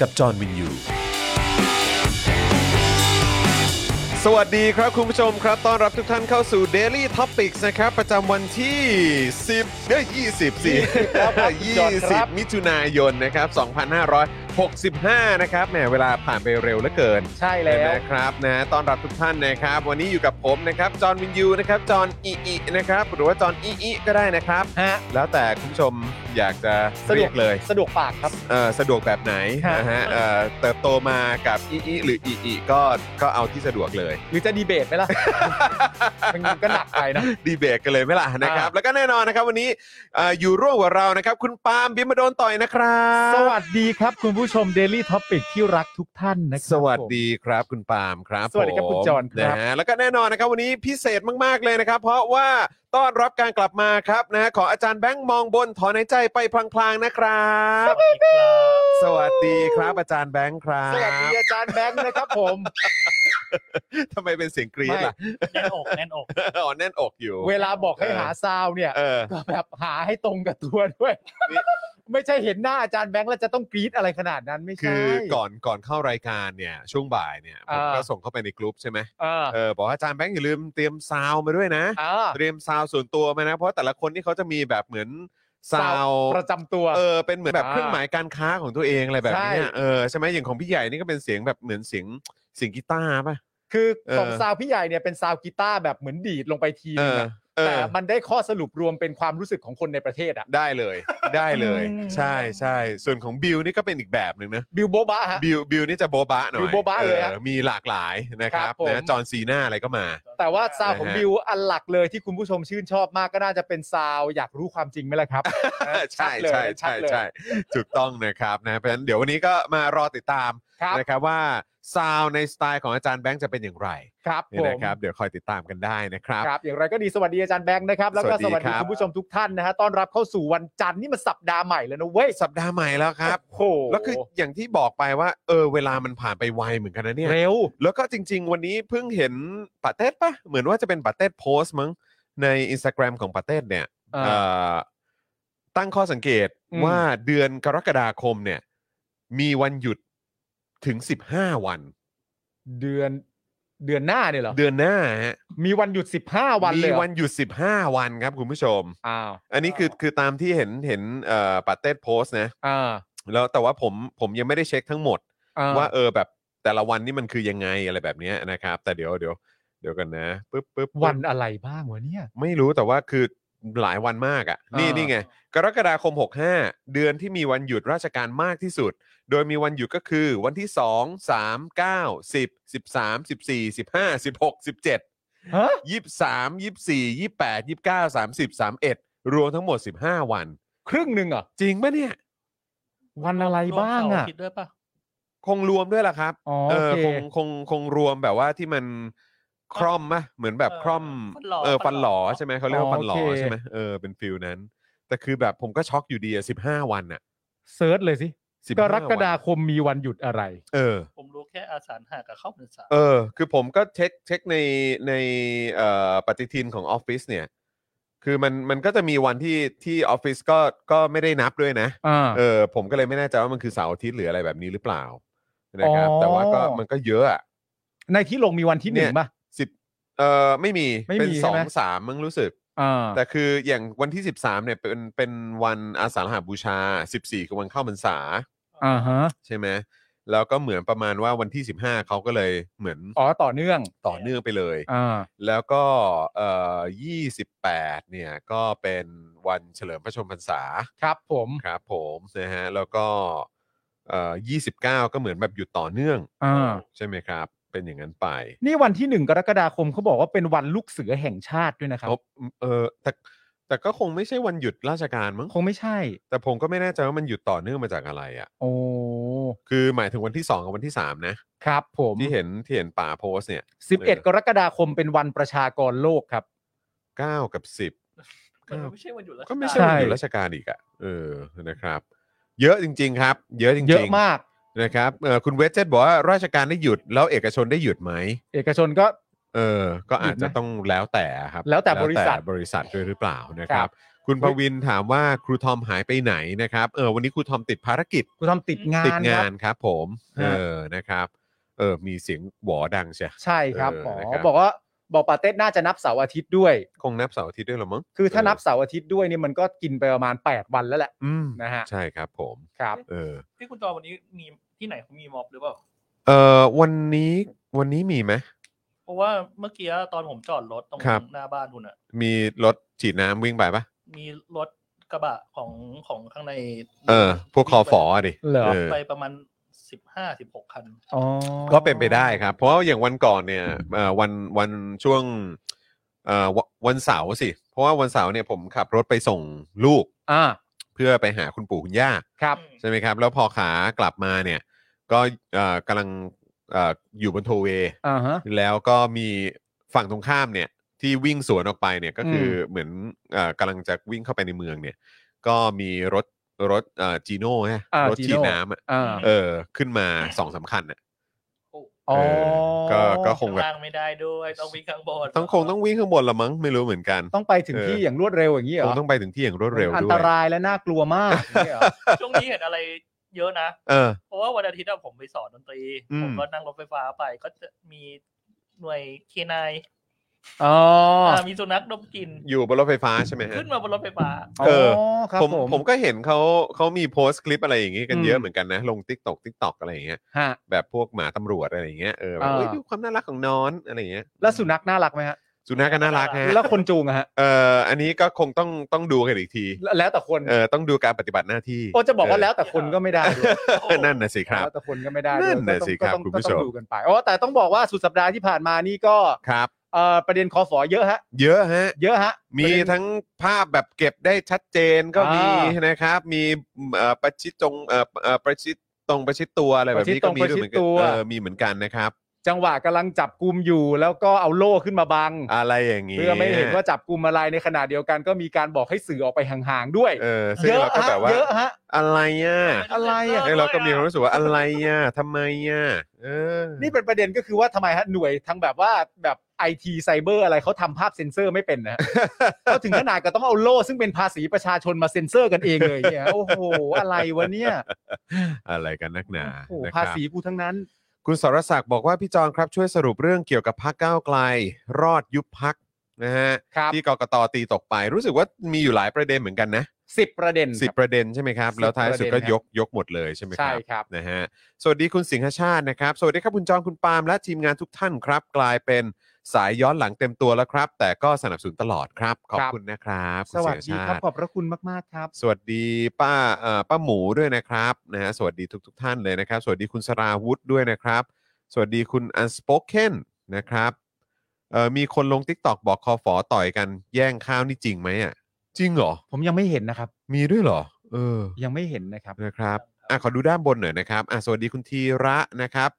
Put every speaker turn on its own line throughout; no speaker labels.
กับจอห์นวินยู
สวัสดีครับคุณผู้ชมครับ ต้อนรับทุกท่านเข้าสู่ Daily Topics นะครับ ประจำวันที่ 10เอ้ย20สิ
จอห์น ครับ
20 มิถุนายนนะครับ 2565 นะครับแหมเวลาผ่านไปเร็วเหลือเกิน
ใช่แล้ว
นะครับนะต้อนรับทุกท่านนะครับ วันนี้อยู่กับผมนะครับ จอห์นวินยูนะครับ จอห์นอีอีนะครับหรือว่าจอห์นอีอีก็ได้นะครับ
ฮะ
แล้วแต่คุณผู้ชมอยากจะ
สะดว
เรีย
ก
กเลย
สะดวกปากครับ
เอ่อสะดวกแบบไหน
ฮะ
นะฮะเอ่อเติบโตมากับอีอีหรืออีอีก็ก็เอาที่สะดวกเลย
หรือจะดีเบต ไหมล่ะ มันก็หนักไปนะ
ดีเบตกันเลยไหมล่ะนะครับ แล้วก็แน่นอนนะครับวันนี้เอ่ออยู่ร่วมกับเรานะครับ คุณปาล์มบิมมาโดนต่อยนะครับ
สวัสดีครับคุณผู้ชม Daily Topic ที่รักทุกท่านนะครับ
สวัสดีครับคุณปาล์มครับ
สวัสดีครับคุณจอห์นครับ
นะฮะแล้วก็แน่นอนนะครับวันนี้พิเศษมากๆเลยนะครับ เพราะว่าต้อนรับการกลับมาครับนะฮะของอาจารย์แบงค์มองบนถอนในใจไปพลางๆนะครับ สวัสดีครับอาจารย์แบงค์ครั
ผ
บ
มสวัสดีอาจารย์แบงค์นะครับผม
ทำไมเป็นเสียงกรี๊ดล่ะ
แน่นอกแน่นอก
อ๋อแน่นอกอยู่
เวลาบอกให้หาซาวเนี่ย
เออ
ก็แบบหาให้ตรงกับตัวด้วย
นี่
ไม่ใช่เห็นหน้าอาจารย์แบงค์แล้วจะต้องกรี๊ดอะไรขนาดนั้นไม่
คื
ใช่
อก่อนก่อนเข้ารายการเนี่ยช่วงบ่ายเนี่ยผม
อ่า
ก็ส่งเข้าไปในกลุ่มใช่ไหม
เออ
เออบอกว่าอาจารย์แบงค์อย่าลืมเตรียมซาวมาด้วยนะ
อ่า
เตรียมซาวส่วนตัวมานะ เพราะแต่ละคนนี่เขาจะมีแบบเหมือนซาว
ประจำตัว
เออเป็นเหมือนแบบ
อ่า
เครื่องหมายการค้าของตัวเองอะไรแบบเนี้ย
ใช่
เออใช่ไหมอย่างของพี่ใหญ่นี่ก็เป็นเสียงแบบเหมือนเสียงเสียงกีตาร์ป่ะ
คือของ
เออ
ซาวพี่ใหญ่เนี่ยเป็นซาวกีตาร์แบบเหมือนดีดลงไปที
เอ
นึง
อ
อะ
เอ
แต่
อ
มันได้ข้อสรุปรวมเป็นความรู้สึกของคนในประเทศอะ
ได้เลยได้เลย ใช่ใช่ส่วนของบิวนี่ก็เป็นอีกแบบหนึ่งนะ
บิลโบบะฮะ
บิวบิวนี่จะโบะบะหน่อย
บิวโบ๊ะบะเลยอะ
ออมีหลากหลายนะครับ
ครับผม
นะจอร์นซีน่าอะไรก็มา
แต่ว่าซาวของ
นะฮะ
บิลอันหลักเลยที่คุณผู้ชมชื่นชอบมากก็น่าจะเป็นซาวอยากรู้ความจริงไหมล่ะครับ
ใช่
เลย
ใช่
ชัด
ใช่
เลย
ใช่ถูกต้องนะครับนะเพราะฉะนั้นเดี๋ยววันนี้ก็มารอติดตาม
ครับ
นะครับว่าซาวในสไตล์ของอาจารย์แบงค์จะเป็นอย่างไร
ครับ
นี่
ผม
นะครับเดี๋ยวคอยติดตามกันได้นะครับ
ครับ อย่างไรก็ดีสวัสดีอาจารย์แบงค์นะครับ แล้วก็
ส
ส
วั
วั
ส
ส
ดี
ดี
ครับ
คุณผู้ชมทุกท่านนะฮะต้อนรับเข้าสู่วันจันทร์นี่มันสัปดาห์ใหม่แล้วนะเว้ย
สัปดาห์ใหม่แล้วครับ
โอ้โห
แล้วคืออย่างที่บอกไปว่าเออเวลามันผ่านไปไวเหมือนกันนะเนี่ย
เร็ว
แล้วก็จริง ๆ วันนี้เพิ่งเห็นปาเต้ปะเหมือนว่าจะเป็นปาเต้โพสต์มั้งใน Instagram ของปาเต้เนี่ย เอ่อตั้งข้อสังเกต
อืม
ว่าเดือนกรกฎาคมเนี่ย มีวันหยุดถึง 15 วัน
เดือนเดือนหน้าเนี่ยเหรอ
เดือนหน้าฮะ
มีวันหยุด 15 วัน
มี
เลยเหรอ
วันหยุด 15 วันครับคุณผู้ชม
อ้าว
อันนี้คือคือตามที่เห็นเห็นเอ่อปาเต้โพสต์นะ
อ่า
แล้วแต่ว่าผมผมยังไม่ได้เช็คทั้งหมด
อ่
ว่าเออแบบแต่ละวันนี่มันคือยังไงอะไรแบบเนี้ยนะครับ แต่เดี๋ยวเดี๋ยวเดี๋ยวกันนะปึ๊บปึ๊บปึ๊บ
วันอะไรบ้างวะเนี่ย
ไม่รู้แต่ว่าคือหลายวันมากอะ่ะ นี่
อ่านี่
นี่ไง กรกฎาคม 65 เดือนที่มีวันหยุดราชการมากที่สุด โดยมีวันหยุดก็คือวันที่ 2 3 9 10 13 14 15 16 17
ฮะ
23 24 28 29 30 31 รวมทั้งหมด 15 วัน
ครึ่งหนึ่งเหรอ
จริงปะเนี่ย
วันอะไรบ้าง
รวมเส
อะ
ร์ทิตย์ด้วยปะ
คงรวมด้วยล่ะครับ
อ๋อ
เอ
โอ
อ
เค
คงคงคงรวมแบบว่าที่มันคร่อมมะเหมือนแบบคร่อม
ฟันหล่อ
เออฟันหลอใช่ไหมเขาเรียกว่าฟันหลอ
โอเค
ใช่ไหมเออเป็นฟิลนั้น แต่คือแบบผมก็ช็อกอยู่ดีอะสิบห้าวันอะ
เซิร์ชเลยสิ
15
กรกฎา
วัน
คมมีวันหยุดอะไร
เออ
ผมรู้แค่อาสาฬหากับเข้าพรรษา
เออ คือผมก็เช็คเช็คในในเอ่อปฏิทินของออฟฟิศเนี่ย คือมันมันก็จะมีวันที่ที่ออฟฟิศก็ก็ไม่ได้นับด้วยนะ
อ่า
เออผมก็เลยไม่แน่ใจว่ามันคือเสาร์อาทิตย์หรืออะไรแบบนี้หรือเปล่านะครับ แต่ว่าก็
อ๋อ
มันก็เยอะอะ
ในที่ลงมีวันที่หนึ่ง
เนี่ย
ป่ะ
สิบเอ่อไม่มี
ไม่
เป็น
มี
ส
ใช่
อ
ไหม
งสามมั้งรู้สึก
อ่า
แต่คืออย่างวันที่ 13เนี่ยเป็นเป็นวันอาสาฬหบูชา 14คือวันเข้าพรรษา
อ่าฮะ
ใช่ไหม แล้วก็เหมือนประมาณว่าวันที่ 15เขาก็เลยเหมือน
อ๋อต่อเนื่อง
ต่อเนื่องไปเลย
อ่า
แล้วก็เอ่อ28 เนี่ยก็เป็นวันเฉลิมพระชนมพรรษา
ครับผม
ครับผมนะฮะแล้วก็เอ่อ29 ก็เหมือนแบบหยุดต่อเนื่อง
อ่า
ใช่ไหมครับ เป็นอย่างนั้นไป
นี่วันที่หนึ่งกรกฎาคมเขาบอกว่าเป็นวันลูกเสือแห่งชาติด้วยนะครับ
เขาเออแต่แต่ก็คงไม่ใช่วันหยุดราชการมั้ง
คงไม่ใช่
แต่ผมก็ไม่แน่ใจว่ามันหยุดต่อเนื่องมาจากอะไรอ่ะ
โอ้
คือหมายถึงวันที่ 2 กับวันที่ 3 นะ
ครับผม
ที่เห็นที่เห็นป่าโพสต์เนี่ย
11 กรกฎาคมเป็นวันประชากรโลกครับ
9 กับ
มันไม่ใช่วันหยุดราช
10
การ
ก็ไม่ใช่วันหยุดราชการอีกอ่ะเออนะครับ เยอะจริง ๆ ครับ เยอะจริงๆ
เยอะมาก
นะครับเออคุณเวจเจตบอกว่าราชการได้หยุดแล้วเอกชนได้หยุดไหม
เอกชนก็
เออ ก็อาจ
หยุ
จะ
ดนะ
ต้องแล้วแต่ครับ
แล้วแต่บริษัท
บริษัทด้วยหรือเปล่านะค
ครั
รับ
บ
คุณพวินถามว่าครูทอมหายไปไหนนะครับเออวันนี้ครูทอมติดภารกิจ
คุณทำติดงาน
ติด
ค
งา
รั
น
บ
ครับผม
ฮะ
เออนะครับเออมีเสียงหวอดังใช่
ใช่ครับ
เออ
หมอ
นะครับ
บอกว่าบอกปาเต้น่าจะนับเสาร์อาทิตย์ด้วย
คงนับเสาร์อาทิตย์ด้วยเหรอมั้ง
คือถ้า
เ
นับเสาร์อาทิตย์ด้วยนี่มันก็กินไปประมาณ 8 วันแล้วแหละ
อืม
นะฮะ
ใช่ครับผม
ครับ
เออ
ที่คุณจอวันนี้มีที่ไหนเขามีม็อบหรือเปล่า
เออวันนี้วันนี้มีไหม
เพราะว่าเมื่อกี้ตอนผมจอดรถตรง
ครับ
หน้าบ้านคุณอ่ะ
มีรถฉีดน้ำวิ่งไปปะ
มีรถกระบะของของข้างใน
เออ พวกคอฟอดิ
เหรอ
ออ
ไปประมาณสิบห้าสิบหกคัน
อ๋อ
ก็เป็นไปได้ครับ เพราะว่าอย่างวันก่อนเนี่ยเอ่อวันวันช่วงเอ่อวะวันเสาร์สิ เพราะว่าวันเสาร์เนี่ยผมขับรถไปส่งลูก
อ่า
เพื่อไปหาคุณปู่คุณย่า
ครับ
ใช่ไหมครับ แล้วพอขากลับมาเนี่ย ก็เอ่อกำลังเอ่ออยู่บนโทเวย์
อ่าฮะ
แล้วก็มีฝั่งตรงข้ามเนี่ย ที่วิ่งสวนออกไปเนี่ยก็คืออเหมือนเอ่อกำลังจะวิ่งเข้าไปในเมืองเนี่ย ก็มีรถรถจีโน่ฮะ
อ่าร
ถฉีด
Gino
น้ำอะ
อ่า
เออขึ้นมาสองสามคัญน่ะ
โอ้
เอ
อ๋อ
อก็ก็ค
ข้าง ง
แบบ
ล่างไม่ได้ด้วยต้องวิ่งข้างบน
ต้องคงต้องวิ่งข้างบนละมั้งไม่รู้เหมือนกัน
ต้องไปถึง
เออ
ที่อย่างรวดเร็วอย่างนี้เหร
ค
อง
ต้องไปถึงที่อย่างรวดเร็ว
อัน
ด้วย
ตรายและน่ากลัวมากอย่างนี้เหรอ
ช่วงนี้เห็นอะไรเยอะนะ
เออ
เพราะว่าวันอาทิตย์อะผมไปสอนดนตรี
อืม
ผมก็นั่งรถไฟฟ้าไปก็จะมีหน่วยเคนาย
อ๋อ
อ่ามีสุนัขดมกลิ่น
อยู่บนรถไฟฟ้าใช่ไหมฮะ
ขึ้นมาบนรถไฟฟ้า
อ๋
เออ
อครับ
ผม
ผม
ผมก็เห็นเขาเขามีโพสต์คลิปอะไรอย่างงี้กัน
อืม
เยอะเหมือนกันนะ ลงทิกตอกทิกตอกอะไรอย่างเงี้ย
ฮะ
แบบพวกหมาตำรวจอะไรอย่างเงี้ยเออแบบ
อ่า
เอ้ยดูความน่ารักของนอนอะไรอย่างเงี้ย
แล้วสุนัขน่ารักไหมฮะ
สุนัขก็น่ารักฮะ
แล้วคนจูงอะฮะ
เอออันนี้ก็คงต้องต้องดูกันอีกที
แล้วแต่คน
เออต้องดูการปฏิบัติหน้าที่
โอ้จะบอกว่าแล้วแต่คนก็ไม่ได้ด้วย
เออนั่นนะสิครับ
แล้วแต่คนก็ไม่ได้ด้ว
นั่
ย
นน่ะ
ก็ต้อง
สิครับ
ก็ต้อง
คุณผู้ชม
ก็ต้องดูกันไปอ๋อแต่ต้องบอกว่าสุดสัปดาห์ที่ผ่านมานี่ก็
ครับ
เอ่อประเด็นคอฝอเยอะฮะ
เยอะฮะ
เยอะฮะ
มี
ประเด็น
ทั้งภาพแบบเก็บได้ชัดเจนก็มี
อ่าน
นะครับ มีเอ่อประชิดจงเอ่อเอ่อประชิดตรงประชิดตัวอะไรแบบนี้ก็มีด้วยเหมือนกันเออมีเหมือนกันนะครับ
จังหวะกำลังจับกลุมอยู่แล้วก็เอาโล่ขึ้นมาบัง
อะไรอย่างงี้
เพื่อไม่เห็นว่าจับกลุมอะไรในขณะเดียวกันก็มีการบอกให้สื่อออกไปห่างๆด้วย
เออซึ่งเราก็แบบว่า
เยอะฮะ
อะไรอ่ะ
อะไรอะ
เออเราก็มีความรู้สึกว่าอะไรอ่ะทำไมอ่ะเออ
นี่เป็นประเด็นก็คือว่าทำไมฮะหน่วยทางแบบว่าแบบไอทีไซเบอร์อะไรเขาทำภาพเซ็นเซอร์ไม่เป็น นะฮะ เขาถึงขนาดก็ต้องเอาโล่ซึ่งเป็นภาษีประชาชนมาเซ็นเซอร์กันเองเลยเนี่ยโอ้โหอะไรวะเนี่ย
อะไรกันนักหนา
โอ้โห
นะค
ภา
รับ
ษีกูทั้งนั้น
คุณสรศักดิ์บอกว่าพี่จอนครับช่วยสรุปเรื่องเกี่ยวกับพักก้าวไกล รอดยุบพักนะฮะ
ครับ
ที่กกตตีตกไป รู้สึกว่ามีอยู่หลายประเด็นเหมือนกันนะ
สิบประเด็น
สิบ
ครับ
ประเด็นใช่ไหมครับ แล้วท้ายสุดก็
ประเด็นครับ
ยกยกหมดเลยใช่ไหมค
ใช่
รับ
ครับ
นะฮะสวัสดีคุณสิงหชาตินะครับ สวัสดีครับคุณจอมคุณปาล์มและทีมงานทุกท่านครับ กลายเป็นสายย้อนหลังเต็มตัวแล้วครับ แต่ก็สนับสนุนตลอดครับ ขอบ
ครับ
คุณนะครับ
สวัส
ณ
ดี
งห
ครั
ชา
บ
ติ
ขอบพระคุณมากๆครับ
สวัสดีป้าเอ่อป้าหมูด้วยนะครับนะฮะสวัสดีทุกทท่านเลยนะครับ สวัสดีคุณสราวุธด้วยนะครับ สวัสดีคุณอันสปอ k เคนนะครับเอ่อมีคนลง t ิ k t o k บอกคอฟอต่อยกันแย่งข้าวนี่จริงไหมอ่ะจริงเหรอ
ผมยังไม่เห็นนะครับ
มีด้วยเหรอ เออ
ยังไม่เห็นนะครับ
นะครับ อ่ะ ขอดูด้านบนหน่อยนะครับอ่ะสวัสดีคุณธีระนะครับ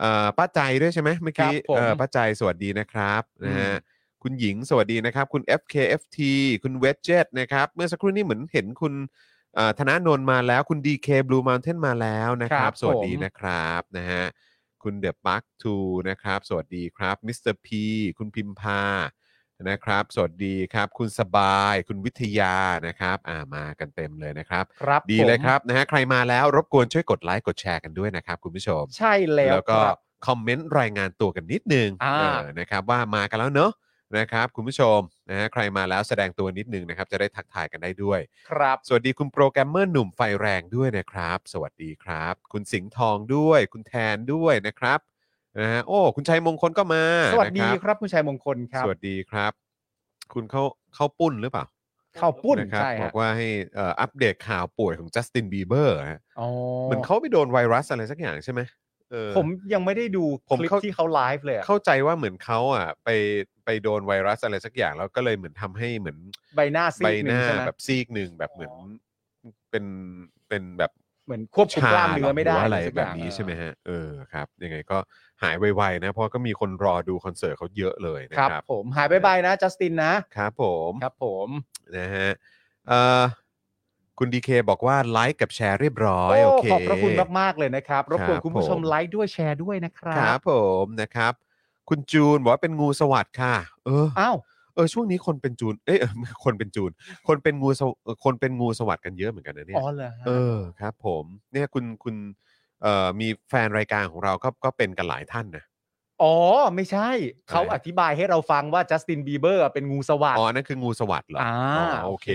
เอ่อป้าใจด้วยใช่ไหมเมื่อกี้
ครับผม
เอ่อป้าใจสวัสดีนะครับนะฮะ
อืม
คุณหญิงสวัสดีนะครับ คุณ FKFT คุณเวจเจตนะครับ เมื่อสักครู่นี้เหมือนเห็นคุณเอ่อธนาโนนมาแล้ว คุณ DK Blue Mountain มาแล้วนะครับ สวัสดีนะครับนะฮะคุณเดอะปักทูนะครับ สวัสดีครับมิสเตอร์พีคุณพิมพา นะครับ สวัสดีครับ คุณสบาย คุณวิทยานะครับ อ่ามากันเต็มเลยนะครับ
ครับ
ดี
ผม
เลยครับนะฮะใครมาแล้วรบกวนช่วยกดไลค์กดแชร์กันด้วยนะครับ คุณผู้ชม
ใช่แล้ว
แล้วก็
ครับ
คอมเมนต์รายงานตัวกันนิดนึง
อ่า
เออนะครับว่ามากันแล้วเนอะ นะครับคุณผู้ชมนะฮะใครมาแล้วแสดงตัวนิดนึงนะครับ จะได้ทักทายกันได้ด้วย
ครับ
สวัสดีคุณโปรแกรมเมอร์หนุ่มไฟแรงด้วยนะครับ สวัสดีครับ คุณสิงห์ทองด้วย คุณแทนด้วยนะครับนะฮะโอ้ คุณชัยมงคลก็มา
สวัสดี
นะ
ครับคุณชายมงคลครับ
สวัสดีครับ คุณเข้าเข้าปุ้นหรือเปล่า
ข้าวปุ้น
นะครับ
ใช่
บ
ฮะ
อกว่าให้เอ่ออัปเดตข่าวป่วยของจัสตินบีเบอร์ฮะ
อ๋อ
เหมือนเขาไปโดนไวรัสอะไรสักอย่างใช่ไหมเออ
ผมยังไม่ได้ดู
ผม
คลิป
เข้า
ที่เขาไลฟ์เลยอะ
เข้าใจว่าเหมือนเขาอ่ะไปไปโดนไวรัสอะไรสักอย่างแล้วก็เลยเหมือนทำให้เหมือน
ใบหน้าซี
ใบ
กห
ห
นึ่ง
น้า
ใช่ไหม
แบบซีกหนึ่งแบบเหมือนเป็นเป็นแบบ
เหมือนควบคุมกล้ามเนื้อไม่ได้
ชาหรืว่าอะไร
สัก
แบ
ย่า
บ
ง
นี้
เออ
ใช่ไหมฮะเออครับ ยังไงก็หายไวๆนะ เพราะก็มีคนรอดูคอนเสิร์ตเขาเยอะเลยนะครับ ครับ
ผมหายบายบายนะจัสตินนะครับ
ผม
ครับผม
นะฮะเอ่อคุณดีเคบอกว่าไลค์กับแชร์เรียบร้อยโอเค
ขอบพระคุณมากๆเลยนะครับรบกว
ครั
น
บ
คุณผู้ชม
ผม
ไลค์ด้วยแชร์ด้วยนะครั
ครับบผมนะครับ คุณจูนบอกว่าเป็นงูสวัสด์ค่ะ เออ
อ้าว
เออช่วงนี้คนเป็นจูนเอ้ย เออคนเป็นจูน คนเป็นงูสวเออคนเป็นงูสวัสด์กันเยอะเหมือนกันนะเนี่ย
อ๋อเหรอฮะ
เออครับผมเนี่ยคุณคุณเอ่อมีแฟนรายการของเราก็ก็เป็นกันหลายท่านนะ
อ๋อไม่ใช่เขา
อะไร
อธิบายให้เราฟังว่าจัสตินบีเบอร์เป็นงูสวัสด
อ๋อนั่นคืองูสวัสด์เหรออ๋
อ่า
อโอเค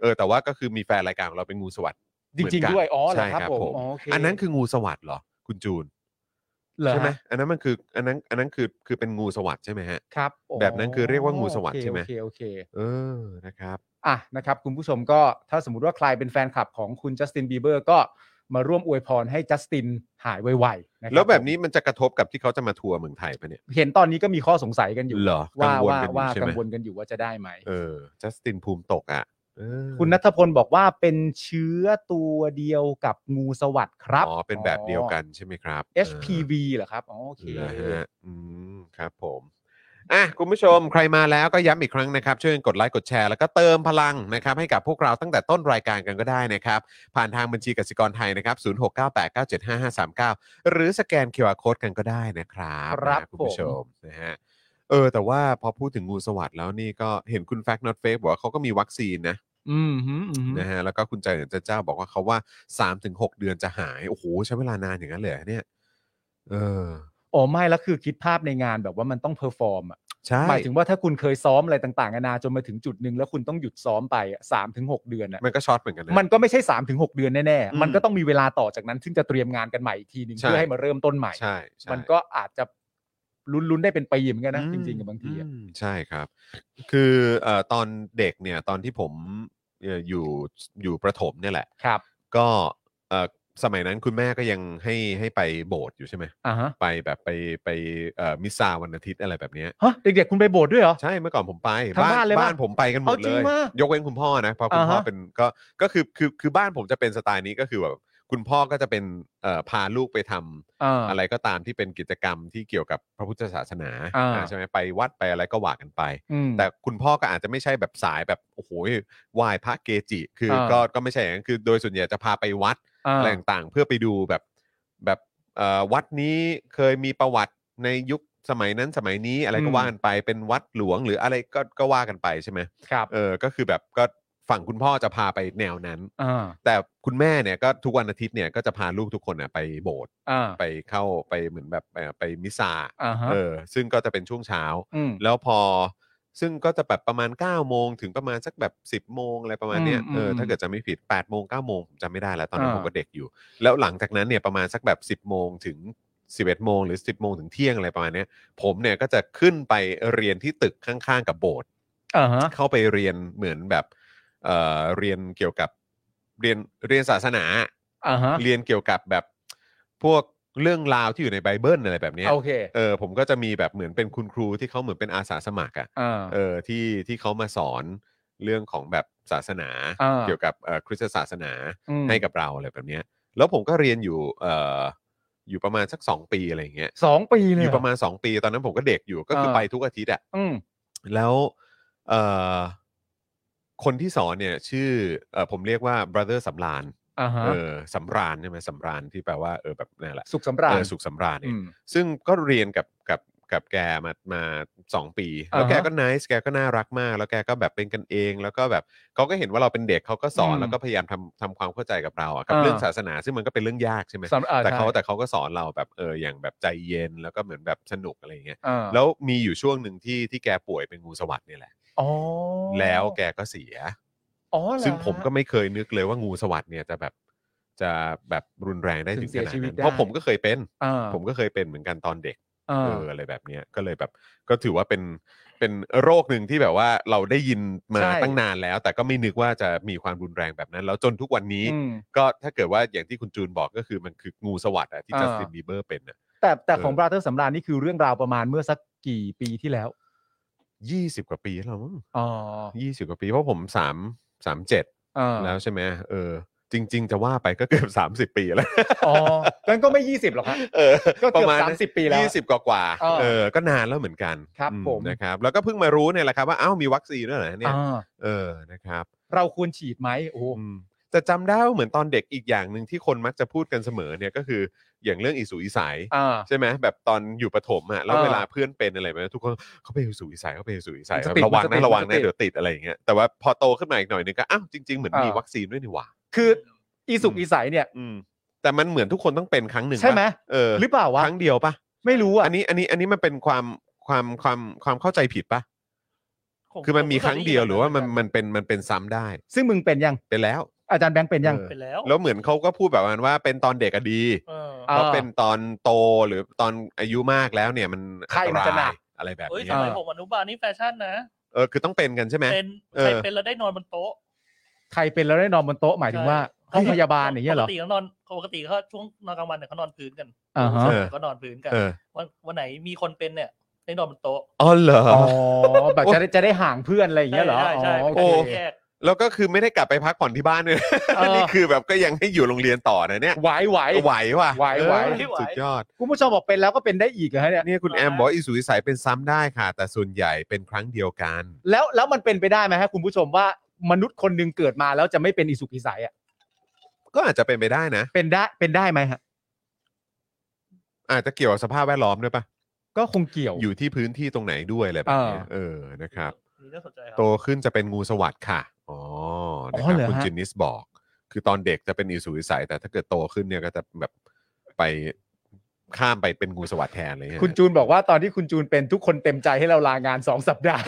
เออแต่ว่าก็คือมีแฟนรายการของเราเป็นงูสวัสด์
จ
เหมื
ริ
อง นกัน
ๆด้วยอ๋อเหรอ
ใช่
ครับผม
ผม
อ๋อโเ
อันนั้นคืองูสวัสด์เหรอ คุณจูน
เหรอ
ใช่ไหม
ฮะ
อันนั้นมันคืออันนั้นอันนั้นคือคือเป็นงูสวัสด์ใช่ไหมฮะ
ครับอ๋อ
แบบนั้นคือเรียกว่างูสวัสดิ์ใช่ไหม
โอเคโอเคโอเค
เออนะครับ
อ่ะนะครับคุณผู้ชมก็ถ้าสมมติว่าใครเป็นแฟนคลับของคุณจัสตินบีเบอร์ก็มาร่วมอวยพรให้จัสตินหายไวๆะครั
แล้วแบบนี้มันจะกระทบกับที่เขาจะมาทัวร์เมืองไทยปะเนี่ย
เห็นตอนนี้ก็มีข้อสงสัยกันอยู่
เหรอกั
ว่าง
วล
ว่า
กันอยู่
ว่า
ใช่
กั
ไหม
งวลกันอยู่ว่าจะได้ไหม
เออจัสตินภูมิตกอ่ะเออ
คุณนัทพลบอกว่าเป็นเชื้อตัวเดียวกับงูสวัสด์ครับ
อ๋อเป็นแบบเดียวกันใช่ไหมครับ
อ๋อ
เออ
HPV เหรอครับอ๋อโอเค
นะฮะอืมครับผมอ่ะคุณผู้ชมใครมาแล้วก็ย้ำอีกครั้งนะครับช่วยกันกดไลค์กดแชร์แล้วก็เติมพลังนะครับให้กับพวกเราตั้งแต่ต้นรายการกันก็ได้นะครับ ผ่านทางบัญชีกสิกรไทยนะครับ 0698975539 หรือสแกน QR Code กันก็ได้นะครับ
ครับ
นะคุณ
ผ
ผู้
ม
ชมนะฮะเออ แต่ว่าพอพูดถึงงูสวัสด์แล้วนี่ก็เห็นคุณ Fact Not Fake บอกว่าเขาก็มีวัคซีนนะ
อืมฮึอืมฮึ
นะฮะแล้วก็คุณใจเหนือเจ้าเจ้าบอกว่าเขาว่า 3-6 เดือนจะหายโอ้โหใช้เวลานานอย่างนั้นเลยเหรอเนี่ยเออ
อ๋อไม่แล้วคือคิดภาพในงานแบบว่ามันต้องเพอร์ฟอร์มอะ
ใช่
หมายถึงว่าถ้าคุณเคยซ้อมอะไรต่างๆนานาจนมาถึงจุดหนึ่งแล้วคุณต้องหยุดซ้อมไปสามถึงหกเดือนอะ
มันก็ช็อตเหมือนกันนะ
มันก็ไม่ใช่3ามถึงหเดือนแน่
อืม
ๆ มันก็ต้องมีเวลาต่อจากนั้น ซึ่งจะเตรียมงานกันใหม่อีกทีหนึ่ง
ใช่
เพื่อให้มาเริ่มต้นใหม่
ใช่ใช่
มันก็อาจจะลุ้นๆได้เป็นปีเหมือนกันนะ
อืม
จริงๆกับบางทีอะ
อืมใช่ครับ คือเอ่อตอนเด็กเนี่ยตอนที่ผมเอ่ออยู่อยู่ประถมเนี่ยแหละ
ครับ
ก็เอ่อสมัยนั้นคุณแม่ก็ยังให้ให้ไปโบสถ์อยู่ใช่ไหม
อ่าฮะ
ไปแบบไปไปเอ่อมิสซาวันอาทิตย์อะไรแบบเนี้ย
ฮะเด็กๆ คุณไปโบสถ์ด้วยเหรอ
ใช่เมื่อก่อนผมไป
ทั้งบ้านเลยปะ
บ้านผมไปกันหมด
เอาจ
เล
ริง
ย
ปะ
ยกเว้นคุณพ่อนะเพราะคุณ
อ่าฮะ
พ่อเป็นก็ก็คือคือคือบ้านผมจะเป็นสไตล์นี้ก็คือแบบคุณพ่อก็จะเป็นเอ่อพาลูกไปทำ
อ่า
อะไรก็ตามที่เป็นกิจกรรมที่เกี่ยวกับพระพุทธศาสนา
อ่า
อ่าใช่ไหมไปวัดไปอะไรก็ว่ากันไป
อืม
แต่คุณพ่อก็อาจจะไม่ใช่แบบสายแบบโอ้โหไหว้พระเกจิ คืออา ก็ก็ไม่ใช่อย่างนั้นคือโดยส่วนใหญ่จะพาไปวัด
อ่า
อะไรต่างๆ เพื่อไปดูแบบแบบเอ่อวัดนี้เคยมีประวัติในยุคสมัยนั้นสมัยนี้อะไรก็
อืม
ว่ากันไปเป็นวัดหลวงหรืออะไรก็ก็ว่ากันไปใช่ไหม
ครับ
เออก็คือแบบก็ฝั่งคุณพ่อจะพาไปแนวนั้น
อ่า
แต่คุณแม่เนี่ยก็ทุกวันอาทิตย์เนี่ยก็จะพาลูกทุกคนน่ะไปโบสถ์
อ่า
ไปเข้าไปเหมือนแบบเอ่อไปมิสซา
อ่าฮะ
เออ ซึ่งก็จะเป็นช่วงเช้า
อืม
แล้วพอ ซึ่งก็จะแบบประมาณ9ก้าโมงถึงประมาณสักแบบ10บโมงอะไรประมาณเนี้ย
อืม
เอออ
ม
ถ้าเกิดจะไม่ผิด8ปดโมงเก้าโมงผมจำไม่ได้แล้วตอนนั้น
อ่า
ผมก็เด็กอยู่ แล้วหลังจากนั้นเนี่ยประมาณสักแบบ10บโมงถึง 11โมงหรือ 10บโมงถึงเที่ยงอะไรประมาณเนี้ยผมเนี่ยก็จะขึ้นไปเรียนที่ตึกข้างๆกับโบสถ์
อ่าฮะ
เข้าไปเรียนเหมือนแบบเออเรียนเกี่ยวกับเรียนเรียนศาสนา
อ่าฮะ
เรียนเกี่ยวกับแบบพวกเรื่องราวที่อยู่ในไบเบิลอะไรแบบเนี้ย
โอเค
เออผมก็จะมีแบบเหมือนเป็นคุณครูที่เขาเหมือนเป็นอาสาสมัครอะ
อ่า
เออที่ที่เขามาสอนเรื่องของแบบศาสนา
อ่า
เกี่ยวกับเอ่อคริสตศาสนา
อืม
ให้กับเราอะไรแบบเนี้ยแล้วผมก็เรียนอยู่เอ่ออยู่ประมาณสัก 2 ปีอะไรอย่างเงี้ย
สองปีเลย
อ
เห
ยู่ประมาณ 2 ปีตอนนั้นผมก็เด็กอยู่ก็คือ
เออ
ไปทุกอาทิตย์อะ
อืม
แล้วเอ่อคนที่สอนเนี่ยชื่อเอ่อผมเรียกว่า brother สำราน
อ่าฮะ
เออสำราญใช่ไหมสำราญที่แปลว่าเออแบบนั่นแหละ
สุขสำราญ
เออสุขสำราญเนี่
อื
ย
ม
ซึ่งก็เรียนกับกับ กับแกมามาสองปี แล้วแก
อ่าฮะ
ก็นิสแกก็น่ารักมาก แล้วแกก็แบบเป็นกันเอง แล้วก็แบบเขาก็เห็นว่าเราเป็นเด็กเขาก็สอน
อืม
แล้วก็พยายามทำทำความเข้าใจกับเราอะกับ
อ่า
เรื่องศาสนาซึ่งมันก็เป็นเรื่องยากใช่ไหม
สำหรับอ่
แต่เขา
ใช่
แต่เขาก็สอนเราแบบเอออย่างแบบใจเย็นแล้วก็เหมือนแบบสนุกอะไรอย่างเงี้ย
อ่า
แล้วมีอยู่ช่วงหนึ่งที่ที่แกป่วยเป็นงูสวัสด์เนี่ยแหละ
อ๋อ
แล้วแกก็เสีย
อ๋อเหรอ
ซึ่งผมก็ไม่เคยนึกเลยว่างูสวัสด์เนี่ยจะแบบจะแบบรุนแรงได้ถึง
ถึงเสี
ข
ย
นาด
ชีวิต
นั้น
ได้
เพราะผมก็เคยเป็น
อ่า
ผมก็เคยเป็นเหมือนกันตอนเด็ก
อ่า
เอออะไรแบบเนี้ยก็เลยแบบก็ถือว่าเป็นเป็นโรคหนึ่งที่แบบว่าเราได้ยินมา
ใช่
ตั้งนานแล้ว แต่ก็ไม่นึกว่าจะมีความรุนแรงแบบนั้น แล้วจนทุกวันนี้
อืม
ก็ถ้าเกิดว่าอย่างที่คุณจูนบอกก็คือมันคืองูสวัสด์อะที่
อ่า
จัสตินบีเบอร์เป็นอะ
แต่แต่ของ
เออ
บราเธอร์สำราญนี่คือเรื่องราวประมาณเมื่อสักกี่ปีที่แล้ว
ยี่สิบกว่าปีแล้วมั้ง
อ๋อ
ยี่สิบกว่าปีเพราะผมสามสามเจ็ด
อ่า
แล้วใช่ไหมเออ จริง ๆ จะว่าไปก็เกือบ สามสิบปีแล้ว
อ๋องั้นก็ไม่ยี่สิบหรอกครับ
เออ
ก็เกือบ30ปีแล้ว
ยี่สิบกว่ากว่า
เออ
เออ ก็นานแล้วเหมือนกัน
ครับ
อื
ผม
นะครับ แล้วก็เพิ่งมารู้เนี่ยแหละครับว่าเอ้ามีวัคซีนด้วยเหรอเนี่ย
อ่า
เออนะครับ
เราควรฉีดไหมโอ้โห
อืมแต่จำได้ว่าเหมือนตอนเด็กอีกอย่างหนึ่งที่คนมักจะพูดกันเสมอเนี่ยก็คืออย่างเรื่องอิสุอิสัย
อ่า
ใช่ไหมแบบตอนอยู่ประถมอ่ะแล้ว
เออ
เวลาเพื่อนเป็นอะไรแบบนี้ทุกคนเขาไปอิสุอิสัยเขาไปอิสุอิสัย
มันจะติด
ระวัง
มันจะติ
นะ
ด
ระวัง
มัน
นะ
จะติด
เดี๋ยวติดอะไรอย่างเงี้ยแต่ว่าพอโตขึ้นมาอีกหน่อยนึงก็อ้าวจริงๆเหมือนมี
เออ
วัคซีนด้วยนี่หว่า
คืออีสุกอีใสเนี่ย
อืม แต่มันเหมือนทุกคนต้องเป็นครั้งหนึ่งปะ
ใช่ไหม
เออ
หรือเปล่าวะ
ครั้งเดียวปะ
ไม่รู้อ่ะ
อันนี้อันนี้อันนี้มันเป็นความความความความเข้าใจผิดปะคือมันมีครั้งเดียวหรือว่ามันมันเป็นมันเป็นซ้ำได้
ซึ่งมึงเป็นยัง
เป็นแล้ว
อาจารย์แบงค์เป็นยัง
เออ
ไปแล้ว
แล้วเหมือนเขาก็พูดแบบนั้นว่าเป็นตอนเด็กอะดี
เออ
อ่า
เพราะเป็นตอนโตหรือตอนอายุมากแล้วเนี่ยมัน
ใครมันจะหนัก
อัตรายอะไรแบบ
เฮ้ย
นี้
สมัย
อ่า
ผมอนุบาลนี่แฟชั่นนะ
เออคือต้องเป็นกันใช่ไหม
เป็น
เออ
ใครเป็นแล้วได้นอนบนโต๊ะ
ใครเป็นแล้วได้นอนบนโต๊ะหมายถึงว่า
ใช่
ห้องพยาบาลอย่างเงี้ยเหรอ
ปกติเขานอนปกติเขาช่วงนอนกลางวันเนี่ยเขานอนพื้นกัน
อ่าฮะ
เออก็นอนพื้นกัน
เออ
วันวันไหนมีคนเป็นเนี่ยได้นอนบนโต๊ะ
อ๋อเหรอ
อ๋อแบบจะได้จะได้ห่างเพื่อนอะไรอย่างเงี้ยเหรอ
ใช่ใช่
อ๋อโอ
ใช่
โอ้
เค
แยก
แล้วก็คือไม่ได้กลับไปพักผ่อนที่บ้านเลยนะ
เออ
นี่คือแบบก็ยังให้อยู่โรงเรียนต่อนะเนี่ย
ไหวไหว
ไหวว่ะ
ไหวไหว
เออสุดยอด
คุณผู้ชมบอกเป็นแล้วก็เป็นได้อีกเหรอฮะเนี่ย
เนี่ยคุณแอมบอกว่าอิสุวิสัยเป็นซ้ำได้ค่ะ แต่ส่วนใหญ่เป็นครั้งเดียวกัน
แล้วแล้วมันเป็นไปได้ไหมฮะคุณผู้ชมว่ามนุษย์คนหนึ่งเกิดมาแล้วจะไม่เป็นอีสุกอีใสอ่ะ
ก็อาจจะเป็นไปได้นะ
เป็นได้เป็นได้ไหมฮะ
อาจจะเกี่ยวกับสภาพแวดล้อมด้วยปะ
ก็คงเกี่ยว
อยู่ที่พื้นที่ตรงไหนด้วยอะไรแบบเนี้ย
อ่า
เออนะครับ
นี่น่าสนใจครั
โตขึ้นจะเป็นงูสวัสด์ค่ะอ๋อ
อ๋
นะ
อ
ครับ
เหรอ
คุณ
ฮะ
จินนิสบอก คือตอนเด็กจะเป็นอิสุวิสัย แต่ถ้าเกิดโตขึ้นเนี่ยก็จะแบบไปข้ามไปเป็นงูสวัสด์แทนอะไรเงี้ย
คุณจูนบอกว่าตอนที่คุณจูนเป็นทุกคนเต็มใจให้เราลางานสองสัปดา ห์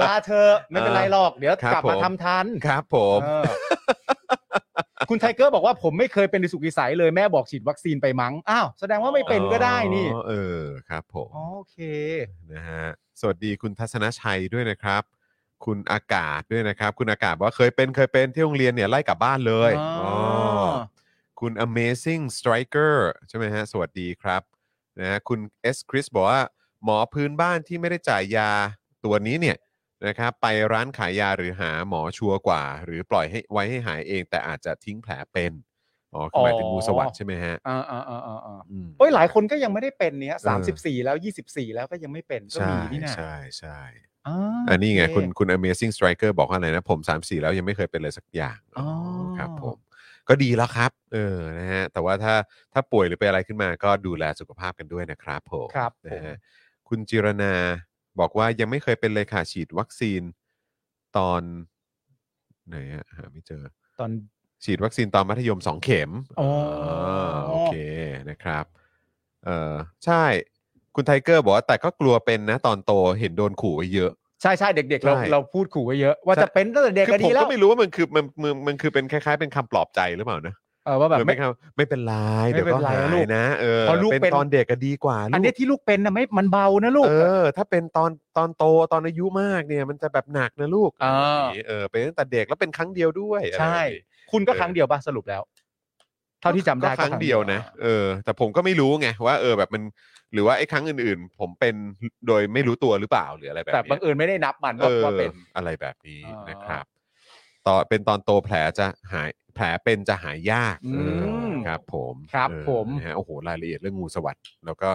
ลาเธอะไม่เป็นไรหรอกเดี๋ยวกลับมาทำทัน
ครับผม
เออ คุณไทเกอร์บอกว่าผมไม่เคยเป็นอิสุกิสัยเลยแม่บอกฉีดวัคซีนไปมั้งอ้าวแสดงว่าไม่เป็นก็ได้นี่
อ๋อเออครับผม
อ๋อโอเค
นะฮะสวัสดีคุณทัศนชัยด้วยนะครับ คุณอากาศด้วยนะครับ คุณอากาศบอกว่าเคยเป็นเคยเป็นที่โรงเรียนเนี่ยไล่กลับบ้านเลย
อ๋ออ๋
อคุณ amazing striker ใช่ไหมฮะ สวัสดีครับนะฮะคุณ S Chris บอกว่า หมอพื้นบ้านที่ไม่ได้จ่ายยาตัวนี้เนี่ยนะครับไปร้านขายยาหรือหาหมอชัวร์กว่า หรือปล่อยให้ไว้ให้หายเอง แต่อาจจะทิ้งแผลเป็นอ๋อคือหมายถึงงูสวัสด์ใช่ไหมฮะ
อ่าอ่าอ่าอ่าอ่า
อืม
โอ้ยหลายคนก็ยังไม่ได้เป็นเนี่ย
เอ
สามสิ
อ
บสี่แล้วยี่สิบสี่แล้วก็ยังไม่เป็นก็
ใช่
มีนี่นะ
ใช่ใช่
อ่า
อันนี้ไง
โเ
คุณคุณ Amazing Striker บอกว่าอะไรนะ ผม 3 4 แล้วยังไม่เคยเป็นเลยสักอย่าง
อ๋ออ๋
ครับผม ก็ดีแล้วครับ เออนะฮะแต่ว่าถ้าถ้าป่วยหรือเป็นอะไรขึ้นมาก็ดูแลสุขภาพกันด้วยนะครับผม
ครับผ
นะ
ม
ฮะคุณจิรนาบอกว่ายังไม่เคยเป็นเลยค่ะฉีดวัคซีนตอน ไหนอะหาไม่เจอ
ตอน
ฉีดวัคซีนตอนมัธยม 2 เข็ม
อ๋ออ่
าโอเคนะครับ เออใช่ คุณไทเกอร์บอกว่าแต่ก็กลัวเป็นนะตอนโตเห็นโดนขู่ไว้เยอะ
ใช่ใช่เด็กๆเรา
ใช่
เราพูดขู่ไว้เยอะ ว่า
ใช่
จะเป็นตั้งแต่เด็ก
คื
ก็
ผ
ดี
ม
แล้
ก็
ว
ไม่รู้ว่ามันคือมันมันมันคือเป็นคล้ายๆ เป็นคำปลอบใจหรือเปล่านะ
เออว่าแบบ
เหมือน
ไม่
เป็นคำไม่เป็นไรเดี๋ยว
ไม่เป็
ก็
นไร
หา
ลู
ย
ก
นะเออ
พอลูก
เป็น
เป็น
ตอนเด็กก็ดีกว่าลูก
อันเนี้ยที่ลูกเป็นนะไม่มันเบานะลูก
เออ ถ้าเป็นตอนตอนโตตอนอายุมากเนี่ย มันจะแบบหนักนะลูก
อ่า
เออเป็นตั้งแต่เด็กแล้วเป็นครั้งเดียวด้วยอะไร
ใช่
แบบนี้
คุณก็
เออ
ครั้งเดียวป่ะสรุปแล้ว เท่าที่จำได้
ก็ครั้งเดียวนะเออแต่ผมก็ไม่รู้ไงว่าเออแบบมันหรือว่าไอ้ครั้งอื่นๆ ผมเป็นโดยไม่รู้ตัวหรือเปล่าหรืออะไรแบบ
แต่
นี้
บังเอิญไม่ได้นับมัน
เอ
ว่า
อ
ว่าเป็น
อะไรแบบนี้
อ่าน
นะครับตอนเป็นตอนโตแผลจะหายแผลเป็นจะหายยาก
อืม
เออครับผม
ครับ
เออ
ผม
นะฮะโอ้โหรายละเอียดเรื่องงูสวัสด์แล้วก็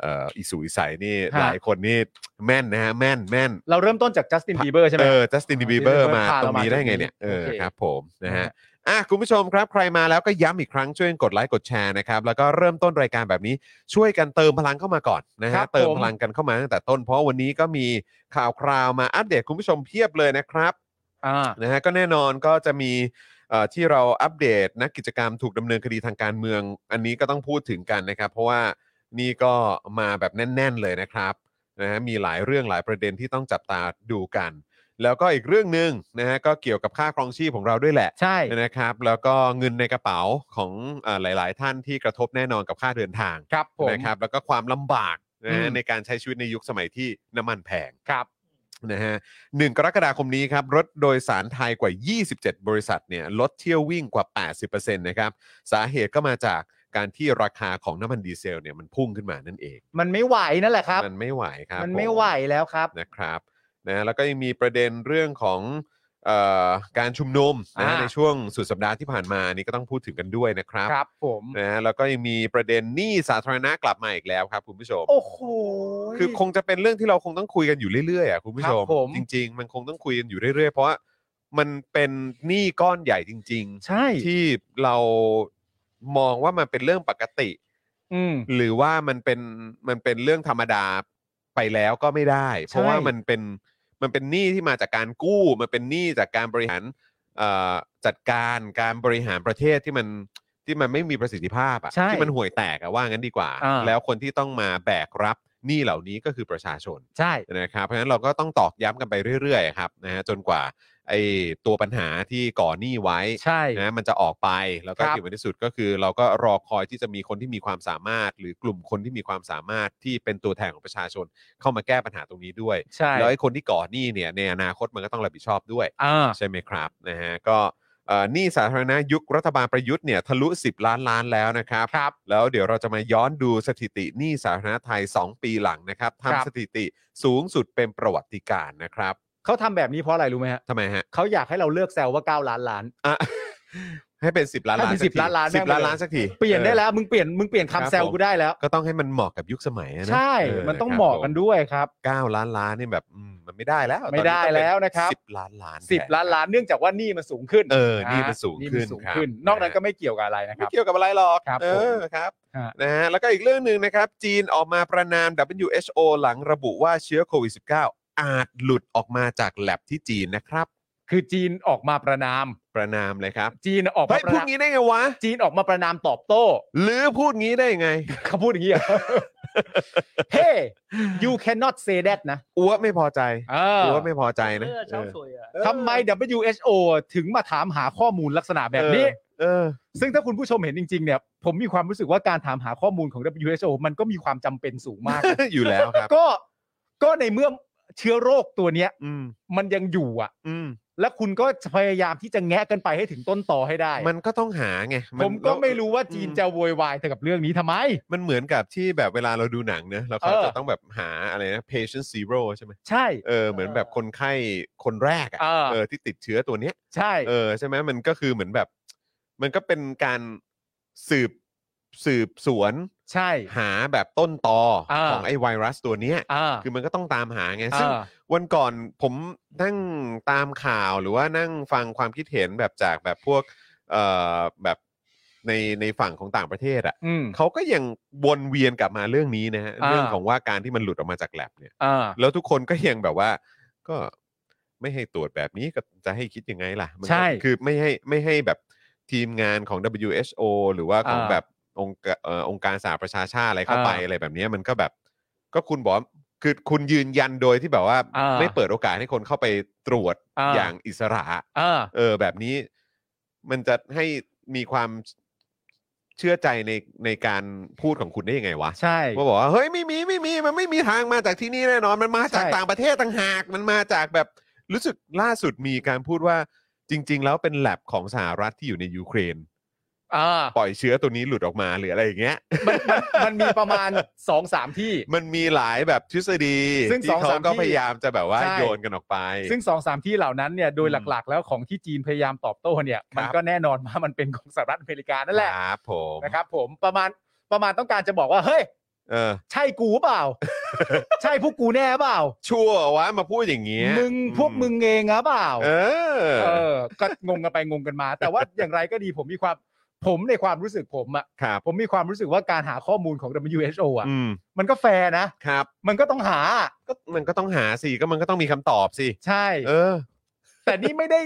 เอ่ออิสุอิสัยนี่
ฮะ
หลายคนนี่แม่นนะฮะแม่นแม่น
เราเริ่มต้นจากจัสตินบีเบอร์ใช่ไหม
เออจัสตินบีเบอร์มา
พา
ตร
เรา
ง
มา
นี้ได้ไงเนี่ย เออ
โอเค
ครับผมนะฮะ อ่ะคุณผู้ชมครับใครมาแล้วก็ย้ำอีกครั้งช่วยกดไลค์กดแชร์นะครับแล้วก็เริ่มต้นรายการแบบนี้ช่วยกันเติมพลังเข้ามาก่อนนะ
ครั
ฮะ
บผม
เติมพลังกันเข้ามาตั้งแต่ต้นเพราะวันนี้ก็มีข่าวคราวมาอัปเดตคุณผู้ชมเพียบเลยนะครับ
อ่า
นะฮะก็แน่นอนก็จะมีเอ่อที่เราอัปเดตนักกิจกรรมถูกดำเนินคดีทางการเมือง อันนี้ก็ต้องพูดถึงกันนะครับ เพราะว่านี่ก็มาแบบแน่น ๆ เลยนะครับนะฮะมีหลายเรื่องหลายประเด็นที่ต้องจับตาดูกัน แล้วก็อีกเรื่องหนึ่งนะฮะก็เกี่ยวกับค่าครองชีพของเราด้วยแหละ
ใช่
นะครับ แล้วก็เงินในกระเป๋าของเออหลาย ๆ ท่านที่กระทบแน่นอนกับค่าเดินทาง
ครับผม
นะครับแล้วก็ความลำบากนะฮะ
อืม
ในการใช้ชีวิตในยุคสมัยที่น้ำมันแพง
ครับ
นะฮะหนึ่งกรกฎาคมนี้ครับ รถโดยสารไทยกว่า 27 บริษัทเนี่ยลดเที่ยววิ่งกว่า 80%นะครับ สาเหตุก็มาจากการที่ราคาของน้ำมันดีเซลเนี่ยมันพุ่งขึ้นมานั่นเอง
มันไม่ไหวนั่นแหละครับ
มันไม่ไหวครับ
มันไม่
ผ
ไหวแล้วครับ
นะครับนะแล้วก็ยังมีประเด็นเรื่องของเออการชุมนุมนะฮะ
อ่า
ในช่วงสุดสัปดาห์ที่ผ่านมานี่ก็ต้องพูดถึงกันด้วยนะครับ
ครับผม
นะฮะแล้วก็ยังมีประเด็นหนี้สาธารณะกลับมาอีกแล้วครับคุณผู้ชม
โอ้โห
คือคงจะเป็นเรื่องที่เราคงต้องคุยกันอยู่เรื่อยๆอ่ะคุณผู้ชม
ครับผม
จริง ๆ มันคงต้องคุยกันอยู่เรื่อยๆ เพราะว่ามันเป็นหนี้ก้อนใหญ่จริง
ใช่
ๆ ที่เรามองว่ามันเป็นเรื่องปกติ
อืม
หรือว่ามันเป็นมันเป็นเรื่องธรรมดาไปแล้วก็ไม่ได้ เพราะว่ามันเป็นมันเป็นหนี้ที่มาจากการกู้ มันเป็นหนี้จากการบริหารเอ่อจัดการการบริหารประเทศที่มันที่มันไม่มีประสิทธิภาพอะ
ใช่
ที่มันห่วยแตกอะว่างั้นดีกว่า
อ่า
แล้วคนที่ต้องมาแบกรับหนี้เหล่านี้ก็คือประชาชน
ใช่
นะครับเพราะฉะนั้นเราก็ต้องตอกย้ำกันไปเรื่อยๆครับนะฮะจนกว่าไอ้ตัวปัญหาที่ก่อหนี้ไว้
ใช่
นะมันจะออกไปแล้วก็
ครับ
ที่วันที่สุดก็คือ เราก็รอคอยที่จะมีคนที่มีความสามารถ หรือกลุ่มคนที่มีความสามารถที่เป็นตัวแทนของประชาชน เข้ามาแก้ปัญหาตรงนี้ด้วย
ใช่
แล้วไอ้คนที่ก่อหนี้เนี่ยในอนาคตมันก็ต้องรับผิดชอบด้วย
อ่า
ใช่ไหมครับนะฮะก็เอ่อหนี้สาธารณะยุครัฐบาลประยุทธ์เนี่ยทะลุ 10 ล้านล้านแล้วนะครับ
ครับ
แล้วเดี๋ยวเราจะมาย้อนดูสถิติหนี้สาธารณะไทย 2 ปีหลังนะครับ
ครับ
ทำสถิติสูงสุดเป็นประวัติการณ์นะครับ
เขาทำแบบนี้เพราะอะไรรู้ไหมฮะ
ทำไมฮะ
เขาอยากให้เราเลือกแซวว่า 9 ล้านล้าน
อ่ะ ให้เป็น 10 ล้านล้าน
ให้เป็น
สักที
10ล้านล้าน
สิบล้าน
แม่งเลย
ล้านสักที
เปลี่ยน
อ
ได้
อ
แล้ว มึงเปลี่ยน มึงเปลี่ยน
ครับ
คำแซว
ผม
กูได้แล้ว
ก็ต้องให้มันเหมาะกับยุคสมัยอะนะ
ใช่
เ
มันต้อง
ครั
เหมาะกัน
ผ
ด้วยครับ
เก้าล้านล้านนี่แบบอืมมันไม่ได้แล้ว
ไม่ได้แล้วนะครับ
สิบล้านล้าน
สิบ
แท
ล้านล้านเนื่องจากว่าหนี่มันสูงขึ้น
เออนี่มันสูง
อ่าหนี่
ขึ้น
สูง
ครับ
ขึ้น นอกนั้นก็ไม่เกี่ยวกับอะไรนะค
ไม่
รับ
เกี่ยวกับอะไรหรอก
ครับ
เอ
ผม
อครับ
ฮะ
นะฮะแล้วก็อีกเรื่องหนึ่งนะครับ จีนออกมาประนาม WHO หลังระบุว่าเชื้อโควิด -19 อาจหลุดออกมาจากแลบที่จีนนะครับ
คือจีนออกมาประนาม
ประนามเลยครับ
จีนออกมา
เฮ้ย
ประ
พูด
นาม
งี้ได้ไงวะ
จีนออกมาประนามตอบโต้
หรือพูดงี้ได้ยังไง
เขาพูดอย่างนี้เหรอ เฮ้ you cannot say that นะ
อ้วไม่พอใจ
เออ
อ้วไม่พอใจนะ
เสื้อเช้า
เออ
สวยอ่ะ
ทำไม WHO ถึงมาถามหาข้อมูลลักษณะแบบนี้
เออ
ซึ่งถ้าคุณผู้ชมเห็นจริงๆเนี่ย ผมมีความรู้สึกว่าการถามหาข้อมูลของ WHO มันก็มีความจำเป็นสูงมากนะ
อยู่แล้วครับ
ก็ก็ในเมื่อเชื้อโรคตัวเนี้ย
อืม
มันยังอยู่อ่ะ
อืม
แล้วคุณก็พยายามที่จะแงะกันไปให้ถึงต้นต่อให้ได้
มันก็ต้องหาไงน
ผมก็
แล้ว
ไม่รู้ว่าจีน
อืม
จะโวยวายแต่กับเรื่องนี้ทำไม
มันเหมือนกับที่แบบเวลาเราดูหนังเนอะเราก็
เออ
จะต้องแบบหาอะไรนะ patient zero ใช่ไหม
ใช่
เออเหมือนแบบคนไข้คนแรกอะ
เออ
เออที่ติดเชื้อตัวเนี้ย
ใช่
เออใช่ไหมมันก็คือเหมือนแบบ มันก็เป็นการสืบสืบสวน
ใช่
หาแบบต้นตอ
อ่า
ของไอ้ไวรัสตัวเนี้ย
อ่า
คือมันก็ต้องตามหาไงซึ่ง
อ่า
วันก่อนผมนั่งตามข่าวหรือว่านั่งฟังความคิดเห็นแบบจากแบบพวกเอ่อแบบในในฝั่งของต่างประเทศอะ่ะ
อืม
เขาก็ยังวนเวียนกลับมาเรื่องนี้นะฮะ
อ่า
เรื่องของว่าการที่มันหลุดออกมาจากแลบเนี่ย
อ่า
แล้วทุกคนก็ยังแบบว่าก็ไม่ให้ตรวจแบบนี้ก็จะให้คิดยังไงล่ะมันก็
ใช่
คือไม่ให้ไม่ให้แบบทีมงานของ WHO หรือว่าของ
อ่า
แบบองค์กะเอ่อองค์การสหประชาชาติอะไรเข้าไป
อ่า
อะไรแบบเนี้ยมันก็แบบ ก็คุณบอกว่าคือคุณยืนยันโดยที่แบบว่า
อ่า
ไม่เปิดโอกาสให้คนเข้าไปตรวจ
อ่า
อย่างอิสระ
อ่า
เออแบบนี้มันจะให้มีความเชื่อใจในในการพูดของคุณได้ยังไงวะ
ใช่
ว่าบอกว่าเฮ้ยไม่มีไม่มีมันไม่มีทางมาจากที่นี่แน่นอนมันมาจาก
ใช่
ต่างประเทศต่างหากมันมาจากแบบรู้สึกล่าสุดมีการพูดว่าจริง ๆ แล้วเป็นแลบของสหรัฐที่อยู่ในยูเครน
อ่า
ปล่อยเชื้อตัวนี้หลุดออกมาหรืออะไรอย่างเงี้ย
มันมันมันมีประมาณสองสามที่
มันมีหลายแบบทฤษฎี
ซึ่งส
ที่
อง
เขา
สาม
ก็
ที่
พยายามจะแบบว่า
ใช่
โยนกันออกไป
ซึ่งสองสามที่เหล่านั้นเนี่ยโดย
อืม
หลักๆ แล้วของที่จีนพยายามตอบโต้เนี่ย
ครับ
มันก็แน่นอนว่ามันเป็นของสหรัฐอเมริกานั่นแหละ
ครับผม
นะครับผมประมาณประมาณต้องการจะบอกว่า เฮ้ย
เออ
ใช่กูเปล่า ใช่พวกกูแน่เปล่า
ชั่ววะมาพูดอย่างเงี้ย
มึงพวกมึงเองอะเปล่า
เออ
เออ ก็งงกันไปงงกันมา แต่ว่า อย่างไรก็ดีผมมีความผมในความรู้สึกผมอะ
ครับ
ผมมีความรู้สึกว่าการหาข้อมูลของ WHO อะ
อืม
มันก็แฟร์นะ
ครับ
มันก็ต้องหา
ก็มันก็ต้องหาสิก็มันก็ต้องมีคำตอบสิ
ใช่
เออ
แต่นี่ไม่ได้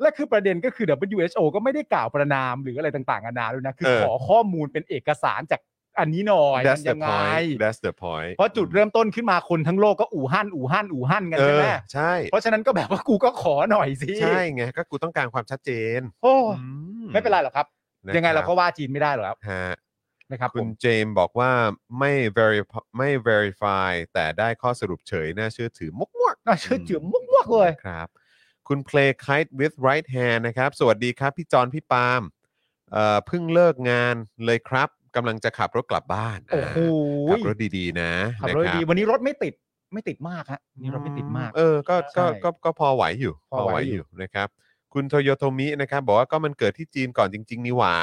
และคือประเด็นก็คือ WHO ก็ไม่ได้กล่าวประนามหรืออะไรต่างๆนานาด้วยนะ คือ
เออ
ขอข้อมูลเป็นเอกสารจากอันนี้หน่อยมั
that's
น
the
ยังไง
point that's the point
เพราะจุดเริ่มต้นขึ้นมาคนทั้งโลกก็อู่ฮั่นอู่ฮั่นอู่ฮั่นกัน
เอ
ใช่
อ
ไหม
ใช่
เพราะฉะนั้นก็แบบว่ากูก็ขอหน่อยสิ
ใช่ไงก็กูต้องการความชัดเจน
โอ้
อื
ไม่เป็นไรหรอกครับ
นะ
ยังไงเรา
ค
ก็
บ
ว่าจีนไม่ได้หรอกครับ
ฮะ
นะครับผ
คุณ
ม
เจมส์บอกว่าไม่ verify ไม่ verify แต่ได้ข้อสรุปเฉย น่าเชื่อถือมุกมวก
น่าเชื่อถือมุกมากๆเลย
ครับ คุณ play kite with right hand นะครับ สวัสดีครับ พี่จอนพี่ปาล์มเอ่อเพิ่งเลิกงานเลยครับกำลังจะขับรถกลับบ้าน
โอ้โห
อ่าขับรถดีๆ นะ
ขับรถ
นะค
ดี
บ
วันนี้รถไม่ติดไม่ติดมากฮะวันนี่รถไม่ติดมาก
เออก็ก็
ใช่
ก็ก็พอไหวอยู่
พอไหวอยู่
นะครับ คุณโทโยโทมินะครับ บอกว่าก็มันเกิดที่จีนก่อนจริง ๆ นี่หว่า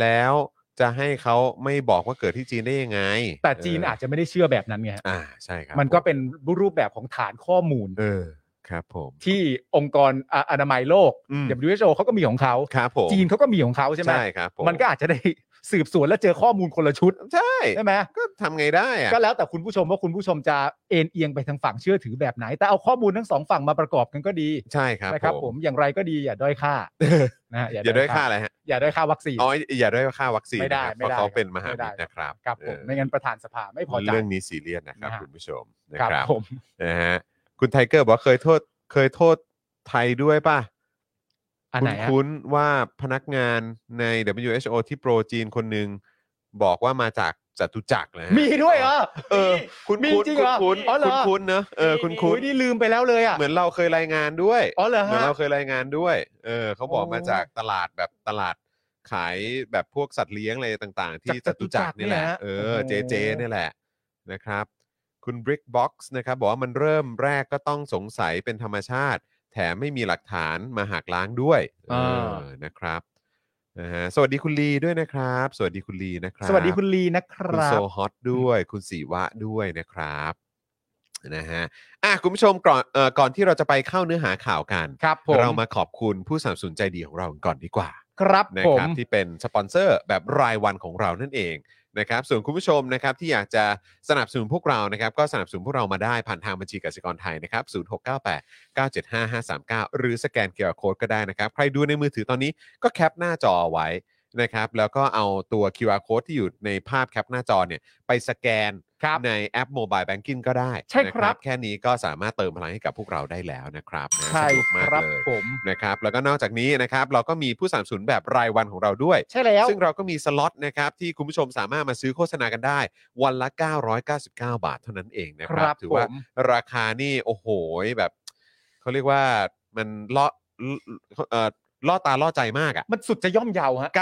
แล้วจะให้เขาไม่บอกว่าเกิดที่จีนได้ยังไง
แต่จีน
เ
อาจจะไม่ได้เชื่อแบบนั้นไงฮะ
อ่าใช่ครับ
มันก็
ผ
เป็นรูปแบบของฐานข้อมูล
เออครับผม
ที่องค์กรอ่ะอนามัยโลก
อืม
WHO เขาก็มีของเขา
ครับผม
จีนเขาก็มีของเขาใช่ไหม
ใช่ครับผม
มันก็อาจจะได้สืบสวนและเจอข้อมูลคนละชุด
ใช่
ใช่ไหม
ก็ทำไงได้อะ
ก็แล้วแต่คุณผู้ชมว่าคุณผู้ชมจะเอ็นเอียงไปทางฝั่งเชื่อถือแบบไหน แต่เอาข้อมูลทั้งสองฝั่งมาประกอบกันก็ดี
ใช่ครับ
นะครับผมอย่างไรก็ดีอย่าด้อยค่านะฮะ
อย่าด้อยค่าอะไรฮะ
อย่าด้อยค่าวัคซีน
อ๋ออย่าด้อยค่าวัคซีน
ไม่ได้
นะครับ
ไม่
เพราะ
ได้
เขาเป็นมหา
ไม่ได้
วิทยาลัยนะครับ
ครับผม
เออ
ไม่งั้นประธานสภาไม่พอใจ
เรื่องนี้ซีเรียสนะครับ
นะฮะ
คุณผู้ชมนะครับ
ผม
นะฮะคุณไทเกอร์บอกว่าเคยโทษเคยโทษไทยด้วยป่ะ
อัน
คุณ
ไหนฮะ
คุ้นๆว่าพนักงานใน WHO ที่โปรจีนคนหนึ่งบอกว่ามาจากจตุจักรนะฮะ
มีด้วยเหรอ
เออคุณ
มี
คุณ
จริง
คุ
เหร
ณ
อ
คุณ
อ๋อเหรอ
คุณเนอะเออคุณคุณ
โอ้ยนี่ลืมไปแล้วเลยอ่ะ
เหมือนเราเคยรายงานด้วย
อ๋อเหรอ
เหมือน
ฮะ
เราเคยรายงานด้วย เออเขาบอก
โอ้
มาจากตลาดแบบตลาดขายแบบพวกสัตว์เลี้ยงอะไรต่างๆ ที่จ
จากจ
ตุ
ตุจั
จัก
กร
รนี่แหละ
เนี่ยฮะ
เออ
โอ้โห
เจเจนี่แหละนะครับ คุณ Brick Box นะครับ บอกว่ามันเริ่มแรกก็ต้องสงสัยเป็นธรรมชาติ แถมไม่มีหลักฐานมาหักล้างด้วยเอออนะครับนะฮะสวัสดีคุณลีด้วยนะครับ สวัสดีคุณลีนะครับ
สวัสดีคุณลีนะค
คุณ
รั
โซ
บ
ฮอตด้วย คุณสีวะด้วยนะครับนะฮะอ่ะคุณผู้ชมก่อนเอ่อก่อนที่เราจะไปเข้าเนื้อหาข่าวกัน
ครับผม
เรามาขอบคุณผู้สนับสนุนใจดีของเราก่อนดีกว่า
ครับ
นะ
ผ
ครั
ม
ที่เป็นสปอนเซอร์แบบรายวันของเรานั่นเองนะครับส่วนคุณผู้ชมนะครับที่อยากจะสนับสนุนพวกเรานะครับ ก็สนับสนุนพวกเรามาได้ผ่านทางบัญชีกสิกรไทยนะครับ0698 975 539 หรือสแกนเคอร์โคดก็ได้นะครับ ใครดูในมือถือตอนนี้ก็แคปหน้าจอเอาไว้นะครับ แล้วก็เอาตัว QR code ที่อยู่ในภาพแคปหน้าจอเนี่ยไปสแกน
ครับ
ในแอปโมบายแบงกิ้งก็ได้
ใช่ครับ
นะแค่นี้ก็สามารถเติมพลังให้กับพวกเราได้แล้วนะครับนะ
ใช่
สะดวกมาก
ครับ
เลย
ผม
นะครับแล้วก็นอกจากนี้นะครับเราก็มีผู้สนับสนุนแบบรายวันของเราด้วย
ใช่แล้ว
ซึ่งเราก็มีสล็อตนะครับที่คุณผู้ชมสามารถมาซื้อโฆษณากันได้ วันละ 999 บาทเท่านั้นเองนะครั
ครับ บ
ถืว่า
ผม
ราคานี่โอ้โหแบบเขาเรียกว่ามันล่อเอ่อล่อตาล่อใจมากอะ
มันสุดจะย่อมเยาฮะ
999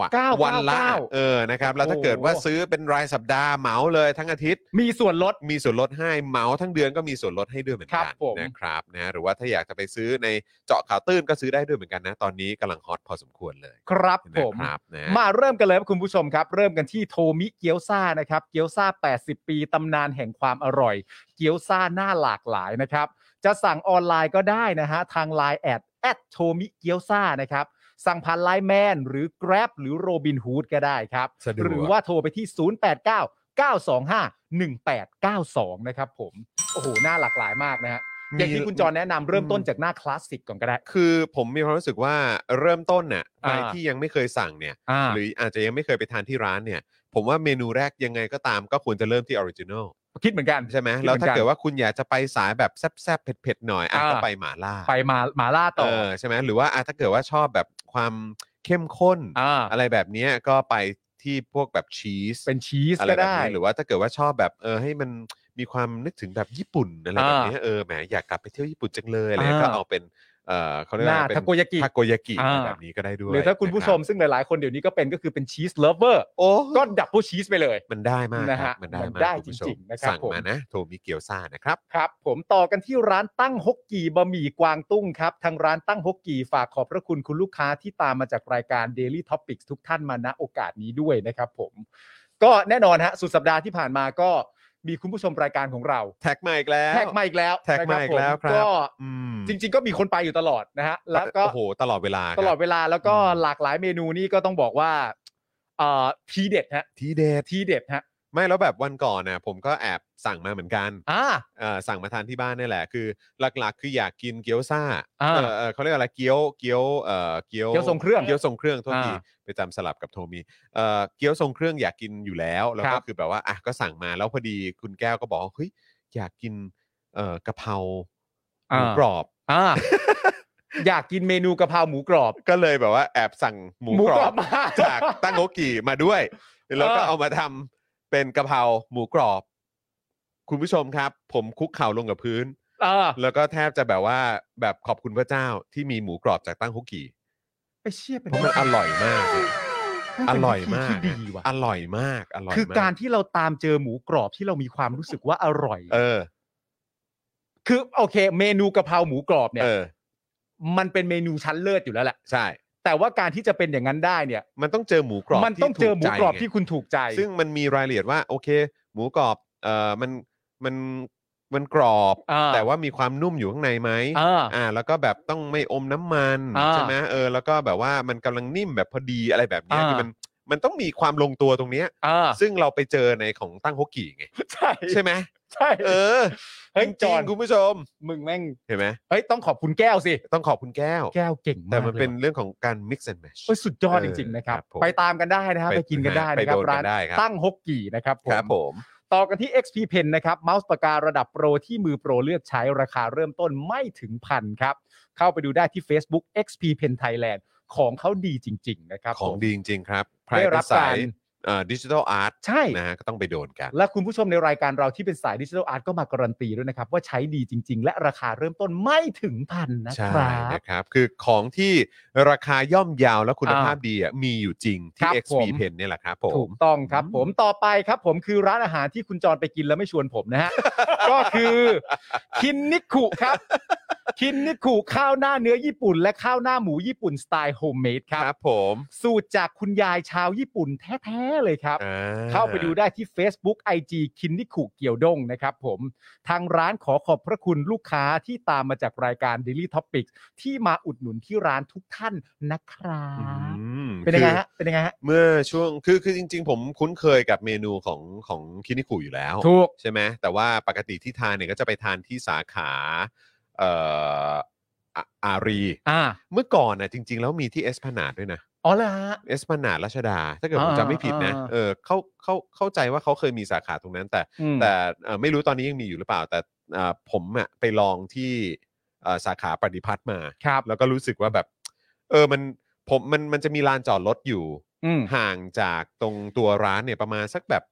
อ่ะ
999
วัละเออนะครับ แล้วถ้า
โอ้โห
เกิดว่าซื้อเป็นรายสัปดาห์เหมาเลยทั้งอาทิตย์
มีส่วนลด
มีส่วนลดให้เหมาทั้งเดือนก็มีส่วนลดให้ด้วยเหมือน
ครั
กับ น
ผม
นะครับนะหรือว่าถ้าอยากจะไปซื้อในเจาะข่าวตื้นก็ซื้อได้ด้วยเหมือนกันนะ ตอนนี้กำลังฮอตพอสมควรเลย
ครับ
นะ
ผม
ครับนะ
มาเริ่มกันเลยครับคุณผู้ชมครับ เริ่มกันที่โทมิเกียวซานะครับ เกียวซา80 ปีตำนานแห่งความอร่อย เกียวซาหน้าหลากหลายนะครับ จะสั่งออนไลน์ก็ได้นะฮะ ทาง Line แอดแอดโทมิเกียวซานะครับ สั่งผ่านไลน์แมนหรือ Grab หรือโรบินฮูดก็ได้ครับ
สะดวก
หรือว่าโทรไปที่ 089 925 1892 นะครับผม โอ้โห หน้าหลากหลายมากนะฮะอย่างที่คุณจรแนะนำเริ่มต้นจากหน้าคลาสสิกก่อนก็ได้
คือผมมีความรู้สึกว่าเริ่มต้นเนี่ยใคร
อ่า
ที่ยังไม่เคยสั่งเนี่ย
อ่า
หรืออาจจะยังไม่เคยไปทานที่ร้านเนี่ย ผมว่าเมนูแรกยังไงก็ตามก็ควรจะเริ่มที่ออริจินอล
คิดเหมือนกัน
ใช่ไหม
คิดเหมือ
แล้วถ้า
นกัน
เกิดว่าคุณอยากจะไปสายแบบแซ่บๆเผ็ดๆหน่อยอ่ะ
อ่า
ก็ไปหมาล่า
ไปมาหมาล่าต่
เออ
อ
ใช่ไหมหรือว่าอ่ะถ้าเกิดว่าชอบแบบความเข้มข้น
อ่า
อะไรแบบเนี้ยก็ไปที่พวกแบบชีส
เป็นชีส
อะไรแบ
ก็
บ
ได้
นี้หรือว่าถ้าเกิดว่าชอบแบบเออให้มันมีความนึกถึงแบบญี่ปุ่นอะไรแบบเนี้ยเออแหมอยากกลับไปเที่ยวญี่ปุ่นจังเลยอะไรเงี้ย
อ่า
ก็เอาเป็นเออเขาเรียก
ห
ว่า
น้า
อะไรเป็น
ทาโกยากิ
ทาโกยากิ
อ่า
อะไรแบบนี้ก็ได้ด้วย
หรือถ้าคุณผู้ชม
นะรับ
ซึ่งหลาย ๆ คนเดี๋ยวนี้ก็เป็นก็คือเป็นชีสเลฟเวอร์
โอ้
ก็ดับพวกชีสไปเลย
มันได้มาก
นะ
ครั
ฮะ
บมันได้
มัน
มาก
ได้
คุณผู้ช
จริ
ม
งๆนะครับ
สั่ง
ผม
มานะโทมิเกียวซ่านะครับ
ครับผมต่อกันที่ร้านตั้งฮกกีบะหมี่กวางตุ้งครับ ทางร้านตั้งฮกกีฝากขอบพระคุณคุณลูกค้าที่ตามมาจากรายการ Daily Topics ทุกท่านมาณโอกาสนี้ด้วยนะครับผม ก็แน่นอนฮะสุดสัปดาห์ที่ผ่านมาก็มีคุณผู้ชมรายการของเรา
แท็กมาอีกแล้ว
แท็กมาอีกแล้ว
แท็กมาอีกแล้ว
นะครับ ก็
อืม
จริง ๆ ก็มีคนไปอยู่ตลอดนะฮะแล้วก็
โอ้โหตลอดเวลาครับ
ตลอดเวลาแล้วก็หลากหลายเมนูนี่ก็ต้องบอกว่าเอ่อทีเด็ดฮะ
ทีเด็ด
ทีเด็ดฮะ
ไม่แล้วแบบวันก่อนนะผมก็แอบสั่งมาเหมือนกัน
อ่า
เอ่อสั่งมาทานที่บ้านนี่แหละคือหลักๆ คืออยากกินเกี๊ยวซ่า
อ่า
เอ่อเอ่อเขาเรียกอะไรเกี๊ยวเกี๊ยวเอ่อเกี๊ยว
เกี๊ยวทรงเครื่อง
เกี๊ยวทรงเครื่องโทษที
อ่า
ไปจำสลับกับโทมีเอ่อเกี๊ยวทรงเครื่องอยากกินอยู่แล้วแล้ว
ครั
ก็
บ
คือแบบว่าอ่ะก็สั่งมาแล้วพอดีคุณแก้วก็บอกว่าเฮ้ยอยากกินเอ่อกะเพราหมูกรอบ
อ่าอยากกินเมนูกะเพราหมูกรอบ
ก็เลยแบบว่าแอบสั่งหมูกรอบ
มา
จากตั้งโงกี่มา ด้วย แล้วก็
เออ
เอามาทำเป็นกะเพราหมูกรอบ คุณผู้ชมครับ ผมคุกเข่าลงกับพื้น
เออ
แล้วก็แทบจะแบบว่าแบบขอบคุณพระเจ้าที่มีหมูกรอบจากตั้งฮกกี่
ไปเชี่ยเป็น
เพราะมันอร่อยมากเลยอร่อยมาก
ที่ดีว่ะ
อร่อยมากอร่อยม
คือการที่เราตามเจอหมูกรอบที่เรามีความรู้สึกว่าอร่อย
เออ
คือโอเค เมนูกะเพราหมูกรอบเนี่ย
เออ
มันเป็นเมนูชั้นเลิศอยู่แล้วแหละ
ใช่
แต่ว่าการที่จะเป็นอย่างนั้นได้เนี่ย
มันต้องเจอหมูกรอบ
มันต้องเจอหมูกรอบ
ไง
ที่คุณถูกใจ
ซึ่งมันมีรายละเอียดว่าโอเค หมูกรอบเอ่อมันมันมันกรอบ
อ่า
แต่ว่ามีความนุ่มอยู่ข้างในไหม
อ่า
อ่า แล้วก็แบบต้องไม่อมน้ำมัน
อ่า
ใช่ไหมเออแล้วก็แบบว่ามันกำลังนิ่มแบบพอดีอะไรแบบเนี้ย
อ่า
คือมันมันต้องมีความลงตัวตรงเนี้ย
อ่า
ซึ่งเราไปเจอในของตั้งฮกกี่ไง
ใช่
ใช่ไหม
ใช่
เออ
เฮ้ย
จริงๆ
จอน
คุณผู้ชม
มึงแม่ง
เห็นไหม
เฮ้ย ต้องขอบคุณแก้วสิ
ต้องขอบคุณแก้ว
แก้วเก่งมาก
แต่มันเป็น
ลยว่ะ
เรื่องของการ mix and match
เฮ้ยสุดยอด
เออ
จริง ๆ นะครับ
ครับผม
ไปตามกันได้นะครับ
ไป
ไปกินกันได้
ไป
นะครับ
โดนกัน
ร้าน
ได้ครับ
ตั้งฮกกี่นะครับผม
ครับผม
ต่อกันที่ XP Pen นะครับเมาส์ปากการะดับโปรที่มือโปรเลือกใช้ราคาเริ่มต้นไม่ถึงพันครับ เข้าไปดูได้ที่ Facebook XP Pen Thailand ของเขาดีจริง ๆ นะครับ
ของ
ผม
ดีจริงๆครับใคร
ได้
เป็
รับ
นสาก
าย ร
เอ่อดิจิทัลอาร์ต
ใช่
นะฮะก็ต้องไปโดนกัน
และคุณผู้ชมในรายการเราที่เป็นสายดิจิทัลอาร์ตก็มาการันตีด้วยนะครับ ว่าใช้ดีจริง ๆ และราคาเริ่มต้นไม่ถึงพันนะค
ใช่
รับ
นะครับ คือของที่ราคาย่อมยาวและคุณภาพดีอ่ะมีอยู่จริงที่
ครับ
XP
ผม
Pen เนี่ยแหละครับผ
ถู
ม
กต้องครับผมต่อไปครับผมคือร้านอาหารที่คุณจรไปกินแล้วไม่ชวนผมนะ ฮะ ก็คือคินนิคุครับ คินนิคุข้าวหน้าเนื้อญี่ปุ่น และข้าวหน้าหมูญี่ปุ่นสไตล์โฮมเมดค
ครับ รับผม
สูตรจากคุณยายชาวญี่ปุ่นแท้ๆเลยครับ
อ่
เข้าไปดูได้ที่ Facebook IG คินนิคุเกี่ยวด้งนะครับผมทางร้านขอขอบพระคุณลูกค้าที่ตามมาจากรายการ Daily Topics ที่มาอุดหนุนที่ร้านทุกท่านนะครั
อื
บ
ม
เป็นยังไง
คือ
ฮะเป็นยังไงฮะ
เมื่อช่วงคือคือจริง ๆ ผมคุ้นเคยกับเมนูของของคินิคุอยู่แล้ว
ถูก
ใช่ไหมแต่ว่าปกติที่ทานเนี่ยก็จะไปทานที่สาขาเอ่ออ่ะอารี
อ่า
เมื่อก่อนนะจริง ๆ แล้วมีที่เอสพนาดด้วยนะ
อ๋อเหรอฮะ
เอสพนาดรัชดา ถ้าเกิดผม
อ่า
จำไม่ผิดนะ
อ่า
เออเขาเขาเข้าใจว่าเขาเคยมีสาขาตรงนั้นแต่
อืม
แต่เอ่อไม่รู้ตอนนี้ยังมีอยู่หรือเปล่า แต่เอ่อผมอะไปลองที่เอ่อสาขาปฏิพัฒน์มา
ครับ
แล้วก็รู้สึกว่าแบบ เออมันผมมันมันจะมีลานจอดรถอยู่
อืม
ห่างจากตรงตัวร้านเนี่ยประมาณสักแบบ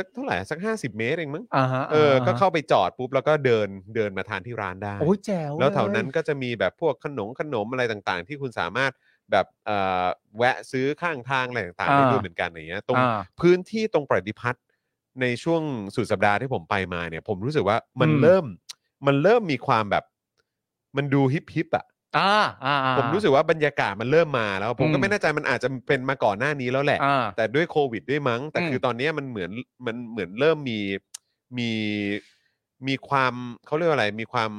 สักเท่าไหร่สัก 50 เมตรเองมั้ง
อ่าฮะ
เออ
ฮะ
ก็เข้าไปจอดปุ๊บแล้วก็เดินเดินมาทานที่ร้านได้
โอ้ยแจ๋ว
แล้วแถวนั้น
เลย
ก็จะมีแบบพวกขนมขนมอะไรต่างๆ ที่คุณสามารถแบบเอ่อแวะซื้อข้างทางอะไรต่างๆได้
อ่า
ด้วยเหมือนกันอย่างเงี้ยตรง
อ่า
พื้นที่ตรงปฏิพัฒน์ในช่วงสุดสัปดาห์ที่ผมไปมาเนี่ย ผมรู้สึกว่ามัน
อืม
เริ่ม มันเริ่มมีความแบบ มันดูฮิปฮิปๆอ่ะ
อ่าอ่าอ่า
ผมรู้สึกว่าบรรยากาศมันเริ่มมาแล้ว ผมก็
อืม
ไม่แน่ใจมันอาจจะเป็นมาก่อนหน้านี้แล้วแหละ
อ่า
แต่ด้วยโควิดด้วยมั้ง แต่
อืม
คือตอนเนี้ยมันเหมือนมันเหมือนเริ่มมีมีมีความเขาเรียกว่าอะไร มีความ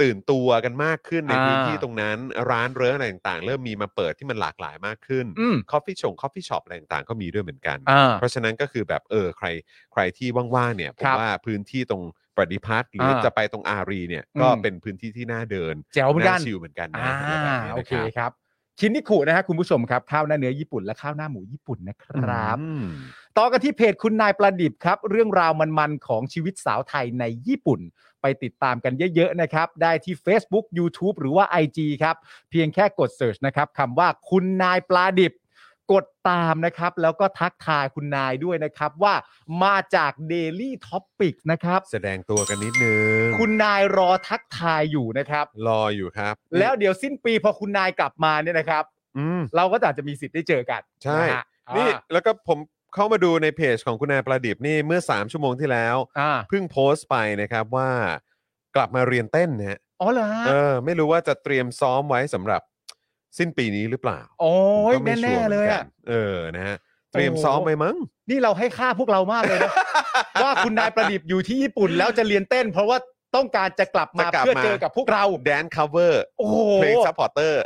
ตื่นตัวกันมากขึ้นในพื้นที่ตรงนั้น ร้านเรืออะไรต่างๆ เริ่มมีมาเปิดที่มันหลากหลายมากขึ้น
อืม
คอฟฟี่ชงคอฟฟี่ช็อปอะไรต่างๆก็มีด้วยเหมือนกัน
อ่า
เพราะฉะนั้นก็คือแบบเออใครใครที่ว่างๆเนี่ยผม
ครับ
ว่าพื้นที่ตรงปฏิพัฒน์หรืออา จะไปตรงอารีเนี่ยก็
อืม
เป็นพื้นที่ที่น่าเดิน
แจ๋วเหมือนกัน
าชิลเหมือนกันนะ
อ่า
ะไรแบบนี้
โอ
นะ
เคครับ คินนิคุนะฮะคุณผู้ชมครับ ข้าวหน้าเนื้อญี่ปุ่นและข้าวหน้าหมูญี่ปุ่นนะครับ
อืม
ต่อกันที่เพจคุณนายประดิบครับ เรื่องราวมันๆของชีวิตสาวไทยในญี่ปุ่น ไปติดตามกันเยอะๆนะครับ ได้ที่ Facebook YouTube หรือว่า IG ครับ เพียงแค่กด Search นะครับคำว่าคุณนายปลาดิบ กดตามนะครับ แล้วก็ทักทายคุณนายด้วยนะครับว่ามาจาก Daily Topic นะครับ
แสดงตัวกันนิดนึง
คุณนายรอทักทายอยู่นะครับ
รออยู่ครับ
แล้วเดี๋ยวสิ้นปีพอคุณนายกลับมาเนี่ยนะครับ
อืม
เราก็อาจจะมีสิทธิ์ได้เจอกัน
ใช่
นะฮะ
นี่แล้วก็ผมเข้ามาดูในเพจของคุณนายประดิษฐ์นี่เมื่อ 3 ชั่วโมงที่แล้ว
อ่า
เพิ่งโพสต์ไปนะครับว่ากลับมาเรียนเต้นนะฮะ
อ๋อเหรอฮะ
เออ ไม่รู้ว่าจะเตรียมซ้อมไว้สำหรับสิ้นปีนี้หรือเปล่า
โอ้ย
ผมก็ไม่ชัว
แน่
ร์ห
ๆ
มื
เล
น
ย
กัน
อะ
เออ นะฮะ เตรียมซ้อมไปมั้ง
นี่เราให้ค่าพวกเรามากเลย นะ ว่าคุณนายประดิษฐ์อยู่ที่ญี่ปุ่นแล้วจะเรียนเต้น เพราะว่าต้องการจะกลับมา
จะกลับมา
เพื่อเจอกับพวกเรา
แดนคัฟเวอร์
โอ้โห
เพลงซัพพอร์เตอร์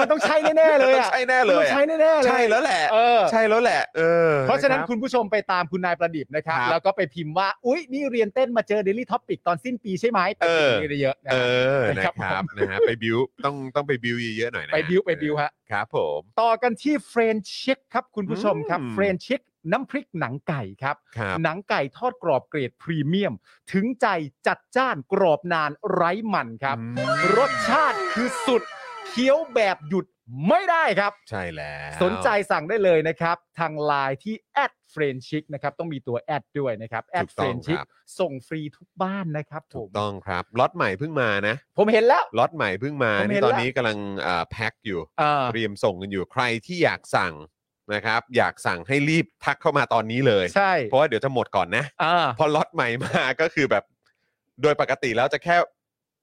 มันต้องใช่แน่ๆเล
มันต้อ
ย
ง
อ่ะ
ใช่แน่เลย
มันต้อง
อะ
ใช่แน่ๆเลย
ใช่แล้วแหละ
เออ
ใช่แล้วแหละเออ
เพราะฉะนั้น
คบ
คุณผู้ชมไปตามคุณนายประดิษฐ์นะครับ
ครับ
แล้วก็ไปพิมพ์ว่า อุ๊ย นี่เรียนเต้นมาเจอ Daily Topic ตอนสิ้นปีใช่ไหมไป
เออ
พิมพ์กันเยอะๆนะ
เออ
ฮะนะ
นะ
ครับ
ครับ
ผม
นะฮะไปบิวต้องต้องไปบิวเยอะๆหน่อยนะ
ไปบิวไปบิวฮะ
ครับผม
ต่อกันที่เฟรนชิกครับ คุณผู้ชมครับ
อืม
เฟรนชิกน้ำพริกหนังไก่ครับ
ครับ
หนังไก่ทอดกรอบเกรดพรีเมียม ถึงใจจัดจ้านกรอบนานไร้มันครับ
อืม
รสชาติคือสุดเคี้ยวแบบหยุดไม่ได้ครับ
ใช่แล้ว
สนใจสั่งได้เลยนะครับ ทางไลน์ที่แอดเฟรนชิกนะครับ ต้องมีตัวแอดด้วยนะครับแอดเฟรนชิกส่งฟรีทุกบ้านนะครับผ
ถู
ม
กต้องครับล็อตใหม่เพิ่งมานะ
ผมเห็นแล้ว
ล็อตใหม่เพิ่งมา
ผม
นี่
เห็น
ตอน
ละ
นี้กำลังเอ่อแพ็คอยู่
เออ
เตรียมส่งกันอยู่ใครที่อยากสั่งนะครับ อยากสั่งให้รีบทักเข้ามาตอนนี้เลย
ใช่
เพราะว่าเดี๋ยวจะหมดก่อนนะ
เออ
พอล็อตใหม่มา ก็คือแบบ โดยปกติแล้วจะแค่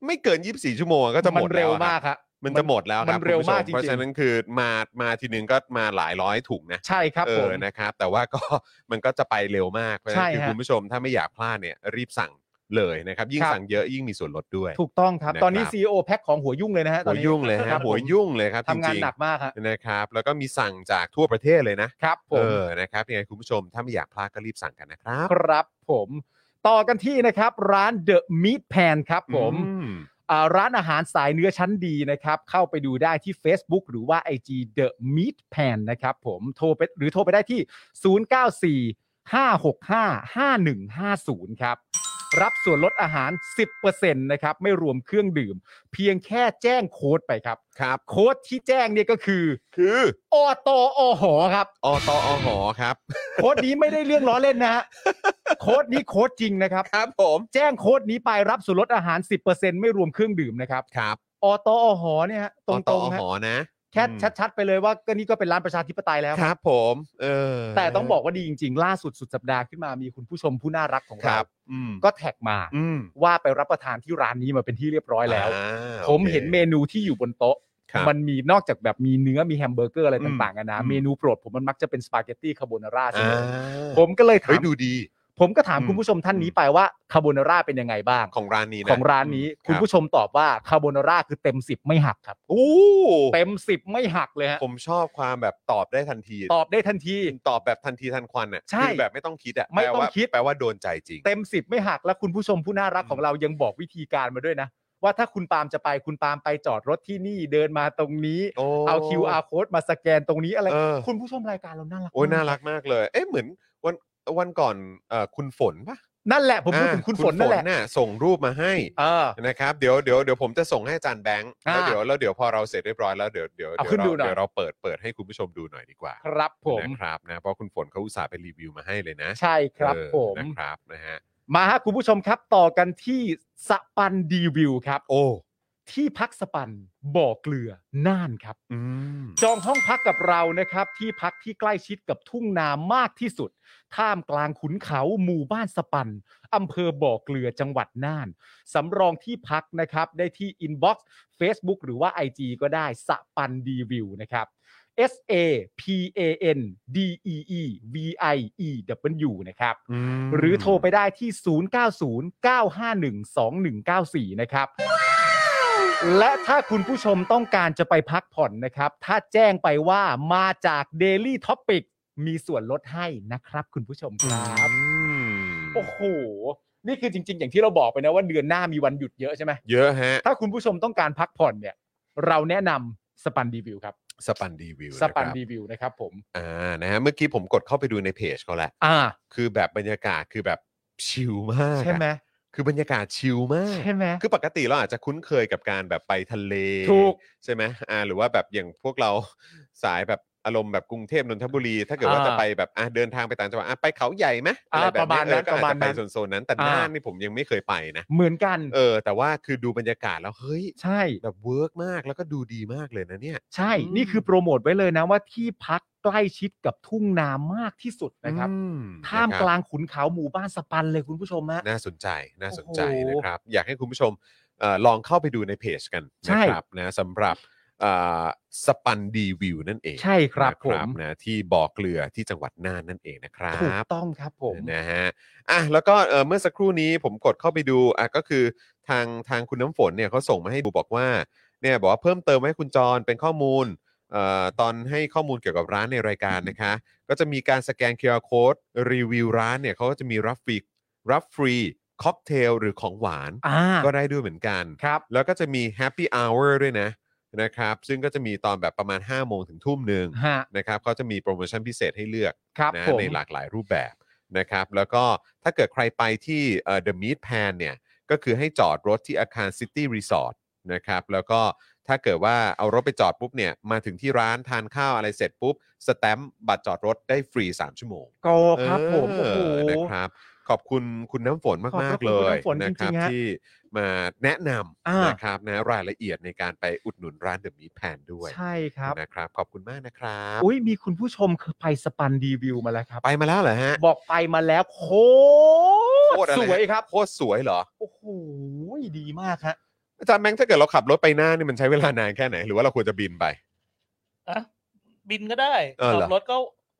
ไม่เกิน 24 ชั่วโมงก็จะหมด
น
แล้
เร็
ว
ว
อะครับ
มากครับ
มันจะหมดแล้วค
มั
รับ
นเร็ว
คุณผู้ช
มากจริงๆ
เพราะฉะนั้นคือมามาทีนึงก็มาหลายร้อยถุงนะ
ใช่ครับ
เอ
ผ
อ
ม
นะครับ แต่ว่า ก็ มันก็จะไปเร็วมากเพราะฉะนั้น
ใช่
คือ
ฮะ
คุณผู้ชมถ้าไม่อยากพลาดเนี่ย รีบสั่งเลยนะครับ ยิ่ง
ครับ
สั่งเยอะยิ่งมีส่วนลดด้วย
ถูกต้องครับ
นะครับ
ตอนนี้ CEO แพ็คของหัวยุ่งเลยนะฮะต
หั
อน
ว
นี้
ยุ่งเลย
ค
ฮะ
รับ
หัว
ผม
ยุ่งเลยครับ
ทำงาน
จริๆ
หนักมากฮะ
นะครับแล้วก็มีสั่งจากทั่วประเทศเลยนะครับ
ผ
เอ
ม
อนะครับยังไงคุณผู้ชมถ้าไม่อยากพลาดก็รีบสั่งกันนะครับ
ครับผม ต่อกันที่นะครับร้าน The Meat Pan ครับผม
อืม
อ่าร้านอาหารสายเนื้อชั้นดีนะครับ เข้าไปดูได้ที่ Facebook หรือว่า IG The Meat Pan นะครับผมโทรไปหรือโทรไปได้ที่ 094 565 5150 ครับ รับส่วนลดอาหาร 10%นะครับ ไม่รวมเครื่องดื่ม เพียงแค่แจ้งโค้ดไปครับ
ครับ
โค้ดที่แจ้งเนี่ยก็คือ
คือ
อตอหอครับ
อตอหอครับ
โค้ดนี้ไม่ได้เรื่องล้อเล่นนะฮะ โค้ดนี้โค้ดจริงนะครับ
ครับผม
แจ้งโค้ดนี้ไปรับส่วนลดอาหาร 10%ไม่รวมเครื่องดื่มนะครับ
ครับ
อตอหอเนี่ยฮะต
อ
ร
ตอง
ๆฮะ
หอนะ
แค่
อืม
ชัดๆ ไปเลยว่าก็นี่ก็เป็นร้านประชาธิปไตยแล้ว
ครับผมเออ
แต่ต้องบอกว่าดีจริง ๆ ล่าสุดสุดสัปดาห์ขึ้นมามีคุณผู้ชมผู้น่ารักของ
ค
เรา
รับ อืม
ก็แท็กมา
อืม
ว่าไปรับประทานที่ร้านนี้มาเป็นที่เรียบร้อยแล้ว
อ่า
ผม
โอค
เห็นเมนูที่อยู่บนโต๊ะ
ครับ
มันมีนอกจากแบบมีเนื้อมีแฮมเบอร์เกอร์อะไร
อืม
ต่างๆกันะ
อืม
เมนูโปรดผมมันมักจะเป็นสปาเกตตี้คาโบนาร่าใช่
อ่า
ไหม ผมก็เลยถา
เฮ้ย
ม
ดูดี
ผมก็ถาม
อืม
คุณผู้ชมท่านนี้ไปว่าคาโบนาร่าเป็นยังไงบ้าง
ของร้านนี้นะ
ของร้านนี้คุณผู้ชมตอบว่าคาโบนาร่าคือเต็ม 10 ไม่หักครับ
โอ้
เต็ม 10 ไม่หักเลยฮะ
ผมชอบความแบบตอบได้ทันที
ตอบได้ทันที
ตอบแบบทันทีทันควันอ่ะ
ใช่
คือแบบไม่ต้องคิดอ่ะ
ไม่ต้
แปล
อง
ว่า
คิด
แปลว่าโดนใจจริง
เต็ม 10 ไม่หักแล้วคุณผู้ชมผู้น่ารักของเรายังบอกวิธีการมาด้วยนะ ว่าถ้าคุณปาล์มจะไปคุณปาล์มไปจอดรถที่นี่เดินมาตรงนี้
โอ้
เอา QR code มาสแกนตรงนี้อะไร
เออ
คุณผู้ชมรายการเราน่ารัก
โอ้ย
ม
น่ารักมากเลย เอ๊ะเหมือนวันวันก่อนเอ่อคุณฝนปะ
นั่นแหละผมพูด
อ่า
ถึงคุณฝนนั่นแหละ
น่ส่งรูปมาให้
เออ
นะครับเดี๋ยวเดี๋ยวเดี๋ยวผมจะส่งให้อาจารย์แบงค์
อ่า
แล้วเดี๋ยวแล้วเดี๋ยวพอเราเสร็จเรียบร้อยแล้วเดี๋ยวเดี๋ยว
เอา
เดี๋ยว
ขึ้น
เรา
ดูหน่อย
เดี๋ยวเราเปิดเปิดให้คุณผู้ชมดูหน่อยดีกว่า
ครับผม
นะครับนะเพราะคุณฝนเขาอุตส่าห์ไปรีวิวมาให้เลยนะ
ใช่ครับ
เออ
ผม
นะครับนะฮะ
มาฮะคุณผู้ชมครับต่อกันที่สปันดีวิวครับ
โอ้
ที่พักสปันบ่อเกลือน่านครับ
อืม
จองห้องพักกับเรานะครับ ที่พักที่ใกล้ชิดกับทุ่งนามากที่สุด ท่ามกลางขุนเขาหมู่บ้านสปันอำเภอบ่อเกลือจังหวัดน่านสำรองที่พักนะครับ ได้ที่อินบ็อกซ์ Facebook หรือว่า IG ก็ได้สปันดีวิวนะครับ S A P A N D E E V I E W นะครับ
ม
หรือโทรไปได้ที่ 0909512194 นะครับ และถ้าคุณผู้ชมต้องการจะไปพักผ่อนนะครับ ถ้าแจ้งไปว่ามาจาก Daily Topic มีส่วนลดให้นะครับคุณผู้ชมครับ
อืม
โอ้โห นี่คือจริง ๆ อย่างที่เราบอกไปนะว่าเดือนหน้ามีวันหยุดเยอะใช่ไหม
เยอะฮะ
ถ้าคุณผู้ชมต้องการพักผ่อนเนี่ย เราแนะนำสปันดีวิวครับ
สปันดีวิว
สปัน
นะครับ
ดีวิวนะครับผม
อ่านะฮะเมื่อกี้ผมกดเข้าไปดูในเพจเขาแหละ
อ่า
คือแบบบรรยากาศคือแบบชิลมากอะ
ใช่ไหม
คือบรรยากาศชิลมาก
ใช่ไหม
คือปกติเราอาจจะคุ้นเคยกับการแบบไปทะเล
ถูก
ใช่ไหมอ่าหรือว่าแบบอย่างพวกเรา สายแบบอารมณ์แบบกรุงเทพนนทบุรี ถ้าเกิดว่า
อ่า
จะไปแบบอ่ะเดินทางไปต่างจังหวัดอ่ะไปเขาใหญ่ไหมอะ
อ่า
ไรแบบ
ประมาณ
เออ
นั้น
ก็อาจ
ประมาณ
จะไป
นั้น
โซนๆนั้นแต่
อ่า
น่านนี่ผมยังไม่เคยไปนะ
เหมือนกัน
เออ แต่ว่าคือดูบรรยากาศแล้วเฮ้ย
ใช่
แบบเวิร์กมากแล้วก็ดูดีมากเลยนะเนี่ย
ใช่
อืม
นี่คือโปรโมทไว้เลยนะว่าที่พักใกล้ชิดกับทุ่งนามากที่สุดนะครับ
อื
ท่าม
นะครับ
กลางขุนเขาหมู่บ้านสปันเลยคุณผู้ชมฮะ
น่าสนใจน่าสนใจ
โอ้โห
นะครับ อยากให้คุณผู้ชมเออลองเข้าไปดูในเพจกัน
ใช่
นะครับนะสำหรับ อ่าสปันดีวิวนั่นเอง
ใช่ครับ
นะ
ผม
นะที่บ่อเกลือที่จังหวัดน่านนั่นเองนะครั
ถูก
บ
ต้องครับผม
นะฮะ อ่ะ แล้วก็เอ่อเมื่อสักครู่นี้ผมกดเข้าไปดู อ่ะ ก็คือทางทางคุณน้ำฝนเนี่ยเขาส่งมาให้ดูบอกว่า เนี่ยบอกว่าเพิ่มเติมให้คุณจรเป็นข้อมูล เอ่อ ตอนให้ข้อมูลเกี่ยวกับร้านในรายการนะคะ ก็จะมีการสแกน QR Code รีวิวร้านเนี่ยเขาก็จะมีรับฟรี รับฟรีค็อกเทลหรือของหวาน
อ่า
ก็ได้ด้วยเหมือนกัน
ครับ
แล้วก็จะมี Happy Hour ด้วยนะ นะครับ ซึ่งก็จะมีตอนแบบประมาณ5โมงถึงทุ่มหนึ่ง
ฮะ
นะครับเขาจะมีโปรโมชั่นพิเศษให้เลือก
ครับ
นะ
ผม
ในหลากหลายรูปแบบนะครับ แล้วก็ถ้าเกิดใครไปที่เอ่อ The Meat Pan เนี่ย ก็คือให้จอดรถที่อาคาร City Resort นะครับ แล้วก็ถ้าเกิดว่าเอารถไปจอดปุ๊บเนี่ย มาถึงที่ร้านทานข้าวอะไรเสร็จปุ๊บ สแตมป์บัตรจอดรถได้ฟรี 3 ชั่วโมง
ก็ครับผม
เอ
โอ้โห
อนะครับ ขอบคุณคุณน้ำฝน
ขอบพ
มาก
ระ
ๆ
คุณ
เล
คุณ
ยนะ
น้ำฝน
ครั
จริงๆฮะ
ที่มาแนะน
อ่า
ำ
น
นะครับนะรายละเอียดในการไปอุดหนุนร้าน The Meat Pan ด้วย
ใช่ครับ
นะครับ ขอบคุณมากนะครับ
อุ้ยมีคุณผู้ชมเคยไปสปันดีวิวมาแล้วครับ
ไปมาแล้วเหรอฮะ
บอกไปมาแล้วโค
โคต
ต
ร
ร
อะไร
ส
ฮะ
วยครับ
โคตรสวยเหรอ
โอ้โหดีมากฮะ
อาจารย์แบงค์ถ้าเกิดเราขับรถไปหน้านี่มันใช้เวลานานแค่ไหน หรือว่าเราควรจะบินไป
อ่ะบินก็ได้
เออเหรอ
ขับรถก็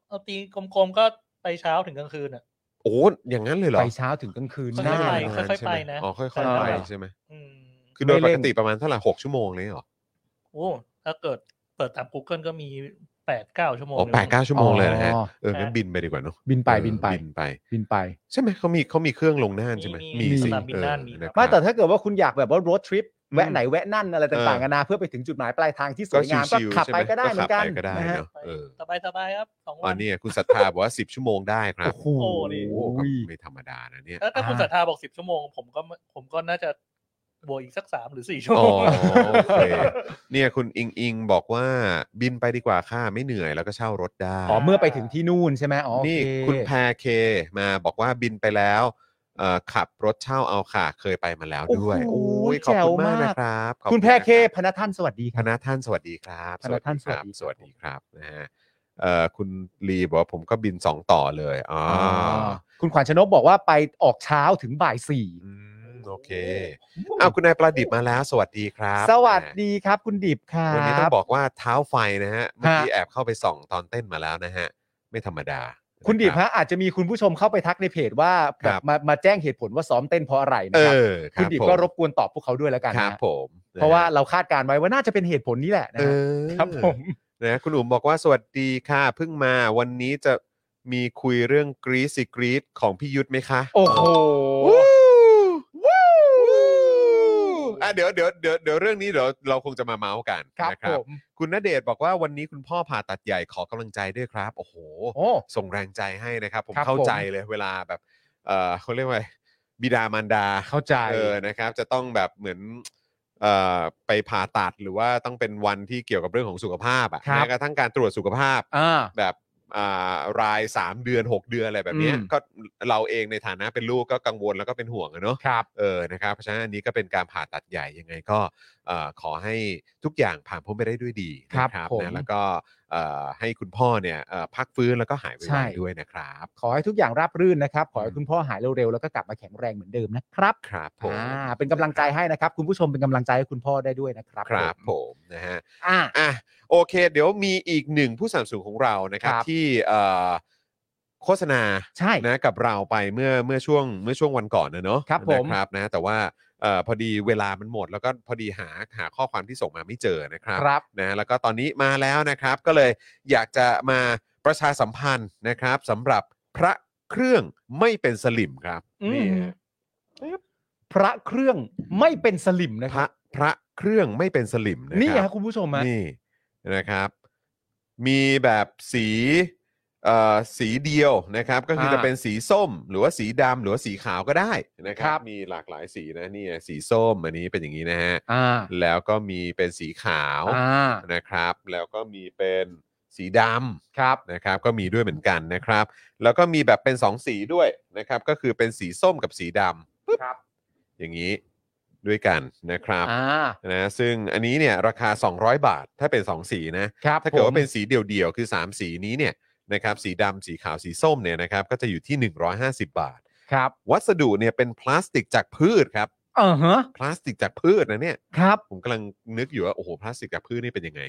เอาตีกลมๆก็ไปเช้าถึงกลางคืนอ่ะ
โอ้อย่างนั้นเลยเหรอ
ไปเช้าถึงกลางคืน
ค่อยๆ
น่า
ไปค่อยๆไปนะ
อ๋อค่อยๆไปใช่ไหม
อืม
คือโดย
ไม่
ป
เร่
ก
ง
ติประมาณเท่าไหร่หกชั่วโมงเลยเหรอ
โอ้ถ้าเกิดเปิดตาม Google ก็มีแปดเก้าชั่วโมง
อ๋อ
ลย
แปดเก้าชั่วโมงเลยนะฮะ
อ๋อ
เอองั้นบินไปดีกว่าเนาะ
บินไป
เออ
บินไป
บินไป
บินไป
ใช่ไหมเขามีเขามีเครื่องลงน่านใช่ไหม
มี
มี
ส
สิ
นามบินน่านมี
เออะ
ค
ไม่
รับ
แต่ถ้าเกิดว่าคุณอยากแบบว่ารถทริป
อืม
แวะไหนแวะนั่นอะไรต่างๆกันานาเพื่อไปถึงจุดหมายปลายทางที่ส
ก็
วยงามก็
ชิวๆ
ขับ
ใช่ห
ไปก็ได้เหมือนกัน
ขับไปก็ได้
นะฮะ
เนาะเออ
สบายสบายๆครับสอง
อ๋
วั
อน เนี่ยคุณศรัทธาบอกว่าสิบชั่วโมงได้ครับ
โอ้โห
โอ้นี่
โอ้โหก็ไม่ธรรมดานะเนี่ย
ถ้าถ้าคุณ
อ่า
ศรัทธาบอกสิบชั่วโมง ผมก็ไม่ผมก็น่าจะบวกอีกสักสามหรือสี่ชั่ว
อ๋
โม
อง โอเคเนี่ยคุณอิงอิงบอกว่าบินไปดีกว่าค่ะไม่เหนื่อยแล้วก็เช่ารถได้
อ๋อเมื่อไปถึงที่นู่นใช่ไหมอ๋อโอ
นี่
เ
คุณแพรเคมาบอกว่าบินไปแล้วเอ่อขับรถเช่าเอาค่ะเคยไปมาแล้วด้วย
โอ้โห
ยขอบคุณมาก
แจ๋วมาก
นะครับขอบ
คุณแพรเค
นะ
พนัทท่านสวัสดีค
ครับ ณะท่านสวัสดีครับ
คณะท่าน
สวัสดีครับส
สวั
วัส
สดี
ดีค
ครั
รับบ นะฮะเอ่อคุณลีบอกว่าผมก็บินสองต่อเลยอ๋ออ
คุณขวัญชนกบอกว่าไปออกเช้าถึงบ่ายสี่
อืมโอเคอ้าวคุณนายประดิษฐ์มาแล้ว สวัสดีครับ
สวัสดีครับ คุณดิบครั
วันนี้ต้อง
บ
บอกว่าเท้าไฟนะฮะ เมื่อกี้
ฮะ
แอบเข้าไปส่องตอนเต้นมาแล้วนะฮะ ไม่ธรรมดา
คุณดิบ
นรับ
ฮะอาจจะมีคุณผู้ชมเข้าไปทักในเพจว่า
ค
แบ
รั
บบ มามาแจ้งเหตุผลว่าซ้อมเต้นเพราะอะไร
เอ
นะค
อ
รับคุณดิบ
ผม
ก็รบกวนตอบพวกเขาด้วยแล้วกัน
ค
นะ
รับผม
เพราะว่าเราคาดการณ์ไว้ว่าน่าจะเป็นเหตุผลนี้แหละนะ
เอ
ฮะ
อ
ครับผม
นะคุณอุ๋มบอกว่าสวัสดีค่ะเพิ่งมาวันนี้จะมีคุยเรื่องกรีซิกรีซของพี่ยุทธไหมคะ
โอ้โห
วู้วู้อ่ะเดี๋ยวเดี๋ยวเดี๋ยวเดี๋ยวเรื่องนี้เดี๋ยวเราคงจะมาเมาส์กัน
ครับ
นะ
ผม
คุณณเดชน์บอกว่าวันนี้คุณพ่อผ่าตัดใหญ่ขอกำลังใจด้วยครับ โอ้โห
โอ้
ส่งแรงใจให้นะครับ ผม
ครับ
เข้าใจ
ผม
เลยเวลาแบบเออเขาเรียกว่าบิดามารดา
เข้าใจ
เออนะครับ จะต้องแบบเหมือนเอ่อไปผ่าตัดหรือว่าต้องเป็นวันที่เกี่ยวกับเรื่องของสุขภาพอะ
ครับ
แม้กระทั่งการตรวจสุขภาพ
อ่า
แบบอ่าราย 3 เดือน 6 เดือนอะไรแบบเนี้ย
อืม
ก็เราเองในฐานะเป็นลูกก็กังวลแล้วก็เป็นห่วงอะเนาะ
ครับ
เออ นะครับ เพราะฉะนั้นอันนี้ก็เป็นการผ่าตัดใหญ่ยังไงก็เอ่อขอให้ทุกอย่างผ่านพ้นไปได้ด้วยดีนะครับ
ผม
นะแล้วก็เอ่อให้คุณพ่อเนี่ยเอ่อพักฟื้นแล้วก็หาย
ใช่
ไวๆด้วยนะครับ
ขอให้ทุกอย่างราบรื่นนะครับ ขอให้
อืม
คุณพ่อหายเร็วๆแล้วก็กลับมาแข็งแรงเหมือนเดิมนะครับ
ครับผม
อ่าเป็นกำลังใจให้นะครับ คุณผู้ชมเป็นกำลังใจให้คุณพ่อได้ด้วยนะครับ
ครับ
ผ
ผม มนะฮะ
อ่า
อ่ะโอเค เดี๋ยวมีอีกหนึ่งผู้สนัมสูงของเรานะครับ
ครับ
ที่เอ่อโฆษณา
ใช่
นะกับเราไปเมื่อเมื่อช่วงเมื่อช่วงวันก่อนนะเนอะ
ครับผม
นะครับนะแต่ว่าเอ่อพอดีเวลามันหมด แล้วก็พอดีหาหาข้อความที่ส่งมาไม่เจอนะครับ
ครับ
นะแล้วก็ตอนนี้มาแล้วนะครับก็เลยอยากจะมาประชาสัมพันธ์นะครับสำหรับพระเครื่องไม่เป็นสลิมครับ
อืม
นี่ฮะ
พระเครื่องไม่เป็นสลิมนะ
พ
ค
ระ
รับ
พระเครื่องไม่เป็นสลิมนะ
นี่
ครั
ฮะคุณผู้ชมฮะ
นี่นะครับ มีแบบสีเอ่อสีเดียวนะครับ ก็คืออา จะเป็นสีส้ม หรือว่าสีดำหรือว่าสีขาวก็ได้นะค
ครั
รับ
บ
มีหลากหลายสีนะนี่สีส้มอันนี้เป็นอย่างนี้นะฮะ
อ่า
แล้วก็มีเป็นสีขาว
อ่า
นะครับ แล้วก็มีเป็นสีดำ
ครับ
นะครับก็มีด้วยเหมือนกันนะครับ แล้วก็มีแบบเป็น 2 สีด้วยนะครับ ก็คือเป็นสีส้มกับสีดำปึ๊บ
ครับ
อย่างนี้ด้วยกันนะครับ
อ่า
นะซึ่งอันนี้เนี่ยราคา 200 บาทถ้าเป็น 2 สีนะครับ ถ้าเกิดว่าเป็น
ผม
สีเดี่ยวๆคือ 3 สีนี้เนี่ยนะครับสีดำสีขาวสีส้มเนี่ยนะครับก็จะอยู่ที่ 150 บาท
ครับ
วัสดุเนี่ยเป็นพลาสติกจากพืชครับ
เออฮะ
พลาสติกจากพืชนะเนี่ย
ครับ
ผมกำลังนึกอยู่ว่าโอ้โหพลาสติกจากพืชนี่เป็นยังไง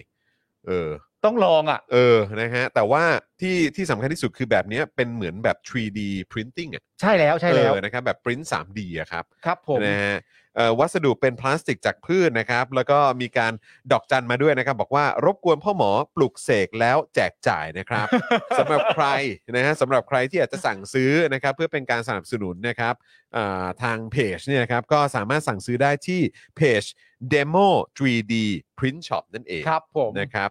เออ
ต้องลองอ่ะ
เออนะฮะแต่ว่าที่ที่สำคัญที่สุดคือแบบเนี้ยเป็นเหมือนแบบ 3D printing อ่ะ
ใช่แล้วใช่แล้ว
เออนะครับแบบ print 3D อะครับ
ครับผม
นะฮะเอ่อวัสดุเป็นพลาสติกจากพืชนะครับ แล้วก็มีการดอกจันมาด้วยนะครับ บอกว่ารบกวนพ่อหมอปลุกเสกแล้วแจกจ่ายนะครับ สำหรับใครนะฮะสำหรับใครที่อยากจะสั่งซื้อนะครับเพื่อเป็นการสนับสนุนนะครับอ่าทางเพจเนี่ยนะครับก็สามารถสั่งซื้อได้ที่เพจ demo 3D print shop นั่นเอง
ครับผม
นะครับ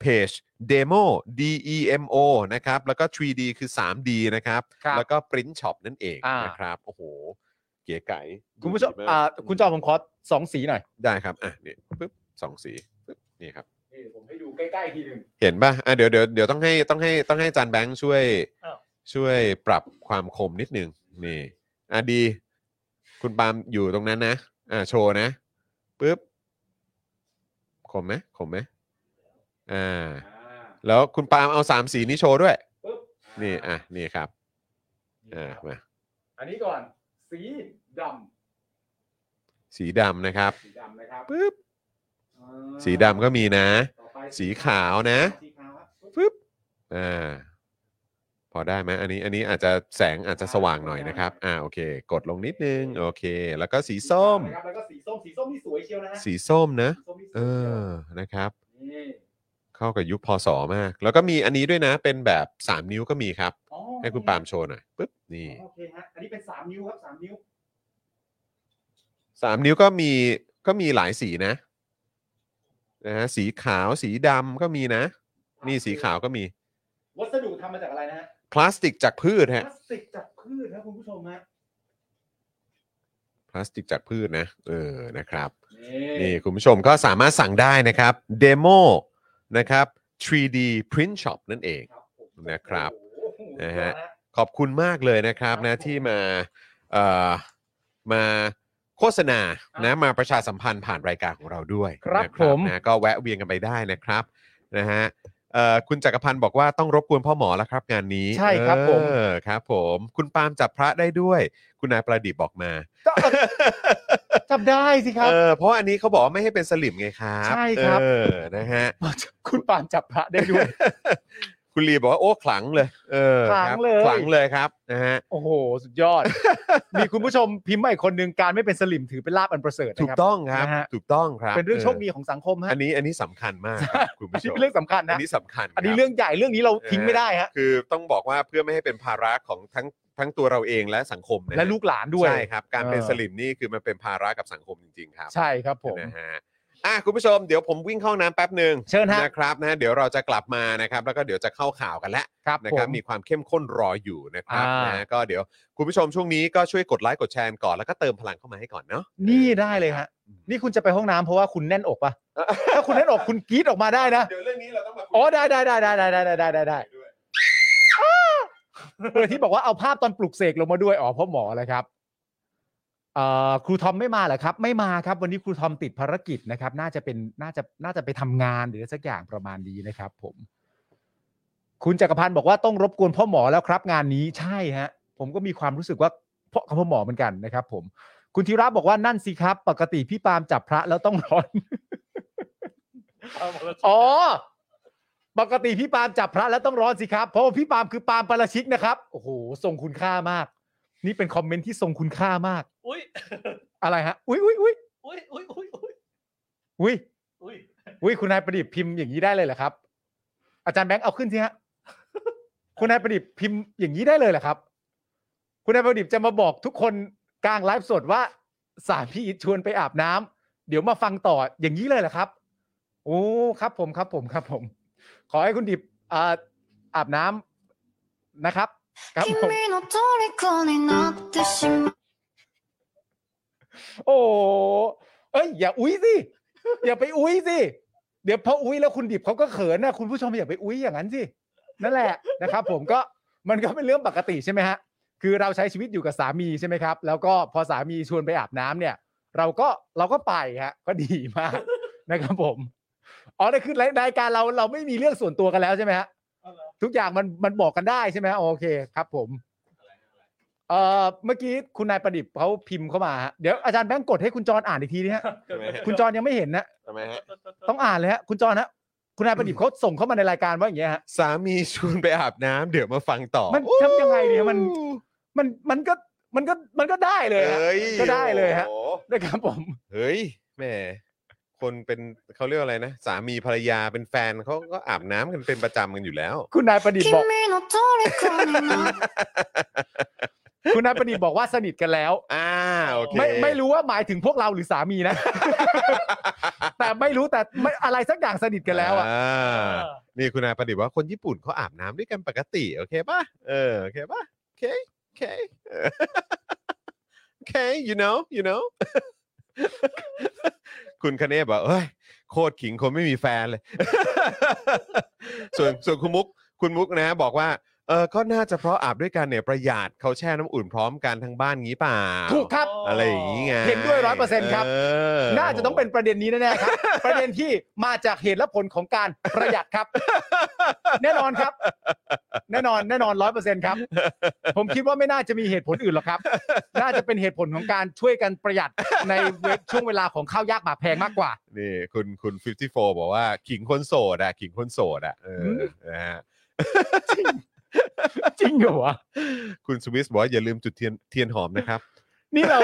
เพจ demo demo นะครับแล้วก็ 3D คือ 3D นะครับ
ครับ
แล้วก็ print shop นั่นเอง
อ่าน
นะครับโอ้โห เก๋ไก๋
คุณผู้ชม
ดีาก
อ่าคุณจอผมขอสองสีหน่อย
ได้ครับอ่ะเนี่ยปึ๊บสองสีปึ๊บนี่ครับ
ผมให้ดูใกล้ๆทีหนึ่ง
เห็นป่ะอ่ะเดี๋ยวเดี๋ยวเดี๋ยวต้องให้ต้องให้ต้องให้อาจานแบงค์ช่วย
อ้าว
ช่วยปรับความคมนิดนึงนี่อ่ะดี คุณปาล์มอยู่ตรงนั้นนะอ่ะโชว์นะปึ๊บคมไหมคมไหมอ่า แล้วคุณปาล์มเอาสามสีนี้โชว์ด้วย
ปึ๊บ
นี่อ่ะนี่ครับอ่ามา
อันนี้ก่อน สีด
สีดำนะครับ
ำสีดำนะครับ
ปึ๊บสีดำก็มีนะ
ต่อไป
สีขาวนะ
สีขาวครับปึ๊บ
ปึ๊บอ่าพอได้ไหมอันนี้อันนี้อาจจะแสงอาจจะสว่างหน่อยนะครับอ่าโอเค กดลงนิดนึงโอเค แล้วก็สีส้ม
นะครับแล้วก็สีส้มสีส้มนี่สวยเชียวนะฮะ
สีส้มนะ
สีส้มนี่สวย
เอ
เชียว
อนะครับ
นี่
เข้ากับยุคพศมาก แล้วก็มีอันนี้ด้วยนะเป็นแบบ 3 นิ้วก็มีครับ
อ๋อ
ให้คุณปาล์มโชว์หน่อยปึ๊บนี่
โอเคฮะอันนี้เป็นสามนิ้วครับสามนิ้ว
สามนิ้วก็มีก็มีหลายสีนะนะฮะสีขาวสีดำก็มีนะ นี่สีขาวก็มี
วัสดุทำมาจากอะไรนะฮะ
พลาสติกจากพืช
พ
ฮะ
ลาสติกจากพืชนะคุณผู้ชมฮะ
พลาสติกจากพืชนะ เออนะครับ
นี่
นี่คุณผู้ชมก็สามารถสั่งได้นะครับเดโมนะครับ 3D Print Shop นั่นเอง
ครับผม
นะครับ
โอ้โห
นะฮะ
เยอ
ขอบคุณมากเลยนะครับ
ครับ
นะ
ผม
ที่มาเอ่อมาโฆษณา
ครับ
นะมาประชาสัมพันธ์ผ่านรายการของเราด้วย
ครับ
นะ
ผม
นะก็แวะเวียนกันไปได้นะครับนะฮะเอ่อคุณจักรพันธ์บอกว่าต้องรบกวนพ่อหมอแล้วครับงานนี้
ใช่ครับผม
เออครับผม คุณปาล์มจับพระได้ด้วย คุณนายประดิษฐ์บอกมา
ก็เออจับได้สิครับ
เออเพราะว่าอันนี้เขาบอกว่าไม่ให้เป็นสลิมไงครับ
ใช่ครับ
เออนะฮะ
คุณปาล์มจับพระได้ด้วย
คุณลีบอกว่าโอ้ขลังเลย เออ
ขลัง
ครับ
เลย
ขลังเลยครับนะฮะ
โอ้โห สุดยอด มีคุณผู้ชมพิมพ์มาอีกคนนึงการไม่เป็นสลิมถือเป็นลาบอันประเสริฐนะ
ถู
ค
ก
รับ
ต้องครับ
นะฮะ
ถูกต้องครับ
เป็นเรื่องโชคดี
อ
ของสังคม
อ
ฮะ
อันนี้อันนี้สำคัญมากครับคุณ
อัน
ผู้ช
นี้
ม
เป็นเรื่องสำคัญ
อั
นะ
นนี้สำคัญคบ
อันนี้เรื่องใหญ่เรื่องนี้เราทิ้งไม่ได้ฮะ
คือต้องบอกว่าเพื่อไม่ให้เป็นภาระของทั้งทั้งตัวเราเองและสังคมนะฮะ
และลูกหลานด้วย
ใช่ครับ การเป็น
เออ
สลิมนี่คือมันเป็นภาระกับสังคมจริง ๆ ครับ
ใช่ครับผม
นะฮะอ่ะคุณผู้ชมเดี๋ยวผมวิ่งเข้าห้องน้ำแป๊บหนึ่ง
เชิญฮะ
นะครับนะเดี๋ยวเราจะกลับมานะครับแล้วก็เดี๋ยวจะเข้าข่าวกันแล้ว
ครับ
นะ
ผ
ครับ
ม
มีความเข้มข้นรออยู่นะครับ
อ่าน
นะก็เดี๋ยวคุณผู้ชมช่วงนี้ก็ช่วยกดไลค์กดแชร์ก่อนแล้วก็เติมพลังเข้ามาให้ก่อนเนาะ
นี่ได้เลยฮะนี่คุณจะไปห้องน้ำเพราะว่าคุณแน่นอกปะถ้าคุณแน่นอกคุณกรีดออกมาได้นะ
เดี๋ยวเรื่องนี้เราต้องมาคุย
อ๋อได้ได้ได้ได้ได้ได้ได้ได้ได้
ด้วย
เมื่อที่บอกว่าเอาภาพตอนปลุกเสกลงมาด้วยอ๋อเพราะหมอเลยครับเอ่อครูทอมไม่มาเหรอครับ ไม่มาครับ วันนี้ครูทอมติดภารกิจนะครับ น่าจะเป็นน่าจะน่าจะไปทำงานหรือสักอย่างประมาณนี้นะครับ ผม คุณจักรพันธ์บอกว่าต้องรบกวนพ่อหมอแล้วครับ งานนี้ใช่ฮะ ผมก็มีความรู้สึกว่าเพราะกับพ่อหมอเหมือนกันนะครับ ผม คุณธีระบอกว่านั่นสิครับ ปกติพี่ปาล์มจับพระแล้วต้องร้อน
เอาหมดแล้ว
อ๋อ ปกติพี่ปาล์มจับพระแล้วต้องร้อนสิครับ เพราะว่าพี่ปาล์มคือปาล์มปาราชิกนะครับ โอ้โห ทรงคุณค่ามาก นี่เป็นคอมเมนต์ที่ทรงคุณค่ามาก
อุ้ย
อะไรฮะ อุ้ยอุ้ยอุ้ย
อุ้ยอุ้ยอุ้ยอุ้ย
อุ้ย
อุ้ย
อุ้ยคุณนายประดิษฐ์พิมพ์อย่างนี้ได้เลยเหรอครับ อาจารย์แบงค์เอาขึ้นสิฮะ คุณนายประดิษฐ์พิมพ์อย่างนี้ได้เลยเหรอครับ คุณนายประดิษฐ์จะมาบอกทุกคนกลางไลฟ์สดว่า สามพี่อิทชวนไปอาบน้ำเดี๋ยวมาฟังต่ออย่างนี้เลยเหรอครับ โอ้ครับผมครับผมครับผม ขอให้คุณดิบอ่าอาบน้ำนะครับ ครับ
君
ผม
の虜になってしまう
โอ้เอ้ยอย่าอุ้ยสิ อย่าไปอุ้ยสิ เดี๋ยวพออุ้ยแล้วคุณดิบเขาก็เขินนะคุณผู้ชมอย่าไปอุ้ยอย่างนั้นสิ นั่นแหละนะครับ ผมก็มันก็เป็นเรื่องปกติใช่ไหมฮะ คือเราใช้ชีวิตอยู่กับสามีใช่ไหมครับ แล้วก็พอสามีชวนไปอาบน้ำเนี่ย เราก็เราก็ไปฮะ ก็ดีมาก นะครับผม อ๋อนี่คือรายการเราเราไม่มีเรื่องส่วนตัวกันแล้วใช่ไหมฮะ
เอาเหรอ
ทุกอย่างมันมันบอกกันได้ใช่ไหมฮะโอเคครับ ผม เอ่อเมื่อกี้คุณนายประดิษฐ์เขาพิมพ์เข้ามาฮะเดี๋ยวอาจารย์แบงค์กดให้คุณจรออ่านอีกทีนะฮะ
ใช่ไหมฮะ
คุณจรยังไม่เห็นนะ
ทำไมฮะ
ต้องอ่านเลยฮะคุณจรฮะคุณนายประดิษฐ์เขาส่งเข้ามาในรายการว่าอย่างเงี้ยฮะ
สามีชวนไปอาบน้ำเดี๋ยวมาฟังต่อ
มันทำยังไงเนี่ยมัน มันมันก็มันก็มันก็ได้เลยฮะ
เอ้ย
ก็ได้เลยฮะ
โอ้โห
นะครับผม
เฮ้ยแหมคนเป็นเขาเรียกอะไรนะ สามีภรรยาเป็นแฟนเขาก็อาบน้ำกันเป็นประจำกันอยู่แล้ว
คุณนายประดิษฐ์
君
บอก
の虜になって
คุณนายประดิษฐ์บอกว่าสนิทกันแล้ว
อ่าโอเค
ไม่ไม่รู้ว่าหมายถึงพวกเราหรือสามีนะ แต่ไม่รู้แต่ไม่อะไรสักอย่างสนิทกันแล้วอ่ะ
านี่คุณนายประดิษฐ์ว่าคนญี่ปุ่นเขาอาบน้ำด้วยกันปกติ โอเคป่ะเออโอเคป่ะโอเคโอเคเอ อโอเค you know you know คุณคเนศบอกเอ้ยโคตรขิงคนไม่มีแฟนเลย ส่วนส่วนคุณมุกคุณมุกนะบอกว่าเออก็น่าจะเพราะอาบด้วยกันเนี่ยประหยัดเขาแช่น้ำอุ่นพร้อมกันทั้งบ้านงี้เปล่า
ถูกครับ
อะไรอย่างงี้ไง
เห็นด้วย100%ครับ
เออ
น่าจะต้องเป็นประเด็นนี้แน่ๆครับ ประเด็นที่มาจากเหตุและผลของการประหยัดครับ แน่นอนครับ แน่นอนแน่นอนร้อยเปอร์เซ็นครับ ผมคิดว่าไม่น่าจะมีเหตุผลอื่นหรอกครับ น่าจะเป็นเหตุผลของการช่วยกันประหยัดในเวลาช่วงเวลาของข้าวยากหมากแพงมากกว่า
นี่คุณคุณ54 บอกว่า ขิงคนโสดอะขิงคนโสดอะเออ
ม
นะฮะ
จริงเหรอวะ
คุณสวิสบอกว่าอย่าลืมจุดเทียนเทียนหอมนะครับ
นี่เรา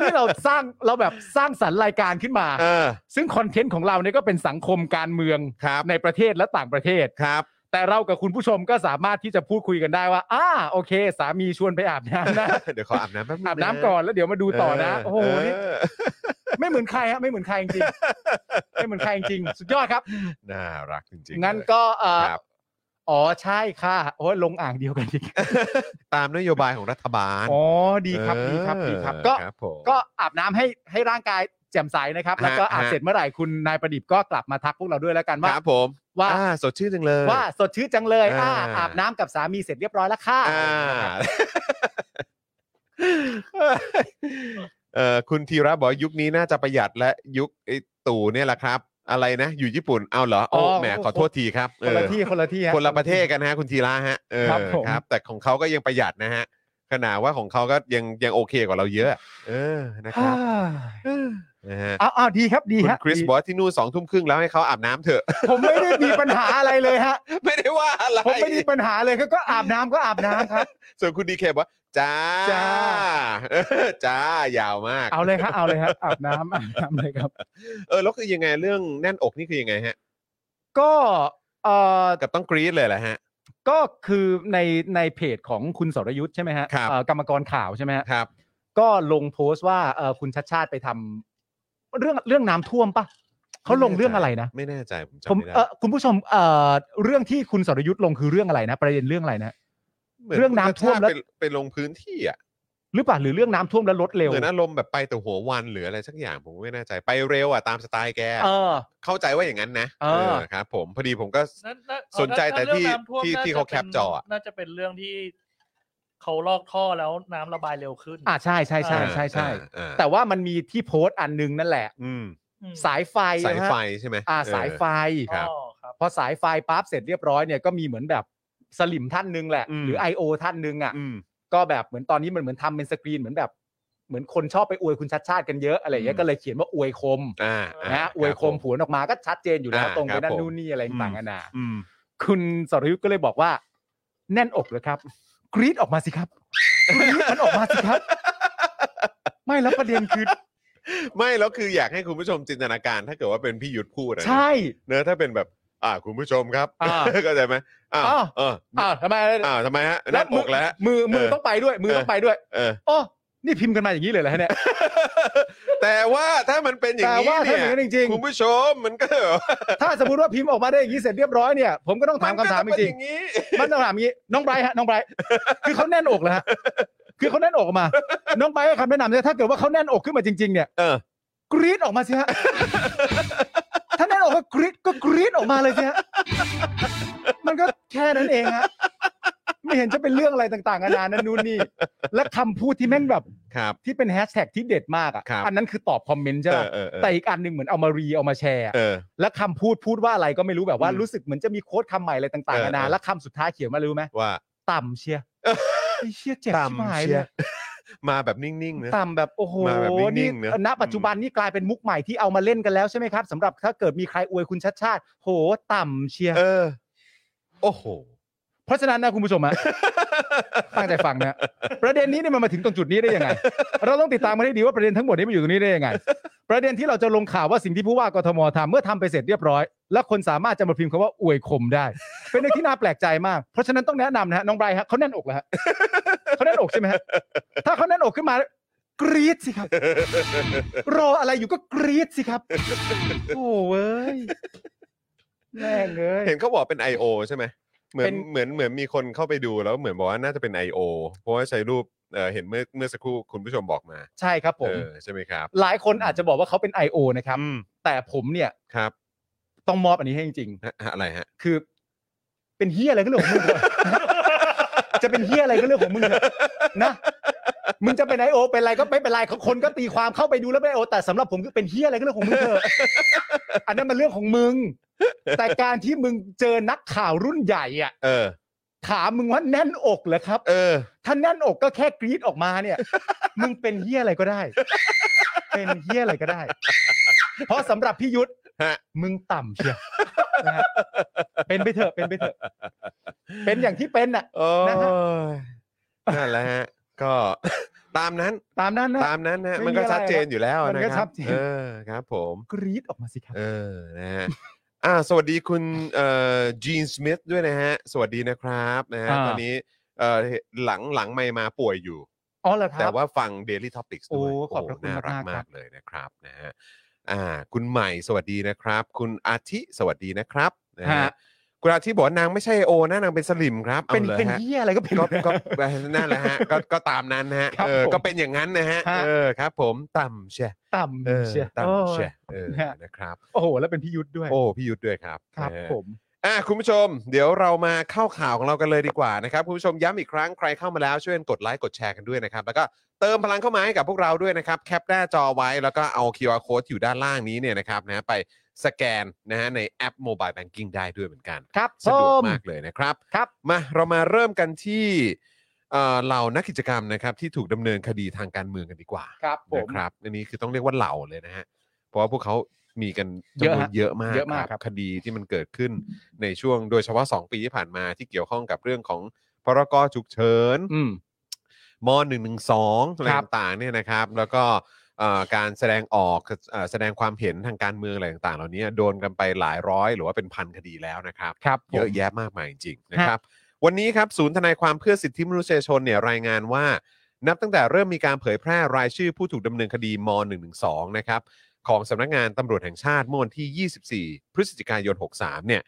นี่เราสร้างเราแบบสร้างสรรค์รายการขึ้นมา
เออ
ซึ่งคอนเทนต์ของเราเนี่ยก็เป็นสังคมการเมือง
ครับ
ในประเทศและต่างประเทศ
ครับ
แต่เรากับคุณผู้ชมก็สามารถที่จะพูดคุยกันได้ว่าอ่าโอเค สามีชวนไปอาบน้ำนะ
เดี๋ยวขออาบน้ำแป๊บนึง
อาบน้ำก่อนแล้วเดี๋ยวมาดูต่อนะ
เ
โอ้โหนี่
เออ
ไม่เหมือนใครฮะไม่เหมือนใครจริง ๆไม่เหมือนใครจริงๆสุดยอดครับ
น่ารักจริงๆ
งั้น
เลย
ก็เอ่อ
ครับ
อ๋อใช่ค่ะโอ้ยลงอ่างเดียวกันจริง
ตามนโยบายของรัฐบาล
อ๋อดีครับดีครับดีครับ ก็
เออครับผม
ก็อาบน้ำให้ให้ร่างกายแจ่มใสนะครับ แล้วก็อาบเสร็จเมื่อไหร่คุณนายประดิษฐ์ก็กลับมาทักพวกเราด้วยแล้วกัน
ค
ว่า
รับผม
ว่า
อ่สดชื่นจังเลย
ว่าสดชื่นจังเลย
อ่า
อ่าอาบน้ำกับสามีเสร็จเรียบร้อยแล้วค่ะ
อ่า เออคุณธีระบอกว่ายุคนี้น่าจะประหยัดและยุคไอ้ตู่เนี่ยแหละครับ อะไรนะ อยู่ญี่ปุ่นเอาเหรอโอ้แหมขอโทษทีครับ
คนละ
เออ
ที่คนละที่ฮ
คนละประเทศกันฮะ คุณธีระฮะเออ
ครับผม
ครับ แต่ของเขาก็ยังประหยัดนะฮะ ขนาดว่าของเขาก็ยังยังโอเคกว่าเราเยอะ เออนะครับ เออนะฮะ
เอาเอาดีครับดี
คุณ
ฮะ
คริส
ดี
บอกว่าที่นู่นสองทุ่มครึ่งแล้วให้เขาอาบน้ำเถอะ
ผมไม่ได้มีปัญหาอะไรเลย ฮะ
ไม่ได้ว่าอะไร
ผมไม่มีปัญหาเลยก็ก็อาบน้ำก็อาบน้ำครับ
ส่วนคุณดีเคบอกว่าจ้า
จ้า
เออจ้ายาวมาก
เอาเลยครับเอาเลยครับอาบน้ำอาบน้ำเลยครับ
เออแล้วคือยังไงเรื่องแน่นอกนี่คือยังไงฮะ
ก็เอ่อ
กับต้องกรี๊ดเลยแหละฮะ
ก็คือในในเพจของคุณสรยุทธ์ใช่ไหมฮะ
ครับ
เอ่อกรรมกรข่าวใช่ไหมฮะ
ครับ
ก็ลงโพสต์ว่าเอ่อคุณชัดชาติไปทำเรื่องเรื่องน้ำท่วมปะเขาลงเรื่องอะไรนะ
ไม่แน่ใจผมจำ
ผม
ไม่ได้
เออคุณผู้ชมเอ่อเรื่องที่คุณสรยุทธ์ลงคือเรื่องอะไรนะ ประเด็นเรื่องอะไรนะ
หมืน
เรื่องน้ำท่วมแล้ว
ไปไปลงพื้นที่อ่ะ
หรือเปล่าหรือเรื่องน้ำท่วมแล้วลดเร็ว
เหมือนอารมณ์แบบไปแต่หัววันหรืออะไรสักอย่างผมไม่แน่ใจไปเร็วอ่ะตามสไตล์แก
เออ
เข้าใจว่าอย่างนั้นนะ
เออ
ครับ ผมพอดีผมก็
นั่นนั่น
สนใจแต่ที่
เรื่องน้ำวม
ที่
น่จะ
ที่เขาแคป
ป็น
จออะ
น่าจะเป็นเรื่องที่เขาลอกท่อแล้วน้ำระบายเร็วขึ้น
อ่าใช่ใช่ใช่ใช่ใช่
อ่าอ่า
แต่ว่ามันมีที่โพสต์อันหนึงนั่นแหละ
อืม
อืม
สายไฟ
สาย
นะฮะ
ไฟใช่ไหม
อ่า
เออ
สายไฟ
ครับ
อ๋อครับ
พอสายไฟปั๊บเสร็จเรียบร้อยเนี่ยก็มีเหมือนแบบสลิมท่านหนึงแหละ
อืม
หรือ I.O. ท่านหนึงอ่ะ
อืม
ก็แบบเหมือนตอนนี้มันเหมือนทำเป็นสกรีนเหมือนแบบ เหมือนคนชอบไปอวยคุณชัดชาติกันเยอะอะไรอย่างเงี้ยก็เลยเขียนว่าอวยคม
อ่าา
นะฮะอวยคม
รับผ
ผวนออกมาก็ชัดเจนอยู่แล้ว
อ่า
ตรงไป
ครั
นั่
บผ
น
ม
นู่นนี่อะไรต่างๆนานา
อืม
คุณสรยุทธ์ก็เลยบอกว่า แน่นอกเลยครับ กรีดออกมาสิครับกรีดมันออกมาสิครับ ไม่แล้วประเด็นคือ
ไม่แล้วคืออยากให้คุณผู้ชมจินตนาการถ้าเกิดว่าเป็นพี่ยุทธพูดอะนะ
ใช่
เนอะถ้าเป็นแบบ อ่าคุณผู้ชมครับ
อ่า
เข้าใจไหมอ้าว
อ้าว
เออ
อ้าวทำไม
อ้าวทำไมฮะนั่นอกแล้วฮะ
มือมือ
เออ
ต้องไปด้วย มือต้องไปด้วย
เออ
อ๋อนี่พิมพ์กันมาอย่างนี้เลยเหรอฮะเนี่ย
แต่ว่าถ้ามันเป็นอย่าง
แต่
นี้
ว่าถ้า
เนี่
อย ย่างนั้นจริง
คุณผู้ชมมันก็
ๆ ถ้าสมมติว่าพิมพ์ออกมาได้อย่างนี้เสร็จเรียบร้อยเนี่ยผมก็ต้องถามคำถามจ
นก็ะเป็น
ริ
อง ย่างนี้
ๆมันต้องถามอย่างนี้ น้องไบรท์ฮะน้องไบรท์คือเขาแน่นอกแล้วฮะคือเขาแน่นอกออกมา น้องไบรท์ให้คำแนะนำเนี่ยถ้าเกิดว่าเขาแน่นอกขึ้นมาจริง ๆ เนี่ย
เออก
รีดออกมาสิฮะ ถ้าแน่นออกก็กรีดก็กรีดออกมาเลยสิฮะ มันก็แค่นั้นเองฮะ ไม่เห็นจะเป็นเรื่องอะไรต่างๆนานานั่นนู่นนี่ และคำพูดที่แม่งแบบ
ครับ
ที่เป็นแฮชแท็กที่เด็ดมากอ่ะ
ครับ
อันนั้นคือตอบคอมเมนต์ใช่
เอ
ปะ
อเออเออ
แต่อีกอันหนึ่งเหมือนเอามารีเอามาแชร์อะ
เออ
และคำพูดพูดว่าอะไรก็ไม่รู้แบบว่า
อืม
รู้สึกเหมือนจะมีโค้ดคำใหม่อะไรต่างๆนานา
เออเออ
และคำสุดท้ายเขียนมารู้ไหม
ว่า
ต่ำเชียร์ ไอ้เชี่ยเจ็บชิบ
ต่ำ
หายเล
เชีย
ย
มาแบบนิ่งๆนะ
ต่ำแบบโอ้โห
มาแบบนิ่งๆนะ
ณปัจจุบันนี่กลายเป็นมุกใหม่ที่เอามาเล่นกันแล้วใช่ไหมครับสำหรับถ้าเกิดมีใครอวยคุณชัดชาติโหต่ำเชียร์
เออ โอ้โห
เพราะฉะนั้นนะคุณผู้ชมฮะ ตั้งใจฟังนะ ประเด็นนี้เนี่ยมันมาถึงตรงจุดนี้ได้ยังไง เราต้องติดตามมาให้ดีว่าประเด็นทั้งหมดนี้มันอยู่ตรงนี้ได้ยังไง ประเด็นที่เราจะลงข่าวว่าสิ่งที่ผู้ว่ากทมทำเมื่อทำไปเสร็จเรียบร้อย และคนสามารถจะมาพิมพ์คำว่าอวยคมได้ เป็นเรื่องที่น่าแปลกใจมาก เพราะฉะนั้นต้องแนะนำนะฮะน้องไบรท์ฮะเขาแน่นอกแล้วฮะเขาแน่นอกใช่ไหมฮะถ้าเขาแน่นอกขึ้นมากรี๊ดสิครับ รออะไรอยู่ก็กรี๊ดสิครับ โอ้เว้ยแม่งเอ้ย
เห็นเขาบอกเป็น I.O. ใช่ไหมเหมือ
เป็น น
เหมือนเหมือนมีคนเข้าไปดูแล้วเหมือนบอกว่าน่าจะเป็น I.O. เพราะว่าใช้รูปเอ่อเห็นเมื่อเมื่อสักครู่คุณผู้ชมบอกมา
ใช่ครับผ
เอ
ม
อ ใช่ไหมครับ
หลายคนอาจจะบอกว่าเขาเป็น I.O. นะครับ
อืม
แต่ผมเนี่ย
ครับ
ต้องมอบอันนี้ให้จริง
ฮะอะไร ฮะ
ๆ คือ เป็นเฮียอะไรก็เรื่องของมึงเถอะ จะเป็นเฮียอะไรก็เรื่องของมึงเถอะนะ มึงจะเป็นไอโอเป็นอะไรก็ไม่เป็นไรเขาคนก็ตีความเข้าไปดูแล้วเป็นไอโอแต่สำหรับผมคือเป็นเฮียอะไรก็เรื่องของมึงเถอะ อันนั้นมันเรื่องของมึง แต่การที่มึงเจอนักข่าวรุ่นใหญ่อะ
เออ
ถามมึงว่าแน่นอกเหรอครับ
เออ
ถ้าแน่นอกก็แค่กรี๊ดออกมาเนี่ย มึงเป็นเฮียอะไรก็ได้ เป็นเฮียอะไรก็ได้ เพราะสำหรับพี่ยุทธ
ฮะ
มึงต่ำเชียวนะฮะเป็นไปเถอะเป็นไปเถอะ เป็นอย่างที่เป็นน่ะ
โอ้
นะฮะ
ยนั่นแหละฮะ ก็ ตามนั้น
ตามนั้นนะ
ตามนั้นนะ
ไม่
มันก็
มีอะไร
ชัดเจนอยู่แล้ว
มัน
นะ
ก็
ค
ชั
รั
ดเจน
เออครับผม
กรี๊ดออกมาสิครับ
เออ นะฮะ อ่า สวัสดีคุณเอ่อจีนสมิธด้วยนะฮะ สวัสดีนะครับนะฮะ
อ่า
ตอนนี้เอ่อหลังหลังไม่มาป่วยอยู่
อ๋อเหรอครับ
แต่ว่าฟัง Daily Topics ด้วย
โอ้ขอบพระคุณ
น่ารัก
มากๆ
มาก
ครับ
เลยนะครับนะฮะอ่า คุณใหม่สวัสดีนะครับ คุณอาทิสวัสดีนะครับนะฮะคุณอาทิบอกว่านางไม่ใช่โอนะนางเป็นสลิมครับอา
เป็น
ลย
เป็น
ฮะ
เฮียอะไรก็เป็น
ก็ก็นั่นแหละฮะก็ก็ตามนั้นนะฮะ
ครับ
เออ
ผม
ก็เป็นอย่างนั้นนะฮะ
ฮะ
เออครับ ผมต่ำเชีย
ต่
เออ
ำเชียว
ต่ำเชียเออ
นะฮะ
นะครับ
โอ้โห แล้วเป็นพี่ยุทธด้วย
โอ้พี่ยุทธด้วยครับ
ครับ
นะฮะ
ผม
อ่ะคุณผู้ชม เดี๋ยวเรามาเข้าข่าวของเรากันเลยดีกว่านะครับ คุณผู้ชมย้ำอีกครั้งใครเข้ามาแล้วช่วยกดไลค์กดแชร์กันด้วยนะครับ แล้วก็เติมพลังเข้ามาให้กับพวกเราด้วยนะครับ แคปหน้าจอไว้แล้วก็เอา QR code ที่อยู่ด้านล่างนี้เนี่ยนะครับนะไปสแกนนะฮะในแอป Mobile Banking ได้ด้วยเหมือนกัน
ครับ
สะดวก
ผม
มากเลยนะครับ
ครับ
มาเรามาเริ่มกันที่เอ่อเหล่านักกิจกรรมนะครับที่ถูกดำเนินคดีทางการเมืองกันดีกว่า
ครับผม
นะครับอันนี้คือต้องเรียกว่าเหล่าเลยนะฮะเพราะว่าพวกเขามีกัน
เย
จำ
อะ
นวน
ฮะ
เยอะมาก
เยอะมากครับ
คดีที่มันเกิดขึ้นในช่วงโดยเฉพาะ 2 ปีที่ผ่านมาที่เกี่ยวข้องกับเรื่องของพรกฉุกเฉิน
อืม
ม .112 อะไร
ครับ
ต่างๆเนี่ยนะครับ แล้วก็เอ่อการแสดงออกเอ่อแสดงความเห็นทางการเมืองอะไรต่างๆ เหล่านี้โดนกันไปหลายร้อย หรือว่าเป็นพันคดีแล้วนะครับ
ครับผม
เยอะแยะมากมายจริงๆนะครับ วันนี้ครับศูนย์ทนายความเพื่อสิทธิมนุษยชนเนี่ยรายงานว่า นับตั้งแต่เริ่มมีการเผยแพร่รายชื่อผู้ถูกดำเนินคดีม .112 นะครับของสำนักงานตำรวจแห่งชาติเมื่อวันที่ 24 พฤศจิกายน 63 เนี่ย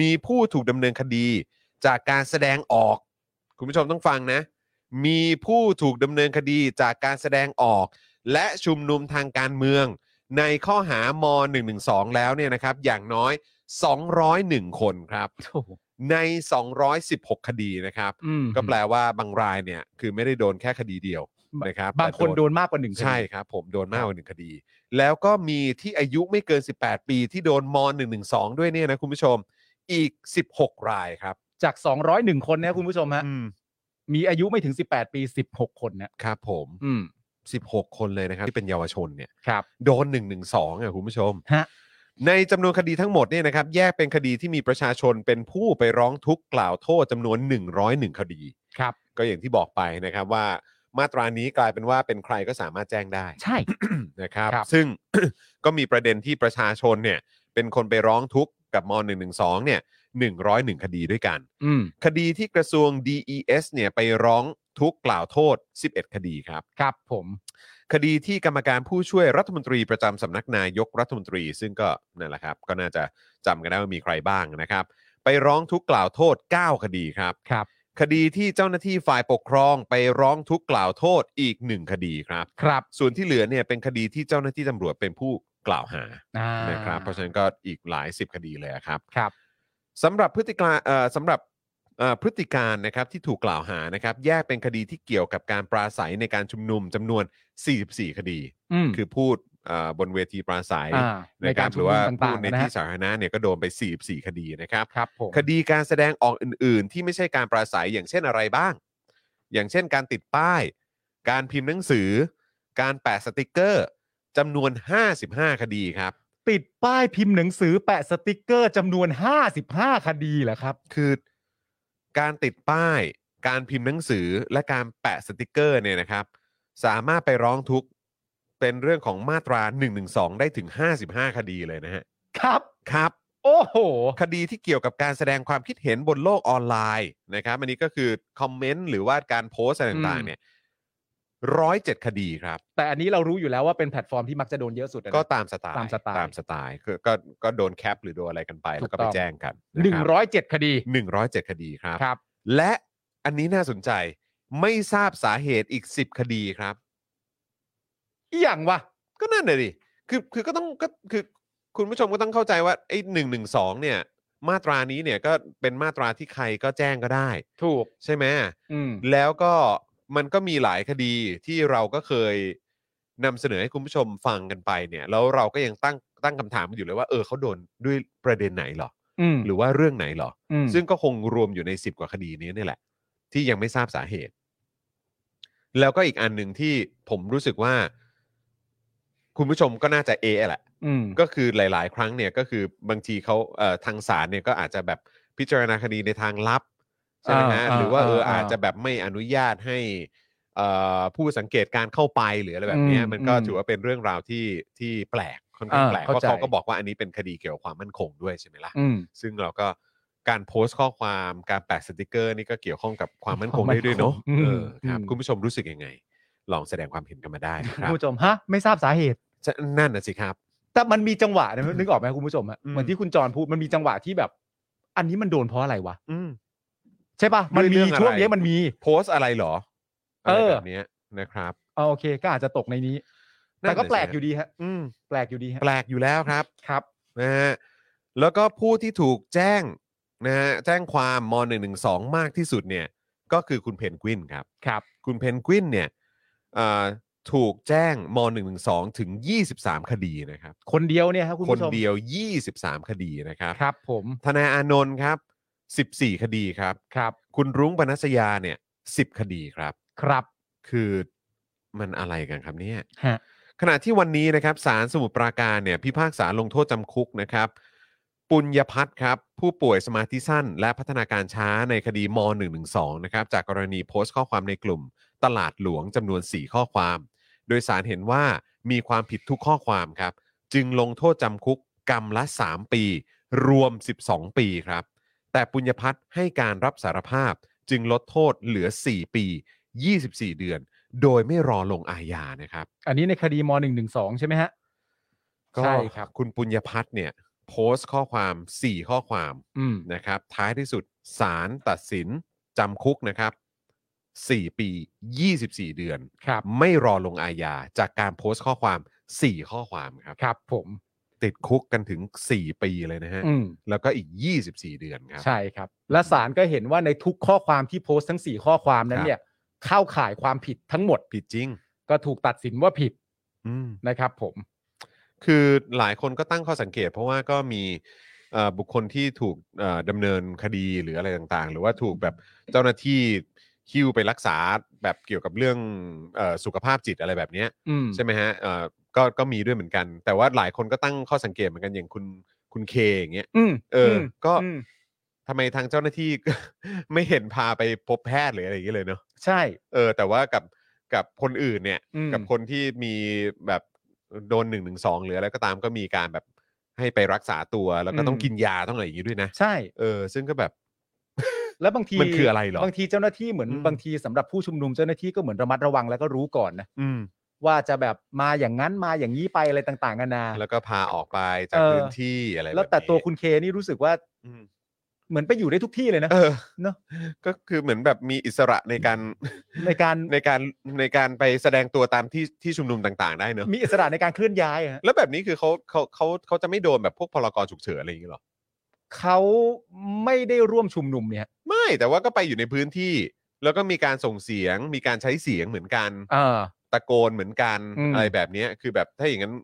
มีผู้ถูกดำเนินคดีจากการแสดงออก คุณผู้ชมต้องฟังนะ มีผู้ถูกดำเนินคดีจากการแสดงออก และชุมนุมทางการเมือง ในข้อหาม112 แล้วเนี่ยนะครับอย่างน้อย 201 คนครับ
โอ้โห
ใน 216 คดีนะครับ
อืม
ก็แปลว่าบางรายเนี่ยคือไม่ได้โดนแค่คดีเดียวนะครับ
บางคน
แต่
โดนมากกว่าหนึ่ง
ใช่ครับ ผมโดนมากกว่าหนึ่งคดี แล้วก็มีที่อายุไม่เกิน 18 ปีที่โดนม .112 ด้วยเนี่ยนะคุณผู้ชมอีก 16 รายครับ
จาก 201 คนนะคุณผู้ชมฮะ
อืม
มีอายุไม่ถึง 18 ปี 16 คนนะครับ
ผม
อืม
16 คนเลยนะครับ ที่เป็นเยาวชนเนี่ย
ครับ
โดน 112อ่ะคุณผู้ชม
ฮะ
ในจำนวนคดีทั้งหมดเนี่ยนะครับแยกเป็นคดีที่มีประชาชนเป็นผู้ไปร้องทุกข์กล่าวโทษจำนวน 101 คดี
ครับ
ก็อย่างที่บอกไปนะครับว่ามาตรานี้กลายเป็นว่าเป็นใครก็สามารถแจ้งได้
ใช่
นะครับ
ครับ
ซึ่ง ก็มีประเด็นที่ประชาชนเนี่ยเป็นคนไปร้องทุกข์กับม .112 เนี่ย101 คดีด้วยกัน
อืม
คดีที่กระทรวง DES เนี่ยไปร้องทุกข์กล่าวโทษ 11 คดีครับ
ครับผม
คดีที่กรรมการผู้ช่วยรัฐมนตรีประจำสำนักนายกรัฐมนตรี ซึ่งก็นั่นแหละครับ ก็น่าจะจำกันได้ว่ามีใครบ้างนะครับ ไปร้องทุกข์กล่าวโทษ 9 คดีครับ
ครับ
คดีที่เจ้าหน้าที่ฝ่ายปกครองไปร้องทุกข์กล่าวโทษอีกหนึ่งคดีครับ
ครับ
ส่วนที่เหลือเนี่ยเป็นคดีที่เจ้าหน้าที่ตำรวจเป็นผู้กล่าวหา
อ่า
นะครับ เพราะฉะนั้นก็อีกหลายสิบคดีเลยอะครับ
ครับ
สำหรับพฤติการเอ่อสำหรับเอ่อพฤติการนะครับที่ถูกกล่าวหานะครับ แยกเป็นคดีที่เกี่ยวกับการปราศัยในการชุมนุมจำนวน 44 คดี
อืม
คือพูดเอ่อบนเวทีปราศัย
อ่าใน
นะค
การ
บห
ชุม
รือ
นุ
ว่าม
ต่า
พู
ง
ดใน
ๆนะ
ที่
ฮะ
สาธารณะเนี่ยก็โดนไป 44 คดีนะครับ
ครับผม
คดีการแสดงออกอื่น ๆ ที่ไม่ใช่การปราศัยอย่างเช่นอะไรบ้าง อย่างเช่นการติดป้าย การพิมพ์หนังสือ การแปะสติกเกอร์จำนวน 55 คดีครับ
ติดป้ายพิมพ์หนังสือแปะสติกเกอร์จำนวน 55 คดีเหรอครับ
คือการติดป้าย การพิมพ์หนังสือและการแปะสติกเกอร์เนี่ยนะครับ สามารถไปร้องทุกข์เป็นเรื่องของมาตรา1นึได้ถึง 55 คดีเลยนะฮะ
ครับ
ครับ
โอ้โห
คดีที่เกี่ยวกับการแสดงความคิดเห็นบนโลกออนไลน์นะครับ อันนี้ก็คือคอมเมนต์หรือว่าการโพสต์อะไรต่างๆ
อืม
เนี่ยร้อยเจ็ดคดีครับ
แต่อันนี้เรารู้อยู่แล้วว่าเป็นแพลตฟอร์มที่มักจะโดนเยอะสุดอะนะ
ก็ตามสไตล์
ตามสไตล์
ตามสไตล์ก็ก็ก็โดนแคปหรือโดนอะไรกันไป
ถู
แล้ว
ก
ก็ไป
ต้อง
แจ้งกัน
หนึ่งร้อยเจ็ดคดี
หนึ่งร้อยเจ็ดคดีครับ
ครับ
และอันนี้น่าสนใจไม่ทราบสาเหตุอีก 10 คดีครับ
อีหยังวะ
ก็นั่นเลยดิคือคือก็ต้องก็คือคุณผู้ชมก็ต้องเข้าใจว่าไอ้หนึ่งหนึ่งสองเนี่ย มาตรานี้เนี่ยก็เป็นมาตราที่ใครก็แจ้งก็ได้
ถูก
ใช่ไหม
อืม
แล้วก็มันก็มีหลายคดีที่เราก็เคยนำเสนอให้คุณผู้ชมฟังกันไปเนี่ย แล้วเราก็ยังตั้งตั้งคำถามกันอยู่เลยว่าเออเขาโดนด้วยประเด็นไหนเหรอ
อืม
หรือว่าเรื่องไหนเหรอ
อืม
ซึ่งก็คงรวมอยู่ใน 10 กว่าคดีนี้นี่แหละ ที่ยังไม่ทราบสาเหตุ แล้วก็อีกอันหนึ่งที่ผมรู้สึกว่า คุณผู้ชมก็น่าจะเอะแหละ
อืม
ก็คือหลาย ๆ ครั้งเนี่ยก็คือบางทีเขาเอ่อทางศาลเนี่ยก็อาจจะแบบพิจารณาคดีในทางลับใช่ไหมฮะหรือว่าเอออาจจะแบบไม่อนุญาตให้เอ่อผู้สังเกตการเข้าไปหรืออะไรแบบเนี้ยมันก็ถือว่าเป็นเรื่องราวที่ที่แปลกค่อนข้างแปลกเพราะเขาก็บอกว่าอันนี้เป็นคดีเกี่ยวกับความมั่นคงด้วยใช่ไหมล่ะ
อืม
ซึ่งเราก็การโพสต์ข้อความการแปะสติกเกอร์นี่ก็เกี่ยวข้องกับความมั่นคงได้ด้วยเนาะ
ความมั่นคง
เออครับ
อืม
คุณผู้ชมรู้สึกยังไง ลองแสดงความเห็นกันมาได้นะครับ
คุณผู้ชมฮะ ไม่ทราบสาเหตุ
จะนั่นนะสิครับ
แต่มันมีจังหวะนะนึกออกไหมคุณผู้ชมฮะ
อืม
เหมือนที่คุณจรพูดมันมีจังหวะที่แบบ อันนี้มันโดนเพราะอะไรวะ
อืม
ใช่ปะมัน
ด้วย
มี
เรื่องอะไร
ช่วงเนี้ยมันมี
โพสต์อะไรเหรออะ
เอ
ไร
อ
แบบเนี้ยนะครับ
เอาโอเค ก็อาจจะตกในนี้
นั่
แต่
น
ก็
น่ะสิ
แปลกอยู่ดีฮะ
อืม
แปลกอยู่ดีฮะ
แปลกอยู่แล้วครับ
ครับ
นะฮะแล้วก็ผู้ที่ถูกแจ้งนะฮะแจ้งความม .112 มากที่สุดเนี่ย ก็คือคุณเพนกวินครับ
ครับ
คุณเพนกวินเนี่ยเอ่อถูกแจ้งม .112 ถึง 23 คดีนะครับ
คนเดียวเนี่ยฮะคุณ
คน
ผู้ชม
เดียว 23 คดีนะครับ
ครับ ผม
ธนาอานนท์ครับ 14 คดีครับ
ครับ
คุณรุ้งปนัสยาเนี่ย 10 คดีครับ
ครับ
คือมันอะไรกันครับเนี่ย
ฮะ
ขณะที่วันนี้นะครับศาลสมุทรปราการเนี่ยพิพากษาลงโทษจำคุกนะครับ ปุญญพัฒน์ครับ ผู้ป่วยสมาธิสั้น และพัฒนาการช้าในคดีม .112 นะครับจากกรณีโพสต์ข้อความในกลุ่ม ตลาดหลวงจำนวน 4 ข้อความ โดยสารเห็นว่ามีความผิดทุกข้อความครับ จึงลงโทษจำคุกกรรมละ 3 ปี รวม 12 ปีครับ แต่ปุญญพัฒน์ให้การรับสารภาพจึงลดโทษเหลือ 4 ปี 24 เดือน โดยไม่รอลงอาญานะครับ
อันนี้ในคดีมหนึ่งหนึ่งสองใช่ไหมฮะ
ก็
ใช่ครับ
คุณปุญญพัฒน์เนี่ยโพสต์ข้อความ 4 ข้อความ
อืม
นะครับ ท้ายที่สุดศาลตัดสินจำคุกนะครับ 4 ปี 24 เดือน
ครับ
ไม่รอลงอาญาจากการโพสต์ข้อความ 4 ข้อความครับ
ครับผม
ติดคุกกันถึง 4 ปีเลยนะฮะ
อืม
แล้วก็อีก 24 เดือนครับ
ใช่ครับ และศาลก็เห็นว่าในทุกข้อความที่โพสต์ทั้ง 4 ข้อความนั้
ครับ
นเนี่ย เข้าข่ายความผิดทั้งหมด
ผิดจริง
ก็ถูกตัดสินว่าผิด
อืม
นะครับผม
คือหลายคนก็ตั้งข้อสังเกต เพราะว่าก็มีเอ่อบุคคลที่ถูกเอ่อดำเนินคดีหรืออะไรต่างๆ หรือว่าถูกแบบเจ้าหน้าที่คิวไปรักษาแบบเกี่ยวกับเรื่องเออสุขภาพจิตอะไรแบบเนี้ย
อืม
ใช่ไหมฮะเอ่อก็ก็มีด้วยเหมือนกัน แต่ว่าหลายคนก็ตั้งข้อสังเกตเหมือนกันอย่างคุณคุณเคอย่างเงี้ย
อืม
เออ
ม
ก็
อืม
ทำไมทางเจ้าหน้าที่ ไม่เห็นพาไปพบแพทย์หรืออะไรอย่างเงี้ยเลยเนาะ
ใช่
เออแต่ว่ากับกับคนอื่นเนี่ย
อืม
กับคนที่มีแบบโดนหนึ่งหนึ่งสองหรืออะไรก็ตามก็มีการแบบให้ไปรักษาตัว แล้วก็ต้อง
อืม
กินยาต้องอะไรอย่างนี้ด้วยนะ
ใช่
เออ ซึ่งก็แบบ
แล้วบางที
มันคืออะไรหรอบ
างทีเจ้าหน้าที่เหมือน
อืม
บางทีสำหรับผู้ชุมนุมเจ้าหน้าที่ก็เหมือนระมัดระวังแล้วก็รู้ก่อนนะ
อืม
ว่าจะแบบมาอย่างนั้นมาอย่างนี้ไปอะไรต่างๆกันานา
แล้วก็พาออกไปจาก
เออ
พื้นที่อะไรบบนี้
แล้วแต่ตัวคุณเคนี่รู้สึกว่า
อืม
เหมือนไปอยู่ได้ทุกที่เลยนะ
เออ
เนอะ
ก็คือเหมือนแบบมีอิสระในการ
ในการ
ในการในการไปแสดงตัวตามที่ที่ชุมนุมต่างๆ ได้เนอะ
มีอิสระในการเคลื่อนย้ายอะฮะ
แล้วแบบนี้คือเขาเขาเขาเขาจะไม่โดนแบบพวกพลกรฉุกเฉินอะไรอย่างนี้หรอ
เขาไม่ได้ร่วมชุมนุมเนี่ย
ไม่แต่ว่าก็ไปอยู่ในพื้นที่ แล้วก็มีการส่งเสียง มีการใช้เสียงเหมือนกัน
เออ
ตะโกนเหมือนกัน
อืม
อะไรแบบเนี้ยคือแบบถ้าอย่างนั้น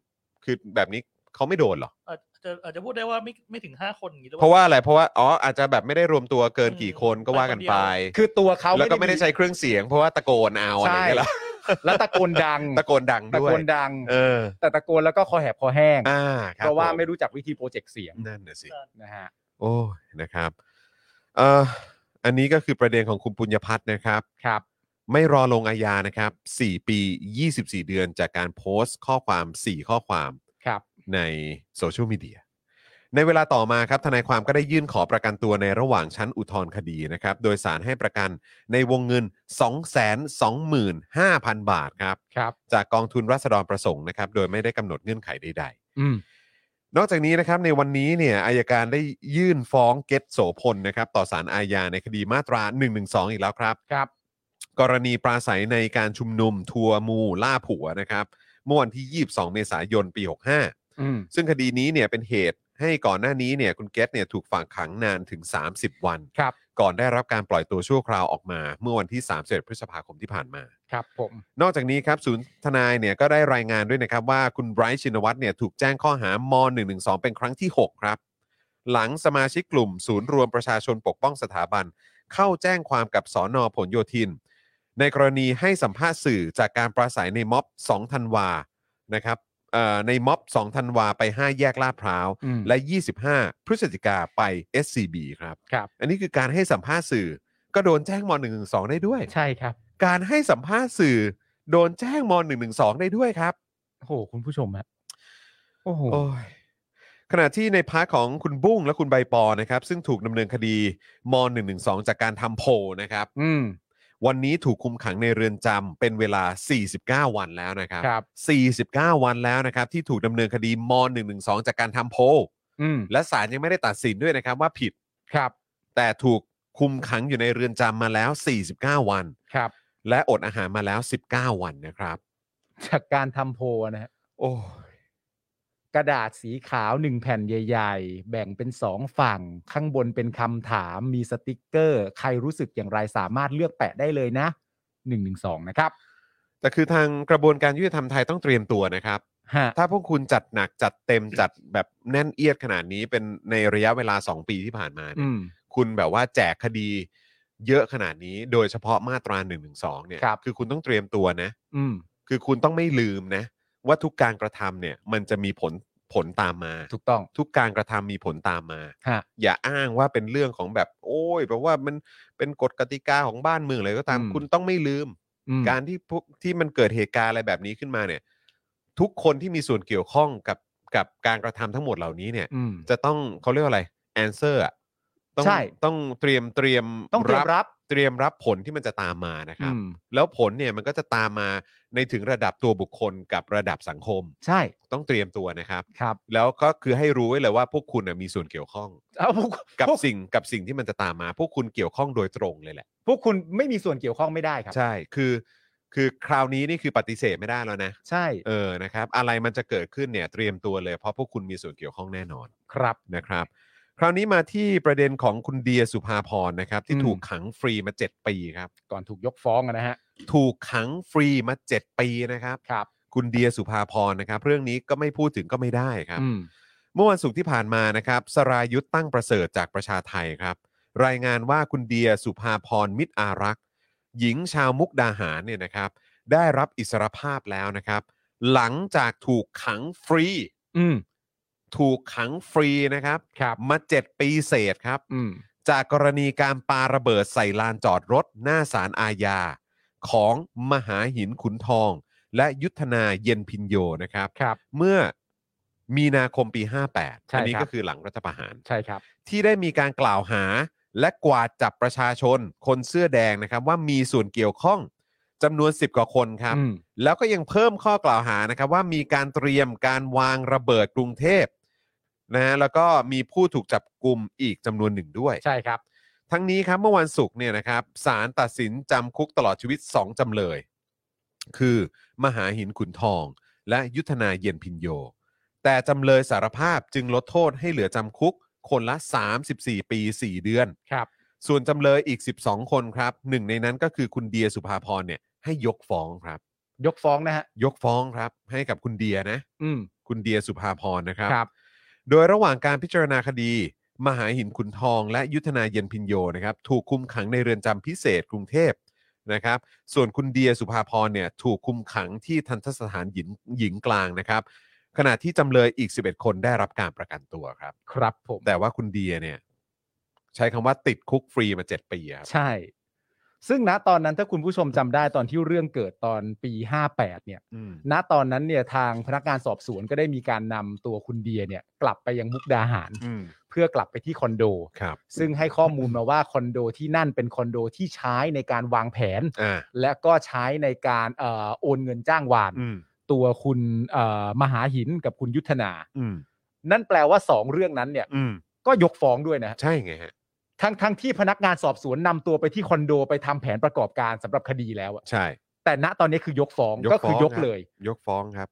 คือแบบนี้เขาไม่โดนเหรอ
อา จะอาจจะพูดได้ว่าไม่ไม่ถึงห้าคนอย่างนี้หอ
เพราะว่าอะไรเพราะว่าอ๋ออาจจะแบบไม่ได้รวมตัวเกินกี่คนก็ว่ากันไป
คือตัวเขา
แล้วก็ไม่ได้ใช้เครื่องเสียง เพราะว่าตะโกนเอาอะไรอ
ใช่
ย่างเงี้ยเหรอ
แล้วตะโกนดัง
ตะโกนดัง
ตะ
ด้ว
โก
ย
นดัง
เออ
แต่ตะโกนแล้วก็คอแหบคอแห้ง
อ่าครับ
เพราะว่า
ผ
ไม่รู้จักวิธีโปรเจกต์เสียง
นั่นน่ะสิ
นะฮะ
โอ้ยนะครับเอ่ออันนี้ก็คือประเด็นของคุณปุญญพัฒน์นะครับ
ครับ
ไม่รอลงอาญานะครับ 4 ปี 24 เดือนจากการโพสต์ข้อความ 4 ข้อความ
ครับ
ในโซเชียลมีเดีย ในเวลาต่อมาครับทนายความก็ได้ยื่นขอประกันตัวในระหว่างชั้นอุทธรณ์คดีนะครับ โดยสารให้ประกันในวงเงิน 225,000 บาทครับ
ครับ
จากกองทุนรัษฎรประสงค์นะครับ โดยไม่ได้กำหนดเงื่อนไขใด ๆ
อืม
นอกจากนี้นะครับในวันนี้เนี่ยอายการได้ยื่นฟ้องเกตโสพลนะครับต่อศาลอาญาในคดีมาตรา 112 อีกแล้วครับ
ครับ
กรณีปราศัยในการชุมนุมทัวร์มูล่าผัวนะครับเมื่อวันที่ 22 เมษายนปี
อืม
65 ซึ่งคดีนี้เนี่ยเป็นเหตุให้ก่อนหน้านี้เนี่ยคุณเกตเนี่ยถูกฝากขังนานถึง 30 วัน
ครับ
ก่อนได้รับการปล่อยตัวชั่วคราวออกมา เมื่อวันที่31พฤษภาคมที่ผ่านมา
ครับผม
นอกจากนี้ครับศูนย์ทนายเนี่ยก็ได้รายงานด้วยนะครับว่าคุณไบรท์ชินวัตรเนี่ยถูกแจ้งข้อหาม .112 เป็นครั้งที่ 6 ครับ หลังสมาชิกกลุ่ม ศูนย์รวมประชาชนปกป้องสถาบัน เข้าแจ้งความกับสอนอผลโยธิน ในกรณีให้สัมภาษณ์สื่อจากการปราศัยในม็อบ 2 ธันวานะครับเอ่อในม็อบ 2 ธันวาไป 5 แยกลาดพร้าว
อืม
และ 25 พฤศจิกาไป SCB ครับ
ครับ
อันนี้คือการให้สัมภาษณ์สื่อก็โดนแจ้งม .112 ได้ด้วย
ใช่ครับ
การให้สัมภาษณ์สื่อโดนแจ้งม .112 ได้ด้วยครับ
โอ้โห คุณผู้ชมฮะ โอ้โห
โอ้ยขณะที่ในพาร์ทของคุณบุ้งและคุณใบปอนะครับ ซึ่งถูกดำเนินคดีม .112 จากการทำโพลนะครับ
อืม
วันนี้ถูกคุมขังในเรือนจำเป็นเวลา 49 วันแล้วนะครั
ครับ
บ 49 วันแล้วนะครับ ที่ถูกดำเนินคดีม .112 จากการทำโพล
อืม
และศาลยังไม่ได้ตัดสินด้วยนะครับว่าผิด
ครับ
แต่ถูกคุมขังอยู่ในเรือนจำมาแล้ว 49 วัน
ครับ
และอดอาหารมาแล้ว 19 วันนะครับ
จากการทำโพลนะฮะ
โอ้ย
กระดาษสีขาวหนึ่งแผ่นใหญ่ ๆ แบ่งเป็นสองฝั่ง ข้างบนเป็นคำถาม มีสติกเกอร์ ใครรู้สึกอย่างไรสามารถเลือกแปะได้เลยนะหนึ่งหนึ่งสองนะครับ
แต่คือทางกระบวนการยุติธรรมไทยต้องเตรียมตัวนะครับ
ฮะ
ถ้าพวกคุณจัดหนักจัดเต็มจัดแบบแน่นเอียดขนาดนี้เป็นในระยะเวลา 2 ปีที่ผ่านมาเนี่
อื
ย
ม
คุณแบบว่าแจกคดีเยอะขนาดนี้โดยเฉพาะมาตรา1นึเนี่ย
ครับ
อคุณต้องเตรียมตัวนะ
อืม
คือคุณต้องไม่ลืมนะ ว่าทุกการกระทำเนี่ยมันจะมีผลผลตามมา
ถูกต้อง
ทุกการกระทำมีผลตามมา
ฮะ
อย่าอ้างว่าเป็นเรื่องของแบบ โอ้ยแบบว่ามันเป็นกฎกติกาของบ้านเมืองเลยก็ตาม
อืม
คุณต้องไม่ลืม
อืม
การที่พวกที่มันเกิดเหตุการณ์อะไรแบบนี้ขึ้นมาเนี่ย ทุกคนที่มีส่วนเกี่ยวข้องกับกับการกระทำทั้งหมดเหล่านี้เนี่ย
อืม
จะต้องเขาเรียกว่าอะไร answer อ่ะต้อง
ใช่
ต้องเตรียมเตรียม
ต้องเตรียมรับ
เตรียมรับผลที่มันจะตามมานะค
อื
รับ
ม
แล้วผลเนี่ยมันก็จะตามมาในถึงระดับตัวบุคคลกับระดับสังคม
ใช่
ต้องเตรียมตัวนะครับ
ครับ
แล้วก็คือให้รู้ไว้เลยว่าพวกคุณน่ะมีส่วนเกี่ยวข้อง
เอาพวก
กับ
พวก
สิ่งกับสิ่งที่มันจะตามมา พวกคุณเกี่ยวข้องโดยตรงเลยแหละ
พวกคุณไม่มีส่วนเกี่ยวข้องไม่ได้ครับ
ใช่ คือ คือคราวนี้นี่คือปฏิเสธไม่ได้แล้วนะ
ใช่
เออ นะครับ อะไรมันจะเกิดขึ้นเนี่ยเตรียมตัวเลย เพราะพวกคุณมีส่วนเกี่ยวข้องแน่นอน
ครับ
นะครับ คราวนี้มาที่ประเด็นของคุณเดียสุภาพรนะครับ ที่
อืม
ถูกขังฟรีมา 7 ปีครับ
ก่อนถูกยกฟ้องอะนะฮะ
ถูกขังฟรีมา 7 ปีนะครับ
ครับ
คุณเดียสุภาพรนะครับ เรื่องนี้ก็ไม่พูดถึงก็ไม่ได้ครับ
อืม
เมื่อวันศุกร์ที่ผ่านมานะครับ สรายุทธ์ตั้งประเสริฐจากประชาไทยครับ รายงานว่าคุณเดียสุภาพรมิตรอารักษ์ หญิงชาวมุกดาหารเนี่ยนะครับ ได้รับอิสรภาพแล้วนะครับ หลังจากถูกขังฟรี
อืม
ถูกขังฟรีนะครับ
ครับ
มา 7 ปีเศษครับ
อืม
จากกรณีการปาระเบิดใส่ลานจอดรถ หน้าศาลอาญา ของมหาหินขุนทอง และยุทธนาเย็นพินโยนะครับ
ครับ
เมื่อมีนาคมปี 58
ใช่
อันี้
ครับ
ก็คือหลังรัฐประหาร
ใช่ครับ
ที่ได้มีการกล่าวหาและกวาดจับประชาชน คนเสื้อแดงนะครับ ว่ามีส่วนเกี่ยวข้องจำนวน 10 กว่าคนครับ
อืม
แล้วก็ยังเพิ่มข้อกล่าวหานะครับ ว่ามีการเตรียมการวางระเบิดกรุงเทพนะฮะแล้วก็มีผู้ถูกจับกลุ่มอีกจำนวนหนึ่งด้วย
ใช่ครับ
ทั้งนี้ครับเมื่อวันศุกร์เนี่ยนะครับศาลตัดสินจำคุกตลอดชีวิต 2 จำเลย คือมหาหินขุนทอง และยุทธนาเย็นพินโย แต่จำเลยสารภาพจึงลดโทษให้เหลือจำคุกคนละ 34 ปี 4 เดือน
ครับ
ส่วนจำเลยอีก 12 คนครับหนึ่งในนั้นก็คือคุณเดียสุภาพรเนี่ยให้ยกฟ้องครับ
ยกฟ้องนะฮะ
ยกฟ้องครับให้กับคุณเดียนะ
อืม
คุณเดียสุภาพรนะครับ
ครับ
โดยระหว่างการพิจารณาคดี มหาหินขุนทองและยุทธนาเย็นพินโยนะครับถูกคุมขังในเรือนจำพิเศษกรุงเทพนะครับ ส่วนคุณเดียสุภาพรเนี่ยถูกคุมขังที่ทันทสถานหญิงหญิงกลางนะครับ ขณะที่จำเลยอีก 11 คนได้รับการประกันตัวครับ
ครับผม
แต่ว่าคุณเดียเนี่ย ใช้คำว่าติดคุกฟรีมา 7 ปีอะครับ
ใช่ ซึ่งณตอนนั้นถ้าคุณผู้ชมจำได้ตอนที่เรื่องเกิดตอนปี 58 เนี่ย
อืม
ณตอนนั้นเนี่ยทางพนักงานสอบสวนก็ได้มีการนำตัวคุณเดียเนี่ย กลับไปยังมุกดาหาร
อืม
เพื่อกลับไปที่คอนโด
ครับ
ซึ่งให้ข้อมูลมาว่าคอนโดที่นั่นเป็นคอนโดที่ใช้ในการวางแผน
อ่า
และก็ใช้ในการเออโอนเงินจ้างวาน
อืม
ตัวคุณเอ่อมหาหินกับคุณยุทธนา
อืม
นั่นแปลว่าสองเรื่องนั้นเนี่ย
อืม
ก็ยกฟ้องด้วยนะฮะ
ใช่ไงฮะ
ทั้งทั้งที่พนักงานสอบสวนนำตัวไปที่คอนโดไปทำแผนประกอบการสำหรับคดีแล้วอะ
ใช่
แต่ณตอนนี้คือยกฟ้อง
ยก
ก็คือยก
ฟ้องครับ
เลย
ยกฟ้องครับ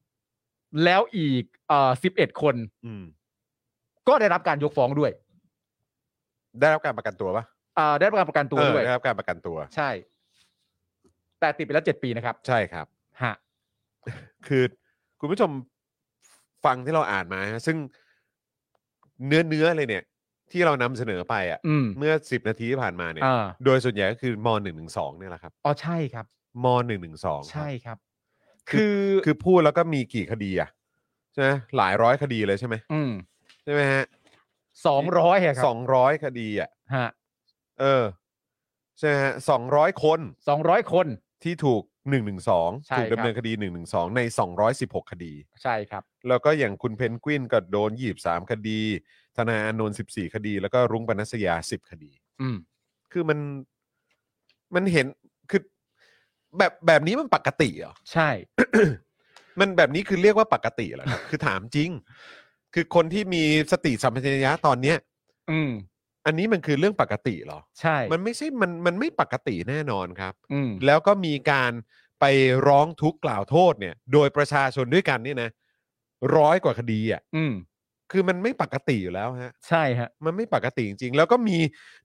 แล้วอีกเอ่อสิบเอ็ดคน
อืม
ก็ได้รับการยกฟ้องด้วย
ได้รับการประกันตัวปะ
เอ่อได้รับการประกันตัว
เออ
ด้วย
ได้รับการประกันตัว
ใช่ แต่ติดไปแล้วเจ็ดปีนะครับ
ใช่ครับ
ฮะ
คือคุณผู้ชมฟังที่เราอ่านมาฮะซึ่งเนื้อเนื้อเลยเนี่ย ที่เรานำเสนอไปอ่ะ
อืม
เมื่อ 10 นาทีที่ผ่านมาเนี่ย
อ่า
โดยส่วนใหญ่ก็คือม .112 เนี่ยแหละครับ
อ๋อใช่ครับ
ม .112
ใช่ครับ คือ
คือพูดแล้วก็มีกี่คดีอ่ะใช่ไหมหลายร้อยคดีเลยใช่ไหม
อืม
ใช่ไหมฮะ
สองร้อยครั
สองร้อยคดีอ่ะ
ฮะ
เออ ใช่ไหมฮะสองร้อยคน
สองร้อยคน
ที่ถูก 112
ใช่
ถูก
ครับ
ดำเนินคดี 112 ใน 216 คดี
ใช่ครับ
แล้วก็อย่างคุณเพนกวินก็โดน 23 คดี ธนาอานนท์14 คดี แล้วก็รุ้งปนัสยา 10 คดี
อืม
คือมันมันเห็นคือแบบแบบนี้มันปกติเหรอ
ใช่
มันแบบนี้คือเรียกว่าปกติเหรอครับ คือถามจริง คือคนที่มีสติสัมปชัญญะตอนเนี้ย
อืม
อันนี้มันคือเรื่องปกติเหรอ
ใช่
มันไม่ใช่มันมันไม่ปกติแน่นอนครับ
อืม
แล้วก็มีการไปร้องทุกข์กล่าวโทษเนี่ย โดยประชาชนด้วยกันเนี่ยนะร้อยกว่าคดีอ่ะ
อืม
คือมันไม่ปกติอยู่แล้วฮะ
ใช่ฮะ
มันไม่ปกติจริงๆ แล้วก็มี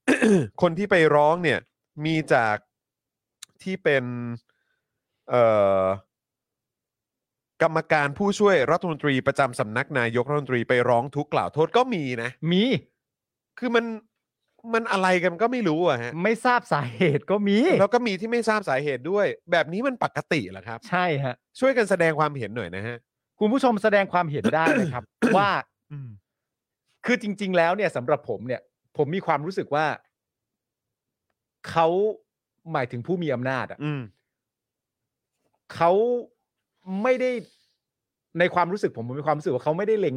คนที่ไปร้องเนี่ย มีจากที่เป็นเอ่อกรรมการผู้ช่วยรัฐมนตรีประจำสำนักนายกรัฐมนตรีไปร้องทุกข์กล่าวโทษก็มีนะ
มี
คือมันมันอะไรกันก็ไม่รู้อะฮะ
ไม่ทราบสาเหตุก็มี
แล้วก็มีที่ไม่ทราบสาเหตุด้วย แบบนี้มันปกติเหรอครับ
ใช่ฮะ
ช่วยกันแสดงความเห็นหน่อยนะฮะ
คุณผู้ชมแสดงความเห็นได้ นะครับ ว่า
อืม
คือจริง ๆ แล้วเนี่ยสำหรับผมเนี่ย ผมมีความรู้สึกว่า เขาหมายถึงผู้มีอำนาจอ่ะ
อืม
เขาไม่ได้ในความรู้สึกผมผมมีความรู้สึกว่าเขาไม่ได้เล็ง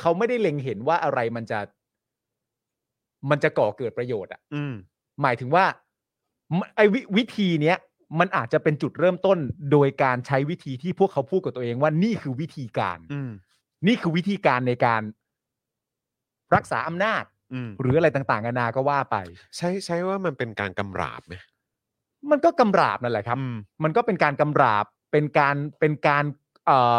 เขาไม่ได้เล็งเห็นว่าอะไรมันจะ มันจะก่อเกิดประโยชน์อ่ะ
อืม
หมายถึงว่ามันไอ้ววิธีเนี้ยมันอาจจะเป็นจุดเริ่มต้นโดยการใช้วิธีที่พวกเขาพูดกับตัวเองว่านี่คือวิธีการ
อืม
นี่คือวิธีการในการรักษาอำนาจ
อืม
หรืออะไรต่างๆนานาก็ว่าไป
ใช้ใช้ว่ามันเป็นการกำราบไหม
มันก็กำราบนั่นแหละครับ
อืม
มันก็เป็นการกำราบเป็นการเป็นการเอ่อ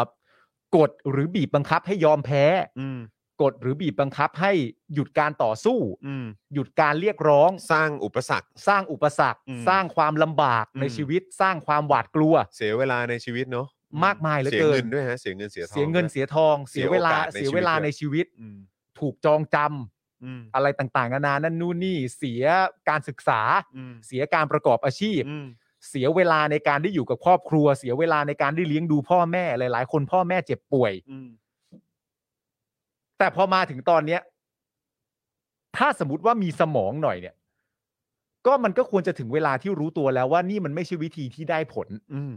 กดหรือบีบบังคับให้ยอมแพ้
อืม
กดหรือบีบบังคับให้หยุดการต่อสู้
อืม
หยุดการเรียกร้อง
สร้างอุปสรรค
สร้างอุปสรรค
อืม
สร้างความลำบากใน
อืม
ชีวิต สร้างความหวาดกลัว
เสียเวลาในชีวิตเนาะ
มากมายเหลือเกิน
เสียเงินด้วยฮะ เสียเงินเสียทอง
เสียเงิน
ด้ว
เสียทอง
เสี
เสี
ย
ยเวลา
โอกาสใน
เสียเวลา
ชีวิต
ในชีวิต
อืม
ถูกจองจำ
อืม
อะไรต่างๆนานานั่นนู่นนี่ เสียการศึกษา
อืม
เสียการประกอบอาชีพ
อืม
เสียเวลาในการได้อยู่กับครอบครัว เสียเวลาในการได้เลี้ยงดูพ่อแม่หลาย ๆ คนพ่อแม่เจ็บป่วย
อืม
แต่พอมาถึงตอนเนี้ย ถ้าสมมติว่ามีสมองหน่อยเนี่ย ก็มันก็ควรจะถึงเวลาที่รู้ตัวแล้วว่านี่มันไม่ใช่วิธีที่ได้ผล
อืม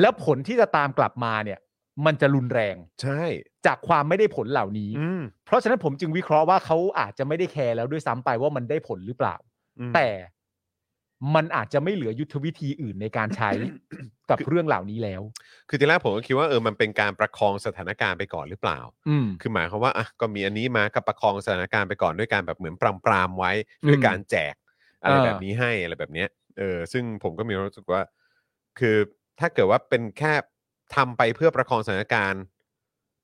แล้วผลที่จะตามกลับมาเนี่ย มันจะรุนแรง
ใช่
จากความไม่ได้ผลเหล่านี้
อืม
เพราะฉะนั้นผมจึงวิเคราะห์ว่าเขาอาจจะไม่ได้แคร์แล้วด้วยซ้ำไปว่ามันได้ผลหรือเปล่า
อืม
แต่มันอาจจะไม่เหลือยุทธวิธีอื่นในการใช้ กับเรื่องเหล่านี้แล้ว
คือทีแรกผมก็คิดว่าเออมันเป็นการประคองสถานการณ์ไปก่อนหรือเปล่า
อืม
คือหมายความว่าอ่ะก็มีอันนี้มากับประคองสถานการณ์ไปก่อนด้วยการแบบเหมือนปรามปรามๆไว้ด้วยการแจกอะไร
อ่า
แบบนี้ให้อะไรแบบเนี้ยเออซึ่งผมก็มีความรู้สึกว่า คือถ้าเกิดว่าเป็นแค่ทำไปเพื่อประคองสถานการณ์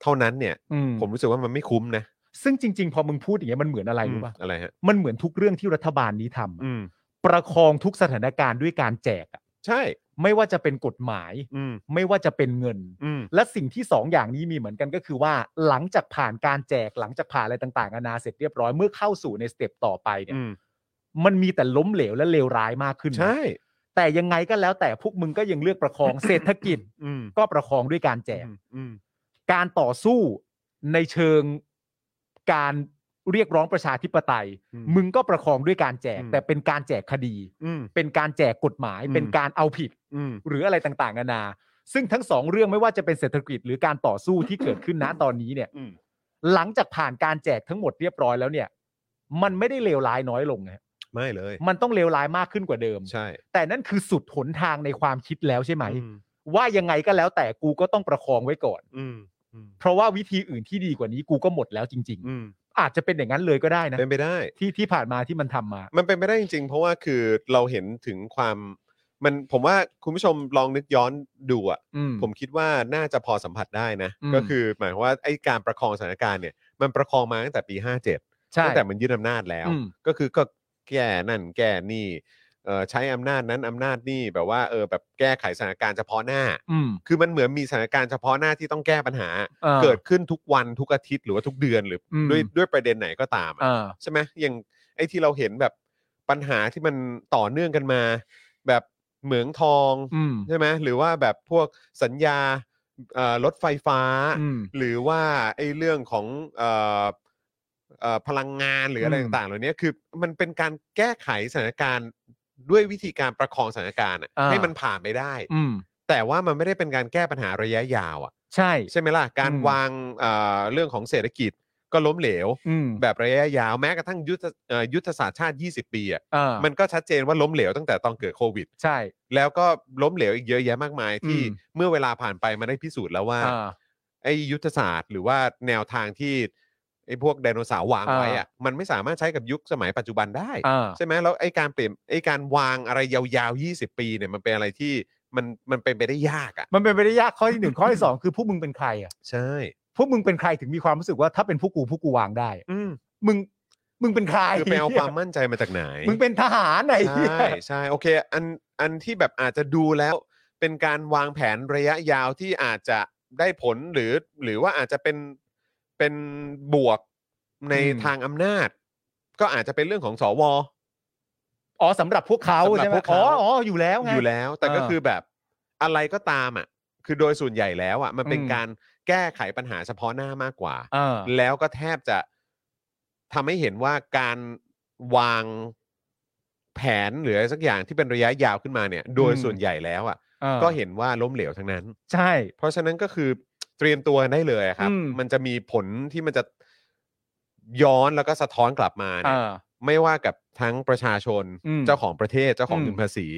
เท่านั้นเนี่ย
อืม
ผมรู้สึกว่ามันไม่คุ้มนะ
ซึ่งจริง ๆ พอมึงพูดอย่างเงี้ยมันเหมือนอะไรรู้ป่ะ
อืมอะไรฮะ
มันเหมือนทุกเรื่องที่รัฐบาลนี้ทำอะ
อืม
ประคองทุกสถานการณ์ด้วยการแจกอะ
ใช่
ไม่ว่าจะเป็นกฎหมาย
อืม
ไม่ว่าจะเป็นเงิน
อืม
และสิ่งที่สองอย่างนี้มีเหมือนกันก็คือว่า หลังจากผ่านการแจกหลังจากผ่านอะไรต่างๆนานาเสร็จเรียบร้อยเมื่อเข้าสู่ในสเต็ปต่อไปเนี่ย
อืม
มันมีแต่ล้มเหลวและเลวร้ายมากขึ้นนะ
ใช่
แต่ยังไงก็แล้วแต่พวกมึงก็ยังเลือกประคอง เศรษฐกิจ
อืม
ก็ประคองด้วยการแจก
อืมอืม
การต่อสู้ในเชิงการเรียกร้องประชาธิปไตย
อืม
มึงก็ประคองด้วยการแจก
อืม
แต่เป็นการแจกคดี
อืม
เป็นการแจกกฎหมาย
อืม
เป็นการเอาผิด
อืม
หรืออะไรต่างๆนานา ซึ่งทั้งสองเรื่องไม่ว่าจะเป็นเศรษฐกิจหรือการต่อสู้ที่เกิดขึ้นนะตอนนี้เนี่ย
อืม
หลังจากผ่านการแจกทั้งหมดเรียบร้อยแล้วเนี่ย มันไม่ได้เลวร้ายน้อยลงนะฮะ
ไม่เลย
มันต้องเลวร้ายมากขึ้นกว่าเดิม
ใช่
แต่นั่นคือสุดหนทางในความคิดแล้วใช่ไหม
อืม
ว่ายังไงก็แล้วแต่กูก็ต้องประคองไว้ก่อน
อืมอืม
เพราะว่าวิธีอื่นที่ดีกว่านี้กูก็หมดแล้วจริง
อืม
ๆ อาจจะเป็นอย่างนั้นเลยก็ได้นะ
เป็นไปได้
ที่ที่ผ่านมาที่มันทำมา
มันเป็นไปได้จริงๆ เพราะว่าคือเราเห็นถึงความมันผมว่าคุณผู้ชมลองนึกย้อนดูอ่ะ
อืม
ผมคิดว่าน่าจะพอสัมผัสได้นะ
อืม
ก็คือหมายความว่าไอ้การประคองสถานการณ์เนี่ยมันประคองมาตั้งแต่ปี 57
ใช่
ตั้งแต่มันยึดอำนาจแล้ว
อืม
ก็คือก็แก้นั่นแก้นี่เอ่อใช้อำนาจนั้นอำนาจนี่แบบว่าเออแบบแก้ไขสถานการณ์เฉพาะหน้า
อืม
คือมันเหมือนมีสถานการณ์เฉพาะหน้าที่ต้องแก้ปัญหา
อ่า
เกิดขึ้นทุกวันทุกอาทิตย์หรือว่าทุกเดือนหรืออ
ม
ด้วยด้วยประเด็นไหนก็ตามอะ
อ่า
ใช่ไหมอย่างไอ้ที่เราเห็นแบบปัญหาที่มันต่อเนื่องกันมา แบบเหมืองทอง
อืม
ใช่ไหมหรือว่าแบบพวกสัญญาเอ่อรถไฟฟ้า
อืม
หรือว่าไอ้เรื่องของเอ่อเอ่อพลังงานหรืออะไร
อืม
ต่างๆเหล่านี้คือมันเป็นการแก้ไขสถานการณ์ด้วยวิธีการประคองสถานการณ์อะให้มันผ่านไปได้
อืม
แต่ว่ามันไม่ได้เป็นการแก้ปัญหาระยะยาวอ่ะ
ใช่
ใช่ไหมล่ะการ
อืม
วางเอ่อเรื่องของเศรษฐกิจก็ล้มเหลว
อืม
แบบระยะยาวแม้กระทั่งยุทธเอ่อยุทธศาสตร์ชาติ 20 ปีอ่ะ
อ่า
มันก็ชัดเจนว่าล้มเหลวตั้งแต่ตอนเกิดโควิด
ใช่
แล้วก็ล้มเหลวอีกเยอะแยะมากมายที่
อืม
เมื่อเวลาผ่านไปมันได้พิสูจน์แล้วว่า
อ่า
ไอ้ยุทธศาสตร์หรือว่าแนวทางที่ไอ้พวกไดโนเสาร์วางไว้อ่ะมันไม่สามารถใช้กับยุคสมัยปัจจุบันได้
อ่า
ใช่ไหมแล้วไอ้การเปลี่ยนไอ้การวางอะไรยาวๆ 20 ปีเนี่ยมันเป็นอะไรที่มันมันเป็นไปได้ยากอ่ะ
มันเป็นไปได้ยากข้อที่หนึ่งข้อที่สองคือพวกมึงเป็นใครอ่ะ
ใช่
พวกมึงเป็นใครถึงมีความรู้สึกว่าถ้าเป็นพวกกูพวกกูวางได้อะ
อืม
มึงมึงเป็นใคร
คือไปเอาความมั่นใจมาจากไหน
มึงเป็นทหารไหน
ใช่ใช่โอเคอันอันที่แบบอาจจะดูแล้วเป็นการวางแผนระยะยาวที่อาจจะได้ผลหรือหรือว่าอาจจะเป็นเป็นบวกในทางอำนาจ ก็อาจจะเป็นเรื่องของสว
อ๋อสำหรับพวกเขา
สำหรับ
ใช่ไหม
พวก
อ๋
เขา
ออ๋ออยู่แล้วไง
อยู่แล้ว แต่ก็
เออ
คือแบบอะไรก็ตามอ่ะคือโดยส่วนใหญ่แล้วอ่ะมันเป็น
อืม
การแก้ไขปัญหาเฉพาะหน้ามากกว่า
อ่า
แล้วก็แทบจะทำให้เห็นว่าการวางแผนหรืออะไรสักอย่างที่เป็นระยะยาวขึ้นมาเนี่ย โดย
อืม
ส่วนใหญ่แล้วอ่ะ
อ่า
ก็เห็นว่าล้มเหลวทั้งนั้น
ใช่
เพราะฉะนั้นก็คือเตรียมตัวได้เลยอะครับ
อืม
มันจะมีผลที่มันจะย้อนแล้วก็สะท้อนกลับมาเนี่ย
อ่า
ไม่ว่ากับทั้งประชาชน
อืม
เจ้าของประเทศ เจ้าของ
อืม
เงินภาษี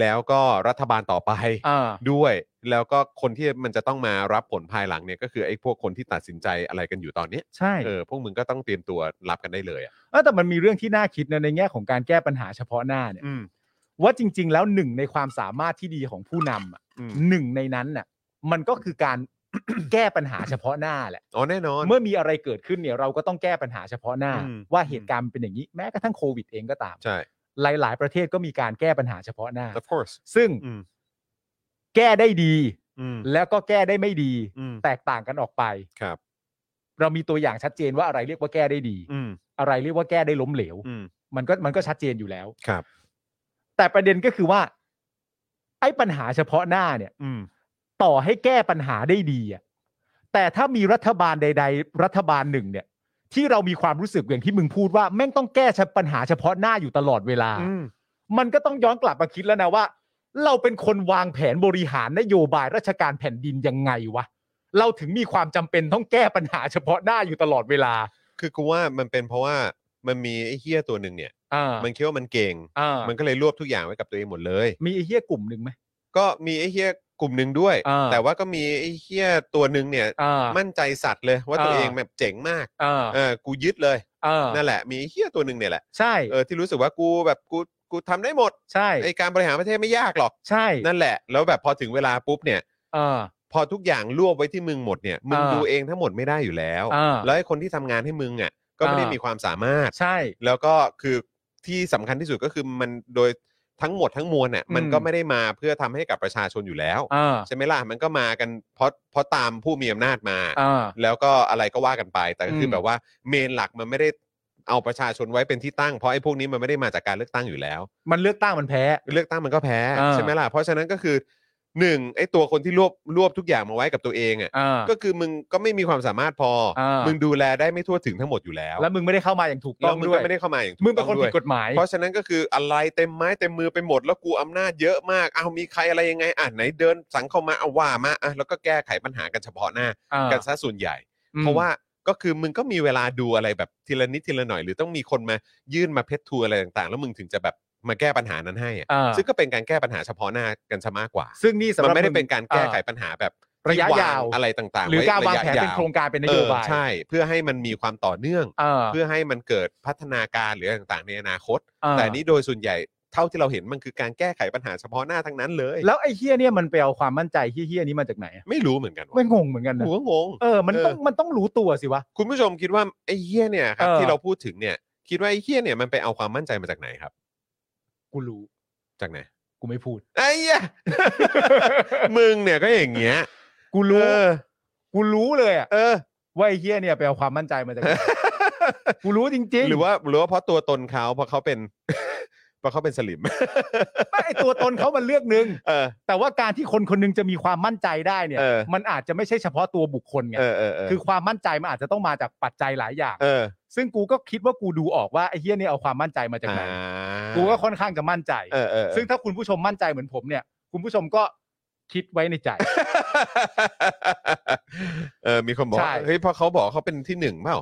แล้วก็รัฐบาลต่อไป
อ่า
ด้วย แล้วก็คนที่มันจะต้องมารับผลภายหลังเนี่ย ก็คือไอ้พวกคนที่ตัดสินใจอะไรกันอยู่ตอนเนี้ย
ใช่
เออพวกมึงก็ต้องเตรียมตัวรับกันได้เลยอ่ะ
เออแต่มันมีเรื่องที่น่าคิดนะในแง่ของการแก้ปัญหาเฉพาะหน้าเนี่ย
อืม
ว่าจริง ๆ แล้วหนึ่งในความสามารถที่ดีของผู้นำอะ
อืม
หนึ่งในนั้นน่ะ มันก็คือการ แก้ปัญหาเฉพาะหน้าแหละ
อ๋อแน่นอน
เมื่อมีอะไรเกิดขึ้นเนี่ยเราก็ต้องแก้ปัญหาเฉพาะหน้า
อืม
ว่าเหตุการณ์มันเป็นอย่างนี้แม้กระทั่งโควิดเองก็ตาม
ใช่
หลาย ๆ ประเทศก็มีการแก้ปัญหาเฉพาะหน้า
of course
ซึ่ง
อืม
แก้ได้ดี
อืม
แล้วก็แก้ได้ไม่ดี
อืม
แตกต่างกันออกไป
ครับ
เรามีตัวอย่างชัดเจนว่าอะไรเรียกว่าแก้ได้ดี
อืม
อะไรเรียกว่าแก้ได้ล้มเหลว
อืม
มันก็มันก็ชัดเจนอยู่แล้ว
ครับ
แต่ประเด็นก็คือว่า ไอ้ปัญหาเฉพาะหน้าเนี่ย
อืม
ต่อให้แก้ปัญหาได้ดีอะแต่ถ้ามีรัฐบาลใด ๆ รัฐบาลหนึ่งเนี่ย ที่เรามีความรู้สึกอย่างที่มึงพูดว่าแม่งต้องแก้ปัญหาเฉพาะหน้าอยู่ตลอดเวลา
อืม
มันก็ต้องย้อนกลับมาคิดแล้วนะว่า เราเป็นคนวางแผนบริหารนโยบายราชการแผ่นดินยังไงวะเราถึงมีความจำเป็นต้องแก้ปัญหาเฉพาะหน้าอยู่ตลอดเวลา
คือกูว่ามันเป็นเพราะว่ามันมีไอ้เฮี้ยตัวหนึ่งเนี่ย
อ่า
มันคิดว่ามันเก่ง
อ่า
มันก็เลยรวบทุกอย่างไว้กับตัวเองหมดเลย
มีไอ้เหี้ยกลุ่มหนึ่งไหม
ก็มีไอ้เฮี้ยกลุ่มหนึ่งด้วย
อ่า
แต่ว่าก็มีไอ้เฮี้ยตัวหนึ่งเนี่ย
อ่า
มั่นใจสัตว์เลยว่าตัว
อ่า
เองแบบเจ๋งมาก
อ่า
เออกูยึดเลย
อ่า
นั่นแหละมีไอ้เฮี้ยตัวหนึ่งเนี่ยแหละ
ใช่
เออที่รู้สึกว่ากูแบบกูกูทำได้หมด
ใช่
ไอการบริหารประเทศไม่ยากหรอก
ใช่
นั่นแหละ แล้วแบบพอถึงเวลาปุ๊บเนี่ย
อ่า
พอทุกอย่างรวบไว้ที่มึงหมดเนี่ยมึง
อ่า
ดูเองทั้งหมดไม่ได้อยู่แล้ว
อ่า
แล้วไอ้คนที่ทำงานให้มึงอ่ะก็ไม่ได้
อ่ามี
มีความสามารถ
ใช่
แล้วก็คือที่สำคัญที่สุดก็คือมันโดย ทั้งหมดทั้งมวลเนี่ยมัน
อืม
ก็ไม่ได้มาเพื่อทำให้กับประชาชนอยู่แล้ว
อ่า
ใช่ไหมล่ะ มันก็มากันเพราะเพราะตามผู้มีอำนาจมา
อ่า
แล้วก็อะไรก็ว่ากันไป แต่ก็คืออ
ม
แบบว่าเมนหลักมันไม่ได้เอาประชาชนไว้เป็นที่ตั้ง เพราะไอ้พวกนี้มันไม่ได้มาจากการเลือกตั้งอยู่แล้ว
มันเลือกตั้งมันแพ้
เลือกตั้งมันก็แพ้
อ่า
ใช่ไหมล่ะ เพราะฉะนั้นก็คือหนึ่งไอ้ตัวคนที่รวบรวบทุกอย่างมาไว้กับตัวเองอ่ะ
อ่า
ก็คือมึงก็ไม่มีความสามารถพอ
อ่า
มึ
มึ
งดูแลได้ไม่ทั่วถึงทั้งหมดอยู่แล้ว
แล้วมึงไม่ได้เข้ามาอย่างถูกต้
แล้
อ
ว
ง
มึง
ด้ว
ก็
ย
ไม่ได้เข้ามาอย่างถู
มึงเป็นคน
ต้อด้
ผิ
ว
ด
ย
กฎหมาย
เพราะฉะนั้นก็คืออะไรเต็มไม้เต็มมือไปหมด แล้วกูอำนาจเยอะมากเอามีใครอะไรยังไงอ่ะไหนเดินสังเข้ามาเอาว่ามาอ่ะแล้วก็แก้ไขปัญหากันเฉพาะหน้า
อ่า
กันซะส่วนใหญ่
อืม
เพราะว่าก็คือมึงก็มีเวลาดูอะไรแบบทีละนิดทีละหน่อย หรือต้องมีคนมายื่นมาเพชรทัวร์อะไรต่างๆ แล้วมึงถึงจะแบบมาแก้ปัญหานั้นให้อ่ะ
อ่า
ซึ่งก็เป็นการแก้ปัญหาเฉพาะหน้ากันซะมากกว่า
ซึ่งนี่สำห
มัน
รับ
ไม่ได้
ง
เป็นการแก้ไข
อ่
ปัญหาแบบ
ระยะ
ที่ง
ยาว
อะไรต่างๆ
หรือ
ไ
การวางแผน
ระยะ
เป็นโครงการเป็นนโยบาย
เออใช่ เพื่อให้มันมีความต่อเนื่อง
อ่า
เพื่อให้มันเกิดพัฒนาการหรืออะไรต่างๆ ในอนาคต
อ่า
แต่อันนี้โดยส่วนใหญ่เท่าที่เราเห็นมันคือการแก้ไขปัญหาเฉพาะหน้าทั้งนั้นเลย
แล้วไอ้เฮี้ยเนี่ยมันไปเอาความมั่นใจเฮี้ยๆนี้มาจากไหนอะ
ไม่รู้เหมือนกัน
ไม่
ว่ะ
งงเหมือนกันนะ
กูก็งง
เออมันต้องมันต้องรู้ตัวสิวะ
คุณผู้ชมคิดว่าไอ้เฮี้ยเนี่ยครับ
เออ
ที่เราพูดถึงเนี่ย คิดว่าไอ้เฮี้ยเนี่ยมันไปเอาความมั่นใจมาจากไหนครับ
กูรู้
จากไหน
กูไม่พูด
ไอ้เหี้ย มึงเนี่ยก็อย่างเงี้ย
กู
เอ
รู้
อ
กูรู้เลยอะ
เออ
ว่าไอ้เฮี้ยเนี่ยไปเอาความมั่นใจมาจา กไหนกูรู้จริงๆ
หรือว่าหรือว่าเพราะตัวตนเขาเพราะเขาเป็น เพราะเขาเป็นสลิม
ไม่ไอ้ตัวตนเขามันเลือกหนึง
เออ
แต่ว่าการที่คนคนหนึงจะมีความมั่นใจได้เนี่ย
เออ
มันอาจจะไม่ใช่เฉพาะตัวบุคคลไง
เออเออเออ
คือความมั่นใจมันอาจจะต้องมาจากปัจจัยหลายอย่าง
เออ
ซึ่งกูก็คิดว่ากูดูออกว่าไอ้เฮี้ยเนี่ยเอาความมั่นใจมาจากไหน
อ่า
กูก็ค่อนข้างจะมั่นใจ
เออเออเออ
ซึ่งถ้าคุณผู้ชมมั่นใจเหมือนผมเนี่ย คุณผู้ชมก็คิดไว้ในใจ
เออมีคนบอก
ใช่
ว่าเฮ้ยเพราะเขาบอกเขาเป็นที่หนึ่งเปล่า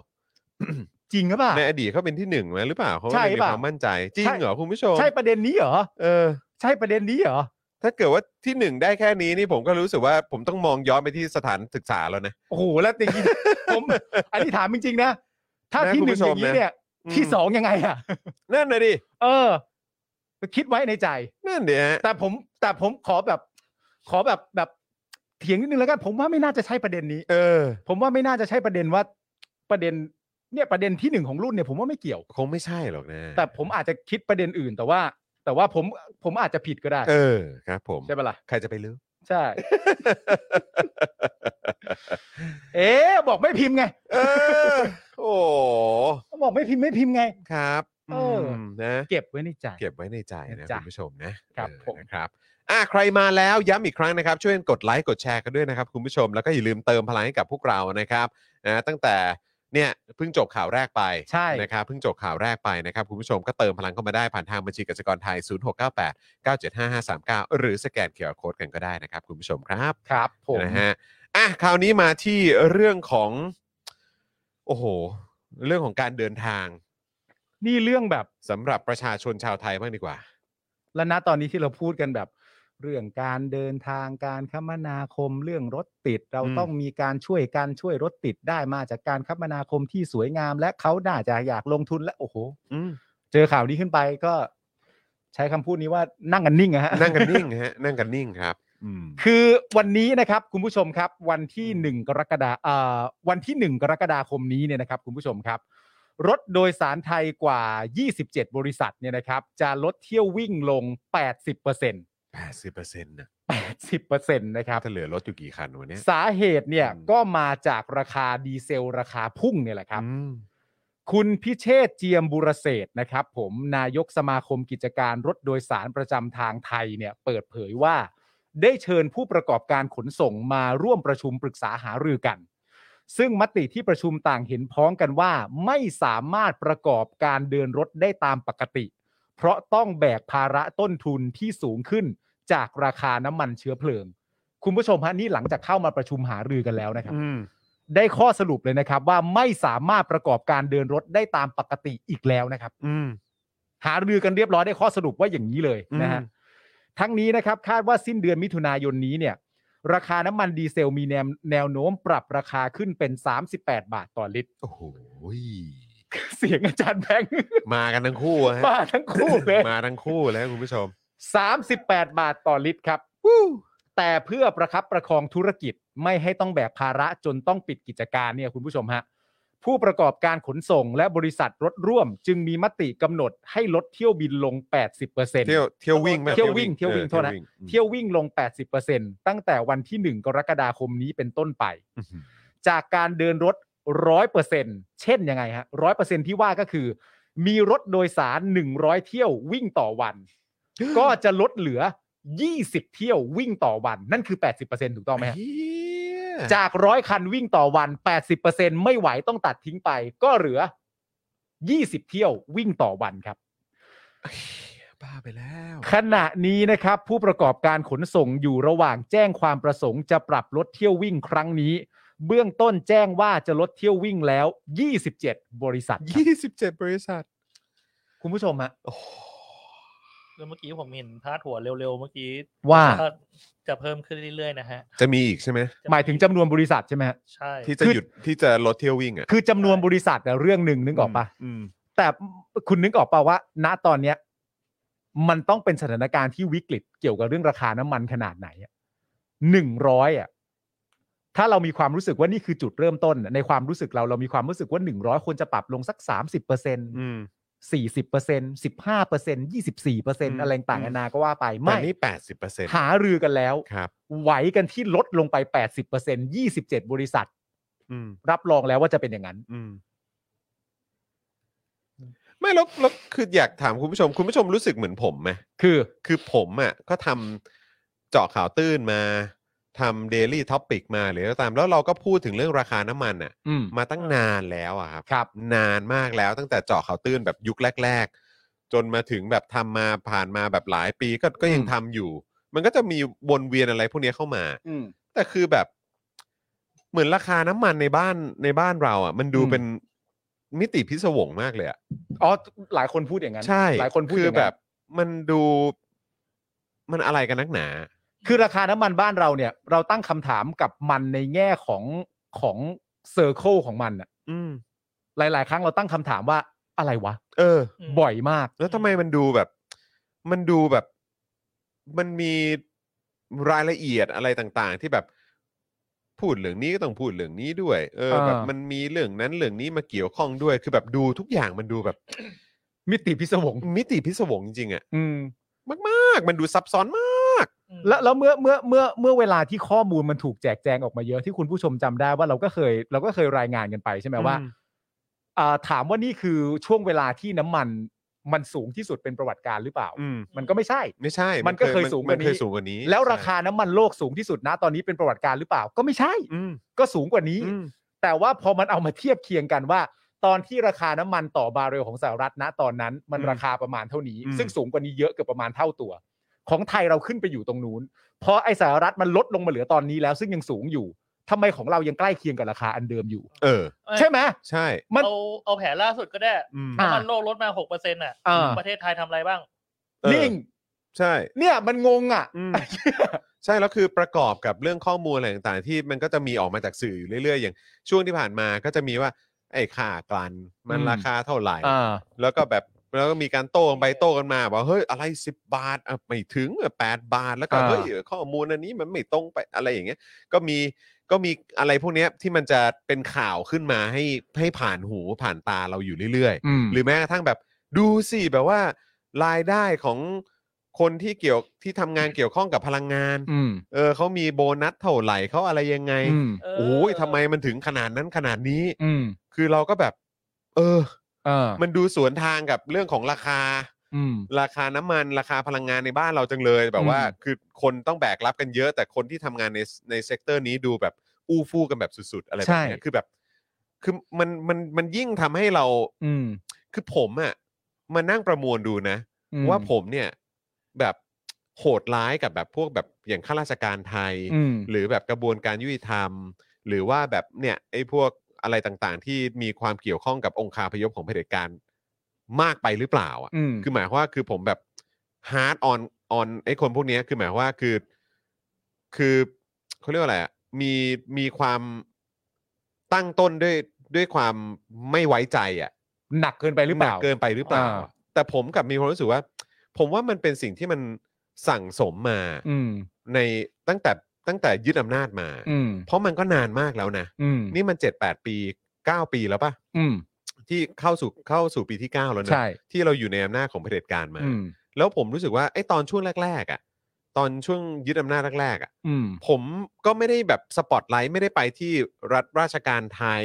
จริงหรือเปล่า
ในอดีตเขาเป็นที่หนึ่งไหมหรือเปล่าเขา
ใช่
ไม่มี
เปล่า
ความมั่นใจจริง
ใช่
เหรอคุณผู้ชม
ใช่ประเด็นนี้เหรอ
เออ
ใช่ประเด็นนี้เหรอ
ถ้าเกิดว่าที่หนึ่งได้แค่นี้นี่ผมก็รู้สึกว่าผมต้องมองย้อนไปที่สถานศึกษาแล้วนะ
โอ้โห แล้ว จริงๆ ผม อันนี้ถามจริงๆนะ ถ้า
นะ
ที่ห
คุณผู้
นึ่ง
ช
อ
ม
ย่างนี้
นะ
เนี่ย ที่สองยังไงอะ
มนั่นนะดิ
เออ คิดไว้ในใจ
นั่นเดี๋ยฮะ
แต่ผมแต่ผมขอแบบ ขอแบบแบบเถียงนิดนึงแล้วกัน ผมว่าไม่น่าจะใช่ประเด็นนี้
เออ
ผมว่าไม่น่าจะใช่ประเด็นว่าประเด็น เนี่ยประเด็นที่หนึ่งของรุ่นเนี่ยผมว่าไม่เกี่ยว
คงไม่ใช่หรอกนะ
แต่ผมอาจจะคิดประเด็นอื่นแต่ว่า แต่ว่าผมผมอาจจะผิดก็ได้
เออครับ ผม
ใช่ปะล่ะ
ใครจะไป รู้
ใช่ เอ๊ะบอกไม่พิมพ์ไง
เออ โอ้
บอกไม่พิมพ์ไม่พิมพ์ไง
ครับ
เอออื
มนะ
เก็บไว้ในใจ
เก็บไว้ในใจนะ
นะจ๊ะ
คุณผู้ชมนะครับ เออ
ผม
นะครับอ่ะใครมาแล้วย้ำอีกครั้งนะครับ ช่วยกดไลค์กดแชร์กันด้วยนะครับคุณผู้ชมแล้วก็อย่าลืมเติมพลังให้กับพวกเรานะครับนะตั้งแต่เนี่ยเพิ่งจบข่าวแรกไป
ใช่
นะครับเพิ่งจบข่าวแรกไปนะครับคุณผู้ชมก็เติมพลังเข้ามาได้ผ่านทางบัญชีกสิกรไทย 0698 975539 หรือสแกนเคอร์โคดกันก็ได้นะครับคุณผู้ชมครับ
ครับผม
นะฮะอ่ะคราวนี้มาที่เรื่องของโอ้โหเรื่องของการเดินทาง
นี่เรื่องแบบ
สำหรับประชาชนชาวไทยบ้างดีกว่า
แล้วนะตอนนี้ที่เราพูดกันแบบ เรื่องการเดินทางการคมนาคมเรื่องรถติด เรา
อืม
ต้องมีการช่วยการช่วยรถติดได้มาจากการคมนาคมที่สวยงาม และเขาน่าจะอยากลงทุนและโอ้โห
อืม
เจอข่าวนี้ขึ้นไปก็ ใช้คำพูดนี้ว่านั่งกันนิ่งอะฮะ
นั่งกันนิ่งฮะ นั่งกันนิ่งครับ อืม
คือวันนี้นะครับคุณผู้ชมครับ วันที่หนึ่งกรกฎาเอ่อวันที่หนึ่งกรกฎาคมนี้เนี่ยนะครับคุณผู้ชมครับ รถโดยสารไทยกว่า 27 บริษัทเนี่ยนะครับ จะลดเที่ยววิ่งลง 80%
80%นะ
80%นะครับ
ถ้าเหลือรถอยู่กี่คันวันเนี้ย
สาเหตุเนี่ย
อืม
ก็มาจากราคาดีเซลราคาพุ่งเนี่ยแหละครับ
อืม
คุณพิเชษเจียมบุรเศรษฐ์นะครับ ผมนายกสมาคมกิจการรถโดยสารประจำทางไทยเนี่ยเปิดเผยว่า ได้เชิญผู้ประกอบการขนส่งมาร่วมประชุมปรึกษาหารือกัน ซึ่งมติที่ประชุมต่างเห็นพ้องกันว่า ไม่สามารถประกอบการเดินรถได้ตามปกติ เพราะต้องแบกภาระต้นทุนที่สูงขึ้นจากราคาน้ำมันเชื้อเพลิง คุณผู้ชมฮะนี่หลังจากเข้ามาประชุมหารือกันแล้วนะครับ
อืม
ได้ข้อสรุปเลยนะครับ ว่าไม่สามารถประกอบการเดินรถได้ตามปกติอีกแล้วนะครับ
อืม
หารือกันเรียบร้อยได้ข้อสรุปว่าอย่างนี้เลยนะฮะ
อืม
ทั้งนี้นะครับคาดว่าสิ้นเดือนมิถุนายนนี้เนี่ย ราคาน้ำมันดีเซลมีแนวแนวโน้มปรับราคาขึ้นเป็น 38 บาทต่อลิตร
โอ้โหย
เสียงอาจารย์แบงค์
มากันทั้งคู่ฮะ
มาทั้งคู่เลย
มาทั้งคู่แล้วคุณผู้ชม
38 บาทต่อลิตรครับ แต่เพื่อประคับประคองธุรกิจไม่ให้ต้องแบกภาระจนต้องปิดกิจการเนี่ยคุณผู้ชมฮะ ผู้ประกอบการขนส่งและบริษัทรถร่วม จึงมีมติกำหนดให้ลดเที่ยวบินลง 80%เ
เที่ยวเที่ยววิ่งไหม
เที่ยววิ่งเที่ยววิ่ง
ออ
โทษนะ
เที่ยววิ่ง
ที่ยววิ่งลง 80%ตั้งแต่วันที่ 1 กรกฎาคมนี้เป็นต้นไป
อื้อหือ
จากการเดินรถ 100%เช่นยังไงฮะ 100%ที่ว่าก็คือ มีรถโดยสาร 100 เที่ยววิ่งต่อวัน ก็จะลดเหลือ 20 เที่ยววิ่งต่อวัน นั่นคือ 80%ถูกต้องไหมฮะ
เหี้ย
จาก 100 คันวิ่งต่อวัน 80%ไม่ไหวต้องตัดทิ้งไป ก็เหลือ 20 เที่ยววิ่งต่อวันครับ
บ้าไปแล้ว
ขณะนี้นะครับ ผู้ประกอบการขนส่งอยู่ระหว่างแจ้งความประสงค์จะปรับลดเที่ยววิ่งครั้งนี้ เบื้องต้นแจ้งว่าจะลดเที่ยววิ่งแล้ว 27 บริษัทครับ
27 บริษัท
คุณผู้ชมฮะ
แล้วเมื่อกี้ผมเห็นพาดหัวเร็วๆเมื่อกี้
ว่า
ก็จะเพิ่มขึ้นเรื่อยๆนะฮะ
จะมีอีกใช่ไหม
หมายถึงจำนวนบริษัทใช่ไหมฮะ
ใช่
ที่จะหยุดที่จะลดเที่ยววิ่งอ่ะ
คือจำนวนบริษัทเนี่ยเรื่องหนึ่งนึกออกปะ
อืม
แต่คุณนึกออกปะว่า ณตอนเนี้ย มันต้องเป็นสถานการณ์ที่วิกฤตเกี่ยวกับเรื่องราคาน้ำมันขนาดไหนหนึ่งร้อยอ่ะถ้าเรามีความรู้สึกว่านี่คือจุดเริ่มต้นน่ะในความรู้สึกเราเรามีความรู้สึกว่าหนึ่งร้อยควรจะปรับลงสักสามสิบเปอร์เซ็นต์
อืม
สี่สิบเปอร์เซ็นต์สิบห้าเปอร์เซ็นต์ยี่สิบสี่เปอร์เซ็น
ม
ต์อะไรต่างๆนานาก็ว่าไป
แต่
ไม่
นี่ 80เปอร์เซ็นต์
หารือกันแล้ว
ครับ
ไหวกันที่ลดลงไปแปดสิบเปอร์เซ็นต์ยี่สิบเจ็ดบริษัท
อืม
รับรองแล้วว่าจะเป็นอย่างนั้น
อืม ไม่แล้วแล้วคืออยากถามคุณผู้ชม คุณผู้ชมรู้สึกเหมือนผมไหม
คือ
คือผมอ่ะก็ทำเจาะข่าวตื้นมาทำเดลี่ท็อปิกมาหรืออะไรก็ตาม แล้วเราก็พูดถึงเรื่องราคาน้ำมันอ่ะ
อืม
มาตั้งนานแล้วอะครับ
ครับ
นานมากแล้วตั้งแต่เจาะข่าวตื้นแบบยุคแรก ๆ จนมาถึงแบบทำมาผ่านมาแบบหลายปีก็ก็ยังทำอยู่ มันก็จะมีวนเวียนอะไรพวกเนี้ยเข้ามา
อืม
แต่คือแบบเหมือนราคาน้ำมันในบ้านในบ้านเราอ่ะ มันดู
อืม
เป็นมิติพิศวงมากเลยอ่ะ
อ๋อหลายคนพูดอย่างนั้น
ใช่
หลายคนพูด
คื
ย่าง
อ
นั้น
แบบมันดูมันอะไรกันนักหนา
คือราคาน้ำมันบ้านเราเนี่ย เราตั้งคำถามกับมันในแง่ของของเซอร์เคิลของมันอะ
อืม
หลาย ๆ ครั้งเราตั้งคำถามว่าอะไรวะ
เออ
ม
บ่อยมาก
แล้วทำไมมันดูแบบ มันดูแบบ มันมีรายละเอียดอะไรต่างๆ ที่แบบพูดเรื่องนี้ก็ต้องพูดเรื่องนี้ด้วย เออ
อ่า
แบบมันมีเรื่องนั้นเรื่องนี้มาเกี่ยวข้องด้วย คือแบบดูทุกอย่างมันดูแบบ
มิติพิศวง
มิติพิศวงจริงๆอะ
อืม
มากมันดูซับซ้อนมาก
แล้วแล้วเมื่อเมื่อเมื่อเมื่อเวลาที่ข้อมูลมันถูกแจกแจงออกมาเยอะที่คุณผู้ชมจำได้ว่าเราก็เคย เราก็เคยรายงานกันไปใช่ไหมว่า
อืม
อ่าถามว่านี่คือช่วงเวลาที่น้ำมันมันสูงที่สุดเป็นประวัติการณ์หรือเปล่า
อืม
มันก็ไม่ใช่
ไม่ใช่
มันก็เคยสูงกว่านี้
มันเคยสูงกว่านี้
แล้วรา
ใช่
คาน้ำมันโลกสูงที่สุดนะตอนนี้เป็นประวัติการณ์หรือเปล่า ก็ไม่ใช่
อืม
ก็สูงกว่านี้
อืม
แต่ว่าพอมันเอามาเทียบเคียงกันว่า ตอนที่ราคาน้ำมันต่อบาร์เรลของสหรัฐนะตอนนั้น มันราคาประมาณเท่านี้ ซึ่งสูงกว่านี้เยอะเกือบประมาณเท่าตัว ของไทยเราขึ้นไปอยู่ตรงนู้นพอไอสหรัฐมันลดลงมาเหลือตอนนี้แล้ว ซึ่งยังสูงอยู่ทำไมของเรายังใกล้เคียงกับราคาอันเดิมอยู่
เออ
เอ้ย
ใช่ไหม
ใช่
มัน
เอาเอาแผนล่าสุดก็ได้
อืม
อ่า
น้ำมันโลกลดมาหกเปอร์เซ็นต์อ่ะ
อ่า
ประเทศไทยทำอะไรบ้าง
เออ
นิ่ง
ใช่
เนี่ยมันงงอ่ะ
อืม ใช่แล้วคือประกอบกับเรื่องข้อมูลอะไรต่างๆ ที่มันก็จะมีออกมาจากสื่ออยู่เรื่อยๆ อย่างช่วงที่ผ่านมาก็จะมีว่า ไอ้ค่ากลันมัน
อืม
ราคาเท่าไหร่
อ่า
แล้วก็แบบแล้วก็มีการโต้กันไปโต้กันมาบอกเฮ้ยอะไร 10 บาทอ่ะไม่ถึงอ่ะแปดบาท แล้วก็
อ่า
เฮ้ยข้อมูลอันนี้มันไม่ตรงไปอะไรอย่างเงี้ย ก็มีก็มีอะไรพวกเนี้ยที่มันจะเป็นข่าวขึ้นมาให้ให้ผ่านหูผ่านตาเราอยู่เรื่อยๆ
อืม
หรือแม้กระทั่งแบบดูสิแบบว่ารายได้ของคนที่เกี่ยวที่ทำงานเกี่ยวข้องกับพลังงาน
อืม
เออเขามีโบนัสเท่าไหร่เขาอะไรยังไง
อืม
เออ
โอ้ยทำไมมันถึงขนาดนั้นขนาดนี้
อืม
คือเราก็แบบ เออ
เออ
มันดูสวนทางกับเรื่องของราคา
อืม
ราคาน้ำมันราคาพลังงานในบ้านเราจังเลย แบบว่า
อืม
คือคนต้องแบกรับกันเยอะ แต่คนที่ทำงานในในเซกเตอร์นี้ดูแบบอู้ฟู่กันแบบสุดๆ อะไรแบบเนี้ยคือแบบ คือมันมันมันยิ่งทำให้เรา
อืม
คือผมอะ่ะมานั่งประมวลดูนะ
อืม
ว่าผมเนี่ยแบบโหดร้ายกับแบบพวกแบบอย่างข้าราชการไทย
อืม
หรือแบบกระบวนการยุติธรรม หรือว่าแบบเนี่ยไอ้พวกอะไรต่างๆ ที่มีความเกี่ยวข้องกับองค์คาพยพของเผด็จการมากไปหรือเปล่าอ่ะ
อืม
คือหมายความว่าคือผมแบบฮาร์ดออนออนไอ้คนพวกเนี้ยคือหมายความว่าคือ คือเขาเรียกว่าอะไรอะมีมีความตั้งต้นด้วยด้วยความไม่ไว้ใจอ่ะ
หนักเกินไปหรือเปล่า
นักเกินไปหรือเปล่า
อ่า
แต่ผมกลับมีความรู้สึกว่า ผมว่ามันเป็นสิ่งที่มันสั่งสมมา
อืม
ในตั้งแต่ตั้งแต่ยึดอำนาจมา
อืม
เพราะมันก็นานมากแล้วนะ
อืม
นี่มันเจ็ดแปดปี 9 ปีแล้วป่ะ
อืม
ที่เข้าสู่เข้าสู่ปีที่ 9 แล้วนะ
ใช่
ที่เราอยู่ในอำนาจของเผด็จการมา
อืม
แล้วผมรู้สึกว่าไอ้ตอนช่วงแรกๆอ่ะตอนช่วงยึดอำนาจแรกๆอ่ะ
อืม
ผมก็ไม่ได้แบบสปอตไลท์ไม่ได้ไปที่รัฐราชการไทย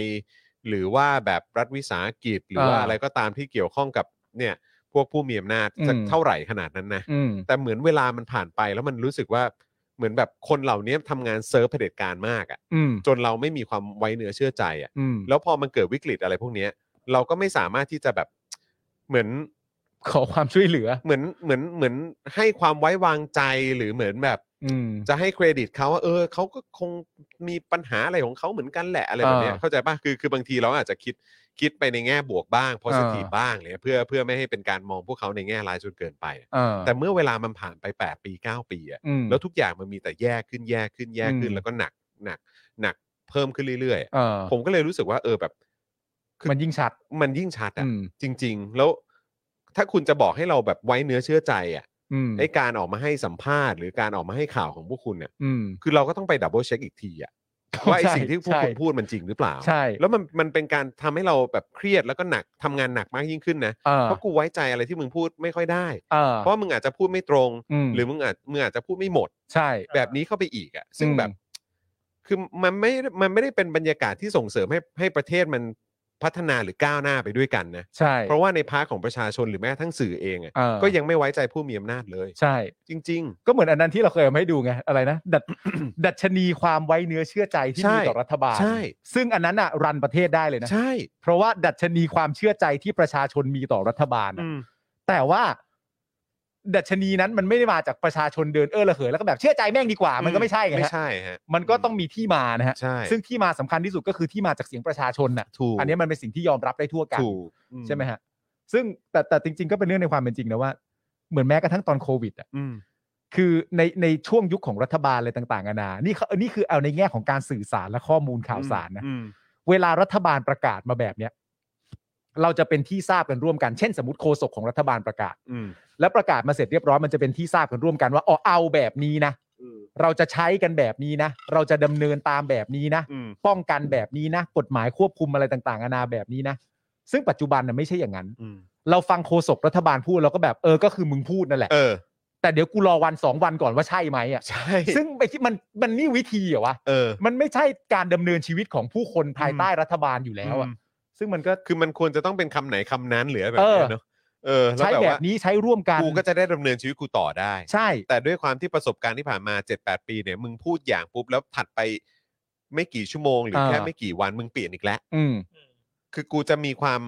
หรือว่าแบบรัฐวิสาหกิจหรือว่า
อ่า
อะไรก็ตามที่เกี่ยวข้องกับเนี่ยพวกผู้มีอำนาจ
อืม
สักเท่าไหร่ขนาดนั้นนะ
อืม
แต่เหมือนเวลามันผ่านไปแล้วมันรู้สึกว่าเหมือนแบบคนเหล่านี้ทำงานเซิร์ฟเผด็จการมากอ่ะ
อืม
จนเราไม่มีความไว้เนื้อเชื่อใจอ่ะ
อืม
แล้วพอมันเกิดวิกฤตอะไรพวกเนี้ยเราก็ไม่สามารถที่จะแบบเหมือน
ขอความช่วยเหลือ
เหมือนเหมือนเหมือนให้ความไว้วางใจหรือเหมือนแบบ
อืม
จะให้เครดิตเขาว่าเออเขาก็คงมีปัญหาอะไรของเขาเหมือนกันแหละอะไรแบบเนี้ย
อ่า
เข้าใจป่ะคือคือบางทีเราอาจจะคิดคิดไปในแง่บวกบ้าง positive
อ่า
บ้างเลยเพื่อเพื่อไม่ให้เป็นการมองพวกเขาในแง่ร้ายจนเกินไป
อ่า
แต่เมื่อเวลามันผ่านไป 8 ปี 9 ปีอะ
อืม
แล้วทุกอย่างมันมีแต่แย่ขึ้นแย่ขึ้นแย่ขึ้น
อืม
แล้วก็หนักหนักหนักเพิ่มขึ้นเรื่อยๆอะ
อ่า
ผมก็เลยรู้สึกว่าเออแบบคือ
มันยิ่งชัด
มันยิ่งชัดอะ
อืม
จริง ๆ แล้วถ้าคุณจะบอกให้เราแบบไว้เนื้อเชื่อใจอะ
อืม
ไอการออกมาให้สัมภาษณ์หรือการออกมาให้ข่าวของพวกคุณเนี่ย
อืม
คือเราก็ต้องไปดับเบิลเช็คอีกที อะว่าไอ
ใช่
สิ่งที่พวกคุณ
ใช่
พูดมันจริงหรือเปล่า
ใช่
แล้วมันมันเป็นการทำให้เราแบบเครียดแล้วก็หนักทำงานหนักมากยิ่งขึ้นนะ
อ่า
เพราะกูไว้ใจอะไรที่มึงพูดไม่ค่อยได้
อ่า
เพราะมึงอาจจะพูดไม่ตรง
ม
หรือมึงอาจมึงอาจจะพูดไม่หมด
ใช่
แบบนี้เข้าไปอีกอะซึ่ง
อืม
แบบ คือมันไม่มันไม่ได้เป็นบรรยากาศที่ส่งเสริมให้ให้ประเทศมันพัฒนาหรือก้าวหน้าไปด้วยกันนะ
ใช่
เพราะว่าในพาร์ทของประชาชนหรือแม้กระทั่งสื่อเองอะ
อ่า
ก็ยังไม่ไว้ใจผู้มีอำนาจเลย
ใช่
จริง ๆ
ก็เหมือนอันนั้นที่เราเคยเอามาให้ดูไงอะไรนะดั ด ดัชนีความไว้เนื้อเชื่อใจที่
ใช่
มีต่อรัฐบาล
ใช่
ซึ่งอันนั้นอ่ะรันประเทศได้เลยนะ
ใช่
เพราะว่าดัชนีความเชื่อใจที่ประชาชนมีต่อรัฐบาลน่ะแต่ว่า ดัชนีนั้นมันไม่ได้มาจากประชาชนเดินเออระเหยแล้วก็แบบเชื่อใจแม่งดีกว่า มันก็ไม่ใช่ไง
ไม่
ฮะ
ใช่ฮะ
มันก็ต้องมีที่มานะฮะ
ใช่
ซึ่งที่มาสำคัญที่สุดก็คือที่มาจากเสียงประชาชนน่ะ
ถูก
อันนี้มันเป็นสิ่งที่ยอมรับได้ทั่วกัน
ถูกอื
ใช่ไหมฮะ ซึ่งแต่แต่จริง ๆ ก็เป็นเรื่องในความเป็นจริงนะว่า เหมือนแม้กระทั่งตอนโควิดอ่ะ
อืม
คือในในช่วงยุคของรัฐบาลอะไรต่างๆนานา นี่เขานี่คือเอาในแง่ของการสื่อสารและข้อมูลข่าวสารนะ
อืม
เวลารัฐบาลประกาศมาแบบเนี้ย เราจะเป็นที่ทราบกันร่วมกัน เช่นสมมติโฆษกของรัฐบาลประกาศ
อืม
แล้วประกาศมาเสร็จเรียบร้อยมันจะเป็นที่ทราบกันร่วมกันว่าอ๋อเอาแบบนี้นะ
อืม
เราจะใช้กันแบบนี้นะ เราจะดำเนินตามแบบนี้นะ
อืม
ป้องกันแบบนี้นะ กฎหมายควบคุมอะไรต่างๆนานาแบบนี้นะ ซึ่งปัจจุบันน่ะไม่ใช่อย่างนั้น
อืม
เราฟังโฆษกรัฐบาลพูดเราก็แบบเออ ก็คือมึงพูดนั่นแหละ
เออ
แต่เดี๋ยวกูรอวันสองวันก่อนว่าใช่ไหมอ่ะ
ใช่
ซึ่งไอ้ที่มันมันนี่วิธีเหรอวะ
เออ
มันไม่ใช่การดำเนินชีวิตของผู้คนภายใต้รัฐบาลอยู่แล้วอ่ะ
อืม
ซึ่งมันก็
คือมันควรจะต้องเป็นคำไหนคำนั้นหรืออะไรแบบเนี้ย
เออ
เนาะเออล้ว
ใช้
บบ
แบบ
ว่า
นี้ใช้ร่วมกัน
กูก็จะได้ดำเนินชีวิตกูต่อได้
ใช่
แต่ด้วยความที่ประสบการณ์ที่ผ่านมา 78 ปีเนี่ยมึงพูดอย่างปุ๊บแล้วถัดไปไม่กี่ชั่วโมง หรือ
เออ
แค่ไม่กี่วันมึงเปลี่ยนอีกแล้ว
อืม
คือกูจะมีความ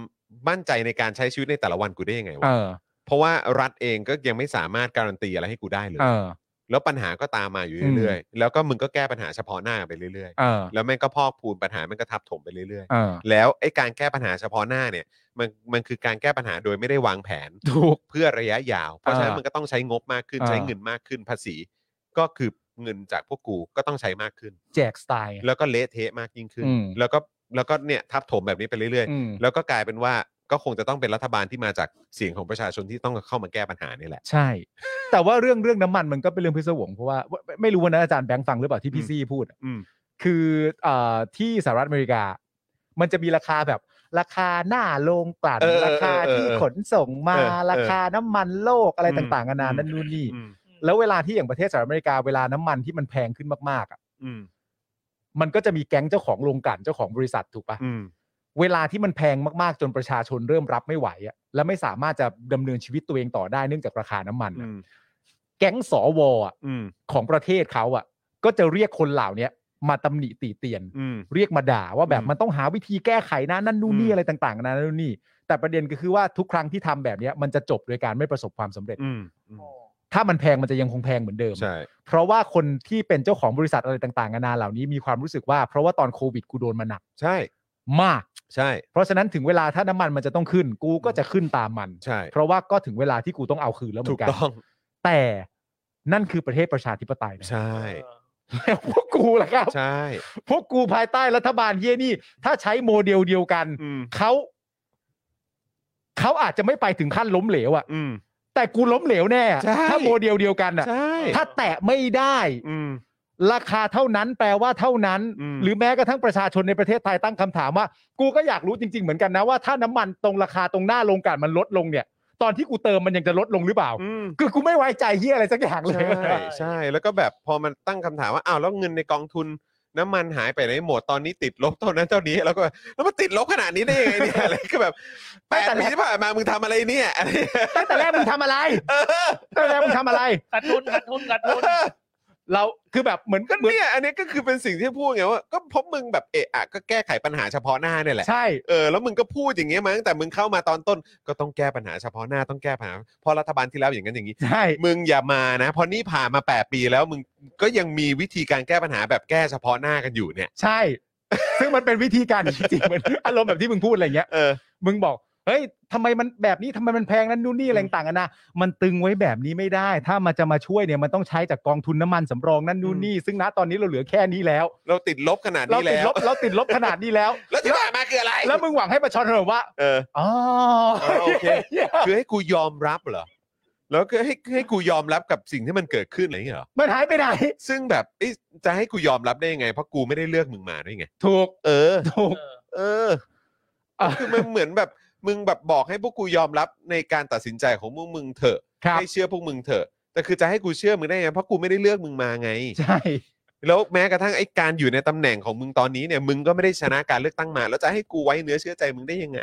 มั่นใจในการใช้ชีวิตในแต่ละวันกูได้ยังไง
เอ
วะ
อ
เพราะว่ารัฐเองก็ยังไม่สามารถการันตีอะไรให้กูได้เลย
เออ
แล้วปัญหาก็ตามมาอยู่เรื่อยๆ แล้วก็มึงก็แก้ปัญหาเฉพาะหน้ากันไปเรื่อย
เออ
ๆ แล้วแม่งก็พอกพูนปัญหาแม่งก็ทับถมไปเรื่อย
เออ
ๆ แล้วไอ้การแก้ปัญหาเฉพาะหน้าเนี่ยมันมันคือการแก้ปัญหาโดยไม่ได้วางแผน
ถูก
เพื่อระยะยาว เพราะฉะนั้นมันก็ต้องใช้งบมากขึ้น
เออ
ใช้เงินมากขึ้นภาษี ก็คือเงินจากพวกกูก็ต้องใช้มากขึ้น
แจกสไตล์
แล้วก็เละเทะมากยิ่งขึ้น
อืม
แล้วก็แล้วก็เนี่ยทับถมแบบนี้ไปเรื่อย
อืม
ๆ แล้วก็กลายเป็นว่าก็คงจะต้องเป็นรัฐบาลที่มาจากเสียงของประชาชนที่ต้องเข้ามาแก้ปัญหานี่แหละ
ใช่ แต่ว่าเรื่องเรื่องน้ำมันมันก็เป็นเรื่องพิศวงเพราะว่าไม่ไม่รู้ว่านะอาจารย์แบงค์ฟังหรือเปล่าที่พี่ซี่พูดอะ
อืม
คือเอ่อที่สหรัฐอเมริกา มันจะมีราคาแบบราคาหน้าโรงกลั่น
เออเออ
ราคา
เออ
ที่
เออ
ขนส่งมา
เออเออ
ราคาน้ำมันโลกอะไร
อืม
ต่างๆนานา
อืม
นั่นนู่นนี่
อืม
แล้วเวลาที่อย่างประเทศสหรัฐอเมริกาเวลาน้ำมันที่มันแพงขึ้นมากๆอ่ะ
อืม
มันก็จะมีแก๊งเจ้าของโรงกลั่นเจ้าของบริษัทถูกปะ
อืม
เวลาที่มันแพงมากๆ จนประชาชนเริ่มรับไม่ไหวอะและไม่สามารถจะดำเนินชีวิตตัวเองต่อได้เนื่องจากราคาน้ำมัน
อื
อะ
ม
แก๊งสวอะ
อืม
ของประเทศเขาอ่ะ ก็จะเรียกคนเหล่าเนี้ยมาตำหนิติเตียน
อืม
เรียกมาด่าว่าแบบ
อืม
มันต้องหาวิธีแก้ไขนะนั่นนู่น
อื
นี่
ม
อะไรต่างๆนานานั่นนู่นนี่ แต่ประเด็นก็คือว่าทุกครั้งที่ทำแบบเนี้ยมันจะจบโดยการไม่ประสบความสำเร็จ
อืม
ถ้ามันแพงมันจะยังคงแพงเหมือนเดิม
ใช่
เพราะว่าคนที่เป็นเจ้าของบริษัทอะไรต่างๆนานาเหล่านี้มีความรู้สึกว่า เพราะว่าตอนโควิดกูโดนมาหนัก
ใช่
มาก
ใช่
เพราะฉะนั้นถึงเวลาถ้าน้ำมันมันจะต้องขึ้น กูก็จะขึ้นตามมัน
ใช่
เพราะว่าก็ถึงเวลาที่กูต้องเอาคืนแล้วเหมื
ถู
อก นกัน
ต้อง
แต่นั่นคือประเทศประชาธิปไตยนะ
ใช่
แล้วพวกกูล่ะครับ
ใช่
พวกกูภายใต้รัฐบาลเฮียนี่ ถ้าใช้โมเดลเดียวกัน
อืม
เขา เขาอาจจะไม่ไปถึงขั้นล้มเหลวอะ
อืม
แต่กูล้มเหลวแน่อะ
ใช่
ถ้าโมเดลเดียวกันอะ
ใช่
ถ้าแตะไม่ได้
อืม
ราคาเท่านั้นแปลว่าเท่านั้น
อืม
หรือแม้กระทั่งประชาชนในประเทศไทยตั้งคำถามว่า กูก็อยากรู้จริง ๆ เหมือนกันนะว่าถ้าน้ำมันตรงราคาตรงหน้าโรงกลั่นมันลดลงเนี่ย ตอนที่กูเติมมันยังจะลดลงหรือเปล่า
อืม
คือกูไม่ไว้ใจเฮียอะไรสักอย่างเลย
ใช่ใช่แล้วก็แบบพอมันตั้งคำถามว่าอ้าวแล้วเงินในกองทุนน้ำมันหายไปไหนหมดตอนนี้ติดลบเท่านั้นเท่านี้แล้วก็แบบแล้วมันติดลบขนาดนี้ได้ยังไง เนี่ย อะไรก็แบบแปด
แต่แรก
ปีที่ผ่านมามึงทำอะไรเนี่ยอะไร
ตั้งแต่แรกมึงทำอะไร ตั้งแต่แรกมึงทำอะไร
ขาดทุนขาดทุนขาดทุ น
เราคือแบบเหมือน
ก็
เหมือน
เนี่ยอันนี้ก็คือเป็นสิ่งที่พูดไงว่าก็เพราะมึงแบบเอะอะก็แก้ไขปัญหาเฉพาะหน้าเนี่ยแหละ
ใช่
เออแล้วมึงก็พูดอย่างเงี้ยมาตั้งแต่มึงเข้ามาตอนต้นก็ต้องแก้ปัญหาเฉพาะหน้าต้องแก้ปัญหาเพราะรัฐบาลที่แล้วอย่างนั้นอย่างนี้
ใช่
มึงอย่ามานะเพราะนี่ผ่านมา 8 ปีแล้วมึงก็ยังมีวิธีการแก้ปัญหาแบบแก้เฉพาะหน้ากันอยู่เนี่ย
ใช่ ซึ่งมันเป็นวิธีการจริงๆมันอารมณ์แบบที่มึงพูดอะไรเงี้ย
เออ
มึงบอก เฮ้ยทำไมมันแบบนี้ทำไมมันแพงนั้นนู่นนี่อะไรต่างกันนะมันตึงไว้แบบนี้ไม่ได้ ถ้ามันจะมาช่วยเนี่ยมันต้องใช้จากกองทุนน้ำมันสำรองนั่นนู่นนี่ ซึ่งณตอนนี้เราเหลือแค่นี้แล้ว
เราติดลบขนาด
เรา
นี้
ติด
แล้
ล
ว
บเราติดลบขนาดนี้แล้ว
แล้วที่ผ่านมาคืออะไร
แล้วมึงหวังให้ประชาชนแบบว่า
เออ
อ๋อ
เออโอเค คือให้กูยอมรับเหรอแล้วก็ให้ให้กูยอมรับกับสิ่งที่มันเกิดขึ้นอะไรอย่างเงี้ยเหรอ
มันหายไปไหน
ซึ่งแบบเอ๊ะจะให้กูยอมรับได้ยังไง เพราะกูไม่ได้เลือกมึงมาด้วยไง
ถูก
เออ
ถูก
เออคือมันเหมือนแบบมึงแบบบอกให้พวกกูยอมรับในการตัดสินใจของพวกมึงเถอะ
ครับ
ให้เชื่อพวกมึงเถอะแต่คือจะให้กูเชื่อมึงได้ไงเพราะกูไม่ได้เลือกมึงมาไง
ใช่
แล้วแม้กระทั่งไอ้การอยู่ในตำแหน่งของมึงตอนนี้เนี่ยมึงก็ไม่ได้ชนะการเลือกตั้งมา แล้วจะให้กูไว้เนื้อเชื่อใจมึงได้ยังไง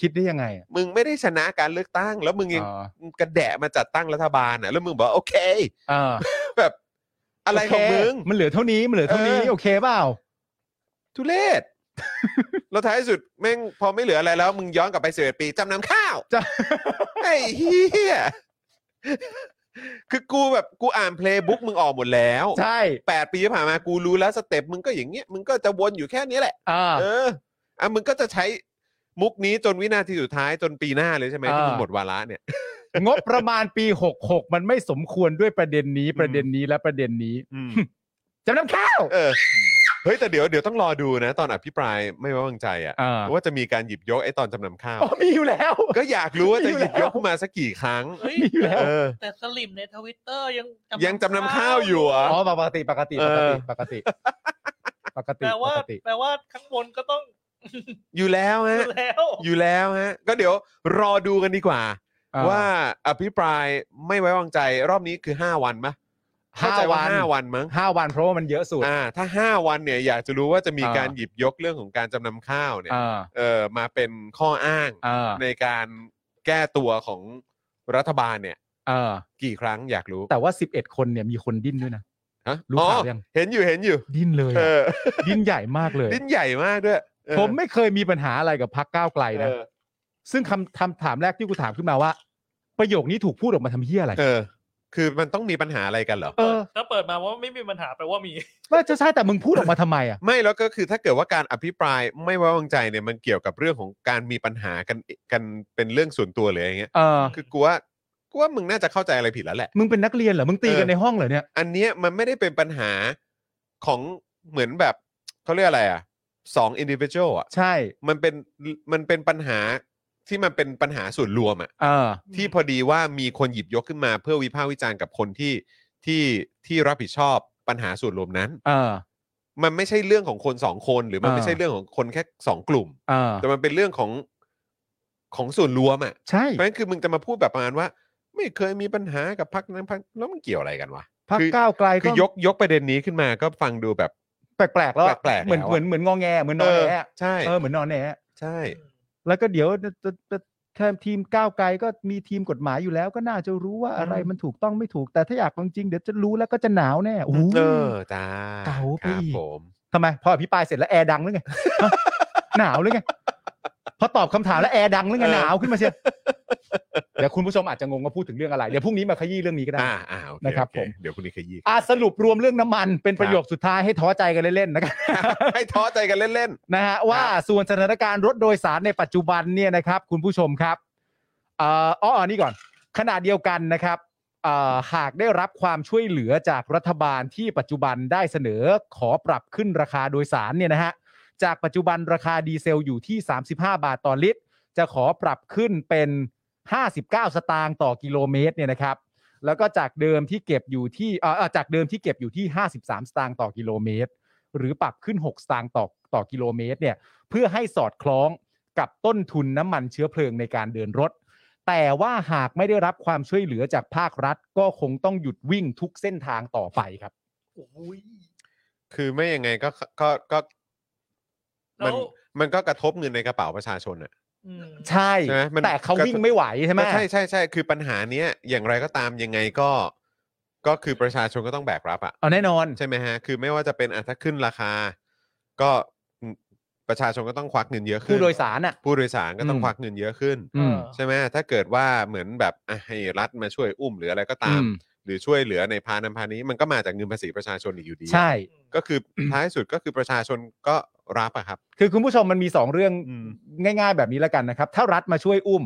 คิดได้ยังไงอะ
มึงไม่ได้ชนะการเลือกตั้ง แล้วมึงยัง
อ๋อก
ระแดะมาจัดตั้งรัฐบาลอ่ะแล้วมึงบอกว่าโอเค
อ่า
แบบอะไรของ
โเค
มึง
มันเหลือเท่านี้มันเหลือเท่านี้
เออ
โอเคเปล่า
ทุเรศ แล้วท้ายสุดแม่งพอไม่เหลืออะไรแล้ว มึงย้อนกลับไปสิบเอ็ดปีจำนำข้าว
จะ
ไอ้เฮียคือกูแบบกูอ่านเพลย์บุ๊กมึงออกหมดแล้ว
ใช่
แปดปีที่ผ่านมากูรู้แล้วสเต็ปมึงก็อย่างเงี้ยมึงก็จะวนอยู่แค่เนี้ยแหละ
อ่า
เออ อ่ะมึงก็จะใช้มุกนี้จนวินาทีสุดท้ายจนปีหน้าเลยใช่ไหมที่
อ่า
มึงหมดวาระเนี่ย
งบประมาณปี 66 มันไม่สมควรด้วยประเด็นนี้ประเด็นนี้และประเด็นนี้จำนำข้าว
เออ เฮ้ยแต่เดี๋ยวเดี๋ยวต้องรอดูนะ ตอนอภิปรายไม่ไว้วางใจอ่ะ
อ่า
ว่าจะมีการหยิบยกไอ้ตอนจำนำข้าว
อ๋อมีอยู่แล้ว
ก็อยากรู้ว่าจะหยิบ
มีอ
ย
ยู่แล้ว
กขึ้นมาสักกี่ครั้ง
เฮ้ย
มีอยู่แล้ว
เออ
แต่สลิมในทวิตเตอร์ยัง
ยังจำนำข้าวอยู่เหรอ่ะ
อ๋อปกติปกติปก
เออ
ติปกติปกติ
แปลว่า
ปกติ
แปลว่าข้างบนก็ต้อง
อยู่แล้ว
อ
ฮะ
ยู่แล้ว
อยู่แล้วฮะ ก็เดี๋ยวรอดูกันดีกว่า
อ่
ว่าอภิปรายไม่ไว้วางใจ รอบนี้คือ 5 วันมะเข้ใจ
ห้าวัน
ห้าวันมั้ง
ห้าวันเพราะว่ามันเยอะสุด
อ่า ถ้าห้าวันเนี่ยอยากจะรู้ว่าจะมี
อ่า
การหยิบยกเรื่องของการจำนำข้าวเนี่ย
อ่า
เออมาเป็นข้ออ้าง
อ่า
ในการแก้ตัวของรัฐบาลเนี่ย
อ่า
กี่ครั้งอยากรู้
แต่ว่า 11 คนเนี่ยมีคนดิ้นด้วยนะ
ฮะ
รู้
อ๋อ
ข่าวยัง
เห็นอยู่เห็นอยู่
ดิ้นเลย
เอ
อะ
อ
ดิ้นใหญ่มากเลย
ดิ้นใหญ่มากด้วยเออ
ผมไม่เคยมีปัญหาอะไรกับพักก้าวไกล
เอ
นะ
อ
ซึ่งคำคำถามแรกที่กูถามขึ้นมาว่า ประโยคนี้ถูกพูดออกมาทำเหี้ยอะไร
เออ คือมันต้องมีปัญหาอะไรกันเหรอ
เออ
ถ้าเปิดมาว่าไม่มีปัญหาแปลว่ามี
ว่าจะใช่แต่มึงพูดออกมาทำไมอ่ะ
ไม่แล้วก็คือถ้าเกิดว่าการอภิปรายไม่ไว้วางใจเนี่ยมันเกี่ยวกับเรื่องของการมีปัญหากันกันเป็นเรื่องส่วนตัวหรืออะไรเงี้ย
เออ
คือกูว่ากูว่ามึงน่าจะเข้าใจอะไรผิดแล้วแหละ
มึงเป็นนักเรียนเหรอ มึงตีกั
เอน อ
ในห้องเหรอเนี่ย
อันเนี้ยมันไม่ได้เป็นปัญหาของเหมือนแบบเขาเรียกอะไรอ่ะสองอินดิวิชวลอ่ะ
ใช่
มันเป็นมันเป็นปัญหาที่มันเป็นปัญหาส่วนรวมอะ
เออ
ที่พอดีว่ามีคนหยิบยกขึ้นมาเพื่อวิพากษ์วิจารณ์กับคนที่ที่ที่รับผิดชอบปัญหาส่วนรวมนั้น
เออ
มันไม่ใช่เรื่องของคนสองคนหรือมัน
อ่า
ไม่ใช่เรื่องของคนแค่สองกลุ่ม
เออ
แต่มันเป็นเรื่องของของส่วนรวมอะ
ใช่
เพราะฉะนั้นคือมึงจะมาพูดแบบประมาณว่า ไม่เคยมีปัญหากับพักนั้นพักแล้วมันเกี่ยวอะไรกันวะ
พัก
คือ
ก้าวไกล
คื
ก็
อยกยกประเด็นนี้ขึ้นมาก็ฟังดูแบบ
แปลกๆแล้วอะ
แปลกๆ
เหมือน
แล้วอะ
เหมือนเหมือนงอแงเหมือนนอนแนะ
ใช่
เออ เหมือนนอนแนะ
ใช่
แล้วก็เดี๋ยวจะจะถ้าทีมก้าวไกลก็มีทีมกฎหมายอยู่แล้ว ก็น่าจะรู้ว่าอะไรมันถูกต้องไม่ถูก แต่ถ้าอยากฟังจริงเดี๋ยวจะรู้แล้วก็จะหนาวแน่โอ้โห
เออจ้า
เก๋า
ค
ไป
รับ
อีก
ผม
ทำไม พออภิปรายเสร็จแล้วแอร์ดังหรือไง ฮะหนาวหรือไง พอตอบคำถามแล้วแอร์ดังหรือไง
เออ
หนาวขึ้นมาเชียวเดี๋ยวคุณผู้ชมอาจจะงงว่าพูดถึงเรื่องอะไร เดี๋ยวพรุ่งนี้มาขยี้เรื่องนี้ก็ได้
อ่าอ่าโอเ
นะครับ
โอเ
ผม
เดี๋ยวคุณนี้ขยี้
อ่ะสรุปรวมเรื่องน้ำมันเป็น
ครับ
ประโยคสุดท้ายให้ท้อใจกันเล่นๆนะครับ
ให้ท้อใจกันเล่น
นะฮะว่าส่วนสถานการณ์รถโดยสารในปัจจุบันเนี่ยนะครับ คุณผู้ชมครับเอ่ออ๋ออันนี่ก่อนขณะเดียวกันนะครับเอ่อหากได้รับความช่วยเหลือจากรัฐบาลที่ปัจจุบันได้เสนอขอปรับขึ้นราคาโดยสารเนี่ยนะฮะจากปัจจุบันราคาดีเซลอยู่ที่ 35 บาทต่อลิตร จะขอปรับขึ้นเป็น 59 สตางค์ต่อกิโลเมตรเนี่ยนะครับ แล้วก็จากเดิมที่เก็บอยู่ที่เอ่อเอ่อจากเดิมที่เก็บอยู่ที่ 53 สตางค์ต่อกิโลเมตร หรือปรับขึ้น 6 สตางค์ต่อต่อกิโลเมตรเนี่ยเพื่อให้สอดคล้องกับต้นทุนน้ำมันเชื้อเพลิงในการเดินรถ แต่ว่าหากไม่ได้รับความช่วยเหลือจากภาครัฐ ก็คงต้องหยุดวิ่งทุกเส้นทางต่อไปครับ
คือไม่ยังไงก็ก็ก็
แล้
มัน
ว
มันก็กระทบเงินในกระเป๋าประชาชนอ่ะ
อืม
ใช่
ใช่ไหมมัน
แต่เขา
ก็
วิ่งไม่ไหวใช่ไหม
ก็ใช่ใช่ใช่คือปัญหาเนี้ยอย่างไรก็ตามยังไงก็ ก็คือประชาชนก็ต้องแบกรับอ่ะ
เอาแน่นอน
ใช่ไหมฮะ คือไม่ว่าจะเป็นอ่ะถ้าขึ้นราคา ก็ประชาชนก็ต้องควักเงินเยอะขึ้น
ผู้โดยสารอ่ะ
ผู้โดยสารก็ต้อง
อืม
ควักเงินเยอะขึ้น
อืม
ใช่ไหมถ้าเกิดว่าเหมือนแบบอ่ะให้รัฐมาช่วยอุ้มหรืออะไรก็ตาม
อืม
หรือช่วยเหลือในพานันพานี้มันก็มาจากเงินภาษีประชาชนอีกอยู่ดี
ใช่
ก็คือท้ายสุดก็คือประชาชนก็รับอะครับ
คือคุณผู้ชมมันมี 2 เรื่อง
อืม
ง่ายๆ แบบนี้แล้วกันนะครับ ถ้ารัฐมาช่วยอุ้ม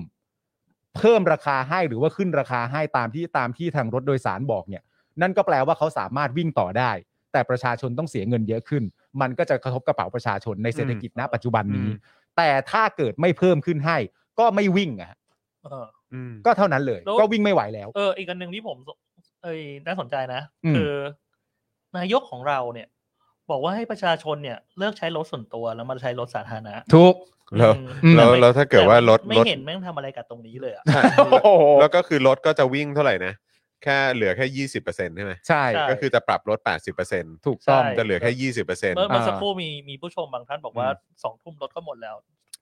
เพิ่มราคาให้หรือว่าขึ้นราคาให้ตามที่ตามที่ทางรถโดยสารบอกเนี่ย นั่นก็แปลว่าเขาสามารถวิ่งต่อได้ แต่ประชาชนต้องเสียเงินเยอะขึ้น มันก็จะกระทบกระเป๋าประชาชนในเศรษฐกิจณปัจจุบันนี้ แต่ถ้าเกิดไม่เพิ่มขึ้นให้ ก็ไม่วิ่งอะฮะ
เออ
ก็เท่านั้นเลย
แล้ว
ก็วิ่งไม่ไหวแล้ว
เออ อีกอันหนึ่งที่ผมสเอยน่าสนใจนะ
อืม
คือนายกของเราเนี่ย บอกว่าให้ประชาชนเนี่ย เลิกใช้รถส่วนตัวแล้วมาใช้รถสาธารณะ
ทุก
แล้ว
อืม
อืม
แล้ว
แต่ไม่
แล้วถ้าเกิดว่ารถ
ไม่
รถ
เห็นแม่งทำอะไรกับตรงนี้เลยอะ
ใช่
โอ้โห
แล้วก็คือรถก็จะวิ่งเท่าไหร่นะ แค่เหลือแค่ยี่สิบเปอร์เซ็นต์ใช่ไหม
ใช่
ใช่
ก็คือจะปรับลดแปดสิบเปอร์เซ็นต์
ถูกต้อง
ใช่
จะเหลือแค่ยี่สิบเปอร์เซ็นต์
เมื่อเมื่ออา สักครู่มีมีผู้ชมบางท่านบอกว่า
อืม
สองทุ่มรถก็หมดแล้ว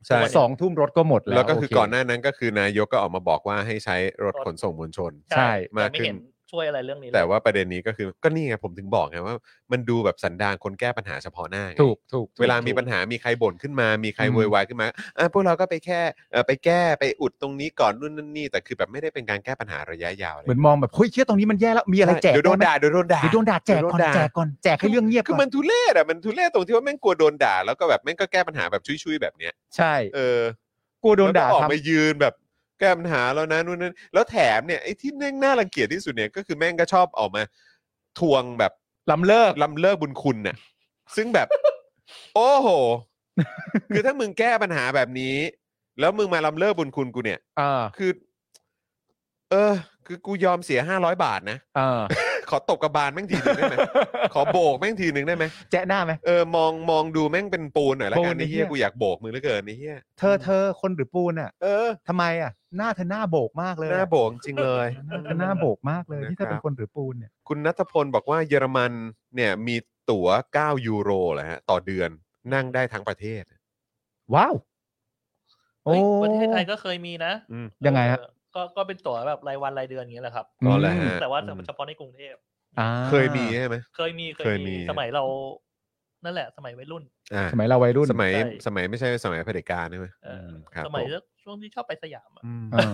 ใช่
สองทุ่มรถก็หมดแล้ว
แล้วก็คือ
โเ
ก่อนหน้านั้นก็คือนายกก็ออกมาบอกว่าให้ใช้รถขนส่งมวลชน
ใช่
แต่
มาก
ไม่
ขึ้น
เห็นช่วยอะไรเรื่องนี้เลย
แต่ว่าประเด็นนี้ก็คือก็นี่ไงผมถึงบอกไงว่า มันดูแบบสันดานคนแก้ปัญหาเฉพาะหน้าไง
ถูกถูกถูก
เวลามีปัญหามีใครบ่นขึ้นมา มีใคร
อืม
โวยวายขึ้นมาอ่ะพวกเราก็ไปแค่เอ่อไปแก้ไปอุดตรงนี้ก่อนนู่นนั่นนี่แต่คือแบบไม่ได้เป็นการแก้ปัญหาระยะยาวเลย
เหมือนมองแบบเฮ้ยเชื่อตรงนี้มันแย่แล้วมีอะไรแจก
เดี๋ยวโดน
ไหม
ด่าเดี๋ยวโดนด่า
เดี๋ยวโดนด่าแจกก่อ
เดี๋ยวโด
น
นด่า
แจกก่อนแจกให้เรื่องเงียบ
คือ
ก่
มันทุเรศอ่ะมันทุเรศตรงที่ว่าแม่งกลัวโดนด่าแล้วก็แบบแม่งก็แก้ปัญหาแบบชุยๆแบบเนี้ย
ใช่
เออ
กลัวโดนด่า
แล้วก็ออก
ทำ
มายืนแบบแก้ปัญหาแล้วนะนู่นนั่นแล้วแถมเนี่ยไอ้ที่แม่งน่ารังเกียจที่สุดเนี่ยก็คือแม่งก็ชอบออกมา ทวงแบบ
ล้ำเลิก
ลำเลิกบุญคุณน่ะซึ่งแบบ โอ้โห คือถ้ามึงแก้ปัญหาแบบนี้ แล้วมึงมาลำเลิกบุญคุณกูเนี่ย
เออ
คือ เออ คือกูยอมเสียห้าร้อยบาทนะ
เออ
ขอตบกระบาลแม่งทีนึงได้ไหมขอโบกแม่งทีนึงได้ไหม
แจ๊ะหน้าไหม
เออมองมองดูแม่งเป็นปูนหน่อยละ
ปู
กัน
นไอ้
ไอ้
เหี้
เหี้
ย
ยกูอยากโบกมือเหลือเกินไอ้เหี้ย
เธอเธอคนหรือปูนอ่ะ
เออ
ทำไมอ่ะ หน้าเธอหน้าโบกมากเลย
หน้าโบกจริงเลย
หน้าเธอหน้าโบกมากเลยที่เธอเป็นคนหรือปูนเนี่ย
คุณนัทพลบอกว่าเยอรมันเนี่ยมีตั๋ว 9 ยูโรเหรอฮะต่อเดือนนั่งได้ทั้งประเทศ
ว้าวโอ้
เฮ้ยประเทศไทยก็เคยมีนะ
อืม
ยังไงฮะ
เออก็ก็เป็นตั๋วแบบรายวันรายเดือนอย่างเงี้ยแหละครับ
อ๋อเหรอฮะ
แต่ว่า
อืม
เฉพาะในกรุงเทพ
อ่า
เคยมีใช่ไหม
เคยมี
เคยมี
สมัยเรา นั่นแหละ สมัยวัยรุ่น
อ่า
สมัยเราวัยรุ่น
สมัย
ใช่
สมัยไม่ใช่สมัยเผด็จการใช่ไหม
เอออ
ครับ
สมัย
ผ
ช่วงที่ชอบไปสยามอะ
อืม
เออ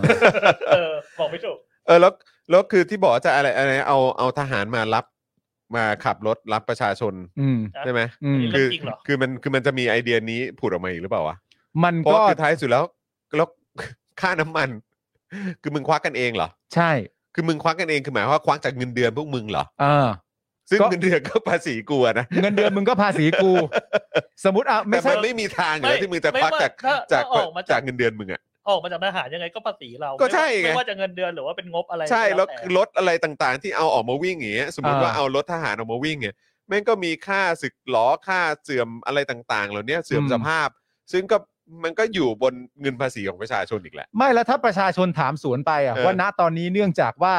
เออบอกไม่ถูก
เออแล้วแล้วคือที่บอกว่าจะอะไรอะไรเอาเอาทหารมารับมาขับรถรับประชาชน
อืม
นะ
ใช่ไหม
อืม
อันนี้
คื
เรื่องจริงเหรอ
คือมันคือมันจะมีไอเดียนี้ผุดออกมาอีกหรือเปล่าวะ
มัน
เพราะ
ก็
ว่าคือท้ายสุดแล้วแล้ว ค่าน้ำมัน คือมึงควักกันเองเหรอ
ใช่
คือมึงควักกันเองคือหมายความว่าควักจากเงินเดือนพวกมึงเหรอ
เออ
ซึ่ง
ก็
เงินเดือนก็ภาษีกูอะนะ
เงินเดือนมึงก็ภาษี กู สมมติอ่ะ
แต่
ไม่ใช่
มันไม่มีทางเลยที่มึงจะควัก
ไว่
จาก
ถ้
จาก
ถ้ออกมา
จากเงินเดือนมึงอะ
ออกมาจากทหารยังไงก็ภาษีเรา
ก็ใช่ไง
ไม่ว่าจะเงินเดือนหรือว่าเป็นงบอะไร
ใช่แล้ว
ต่
รถอะไรต่างๆ ที่เอาออกมาวิ่งอย่างเงี้ยสมมติว่าเอารถทหารออกมาวิ่งเนี่ยแม่งก็มีค่าศึกหลอค่าเสื่อมอะไรต่างๆ เหล่าเนี้ยเสื่อมสภาพ ซึ่งก็มันก็อยู่บนเงินภาษีของประชาชนอีกแหละ
ไม่แล้วถ้าประชาชนถามสวนไปอ่ะ
เออ
ว่าณตอนนี้เนื่องจากว่า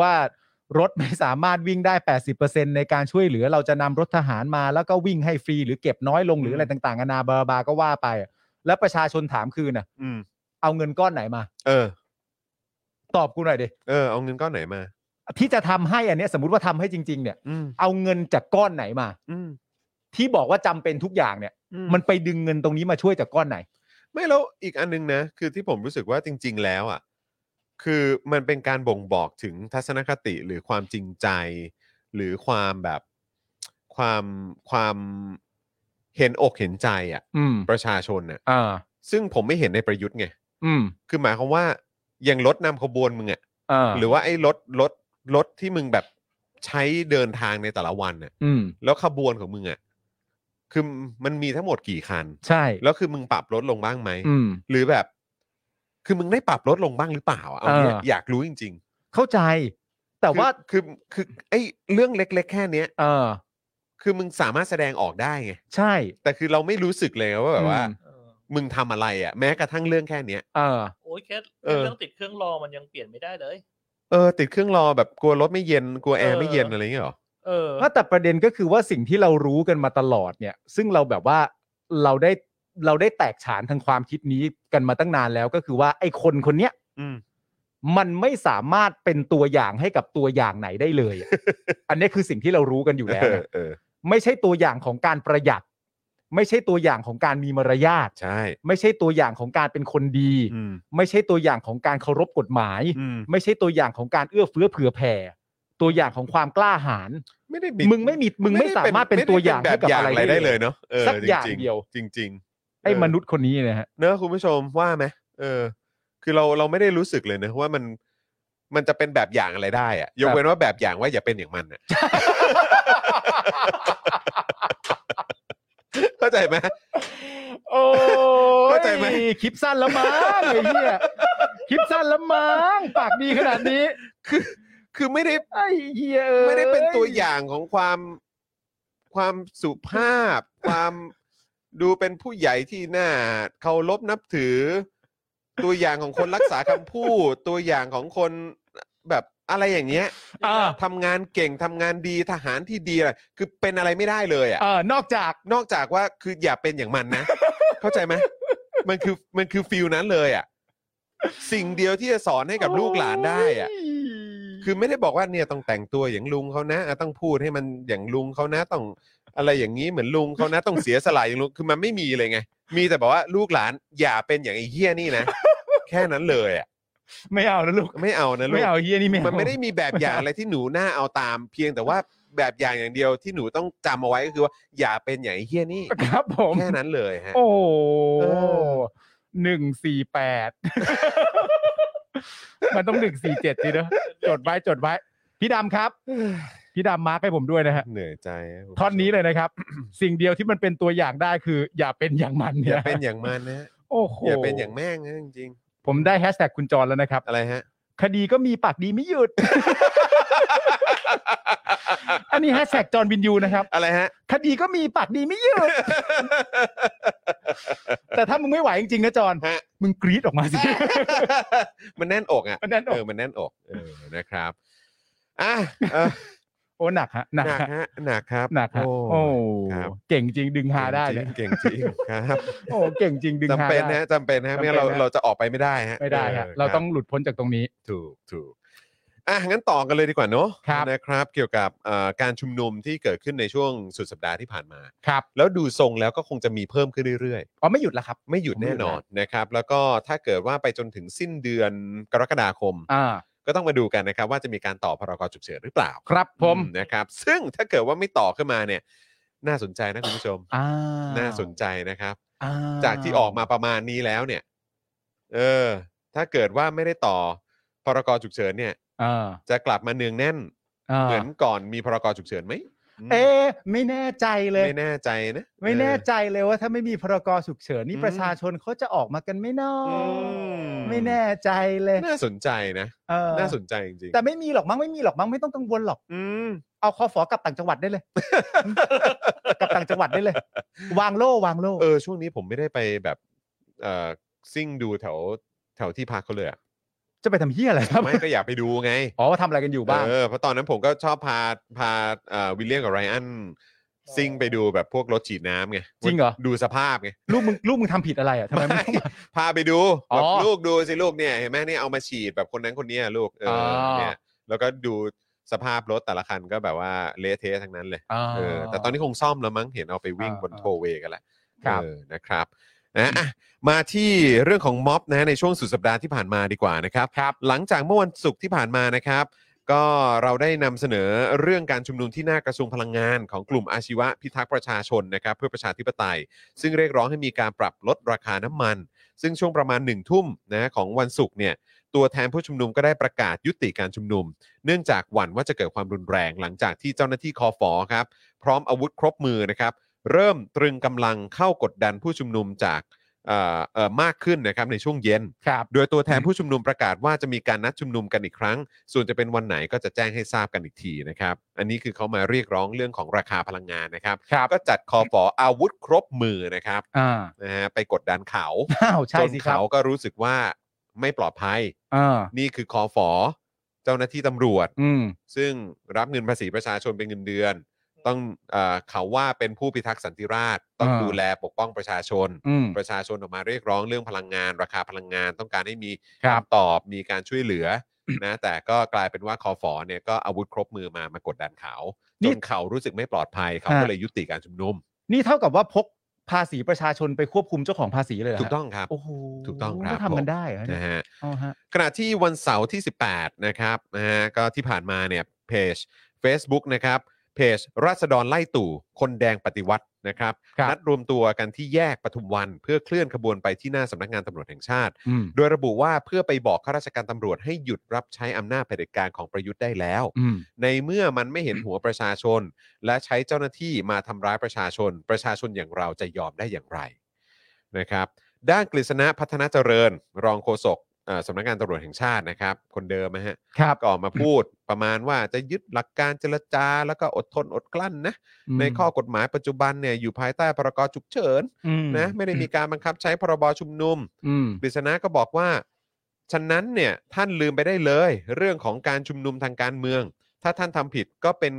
ว่ารถไม่สามารถวิ่งได้ 80%ในการช่วยเหลือเราจะนำรถทหารมาแล้วก็วิ่งให้ฟรีหรือเก็บน้อยลงหรืออะไรต่างๆนานาบาบาก็ว่าไปอะแล้วประชาชนถามคืนน่ะ
อืม
เอาเงินก้อนไหนมา
เออ
ตอบกูหน่อยดิ
เออเอาเงินก้อนไหนมา
ที่จะทำให้อันเนี้ยสมมติว่าทำให้จริง ๆ เนี่ย
อืม
เอาเงินจากก้อนไหนมา
อืม
ที่บอกว่าจำเป็นทุกอย่างเนี่ย
อื
มันไปดึงเงินตรงนี้มาช่วยจากก้อนไหน
ไม่แล้วอีกอันนึงนะ คือที่ผมรู้สึกว่าจริง ๆ แล้วอ่ะคือมันเป็นการบ่งบอกถึงทัศนคติหรือความจริงใจ หรือความแบบความความเห็นอกเห็นใจอ่ะ
อืม
ประชาชนน่ะ
อ่า
ซึ่งผมไม่เห็นในประยุทธ์ไง
อืม
คือหมายความว่าอย่างรถนำขบวนมึงอ่ะ
อ่า
หรือว่าไอ้รถรถรถที่มึงแบบใช้เดินทางในแต่ละวันน่ะ
อืม
แล้วขบวนของมึงอ่ะคือมันมีทั้งหมดกี่คัน
ใช่
แล้วคือมึงปรับลดลงบ้างไหม
อืม
หรือแบบ คือมึงได้ปรับลดลงบ้างหรือเปล่าอะเอาเนี่ย
เออ
อ
อ
ยากรู้จริง
เข้าใจ แต่ว่า
คือคือคือไอ้เรื่องเล็ก ๆ แค่เนี้ย
เออ
คือมึงสามารถแสดงออกได้ไง
ใช่
แต่คือเราไม่รู้สึกเลยว่าแบบว่า
อืม
เออ
มึงทำอะไรอ่ะแม้กระทั่งเรื่องแค่เนี้ย
เออ
โอ้ยแค่
เออ
เรื่องติดเครื่องรอมันยังเปลี่ยนไม่ได้เลย
เออติดเครื่องรอแบบกลัวรถไม่เย็นกลัวแอร์ไม่เย็น
เอออ
อะไรอย่างเงี้ยเหรอ
เออ
ว่าแต่ประเด็นก็คือว่าสิ่งที่เรารู้กันมาตลอดเนี่ย ซึ่งเราแบบว่าเราได้เราได้แตกฉานทางความคิดนี้กันมาตั้งนานแล้วก็คือว่าไอ้คนคนเนี้ย
อืม
มันไม่สามารถเป็นตัวอย่างให้กับตัวอย่างไหนได้เลยอะ อันนี้คือสิ่งที่เรารู้กันอยู่แล้ว
เออ
นะ
เออ
ไม่ใช่ตัวอย่างของการประหยัด ไม่ใช่ตัวอย่างของการมีมารยาท
ใช่
ไม่ใช่ตัวอย่างของการเป็นคนดี
อืม
ไม่ใช่ตัวอย่างของการเคารพกฎหมาย
อืม
ไม่ใช่ตัวอย่างของการเอื้อเฟื้อเผื่อแผ่ตัวอย่างของความกล้าหาญ
ไม่ได้
มึงไม่มีมึงไม่สามารถเป็นตัวอย่าง
แบ
ให้
บ
กับ
อย่าง
อะ
อะ
ไร
ไร
ได้
ได้
เล
เลย ยเนาะเออ
สักอย่าง
จริๆ
เดียว
จริงๆ
ไอ้
เ
มนุษย์คนนี้นะฮะ
เนอะคุณผู้ชมว่าไหมเออ คือเราเราไม่ได้รู้สึกเลยนะว่ามันมันจะเป็นแบบอย่างอะไรได้อะยกเว้นว่าแบบอย่างว่าอย่าเป็นอย่างมันอะ เข้าใจไหม
โอ้
เข้าใจไหม
คลิปสั้นละมั้งไอ้เหี้ยคลิปสั้นละมั้งปากดีขนาดนี้
คือคือไม่ได้
ไอ้เหี้ยอ้ย
ไม่ได้เป็นตัวอย่างของความความสุภาพ ความดูเป็นผู้ใหญ่ที่น่าเคารพนับถือ ตัวอย่างของคนรักษาคำพูด ตัวอย่างของคนแบบอะไรอย่างเงี้ย
อ่า
ทำงานเก่งทำงานดีทหารที่ดีอะไรคือเป็นอะไรไม่ได้เลยอะ
เออนอกจาก
นอกจากว่าคืออย่าเป็นอย่างมันนะ เข้าใจไหมมันคือมันคือฟิลนั้นเลยอะสิ่งเดียวที่จะสอนให้กับลูกหลานได้อะคือไม่ได้บอกว่าเนี่ยต้องแต่งตัวอย่างลุงเขานะอ่ะต้องพูดให้มันอย่างลุงเขานะต้องอะไรอย่างนี้เหมือนลุงเขานะต้องเสียสละอย่างลุงคือมันไม่มีเลยไง มีแต่บอกว่าลูกหลานอย่าเป็นอย่างไอ้เหี้ยนี่นะ แค่นั้นเลยอะ
ไม่เอานะลูก
ไม่เอานะลู
ไม่
ก
เอาเหี้ยนี่ไม่เอา
มันไม่ได้มีแบบอย่างอะไรที่หนูหน้าเอาตาม เพียงแต่ว่าแบบอย่างอย่างเดียวที่หนูต้องจำเอาไว้ก็คือว่าอย่าเป็นอย่างไอ้เฮียนี่
ครับผม
แค่นั้นเลยฮะ
โอ้
เออ
หนึ่งสี่แปดมันต้องหนึ่งสี่เจ็ดสิเนอะจดไว้จดไว้ พี่ดำครับ พี่ดำมาร์กให้ผมด้วยนะฮะ
เหนื่อยใจฮะผม
ท่อนนี้เลยนะครับ สิ่งเดียวที่มันเป็นตัวอย่างได้คือ อย่าเป็นอย่างมัน
อ
เนี่
ย่าย เป็นอย่างมันนะฮะ
โอ้โห
อย่าเป็นอย่างแม่งนะจริง
ผมได้แฮชแท็กคุณจรแล้วนะครับ
ๆอะไรฮะ
คดีก็มีปากดีไม่หยุด อันนี้แฮชแท็กจรวินยูนะครับ
อะไรฮะ
คดีก็มีปากดีไม่หยุด แต่ถ้ามึงไม่ไหวจริงๆนะจร
ฮะ
มึงกรีดออกมาสิ
มันแน่นอกอ่ะ
มันแน่นอก
เออมันแน่นอกเออนะครับอ่ะเออ
โอ้หนักฮะหนัก
หนัก
ฮะ
ฮะหนักครับ
หนักฮะ
โอ้
โอ้
ครับ
เก่งจริงดึงฮาได้เนี่ย
เก่งจริงเก่งจริงครับ
โอ้เก่งจริงดึงฮา
จำเป็น
ได้
ฮะจำเป็นฮะไม่งั้นเรา
จำเป็นฮะ
เราจะออกไปไม่ได้ฮะ
ไม่ได้ฮะ
ออ
เรา
คบ
ต้องหลุดพ้นจากตรงนี้
ถูกถูกอ่ะงั้นต่อกันเลยดีกว่าเนอะ
ครับ
นะครับ เกี่ยวกับเอ่อการชุมนุมที่เกิดขึ้นในช่วงสุดสัปดาห์ที่ผ่านมา
ครับ
แล้วดูทรงแล้วก็คงจะมีเพิ่มขึ้นเรื่อย
อ๋อไม่หยุดแล้วครับ
ๆ ไม่หยุดแน่นอนนะครับ แล้วก็ถ้าเกิดว่าไปจนถึงสิ้นเดือนกรกฎาคม
อ่า
ก็ต้องมาดูกันนะครับ ว่าจะมีการต่อพรกฉุกเฉินหรือเปล่า
ครับผม
อืนะครับ ซึ่งถ้าเกิดว่าไม่ต่อขึ้นมาเนี่ย น่าสนใจนะคุณผู้ชม
อ่า
น่าสนใจนะครับ
อ่
จากที่ออกมาประมาณนี้แล้วเนี่ย เออ ถ้าเกิดว่าไม่ได้ต่อพรกฉุกเฉินเนี่ย
อ่า
จะกลับมาเนืองแน่น
อ่า
เหมือนก่อนมีพรกฉุกเฉินไหม
เอ๊ะไม่แน่ใจเลย
ไม่แน่ใจนะ
ไม่แน่
เอ
ใจเลยว่าถ้าไม่มีพรกฉุกเฉินนี่
อืม
ประชาชนเขาจะออกมากันไหม่นอ
อ
ไม่แน่ใจเลย
น่าสนใจนะ
เออ
น่าสนใจจริงๆ
แต่ไม่มีหรอกมั้งไม่มีหรอกมั้งไม่ต้องกังวลหรอก
อืม
เอาคอฟอกลับต่างจังหวัดได้ เลย กลับต่างจังหวัดได้เลย วางโล่วางโล่
เออ ช่วงนี้ผมไม่ได้ไปแบบ เอ่อซิ่งดูแถวแถวที่พักเขาเลยอะ
จะไปทำเฮียอะไรครับ
ไม่ก็อยากไปดูไง
อ๋อว่าทำอะไรกันอยู่บ้าง
เออเพราะตอนนั้นผมก็ชอบพาพาเอ่อวิลเลียมกับไรอันซิ่งไปดูแบบพวกรถฉีดน้ำไง
จริงเหรอ
ดูสภาพไง
ลูกมึงลูกมึงทำผิดอะไรอ่ะทำไมไม่ต้องมา
พาไปดู
อ๋อ
แบบลูกดูสิลูกเนี่ยเห็นไหมเนี่ยเอามาฉีดแบบคนนั้นคนเนี้ยลูกเอออ
อ
เนี่ยแล้วก็ดูสภาพรถแต่ละคันก็แบบว่าเละเทะทั้งนั้นเลยเออแต่ตอนนี้คงซ่อมแล้วมั้งเห็นเอาไปวิ่งบนโทเวกันแล้ว
ครับ
เออนะครับนะอ่ะมาที่เรื่องของม็อบนะในช่วงสุดสัปดาห์ที่ผ่านมาดีกว่านะครับครับ หลังจากเมื่อวันศุกร์ที่ผ่านมานะครับ ก็เราได้นำเสนอเรื่องการชุมนุมที่หน้ากระทรวงพลังงานของกลุ่มอาชีวะพิทักษ์ประชาชนนะครับเพื่อประชาธิปไตย ซึ่งเรียกร้องให้มีการปรับลดราคาน้ำมัน ซึ่งช่วงประมาณ 1 ทุ่มนะของวันศุกร์เนี่ยตัวแทนผู้ชุมนุมก็ได้ประกาศยุติการชุมนุม เนื่องจากหวั่นว่าจะเกิดความรุนแรงหลังจากที่เจ้าหน้าที่คอฟอครับ พร้อมอาวุธครบมือนะครับ เริ่มตรึงกำลังเข้ากดดันผู้ชุมนุมจาก เอ่อเอ่อมากขึ้นนะครับในช่วงเย็น
ครับ
โดยตัวแทนผู้ชุมนุมประกาศว่าจะมีการนัดชุมนุมกันอีกครั้ง ส่วนจะเป็นวันไหนก็จะแจ้งให้ทราบกันอีกทีนะครับ อันนี้คือเขามาเรียกร้องเรื่องของราคาพลังงานนะครับ
ครับ
ก็จัดคอฟออาวุธครบมือนะครับ
อ่า
นะฮะไปกดดันเขา
อ้าวใช่
จน
สิครับ
เขาก็รู้สึกว่าไม่ปลอดภัย
อ่า
นี่คือคอฟอเจ้าหน้าที่ตำรวจ
อืม
ซึ่งรับเงินภาษีประชาชนเป็นเงินเดือน ต้องเออเขาว่าเป็นผู้พิทักษ์สันติราษฎร์ต้อง
อ่า
ดูแลปกป้องประชาชน
อืม
ประชาชนออกมาเรียกร้องเรื่องพลังงาน ราคาพลังงานต้องการให้มี
ครับ
คำตอบมีการช่วย เหลือ นะแต่ก็กลายเป็นว่าคอฟอเนี่ยก็อาวุธครบมือมามากดดันเขา
นี่
จนเขารู้สึกไม่ปลอดภัยเขา
ฮะ
ก็เลยยุติการชุมนุม
นี่เท่ากับว่าพกภาษีประชาชนไปควบคุมเจ้าของภาษีเลยเหรฮะ
ถูกต้องครับ
โอ้โห
ถูกต้องครับ
ก็ทำกันได้เหรอเนี่ย
นะฮะ
อ๋อฮะ
ขณะที่วันเสาร์ที่ 18 นะครับนะฮะก็ที่ผ่านมาเนี่ยเพจ Facebook นะครับเพจราษฎรไล่ตู่ คนแดงปฏิวัตินะครับ
ครับ
นัดรวมตัวกันที่แยกปทุมวัน เพื่อเคลื่อนขบวนไปที่หน้าสำนักงานตำรวจแห่งชาติ
อืม
โดยระบุว่าเพื่อไปบอกข้าราชการตำรวจให้หยุดรับใช้อำนาจเผด็จการของประยุทธ์ได้แล้ว
อืม
ในเมื่อมันไม่เห็นหัวประชาชน และใช้เจ้าหน้าที่มาทำร้ายประชาชน ประชาชนอย่างเราจะยอมได้อย่างไรนะครับ ด้านกฤษณะพัฒนาเจริญ รองโฆษกเอ่อสำนักงานตำรวจแห่งชาตินะครับ คนเดิมนะฮะ
ครับ
ก็ออกมาพูดประมาณว่าจะยึดหลักการเจรจา แล้วก็อดทนอดกลั้นนะในข้อกฎหมายปัจจุบันเนี่ยอยู่ภายใต้พรกฉุกเฉิน
อืม
นะไม่ได้มีการบังคับใช้พรบชุมนุม
อืม
กฤษณะก็บอกว่า ฉะนั้นเนี่ยท่านลืมไปได้เลย เรื่องของการชุมนุมทางการเมือง ถ้าท่านทำผิดก็เป็น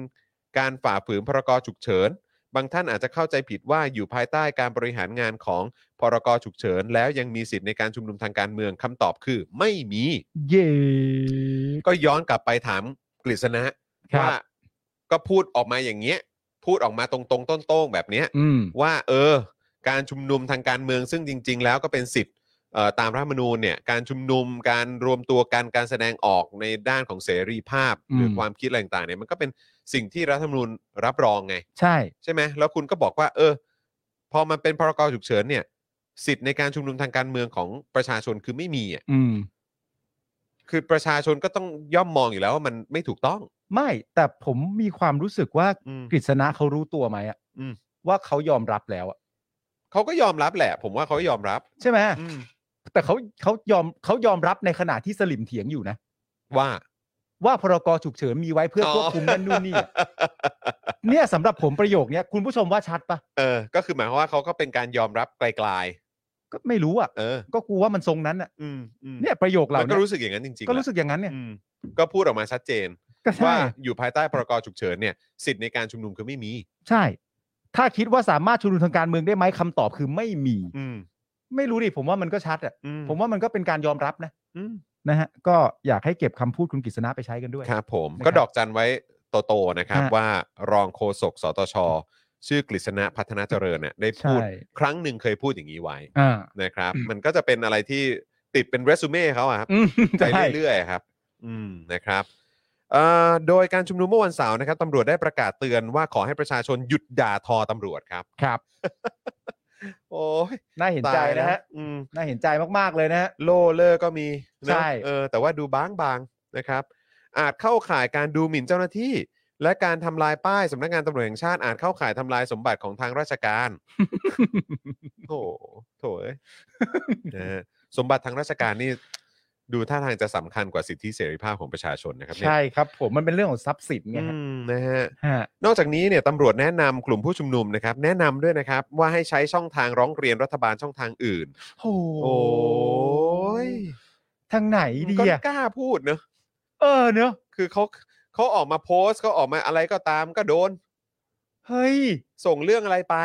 การฝ่าฝืนพรกฉุกเฉิน บางท่านอาจจะเข้าใจผิดว่าอยู่ภายใต้การบริหารงานของพรกฉุกเฉิน แล้วยังมีสิทธิ์ในการชุมนุมทางการเมืองคำตอบคือไม่มี
เย้
ก็ย้อนกลับไปถามกฤษณะ
ครับ
ว่าก็พูดออกมาอย่างเงี้ยพูดออกมาตรงๆต้นๆแบบเนี้ย
อืม
ว่าเออการชุมนุมทางการเมืองซึ่งจริง ๆ แล้วก็เป็นสิทธิ์เอ่อตามรัฐธรรมนูญเนี่ยการชุมนุมการรวมตัวกันการแสดงออกในด้านของเสรีภาพ
อืม
หรือความคิดอะไรต่างๆเนี่ยมันก็เป็นสิ่งที่รัฐธรรมนูญรับรองไง
ใช่
ใช่ไหมแล้วคุณก็บอกว่า เออ พอมันเป็นพรกฉุกเฉินเนี่ย สิทธิ์ในการชุมนุมทางการเมืองของประชาชนคือไม่มีอ่ะ
อืม
คือประชาชนก็ต้องย่อมมองอยู่แล้วว่ามันไม่ถูกต้อง
ไม่แต่ผมมีความรู้สึกว่า
อืม
กฤษณะเขารู้ตัวไหมอะ
อืม
ว่าเขายอมรับแล้วอะ
เขาก็ยอมรับแหละ ผมว่าเขายอมรับ
ใช่ไหม
อืม
แต่เขาเขายอมเขายอมรับในขณะที่สลิมเถียงอยู่นะ
ว่า
ว่าพรกฉุกเฉินมีไว้เพื่ออ
อ
ควบคุมนั่นนู่นนี่อะเนี่ยสำหรับผมประโยคเนี้ยคุณผู้ชมว่าชัดปะ
เออ ก็คือหมายความว่าเขาก็เป็นการยอมรับไกล
ก็ไม่รู้อ่ะ
ๆเออ
ก็กูว่ามันทรงนั้นอ่ะ
อืมอืม
เนี่ยประโยคเห
มั
ล่าน
ก็
เนี้ย
รู้สึกอย่างนั้นจริงๆ
ก็รู้สึกอย่างนั้นเนี่ย
อืมก็พูดออกมาชัดเจน
ก็ใช่
ว่าอยู่ภายใต้พรกฉุกเฉินเนี่ย สิทธิ์ในการชุมนุมคือไม่มี
ใช่ ถ้าคิดว่าสามารถชุมนุมทางการเมืองได้ไหมคำตอบคือไม่มี
อืม
ไม่รู้ดิผมว่ามันก็ชัดอ่ะ
อื
ผมว่ามันก็เป็นการยอมรับนะ
อืม
นะฮะก็อยากให้เก็บคำพูดคุณกฤษณะไปใช้กันด้วย
ครับผม
นะครับ
ก็ดอกจันไว้โตๆนะครับ
ฮะ
ว่ารองโฆษกสตช ชื่อกฤษณะพัฒนาเจริญเนี่ยได้พูด
ใช่
ครั้งหนึ่งเคยพูดอย่างนี้ไว้
อ่า
นะครับ มันก็จะเป็นอะไรที่ติดเป็นเรซูเม่เขาอะครับ
อืม
ไป
ใช่
เรื่อยๆครับ อืม นะครับเอ่อโดยการชุมนุมเมื่อวันเสาร์นะครับตำรวจได้ประกาศเตือนว่าขอให้ประชาชนหยุดด่าทอตำรวจครับ
ครับ
โอ้ย
น่าเห็นใจ
ตาย
นะฮะ
อืม
น่าเห็นใจมากๆเลยนะฮะ
โลเลอร์ก็มีนะ
ใช่
เออ แต่ว่าดูบางบางๆนะครับ อาจเข้าข่ายการดูหมิ่นเจ้าหน้าที่ และการทำลายป้ายสำนักงานตำรวจแห่งชาติอาจเข้าข่ายทำลายสมบัติของทางราชการ โถโถเอ้ยนะฮะสมบัติทางราชการนี่ดูท่าทางจะสำคัญกว่าสิทธิเสรีภาพของประชาชนนะครับเนี่ย
ใช่ครับ ผมมันเป็นเรื่องของทรัพย์สินไง
อื
ฮะ
มนะฮะ
ฮะ
นอกจากนี้เนี่ยตำรวจแนะนำกลุ่มผู้ชุมนุมนะครับ แนะนำด้วยนะครับ ว่าให้ใช้ช่องทางร้องเรียนรัฐบาลช่องทางอื่น
โอ้
โอ้ย
ทางไหนดี
ก็
อ่ะ
กล้าพูดเนอะ
เออเนอะ
คือเขาเขาออกมาโพสต์เขาออกมาอะไรก็ตามก็โดน
เฮ้ย
ส่งเรื่องอะไรไป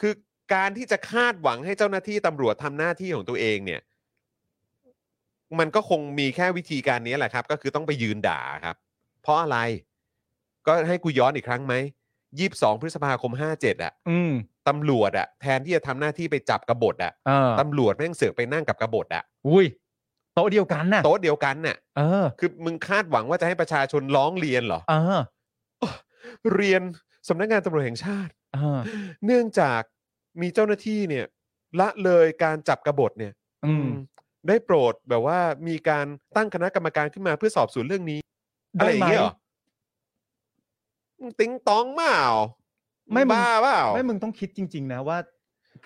คือการที่จะคาดหวังให้เจ้าหน้าที่ตำรวจทำหน้าที่ของตัวเองเนี่ย มันก็คงมีแค่วิธีการนี้แหละครับ ก็คือต้องไปยืนด่าครับ เพราะอะไร ก็ให้กูย้อนอีกครั้งไหมยี่สิบสองพฤษภาคมห้าเจ็ดอะ
อืม
ตำรวจอะแทนที่จะทำหน้าที่ไปจับกบฏอะ
เออ
ตำรวจแม่งเสือกไปนั่งกับกบฏอะ
อุ้ยโต๊ะเดียวกันน่ะ
โต๊ะเดียวกันน่ะ
เออ
คือมึงคาดหวังว่าจะให้ประชาชนร้องเรียนเหรอ
เออ
เรียนสำนักงานตำรวจแห่งชาติ
เออ
เนื่องจากมีเจ้าหน้าที่เนี่ยละเลยการจับกบฏเนี่ย
อืม
ได้โปรดแบบว่ามีการตั้งคณะกรรมการขึ้นมาเพื่อสอบสวนเรื่องนี้
ได้
อะไร
ไหม
อย่างเงี้ยเหรอมึงติ๊งตองเปล่า
ไม่มึง
บ้าเปล่า
ไม่มึงต้องคิดจริง ๆ นะว่า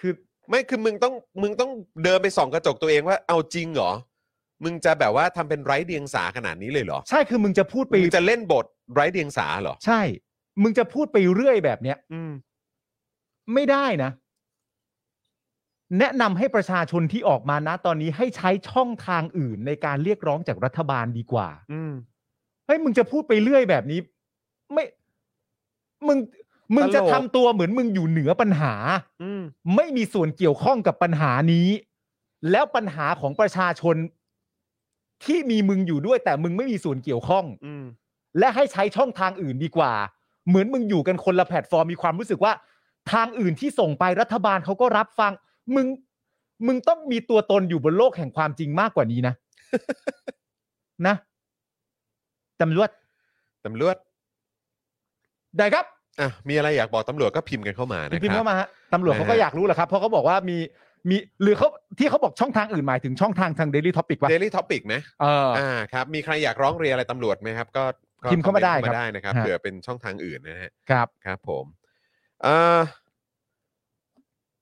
คือ
ไม่คือมึงต้องมึงต้องเดินไปส่องกระจกตัวเองว่าเอาจริงเหรอ มึงจะแบบว่าทำเป็นไร้เดียงสาขนาดนี้เลยเหรอ
ใช่คือมึงจะพูดไป
มึงจะเล่นบทไร้เดียงสาเหรอ
ใช่ มึงจะพูดไปเรื่อยแบบเนี้ย
อืม
ไม่ได้นะ แนะนำให้ประชาชนที่ออกมานะ ตอนนี้ให้ใช้ช่องทางอื่นในการเรียกร้องจากรัฐบาลดีกว่า
อืม
เฮ้ยมึงจะพูดไปเรื่อยแบบนี้ ไม่ มึง มึงจะ
ตลก
ทำตัวเหมือนมึงอยู่เหนือปัญหา
อืม
ไม่มีส่วนเกี่ยวข้องกับปัญหานี้ แล้วปัญหาของประชาชน ที่มีมึงอยู่ด้วย แต่มึงไม่มีส่วนเกี่ยวข้อง
อืม
และให้ใช้ช่องทางอื่นดีกว่า เหมือนมึงอยู่กันคนละแพลตฟอร์มมีความรู้สึกว่า ทางอื่นที่ส่งไปรัฐบาลเขาก็รับฟัง มึง มึงต้องมีตัวตนอยู่บนโลกแห่งความจริงมากกว่านี้นะ นะตำรวจ
ตำรวจ
ได้ครับ
อ่ะ มีอะไรอยากบอกตำรวจก็พิมพ์กันเข้ามานะค
คุ
รั
ณ
บ
พิมพ์เข้ามาฮะตำรวจเขาก็
นะฮะ
อยากรู้แหละครับ เพราะเขาบอกว่ามีมีหรือเขาที่เขาบอกช่องทางอื่นหมายถึงช่องทางทาง Daily Topic ป่ะ
เดลี่ท็อปิกไหม
เออ
อ่า ครับ มีใครอยากร้องเรียนอะไรตำรวจไหมครับ ก็ก็
พิมพ์เข้ามาได้
คอ
ครับ
ได้นะครับ
ฮะ
เผื่อเป็นช่องทางอื่นนะฮะ
ครับ
ครับผมเอ่อ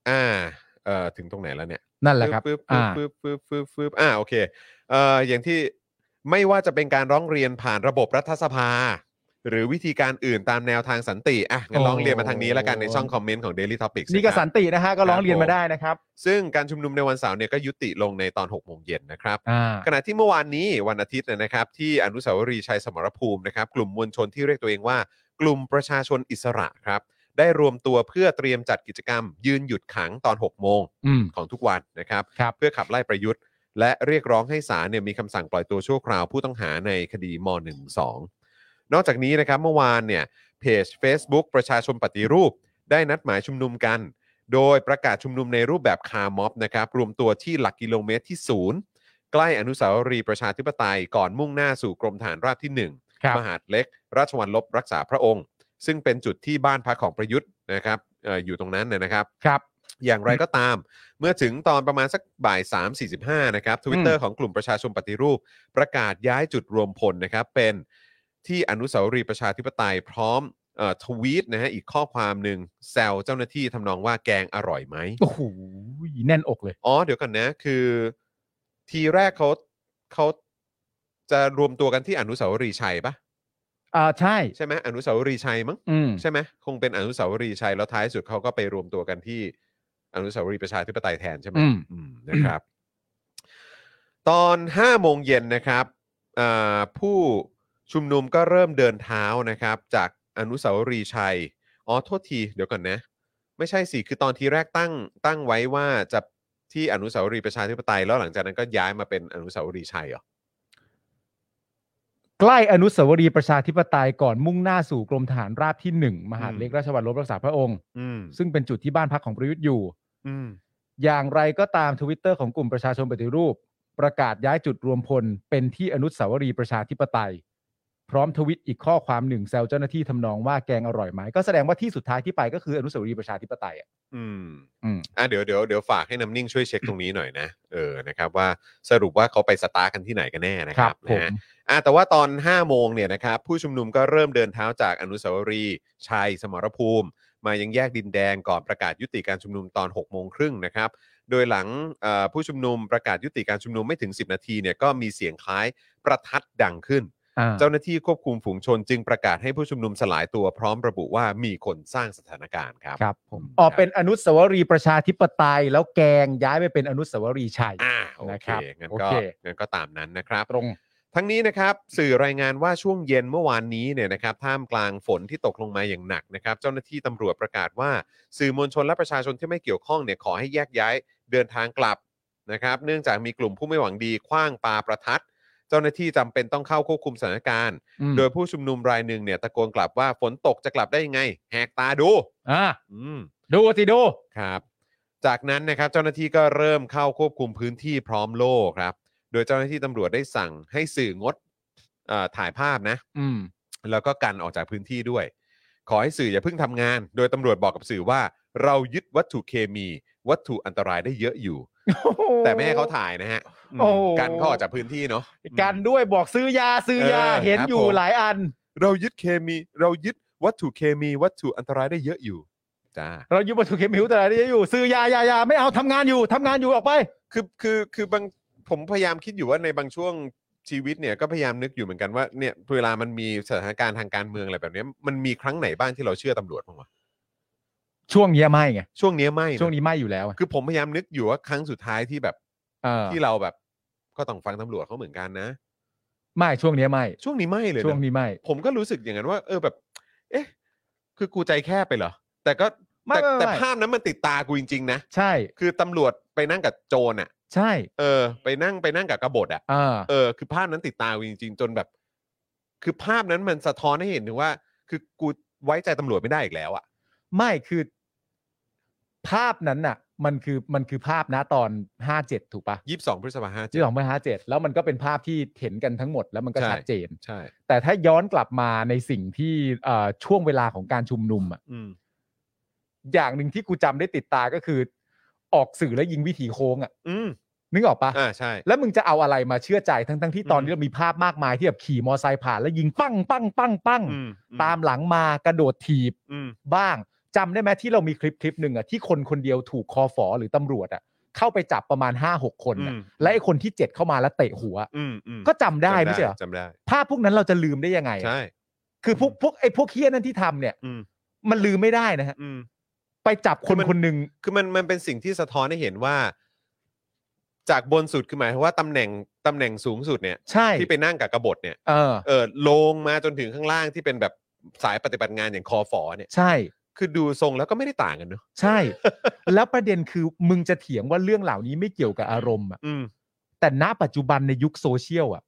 อ่า เอ่อ ถึงตรงไหนแล้วเนี่ย
นั่นแหละครับ
ปึ๊บ
อ่า
ปึ๊บปึ๊บปึ๊บปึ๊บปึ๊บอ่าโอเคเอ่ออย่างที่ไม่ว่าจะเป็นการร้องเรียนผ่านระบบรัฐสภา หรือวิธีการอื่นตามแนวทางสันติอ่ะงั้นร้องเรียนมาทางนี้แล้วกันในช่องคอมเมนต์ของ Daily Topics
นี่ก็
ะค
สั
รับ
นตินะฮะก็ร้อ
ครั
ง
บ
เรียนมาได้นะครับ
ซึ่งการชุมนุมในวันเสาร์เนี่ยก็ยุติลงในตอน6โมงเย็นนะครับ
อ่า
ขณะที่เมื่อวานนี้วันอาทิตย์เนยนะครับที่อนุสาวรีย์ชัยสมรภูมินะครับ กลุ่มมวลชนที่เรียกตัวเองว่า กลุ่มประชาชนอิสระครับ ได้รวมตัวเพื่อเตรียมจัดกิจกรรม ยืนหยุดขังตอน6โมง
อืม
ของทุกวันนะครับ
ครับ
เพื่อขับไล่ประยุทธ์ และเรียกร้องให้ศาลเนี่ยมีคำสั่งปล่อยตัวชั่วคราวผู้ต้องหาในคดีม .112 นอกจากนี้นะครับเมื่อวานเนี่ยเพจ Facebook ประชาชนปฏิรูป ได้นัดหมายชุมนุมกัน โดยประกาศชุมนุมในรูปแบบคาร์ม็อบนะครับรวมตัวที่หลักกิโลเมตรที่ 0 ใกล้อนุสาวรีย์ประชาธิปไตยก่อนมุ่งหน้าสู่กรมฐานราบที่ 1
ครับ
มหาดเล็ก ราชวัลลบรักษาพระองค์ ซึ่งเป็นจุดที่บ้านพักของประยุทธ์นะครับเอ่ออยู่ตรงนั้นเนี่ยนะครับ
ครับ
อย่างไรก็ตาม เมื่อถึงตอนประมาณสักบ่าย 3.45 นะครับทวิตเตอร์ของกลุ่มประชาชนปฏิรูป ประกาศย้ายจุดรวมพลนะครับ เป็นที่อนุสาวรีย์ประชาธิปไตยพร้อมเอ่อทวีตนะฮะอีกข้อความหนึ่งแซวเจ้าหน้าที่ทำนองว่าแกงอร่อยไหม
โอ้โหแน่นอกเลย
อ๋อเดี๋ยวก่อนนะ คือ ทีแรกเขาเขาจะรวมตัวกันที่อนุสาวรีย์ชัยปะ
อ่า ใช่
ใช่ไหมอนุสาวรีย์ชัยมั้ง
อืม
ใช่ไหมคงเป็นอนุสาวรีย์ชัยแล้วท้ายสุดเขาก็ไปรวมตัวกันที่อนุสาวรีย์ประชาธิปไตยแทนใช่ไหม
อืม
อืมนะครับ ตอน5โมงเย็นนะครับอ่าผู้ชุมนุมก็เริ่มเดินเท้านะครับ จากอนุสาวรีย์ชัยอ๋อโทษทีเดี๋ยวก่อนนะ ไม่ใช่สิคือตอนทีแรกตั้งตั้งไว้ว่าจะที่อนุสาวรีย์ประชาธิปไตยแล้วหลังจากนั้นก็ย้ายมาเป็นอนุสาวรีย์ชัยเหรอ
ใกล้อนุสาวรีย์ประชาธิปไตยก่อนมุ่งหน้าสู่กรมฐานราบที่หนึ่งมหาดเล็กราชวัลลบรักษาพระองค์
อืม
ซึ่งเป็นจุดที่บ้านพักของประยุทธ์อยู่
อืม
อย่างไรก็ตามทวิตเตอร์ของกลุ่มประชาชนปฏิรูป ประกาศย้ายจุดรวมพล เป็นที่อนุสาวรีย์ประชาธิปไตย พร้อมทวิตอีกข้อความหนึ่งแซวเจ้าหน้าที่ทำนองว่าแกงอร่อยไหมก็แสดงว่าที่สุดท้ายที่ไปก็คืออนุสาวรีย์ประชาธิปไตยอ่ะ
อืม
อืม
อ่ะเดี๋ยวเดี๋ยวเดี๋ยวฝากให้น้ำนิ่งช่วยเช็คตรงนี้หน่อยนะ เออนะครับว่าสรุปว่าเขาไปสตาร์ทกันที่ไหนกันแน่นะครับ
ผ
นะ
ม
ฮะอ่ะแต่ว่าตอน 5 โมงเนี่ยนะครับผู้ชุมนุมก็เริ่มเดินเท้าจากอนุสาวรีย์ชัยสมรภูมิ มายังแยกดินแดงก่อนประกาศยุติการชุมนุมตอน 6 โมงครึ่งนะครับ โดยหลังเอ่อผู้ชุมนุมประกาศยุติการชุมนุมไม่ถึง 10 นาทีเนี่ยก็มีเสียงคล้ายประทัดดังขึ้น
อ่า
เจ้าหน้าที่ควบคุมฝูงชนจึงประกาศให้ผู้ชุมนุมสลายตัวพร้อมระบุว่ามีคนสร้างสถานการณ์ครับ
ครับผมอ๋อเป็นอนุสาวรีย์ประชาธิปไตย แล้วแกงย้ายไปเป็นอนุสาวรีย์ชัย
อ่าโอ
นะ
เค
ครับ
งั้น
โอ
ก็
เค
งั้นก็ตามนั้นนะครับ
ตรง
ทั้งนี้นะครับ สื่อรายงานว่าช่วงเย็นเมื่อวานนี้เนี่ยนะครับท่ามกลางฝนที่ตกลงมาอย่างหนักนะครับ เจ้าหน้าที่ตำรวจประกาศว่า สื่อมวลชนและประชาชนที่ไม่เกี่ยวข้องเนี่ยขอให้แยกย้ายเดินทางกลับนะครับ เนื่องจากมีกลุ่มผู้ไม่หวังดีคว้างปาประทัด เจ้าหน้าที่จำเป็นต้องเข้าควบคุมสถานการณ์
อืม
โดยผู้ชุมนุมรายหนึ่งเนี่ยตะโกนกลับว่าฝนตกจะกลับได้ยังไง แหกตาดู
อ่า
อืม
ดูสิดู
ครับ จากนั้นนะครับเจ้าหน้าที่ก็เริ่มเข้าควบคุมพื้นที่พร้อมโล่ครับ โดยเจ้าหน้าที่ตำรวจได้สั่งให้สื่องดเอ่อถ่ายภาพนะ
อืม
แล้วก็กันออกจากพื้นที่ด้วย ขอให้สื่ออย่าเพิ่งทำงาน โดยตำรวจบอกกับสื่อว่า เรายึดวัตถุเคมี วัตถุอันตรายได้เยอะอยู่ แต่ไม่ให้เขาถ่ายนะฮะอืม
โอ้โห
กันเขาออกจากพื้นที่เนาะ
กันด้วยบอกซื้อยาซื้อยา
เออ
เห็น
ครับ
อยู่
ผม
หลายอัน
เรายึดเคมี เรายึดวัตถุเคมี วัตถุอันตรายได้เยอะอยู่ จ้า
เราอยู่บนถูกเข็มหิวแต่อะไรอยู่ซื้อยายายาไม่เอาทำงานอยู่ทำงานอยู่ออกไป
คือคือคือบางผมพยายามคิดอยู่ว่าในบางช่วงชีวิตเนี่ยก็พยายามนึกอยู่เหมือนกันว่าเนี่ยเวลามันมีสถานการณ์ทางการเมืองอะไรแบบเนี้ยมันมีครั้งไหนบ้างที่เราเชื่อตำรวจบ้างวะ
ช่วงเนี้ยไม่ไง
ช่วงเนี้ยไม่นะ
ช่วงนี้ไม่อยู่แล้ว
คือผมพยายามนึกอยู่ว่าครั้งสุดท้ายที่แบบ
เออ
ที่เราแบบ ก็ต้องฟังตำรวจเขาเหมือนกันนะ
ไม่ช่วงเนี้ยไม่
ช่วงนี้ไม่เลยนะ
ช่วงนี้ไม่
ผมก็รู้สึกอย่างนั้นว่า เออแบบ เอ๊ะ คือกูใจแคบไปเหรอแต่ก็
ไม่
แต่
ไม่
แต่
ไม่
ภาพนั้นมันติดตากูจริงๆนะ
ใช่
คือตำรวจไปนั่งกับโจรอ่ะ
ใช่
เออ ไปนั่งไปนั่งกับกบฏอ่ะ
เออ
เออคือภาพนั้นติดตากูจริงๆ จนแบบ คือภาพนั้นมันสะท้อนให้เห็นถึงว่า คือกูไว้ใจตำรวจไม่ได้อีกแล้วอ่ะ
ไม่คือ ภาพนั้นน่ะ มันคือมันคือภาพนะตอนห้าเจ็ดถูกปะ
ยี่สิบสองพฤษภาห้า
ที่สองพันห้าเจ็ดแล้วมันก็เป็นภาพที่เห็นกันทั้งหมดแล้วมันก็ชัดเจน
ใช่
แต่ถ้าย้อนกลับมาในสิ่งที่เอ่อช่วงเวลาของการชุมนุมอะ
อืม
อย่างหนึ่งที่กูจำได้ติดตาก็คือ ออกสื่อแล้วยิงวิถีโค้งอะ
อืม
นึกออกปะ
อ่าใช่
แล้วมึงจะเอาอะไรมาเชื่อใจทั้งทั้งๆที่ตอน
อืม
นี้เรามีภาพมากมายที่แบบขี่มอไซค์ผ่าน แล้วยิงปั้งปั้งปั้งปั้ง
อืม
ตามหลังมากระโดดถีบ
อืม
บ้างจำได้ไหมที่เรามีคลิปคลิปหนึ่งอะที่คนคนเดียวถูกคอฝอหรือตำรวจอะเข้าไปจับประมาณ5้าหกคน
อื
น่ะ
ม
และไอ้คนที่ 7 เข้ามาแล้วเตะหัว
อืมอืม
ก็จำได้ไม่ใช่เหรอ
จำได้
ภาพพวกนั้นเราจะลืมได้ยังไง
จำได้ใช
อะ
่
คือพวกพวกไอ้พวกเฮี้ยนั่นที่ทำเนี่ย
อืม
มันลืมไม่ได้นะฮะ
อืม
ไปจับค
คือมัน น
คนหนึ่ง
คือมันมันเป็นสิ่งที่สะท้อนให้เห็นว่า จากบนสุดคือหมายความว่าตำแหน่งตำแหน่งสูงสุดเนี่ย
ใช่
ที่ไปนั่งกับกบฏเนี่ย
เออ
เออลงมาจนถึงข้างล่างที่เป็นแบบสายปฏิบัติงานอย่างคอฝอเนี่ย
ใช่
คือดูทรงแล้วก็ไม่ได้ต่างกันเนอะ
ใช่ แล้วประเด็นคือมึงจะเถียงว่าเรื่องเหล่านี้ไม่เกี่ยวกับอารมณ์อะ
อืม
แต่ณปัจจุบันในยุคโซเชียลอ่ะ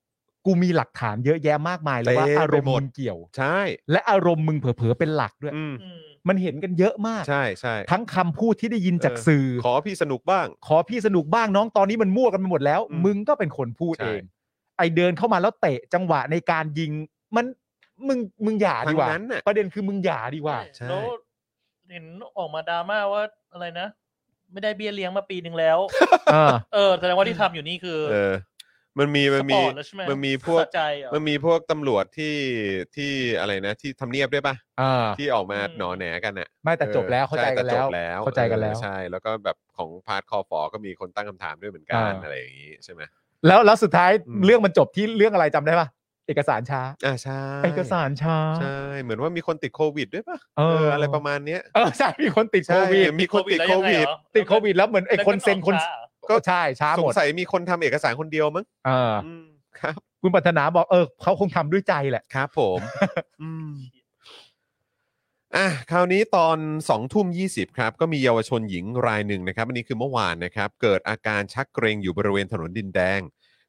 กูมีหลักฐานเยอะแยะมากมายเลยว่า
เต็มไป
อารมณ์
หมด
มึงเกี่ยว
ใช่
และอารมณ์มึงเผลอๆเป็นหลักด้วย
อืม
อืม
มันเห็นกันเยอะมาก
ใช่ใช่
ทั้งคำพูดที่ได้ยินจากสื่อ
ขอพี่สนุกบ้าง
ขอพี่สนุกบ้างน้องตอนนี้มันมั่วกันไปหมดแล้ว
อืม
มึงก็เป็นคนพูด
ใช่
เอง ไอเดินเข้ามาแล้วเตะจังหวะในการยิงมันมึงมึงหย่าดี
ทั้ง
กว่า
นั้นน่ะ
ประเด็นคือมึงหย่าดีกว่า
ใช่
แล้วเห็นออกมาดราม่าว่าอะไรนะ ไม่ได้เบี้ยเลี้ยงมาปีหนึ่ง แล้ว
เออ
เออแสดงว่าที่ทำอยู่นี่คือ
เออ มันมีมัน
สป
มี
อร์ตแล้วใช่ไหม
มันมีพ วก
สะใจเหรอ
มันมีพวกตำรวจที่ที่อะไรนะ ที่ทำเนียบด้วยปะ
เออ
ที่ออกมา
อืม
หนอแหนกันน่ะ
ไม่แต่จบแล้วเข้าใจกัน
ช่ต่จบ
แล้วเข้าใจกันแล้ว
เออใช่ แล้วก็แบบของพาร์ทคอฟอก็มีคนตั้งคำถามด้วยเหมือนกัน
อ่า
อะไรอย่างนี้ใช่ไหม
แล้วแล้วสุดท้าย
อืม
เรื่องมันจบที่เรื่องอะไรจำได้ปะเอกสารช้า
อ่าใช่
เอกสารช้า
ใช่เหมือนว่ามีคนติดโควิดด้วยปะ
เออ
ไรประมาณเนี้ย
เออใช่มีคนติดโค
ใช่
วิด
มีคนติดโควิด
ติดโควิดแล้วเหมือนไอ้คนเซ็นคน
ก็
ก็ใช่ช้า
ส
หม
ง
ด
สัยมีคนทำเอกสารคนเดียวมั้ง
เออ
อืมครับ
คุณปัถนาบอกเออเขาคงทำด้วยใจแหละ
ครับผม อืมอ่ะคราวนี้ตอน2องทุ่มยีครับ ก็มีเยาวชนหญิงรายหนึ่งนะครับ อันนี้คือเมื่อวานนะครับ เกิดอาการชักเกรงอยู่บริเวณถนนดินแดง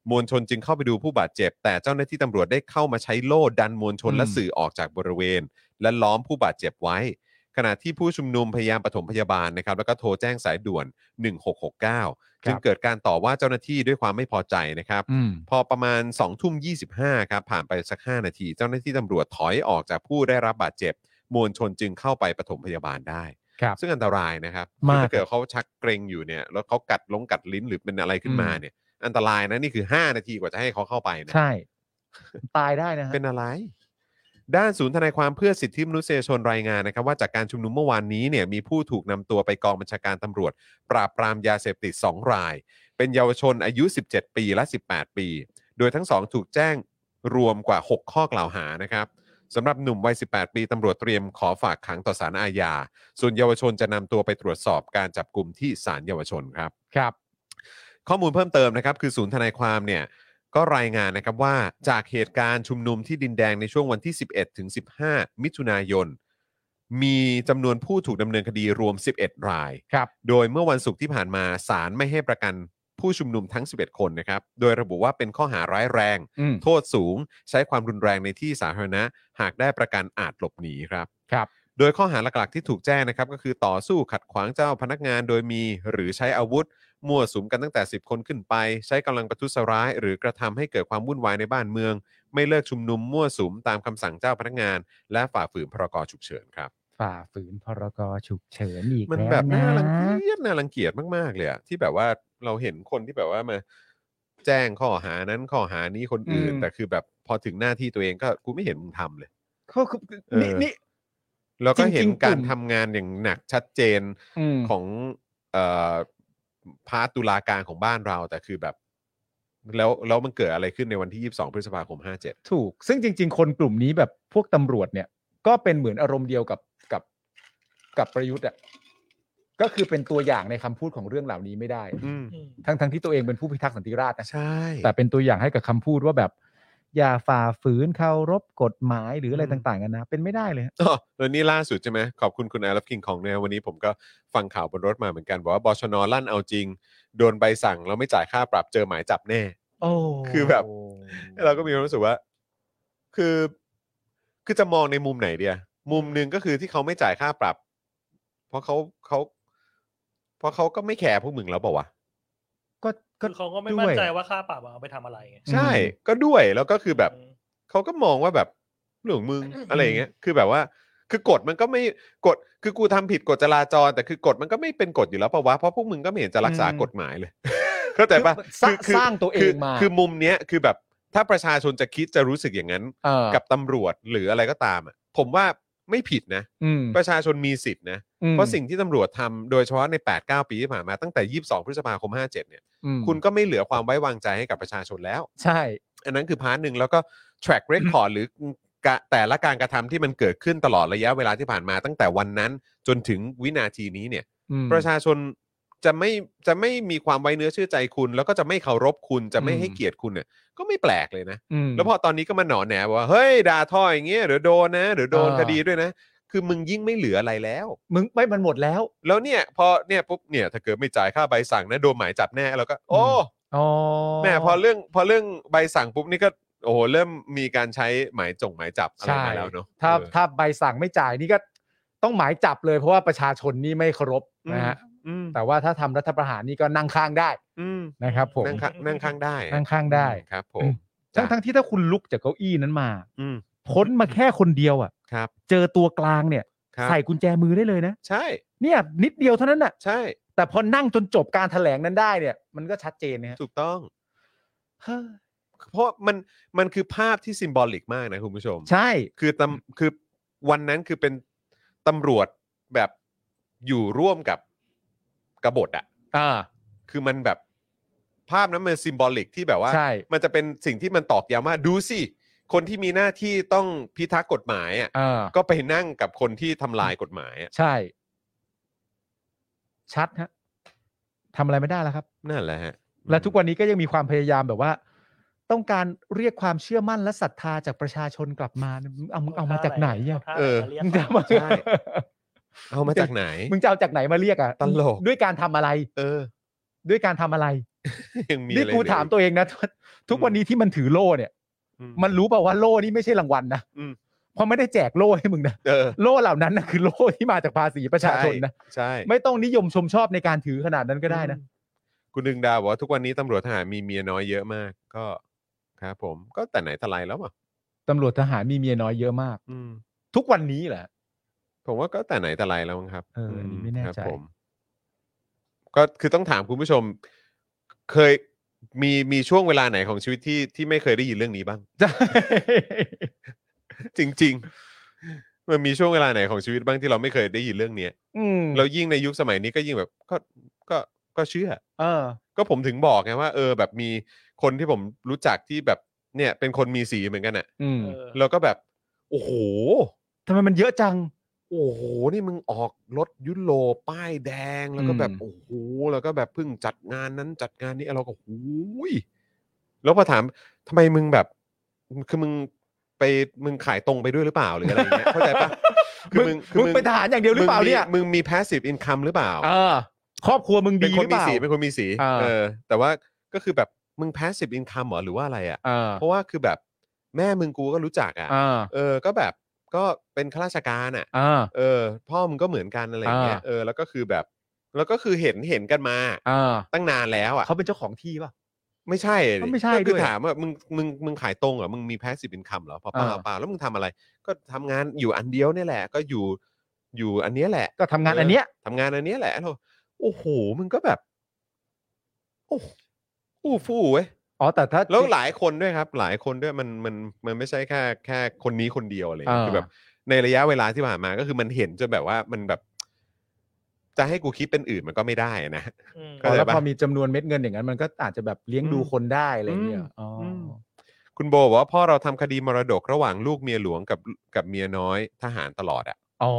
มวลชนจึงเข้าไปดูผู้บาดเจ็บ แต่เจ้าหน้าที่ตำรวจได้เข้ามาใช้โล่ดันมวลชน
อืม
และสื่อออกจากบริเวณ และล้อมผู้บาดเจ็บไว้ ขณะที่ผู้ชุมนุมพยายามปฐมพยาบาลนะครับ แล้วก็โทรแจ้งสายด่วน 1669 จึงเกิดการต่อว่าเจ้าหน้าที่ด้วยความไม่พอใจนะครับ
อืม
พอประมาณ2ทุ่ม25ครับ ผ่านไปสัก 5 นาที เจ้าหน้าที่ตำรวจถอยออกจากผู้ได้รับบาดเจ็บ มวลชนจึงเข้าไปปฐมพยาบาลได้
ครับ
ซึ่งอันตรายนะครับ
มาก
ถ้าเกิดเขาชักเกรงอยู่เนี่ย แล้วเขากัดลงกัดลิ้นหรือเป็นอะไรขึ้นมา
อืม
เนี่ย อันตรายนะนี่คือ 5 นาทีกว่าจะให้เขาเข้าไปนะ
ใช่ ตายได้นะฮะ
เป็นอะไร ด้านศูนย์ทนายความเพื่อสิทธิมนุษยชนรายงานนะครับ ว่าจากการชุมนุมเมื่อวานนี้เนี่ยมีผู้ถูกนำตัวไปกองบัญชาการตำรวจ ปราบปรามยาเสพติด 2 ราย เป็นเยาวชนอายุ 17 ปีและ 18 ปี โดยทั้งสองถูกแจ้งรวมกว่า 6 ข้อกล่าวหานะครับสำหรับหนุ่มวัย 18 ปีตำรวจเตรียมขอฝากขังต่อศาลอาญา ส่วนเยาวชนจะนำตัวไปตรวจสอบการจับกลุ่มที่ศาลเยาวชนครับ
ครับ
ข้อมูลเพิ่มเติมนะครับ คือศูนย์ทนายความเนี่ยก็รายงานนะครับว่าจากเหตุการณ์ชุมนุมที่ดินแดงในช่วงวันที่ 11 ถึง 15 มิถุนายน มีจำนวนผู้ถูกดำเนินคดีรวม 11 ราย
ครับ
โดยเมื่อวันศุกร์ที่ผ่านมาศาลไม่ให้ประกันผู้ชุมนุมทั้ง 11 คนนะครับ โดยระบุว่าเป็นข้อหาร้ายแรง
อืม
โทษสูงใช้ความรุนแรงในที่สาธารณะ หากได้ประกันอาจหลบหนีครับ
ครับ
โดยข้อหาหลักๆที่ถูกแจ้งนะครับ ก็คือต่อสู้ขัดขวางเจ้าพนักงานโดยมีหรือใช้อาวุธ มั่วสุมกันตั้งแต่ 10 คนขึ้นไป ใช้กำลังประทุษร้าย หรือกระทำให้เกิดความวุ่นวายในบ้านเมือง ไม่เลิกชุมนุมมั่วสุมตามคำสั่งเจ้าพนักงาน และฝ่าฝืนพรกฉุกเฉินครับ
ฝ่าฝืนพรกฉุกเฉินอีก
มัน
ล้ว
แบบน่ารั
ะ
งเกียจน่ารังเกียจมากๆเลยอะที่แบบว่าเราเห็นคนที่แบบว่ามา แจ้งข้อหานั้นข้อหานี้คนอื่น แต่คือแบบพอถึงหน้าที่ตัวเองก็กูไม่เห็นมึงทำเลย
เขาคือ
เออ
นี่นี่
แล้วก็เห็น
จริงๆกลุ่ม
การทำงานอย่างหนักชัดเจน
อืม
ของเอ่อพาร์ตตุลาการของบ้านเราแต่คือแบบ แล้วแล้วมันเกิดอะไรขึ้นในวันที่ 22 พฤษภาคม 57
ถูก ซึ่งจริง ๆ คนกลุ่มนี้แบบพวกตำรวจเนี่ย ก็เป็นเหมือนอารมณ์เดียวกับกับกับประยุทธ์อ่ะก็คือเป็นตัวอย่างในคำพูดของเรื่องเหล่านี้ไม่ได้
อืม
อืม
ทั้งทั้งที่ตัวเองเป็นผู้พิทักษ์สันติราษฎร์นะ
ใช่
แต่เป็นตัวอย่างให้กับคำพูดว่าแบบ อย่าฝ่าฝืนเคารพกฎหมายหรืออะไรต่างๆกันนะ เป็นไม่ได้เลยฮะ
อ๋อแล้วนี่ล่าสุดใช่ไหมขอบคุณคุณไอรับคิงของเนี่ยวันนี้ผมก็ฟังข่าวบนรถมาเหมือนกันบอกว่าบชนลั่นเอาจริง โดนใบสั่งแล้วไม่จ่ายค่าปรับเจอหมายจับแน่
โอ้
คือแบบ เราก็มีความรู้สึกว่า คือ คือจะมองในมุมไหนเดียมุมหนึ่งก็คือที่เขาไม่จ่ายค่าปรับ เพราะเขาเขา เพราะเขาก็ไม่แคร์พวกมึงแล้วเปล่าวะ
ก็ก็
คือเขาก็ไม่มั่นใจ
ด้วย
ว่าค่าปรับอะเอาไปทำอะไรไง
อืม
ใช่ ก็ด้วย แล้วก็คือแบบ
อืม
เขาก็มองว่าแบบเรื่องของมึง อะไรอย่างเงี้ย คือแบบว่า คือกฎมันก็ไม่กฎ คือกูทำผิดกฎจราจร แต่คือกฎมันก็ไม่เป็นกฎอยู่แล้วปะวะ เพราะพวกมึงก็ไม่เห็นจะรักษา
อืม
กฎหมายเลย เข้าใจปะ
สร้างสร้างตัวเอ
คื
งมา
คือมุมเนี้ย คือแบบ ถ้าประชาชนจะคิดจะรู้สึกอย่างนั้น
เออ
กับตำรวจหรืออะไรก็ตามอ่ะผมว่าไม่ผิดนะ
อืม
ประชาชนมีสิทธินะ
อืม
เพราะสิ่งที่ตำรวจทำโดยเฉพาะใน 8-9 ปีที่ผ่านมาตั้งแต่ 22 พฤษภาคม 57 เนี่ย
อืม
คุณก็ไม่เหลือความไว้วางใจให้กับประชาชนแล้ว
ใช่
อันนั้นคือพาร์ทหนึ่งแล้วก็ track record หรือกะแต่ละการกระทำที่มันเกิดขึ้นตลอดระยะเวลาที่ผ่านมา ตั้งแต่วันนั้นจนถึงวินาทีนี้เนี่ย
อืม
ประชาชนจะไม่จะไม่มีความไว้เนื้อเชื่อใจคุณ แล้วก็จะไม่เคารพคุณจะไม่
อืม
ให้เกียรติคุณเนี่ยก็ไม่แปลกเลยนะ
ม
แล้วพอตอนนี้ก็มาหนอนแหนว่าเฮ้ยด่าท่ออย่างเงี้ยเดี๋ยวโดนนะเดี๋ยวโดน
อ่า
คดีด้วยนะ คือมึงยิ่งไม่เหลืออะไรแล้ว
มึงไม่มันหมดแล้ว
แล้วเนี่ยพอเนี่ยปุ๊บเนี่ยถ้าเกิดไม่จ่ายค่าใบสั่งนะโดนหมายจับแน่แล้วก็ โอ้
อ๋อ
แม่พอเรื่องพอเรื่องใบสั่งปุ๊บนี่ก็โอ้โหเริ่มมีการใช้หมายจงหมายจับอะไร
ใช่
มาแล้วเนาะ
ถ้า
เออ
ถ้าใบสั่งไม่จ่ายนี่ก็ต้องหมายจับเลยเพราะว่าประชาชนนี่ไม่เคารพนะฮะ
อืม
แต่ว่าถ้าทำรัฐประหารนี่ก็นั่งข้างได้
อืม
นะครับผม
นั่งข้างนั่งข้างได้
นั่งข้างได้
ครับผ
อื
ม
ม ทั้งทั้งที่ถ้าคุณลุกจากเก้าอี้นั้นมา
อืม
พ้นมาแค่คนเดียวอ่ะ
ครับ
เจอตัวกลางเนี่ย
ครับ
ใส่กุญแจมือได้เลยนะ
ใช่
เนี่ยนิดเดียวเท่านั้นน่ะ
ใช่
แต่พอนั่งจนจบการแถลงนั้นได้เนี่ย มันก็ชัดเจนนะฮะ
ถูกต้อง
เฮ้ย
เพราะมันมันคือภาพที่ซิมบอลิกมากนะคุณผู้ชม
ใช่
คือตำคือวันนั้นคือเป็นตำรวจแบบอยู่ร่วมกับกบฏอะ
อ่า
คือมันแบบภาพนั้นมันซิมบอลิกที่แบบว่า
ใช่
มันจะเป็นสิ่งที่มันตอกย้ำว่าดูสิคนที่มีหน้าที่ต้องพิทักษ์กฎหมายอะ
อ่า
ก็ไปนั่งกับคนที่ทำลายกฎหมายอะ
ใช่ ชัดฮะทำอะไรไม่ได้แล้วครับ
นั่นแหละฮะ
และทุกวันนี้ก็ยังมีความพยายามแบบว่า ต้องการเรียกความเชื่อมั่นและศรัทธาจากประชาชนกลับมามึงเอามึงเอามาจากไหนอ่ะ
เออเรียก
มึงจะเอา
มา
มา
ใช่เอามาจากไหน
มึงจะเอาจากไหนมาเรียกอ่ะ
ตลก
ด้วยการทำอะไร
เออ
ด้วยการทำอะไร
ยังมี
นี่
อะไร
กู
เหลือ
ถาม
อีก
ตัวเองนะ ทุกทุกวันนี้ที่มันถือโล่เนี่ย
อืม
มันรู้เปล่าว่าโล่นี่ไม่ใช่รางวัลนะ
อืม
เพราะไม่ได้แจกโล่ให้มึงนะ
เออ
โล่เหล่านั้นนะคือโล่ที่มาจากภาษีประชาชนนะ
ใช่
ไม่ต้องนิยมชมชอบในการถือขนาดนั้นก็ได้นะ
อืมคุณดึงดาวบอกว่าทุกวันนี้ตำรวจทหารมีเมียน้อยเยอะมาก ก็ครับผมก็แต่ไหนแต่ไรแล้วอ่ะ
ตำรวจทหารมีเมียน้อยเยอะมาก
อืม
ทุกวันนี้แหละ
ผมว่าก็แต่ไหนแต่ไรแล้วมั้งครับ
เอออันนี้
ม
ไม่แน่
ครับ
ใจ
ผมก็คือต้องถามคุณผู้ชม เคยมีมีช่วงเวลาไหนของชีวิตที่ที่ไม่เคยได้ยินเรื่องนี้บ้าง
ใช่
จริง ๆ มันมีช่วงเวลาไหนของชีวิตบ้างที่เราไม่เคยได้ยินเรื่องเนี้ย
อืม
แล้วยิ่งในยุคสมัยนี้ก็ยิ่งแบบ ก็ก็ก็เชื่อ
เออ
ก็ผมถึงบอกไงว่าเออแบบมีคนที่ผมรู้จักที่แบบเนี่ย เป็นคนมีสีเหมือนกันอ่ะ
อืม
เออ
แล้วก็แบบ โอ้โห
ทำไมมันเยอะจัง
โอ้โห นี่มึงออกรถยุโรปป้ายแดงแล้วก็แบบ
อืม
โอ้โหแล้วก็แบบเพิ่งจัดงานนั้นจัดงานนี้เราก็หูยแล้วพอถามทำไมมึงแบบ คือมึงไปมึงขายตรงไปด้วยหรือเปล่าหรืออะไรอย่างเงี้ยเข้าใจปะคือมึงคือ
มึงเป็นทหารอย่างเดียวหรือเปล่าเนี่ย
มึงมีมึงมี passive income หรือเปล่า
เออครอบครัวมึง
เป็
ดี
น
ห
คนมี
รือเปล่า
สีเป็นคนมีสี
อ่า
เออ แต่ว่าก็คือแบบมึง passive income เหรอหรือว่าอะไรอ่ะ
เออ
เพราะว่าคือแบบแม่มึงกูก็รู้จักอ่ะ
เออ
เออ ก็แบบก็เป็นข้าราชการอ่ะ
เออ
เออ พ่อมึงก็เหมือนกันอะไรอย่างเงี้ย
อ่า
เออ แล้วก็คือแบบ แล้วก็คือเห็นเห็นกันมา
เออ
ตั้งนานแล้วอ่ะ
เขาเป็นเจ้าของที่ป่ะ
ไม่ใช่ดิ
เขาไม่ใช่
ก็คือ
ด้วย
ถามว่ามึงมึงมึงขายตรงเหรอ มึงมีแพสซีฟอินคัมเหรอพอเปล่า
อ่า
เปล่าแล้วมึงทำอะไร ก็ทำงานอยู่อันเดียวเนี่ยแหละ ก็อยู่อยู่อันเนี้ยแหละ
ก็ทำงานอันเนี้ย
ทำงานอันเนี้ยแหละแล้วโอ้โห มึงก็แบบ โอ้โหอู้ฟู่เว้ย
อ๋อแต่ถ้า
แล้วหลายคนด้วยครับ หลายคนด้วยมันมันมันไม่ใช่แค่แค่คนนี้คนเดียวอะไรอย่างเงี้ย
อ่า
คือแบบ ในระยะเวลาที่ผ่านมาก็คือมันเห็นจนแบบว่ามันแบบ จะให้กูคิดเป็นอื่นมันก็ไม่ได้อะนะ
อืม
เข้าใจปะ
แล้วพอมีจำนวนเม็ดเงินอย่างนั้นมันก็อาจจะแบบเลี้ยงดูคนได้อะไรเงี้ยอ๋ออ
ม คุณโบบอกว่าพ่อเราทำคดีมรดกระหว่างลูกเมียหลวงกับกับเมียน้อยทหารตลอดอะ
อ๋อ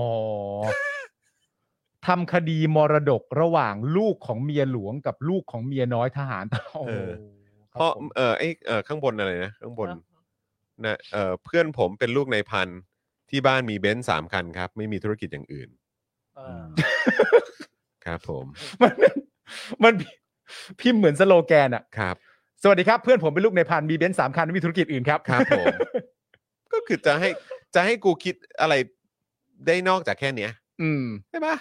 ทำคดีมรดกระหว่างลูกของเมียหลวงกับลูกของเมียน้อยทหารโอ้โหครับ
พ่อ
ผม
เออไอเออข้างบนอะไรนะข้างบน
ครับ
นะเออเพื่อนผมเป็นลูกในายพันที่บ้านมีเบนซ์สามคันครับ ไม่มีธุรกิจอย่างอื่น
เออ
ครับผม
มัน เป็นมันพิมพ์เหมือนสโลแกนอะ
ครับ
สวัสดีครับเพื่อนผมเป็นลูกในพันมีเบนซ์สามคันไม่มีธุรกิจอื่นครับ
ครับผม ก็คือจะให้จะให้กูคิดอะไรได้นอกจากแค่เนี้ย
อืม
ใช่ปะ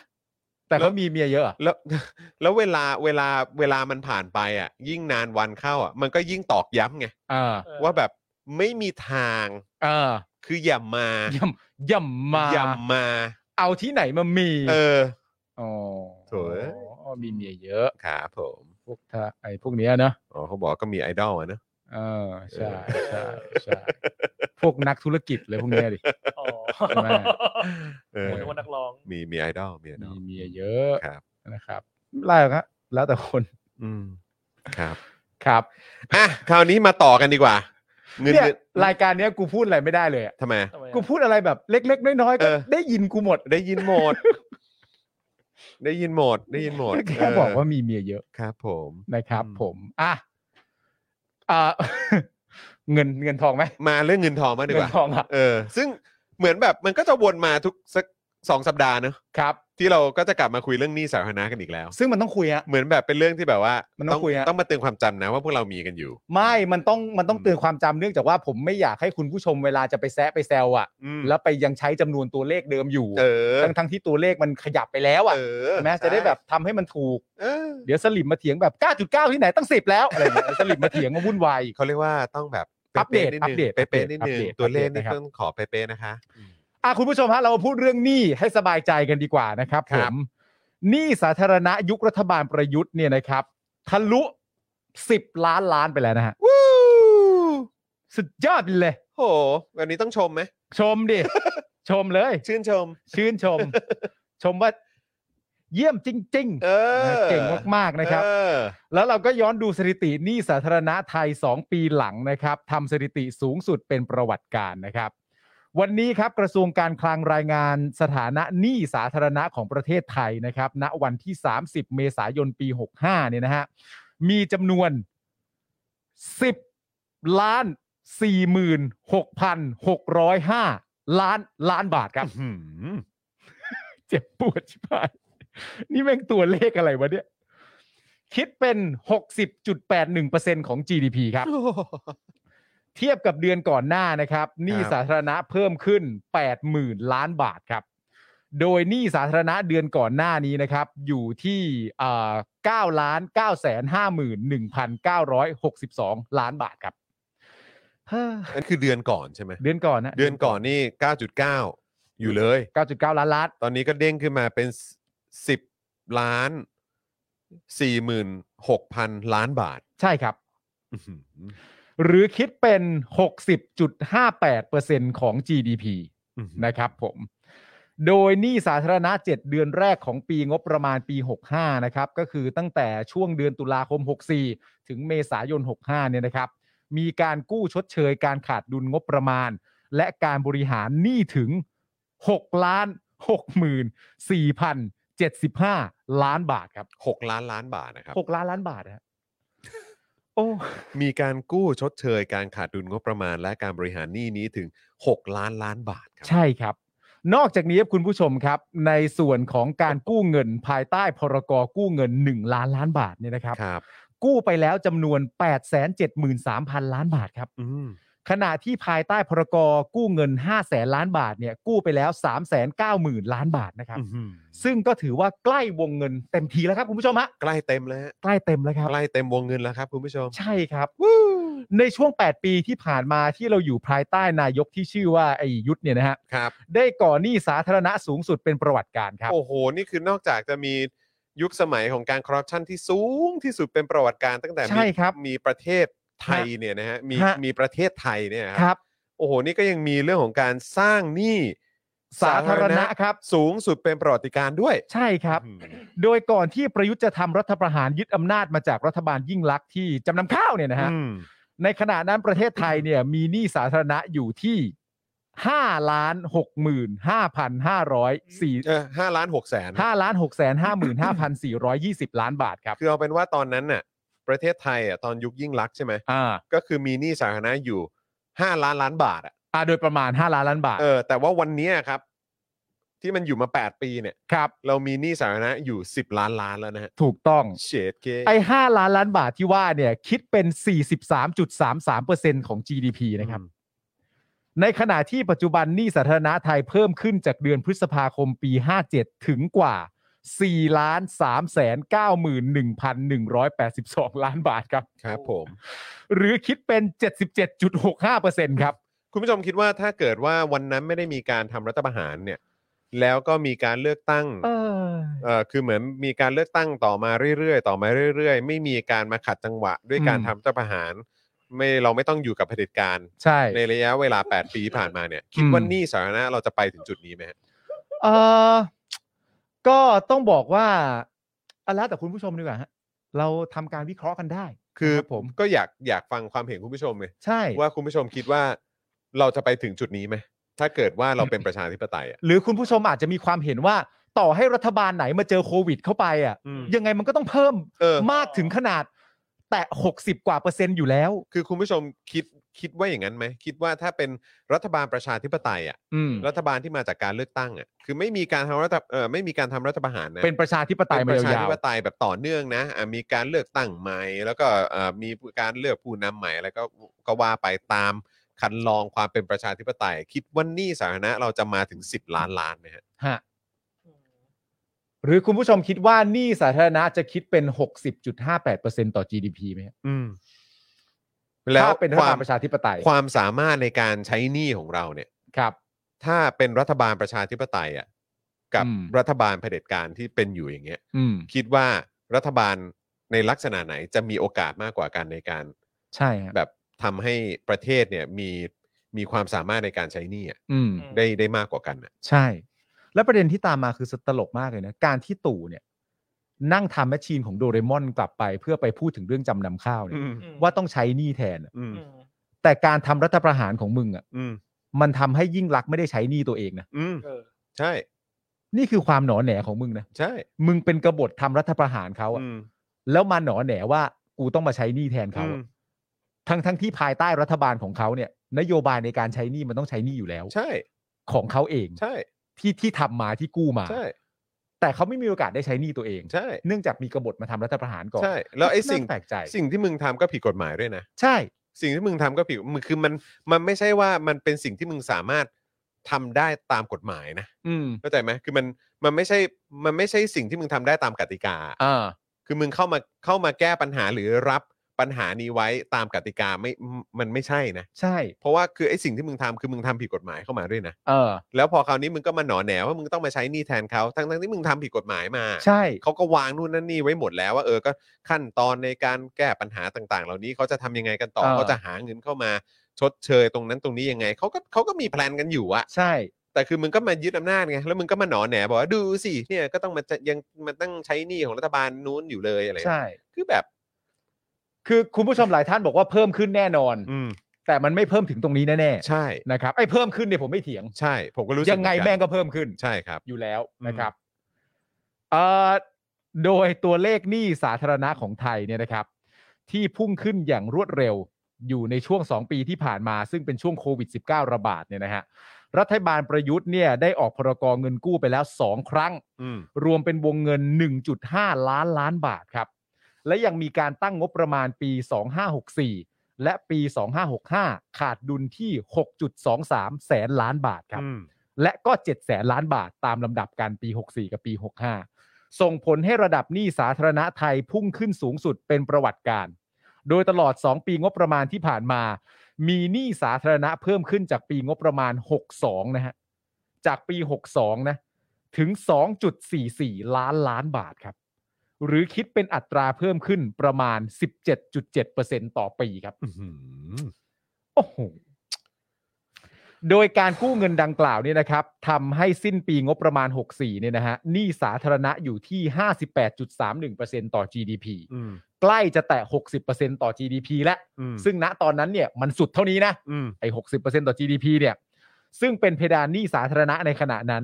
แต่
แล้
เขา
ว
มีเมียเยอะเหรอ
แล้ว แล้วเวลาเวลาเวลามันผ่านไปอ่ะ ยิ่งนานวันเข้าอ่ะ มันก็ยิ่งตอกย้ำไง
อ่า
เออ
ว่าแบบไม่มีทาง
อ่า
คืออย่ามา
ย่ำย่ำมา
อย่ามา
เอาที่ไหนมามี
เออ
อ๋อ
โถ่เอ้ย
อ๋อมีเมียเยอะ
ครับผม
พวกเธอไอ้พวกเนี้ยนะ
อ๋อเขาบอกก็มีไอดอลอะเนอะ
เออใช่ใช่ใช่พวกนักธุรกิจเลยพวกเนี้ยดิ
อ๋อ
ใช่ไหม
เออ
โอ้โหนึกว่านักร้อง
มีมีไอดอลมีไอดอ
มี
ล
เมียเยอะ
ครับ
นะครับไล่ครับแล้วแต่คน
อืมครับ
ครับ
อ่ะคราวนี้มาต่อกันดีกว่า เงิน
เนี่ย
เงิน
รายการเนี้ยกูพูดอะไรไม่ได้เลยอะ
ทำไม
กูพูดอะไรแบบเล็ก ๆ น้อยๆก็
เออ
ได้ยินกูหมด
ได้ยินหม ด ได้ยินหมด ได้ยินหมด
แค่
เ
บอกว่ามีเมียเยอะ
ครับผม
นะครับ
อืม
ผมอ่ะอ่า เงินเงินทองไหม
มาเรื่องเงินทองมางดีก
เงิน
ว่า
ทองอ่ะ
เออ ซึ่งเหมือนแบบมันก็จะวนมาทุกสักสองสัปดาห์เนอะ
ครับ
ที่เราก็จะกลับมาคุยเรื่องหนี้สาธารณะกันอีกแล้ว
ซึ่งมันต้องคุยอะ
เหมือนแบบเป็นเรื่องที่แบบว่า
มันต้องคุยอะ
ต้องมาเตือนความจำนะว่าพวกเรามีกันอยู่
ไม่มันต้องมันต้อง
อืม
เตือนความจำเนื่องจากว่าผมไม่อยากให้คุณผู้ชมเวลาจะไปแซะไปแซวอะ
อืม
แล้วไปยังใช้จำนวนตัวเลขเดิมอยู่
เออ
ทั้งทั้งที่ตัวเลขมันขยับไปแล้วอะ
เออ
แม้จะได้แบบทำให้มันถูก
เออ
เดี๋ยวสลิมมาเถียงแบบ 9.9 ที่ไหนตั้ง 10 แล้วอะไรอย่างเงี้ยสลิมมาเถียงมาวุ่นวาย
เขาเรียกว่าต้องแบบ
อัปเดต
ป๊ะๆนิดนึง
อัปเดต
เป๊ะๆนิดนึง
อัปเดต
ตัวเลข
อัปเดต
นี่
นะครับ
ต้องขอเป๊ะๆนะคะ
อ่ะคุณผู้ชมฮะเรามาพูดเรื่องหนี้ให้สบายใจกันดีกว่านะครับ
ค
ผ
รับ
มหนี้สาธารณะยุครัฐบาลประยุทธ์เนี่ยนะครับทะลุ 10 ล้านล้านไปแล้วนะฮะ
วู้
สุดยอดไปเลย
โหวันนี้ต้องชมไหม
ชมดิ ชมเลย
ชื่นชม
ชื่นชม ชมว่าเยี่ยมจริง
เอ
ๆ
อ
นะเก่งมากๆนะครับ
เออ
แล้วเราก็ย้อนดูสถิติหนี้สาธารณะไทย 2 ปีหลังนะครับทำสถิติสูงสุดเป็นประวัติการนะครับ วันนี้ครับกระทรวงการคลังรายงานสถานะหนี้สาธารณะของประเทศไทยนะครับ ณวันที่ 30 เมษายนปี 65 เนี่ยนะฮะมีจำนวน 10 ล้าน 46,605 ล้านล้านบาทครับ
อื้อหือ
เจ็บปวดชิบหาย นี่แม่งตัวเลขอะไรวะเนี่ย คิดเป็น 60.81%ของ GDP ครับ เทียบกับเดือนก่อนหน้านะครับหนี้สาธารณะเพิ่มขึ้น 80,000 ล้านบาทครับ โดยหนี้สาธารณะเดือนก่อนหน้านี้นะครับ อยู่ที่9ล้าน9 5 1 9 6 2 ล้านบาทครับ เฮ้อ
อันคือเดือนก่อนใช่ไหม
เดือนก่อนนะ
เดือนก่อนนี่ 9.9 อยู่เลย
9.9 ล้านล้าน
ตอนนี้ก็เด้งขึ้นมาเป็น 10 ล้าน 46,000 ล้านบาท
ใช่ครับ
อื้อหือ
หรือคิดเป็น 60.58%ของ GDP
อื้อหือ
นะครับผม โดยหนี้สาธารณะ 7 เดือนแรกของปีงบประมาณปี 65 นะครับ ก็คือตั้งแต่ช่วงเดือนตุลาคม 64 ถึงเมษายน 65 เนี่ยนะครับ มีการกู้ชดเชยการขาดดุลงบประมาณ และการบริหารหนี้ถึง 6 ล้าน 64,075 ล้านบาทครับ
หกล้านล้านบาทนะครับ
6 ล้านล้านบาทฮะโอ้
มีการกู้ชดเชยการขาดดุลงบประมาณ และการบริหารหนี้นี้ถึง 6 ล้านล้านบาทครั
ใช่ครับ นอกจากนี้ครับคุณผู้ชมครับ ในส่วนของการกู้เงินภายใต้พรกกู้เงิน 1 ล้านล้านบาทเนี่ยนะครับ
ครับ
กู้ไปแล้วจำนวน 873,000 ล้านบาทครับ
อืม
ขณะที่ภายใต้พรกกู้เงิน 5 0 0แสนล้านบาทเนี่ยกู้ไปแล้ว 3 9 0 0 0 0 ล้านบาทนะครับ
อื้อหือ
ซึ่งก็ถือว่าใกล้วงเงินเต็มทีแล้วครับคุณผู้ชมฮะ
ใกล้เต็มแล้วฮะ
ใกล้เต็มแล้วครับ
ใกล้เต็มวงเงินแล้วครับคุณผู้ชม
ใช่ครับในช่วง 8 ปีที่ผ่านมาที่เราอยู่ภายใต้นายกที่ชื่อว่าไอ้ยุทธเนี่ยนะฮะ
ครับ
ได้ก่อหนี้สาธารณะสูงสุดเป็นประวัติการณ์ครับ
โอ้โห นี่คือนอกจากจะมียุคสมัยของการคอร์รัปชันที่สูงที่สุดเป็นประวัติการตั้งแต่มี
ใช่ครับ
มีประเทศไทยเนี่ยนะฮะมี
ฮะ
มีประเทศไทยเนี่ยนะครับ โอ้โห นี่ก็ยังมีเรื่องของการสร้างหนี้
สาธารณะครับ
สูงสุดเป็นประวัติการณ์ด้วย
ใช่ครับ
อืม
โดยก่อนที่ประยุทธ์จะทำรัฐประหารยึดอำนาจมาจากรัฐบาลยิ่งลักษณ์ที่จำนำข้าวเนี่ยนะฮะ
อืม
ในขณะนั้นประเทศไทยเนี่ยมีหนี้สาธารณะอยู่ที่5ล้าน6หมื่น5,500สี่
เออห้าล้านหกแสน
5ล้าน6แสน5หมื่น5,420 ล้านบาทครับ
คือเอาเป็นว่าตอนนั้นน่ะประเทศไทยอ่ะตอนยุคยิ่งลักษณ์ใช่ไหม
อ่า
ก็คือมีหนี้สาธารณะอยู่ 5 ล้านล้านบาทอ่ะ
อ่าโดยประมาณ 5 ล้านล้านบาท
เออแต่ว่าวันเนี้ยครับ ที่มันอยู่มา 8 ปีเนี่ย
ครับ
เรามีหนี้สาธารณะอยู่ 10 ล้านล้านแล้วนะฮะ
ถูกต้อง
เฉดเค
ไอ้5ล้านล้านบาทที่ว่าเนี่ยคิดเป็น 43.33%ของ GDP นะครับ ในขณะที่ปัจจุบันหนี้สาธารณะไทยเพิ่มขึ้นจากเดือนพฤษภาคมปี 57 ถึงกว่า 4 ล้าน3แสน91,182 ล้านบาทครับ
ครับผม
หรือคิดเป็น 77.65%ครับ
คุณผู้ชมคิดว่าถ้าเกิดว่าวันนั้นไม่ได้มีการทำรัฐประหารเนี่ย แล้วก็มีการเลือกตั้ง
เออ
เอ่อคือเหมือนมีการเลือกตั้งต่อมาเรื่อยๆ ต่อมาเรื่อย ๆ ไม่มีการมาขัดจังหวะ ด้วยการ
อืม
ทำรัฐประหาร ไม่เราไม่ต้องอยู่กับเผด็จการ
ใช่
ในระยะเวลา 8 ปีที่ผ่านมาเนี่ย คิด
อืม
ว่าหนี่สาธารณะเราจะไปถึงจุดนี้ไหมฮะ
เออก็ต้องบอกว่าอะแล้วแต่คุณผู้ชมดีกว่าฮะเราทำการวิเคราะห์กันได้
คือ
นะรับ
ผ
ผม ม
ก็อยากอยากฟังความเห็นคุณผู้ชมเลย
ใช่
ว่าคุณผู้ชมคิดว่าเราจะไปถึงจุดนี้ไหมถ้าเกิดว่าเราเป็นประชาธิปไตยอ่ะ
หรือคุณผู้ชมอาจจะมีความเห็นว่าต่อให้รัฐบาลไหนมาเจอโควิดเข้าไปอ่ะ
อืม
ยังไงมันก็ต้องเพิ่ม
เออ
มากถึงขนาด แต่ 60 กว่าเปอร์เซ็นต์อยู่แล้ว
คือคุณผู้ชมคิดคิดว่าอย่างนั้นไหมคิดว่าถ้าเป็นรัฐบาลประชาธิปไตยอ่ะ
อืม
รัฐบาลที่มาจากการเลือกตั้งอ่ะคือไม่มีการทำรัฐเออไม่มีการทำรัฐประหารนะ
เป็นประชาธิปไตย
เป็นประชาย
มาา
ธิ
ว
ปไตยแบบต่อเนื่องนะอ่ะมีการเลือกตั้งใหม่ แล้วก็เอ่อมีการเลือกผู้นำใหม่แล้วก็ก็ว่าไปตามคันลองความเป็นประชาธิปไตย คิดว่านี่สาธารณะเราจะมาถึง 10 ล้านล้านไหมฮะ
ๆฮะหรือคุณผู้ชมคิดว่าหนี่สาธารณะจะคิดเป็น 60.58%ต่อ GDP ไหมฮะ
อืมแล้ว
ถ้าเป็นรั
ค
ฐ
วา
บาล
ม
ประชาธิปไตย
ความสามารถในการใช้หนี้ของเราเนี่ย
ครับ
ถ้าเป็นรัฐบาลประชาธิปไตยอ่ะกับ
อืม
รัฐบาลเผด็จการที่เป็นอยู่อย่างเงี้ย
อืม
คิดว่ารัฐบาลในลักษณะไหนจะมีโอกาสมากกว่ากันในการ
ใช่ฮะ
แบบทำให้ประเทศเนี่ยมีมีความสามารถในการใช้หนี้อะ
อืม
ได้ได้มากกว่ากันอะ
ใช่ แล้วประเด็นที่ตามมาคือตลกมากเลยนะ การที่ตู่เนี่ย นั่งทำแมชชีนของโดเรมอนกลับไป เพื่อไปพูดถึงเรื่องจำนำข้าวเนี่ย
อืม
ว่าต้องใช้หนี้แทนอะ
อืม
อืม
แต่การทำรัฐประหารของมึงอ่ะ
อืม
มันทำให้ยิ่งรักษณ์ไม่ได้ใช้หนี้ตัวเองนะ
อืม
เออ
ใช่
นี่คือความหนอแหนของมึงนะ
ใช่
มึงเป็นกบฏทำรัฐประหารเขาอะ
อืม
แล้วมาหนอแหนว่ากูต้องมาใช้หนี้แทนเขา
อืม
อะทั้งทั้งที่ภายใต้รัฐบาลของเขาเนี่ย นโยบายในการใช้หนี้มันต้องใช้หนี้อยู่แล้ว
ใช่
ของเขาเอง
ใช่
ที่ที่ทำมาที่กู้มา
ใช่
แต่เขาไม่มีโอกาสได้ใช้หนี้ตัวเอง
ใช่
เนื่องจากมีกบฏมาทำรัฐประหารก่อน
ใช่ แล้วไอ้สิ่ง
น่าแปลกใจ
สิ่งที่มึงทำก็ผิดกฎหมายด้วยนะ
ใช่
สิ่งที่มึงทำก็ผิดมึงคือมันมันไม่ใช่ว่ามันเป็นสิ่งที่มึงสามารถทำได้ตามกฎหมายนะ
อืม
เข้าใจไหมคือมันมันไม่ใช่มันไม่ใช่สิ่งที่มึงทำได้ตามกติกา
อ่า
คือมึงเข้ามาเข้ามาแก้ปัญหาหรือรับปัญหานี้ไว้ตามกติกาไม่มันไม่ใช่นะ
ใช่
เพราะว่าคือไอ้สิ่งที่มึงทำคือมึงทำผิดกฎหมายเข้ามาด้วยนะ
เออ
แล้วพอคราวนี้มึงก็มาหนอแหนว่ามึงต้องมาใช้หนี้แทนเขาทั้งทั้งที่มึงทำผิดกฎหมายมา
ใช่
เขาก็วางนู่นนั่นนี่ไว้หมดแล้วว่าเออก็ขั้นตอนในการแก้ปัญหาต่าง ๆ เหล่านี้เขาจะทำยังไงกันต่อ
เออ
เขาจะหาเงินเข้ามาชดเชยตรงนั้นตรงนี้ยังไงเขาก็เขาก็มีแพลนกันอยู่อะ
ใช่
แต่คือมึงก็มายึดอำนาจไง แล้วมึงก็มาหนอแหนบอกว่าดูสิเนี่ยก็ต้องมาจะยังมันตั้งใช้หนี้ของรัฐบาลนู้นอยู่เลยอะไร
ใช่
คือแบบ
คือคุณผู้ชมหลายท่านบอกว่าเพิ่มขึ้นแน่นอน
อืม
แต่มันไม่เพิ่มถึงตรงนี้แน่
ใช่
ๆนะครับไอ้เพิ่มขึ้นเนี่ยผมไม่เถียง
ใช่ ผมก็รู้สึก
ยังไง
เหอนน
แม่งก็เพิ่มขึ้น
ใช่ครับ
อยู่แล้ว
อืม
นะครับเอ่อโดยตัวเลขหนี้สาธารณะของไทยเนี่ยนะครับ ที่พุ่งขึ้นอย่างรวดเร็วอยู่ในช่วง 2 ปีที่ผ่านมา ซึ่งเป็นช่วงโควิด -19 ระบาดเนี่ยนะฮะรัฐบาลประยุทธ์เนี่ยได้ออกพรกรเงินกู้ไปแล้ว 2 ครั้ง
อืม
รวมเป็นวงเงิน 1.5 ล้านล้านบาทครับ และยังมีการตั้งงบประมาณปี 2564 และปี 2565 ขาดดุลที่ 6.23 แสนล้านบาทครับ
อืม
และก็ 7 แสนล้านบาทตามลำดับการปี 64 กับปี 65 ส่งผลให้ระดับหนี้สาธารณะไทยพุ่งขึ้นสูงสุดเป็นประวัติการณ์โดยตลอด 2 ปีงบประมาณที่ผ่านมา มีหนี้สาธารณะเพิ่มขึ้นจากปีงบประมาณ 62 นะฮะ จากปี 62 นะ ถึง 2.44 ล้านล้านบาทครับ หรือคิดเป็นอัตราเพิ่มขึ้นประมาณ 17.7%ต่อปีครับ
อื้อหือ
โอ้โห โดยการกู้เงินดังกล่าวเนี่ยนะครับทำให้สิ้นปีงบประมาณ 64เนี่ยนะฮะหนี้สาธารณะอยู่ที่ 58.31%ต่อ GDP
อืม
ใกล้จะแตะ 60%ต่อ GDP แล้ว
อืม
ซึ่งณตอนนั้นเนี่ยมันสุดเท่านี้นะ
อืม
ไอ้หกสิบเปอร์เซ็นต์ต่อ GDP เนี่ย ซึ่งเป็นเพดานหนี้สาธารณะในขณะนั้น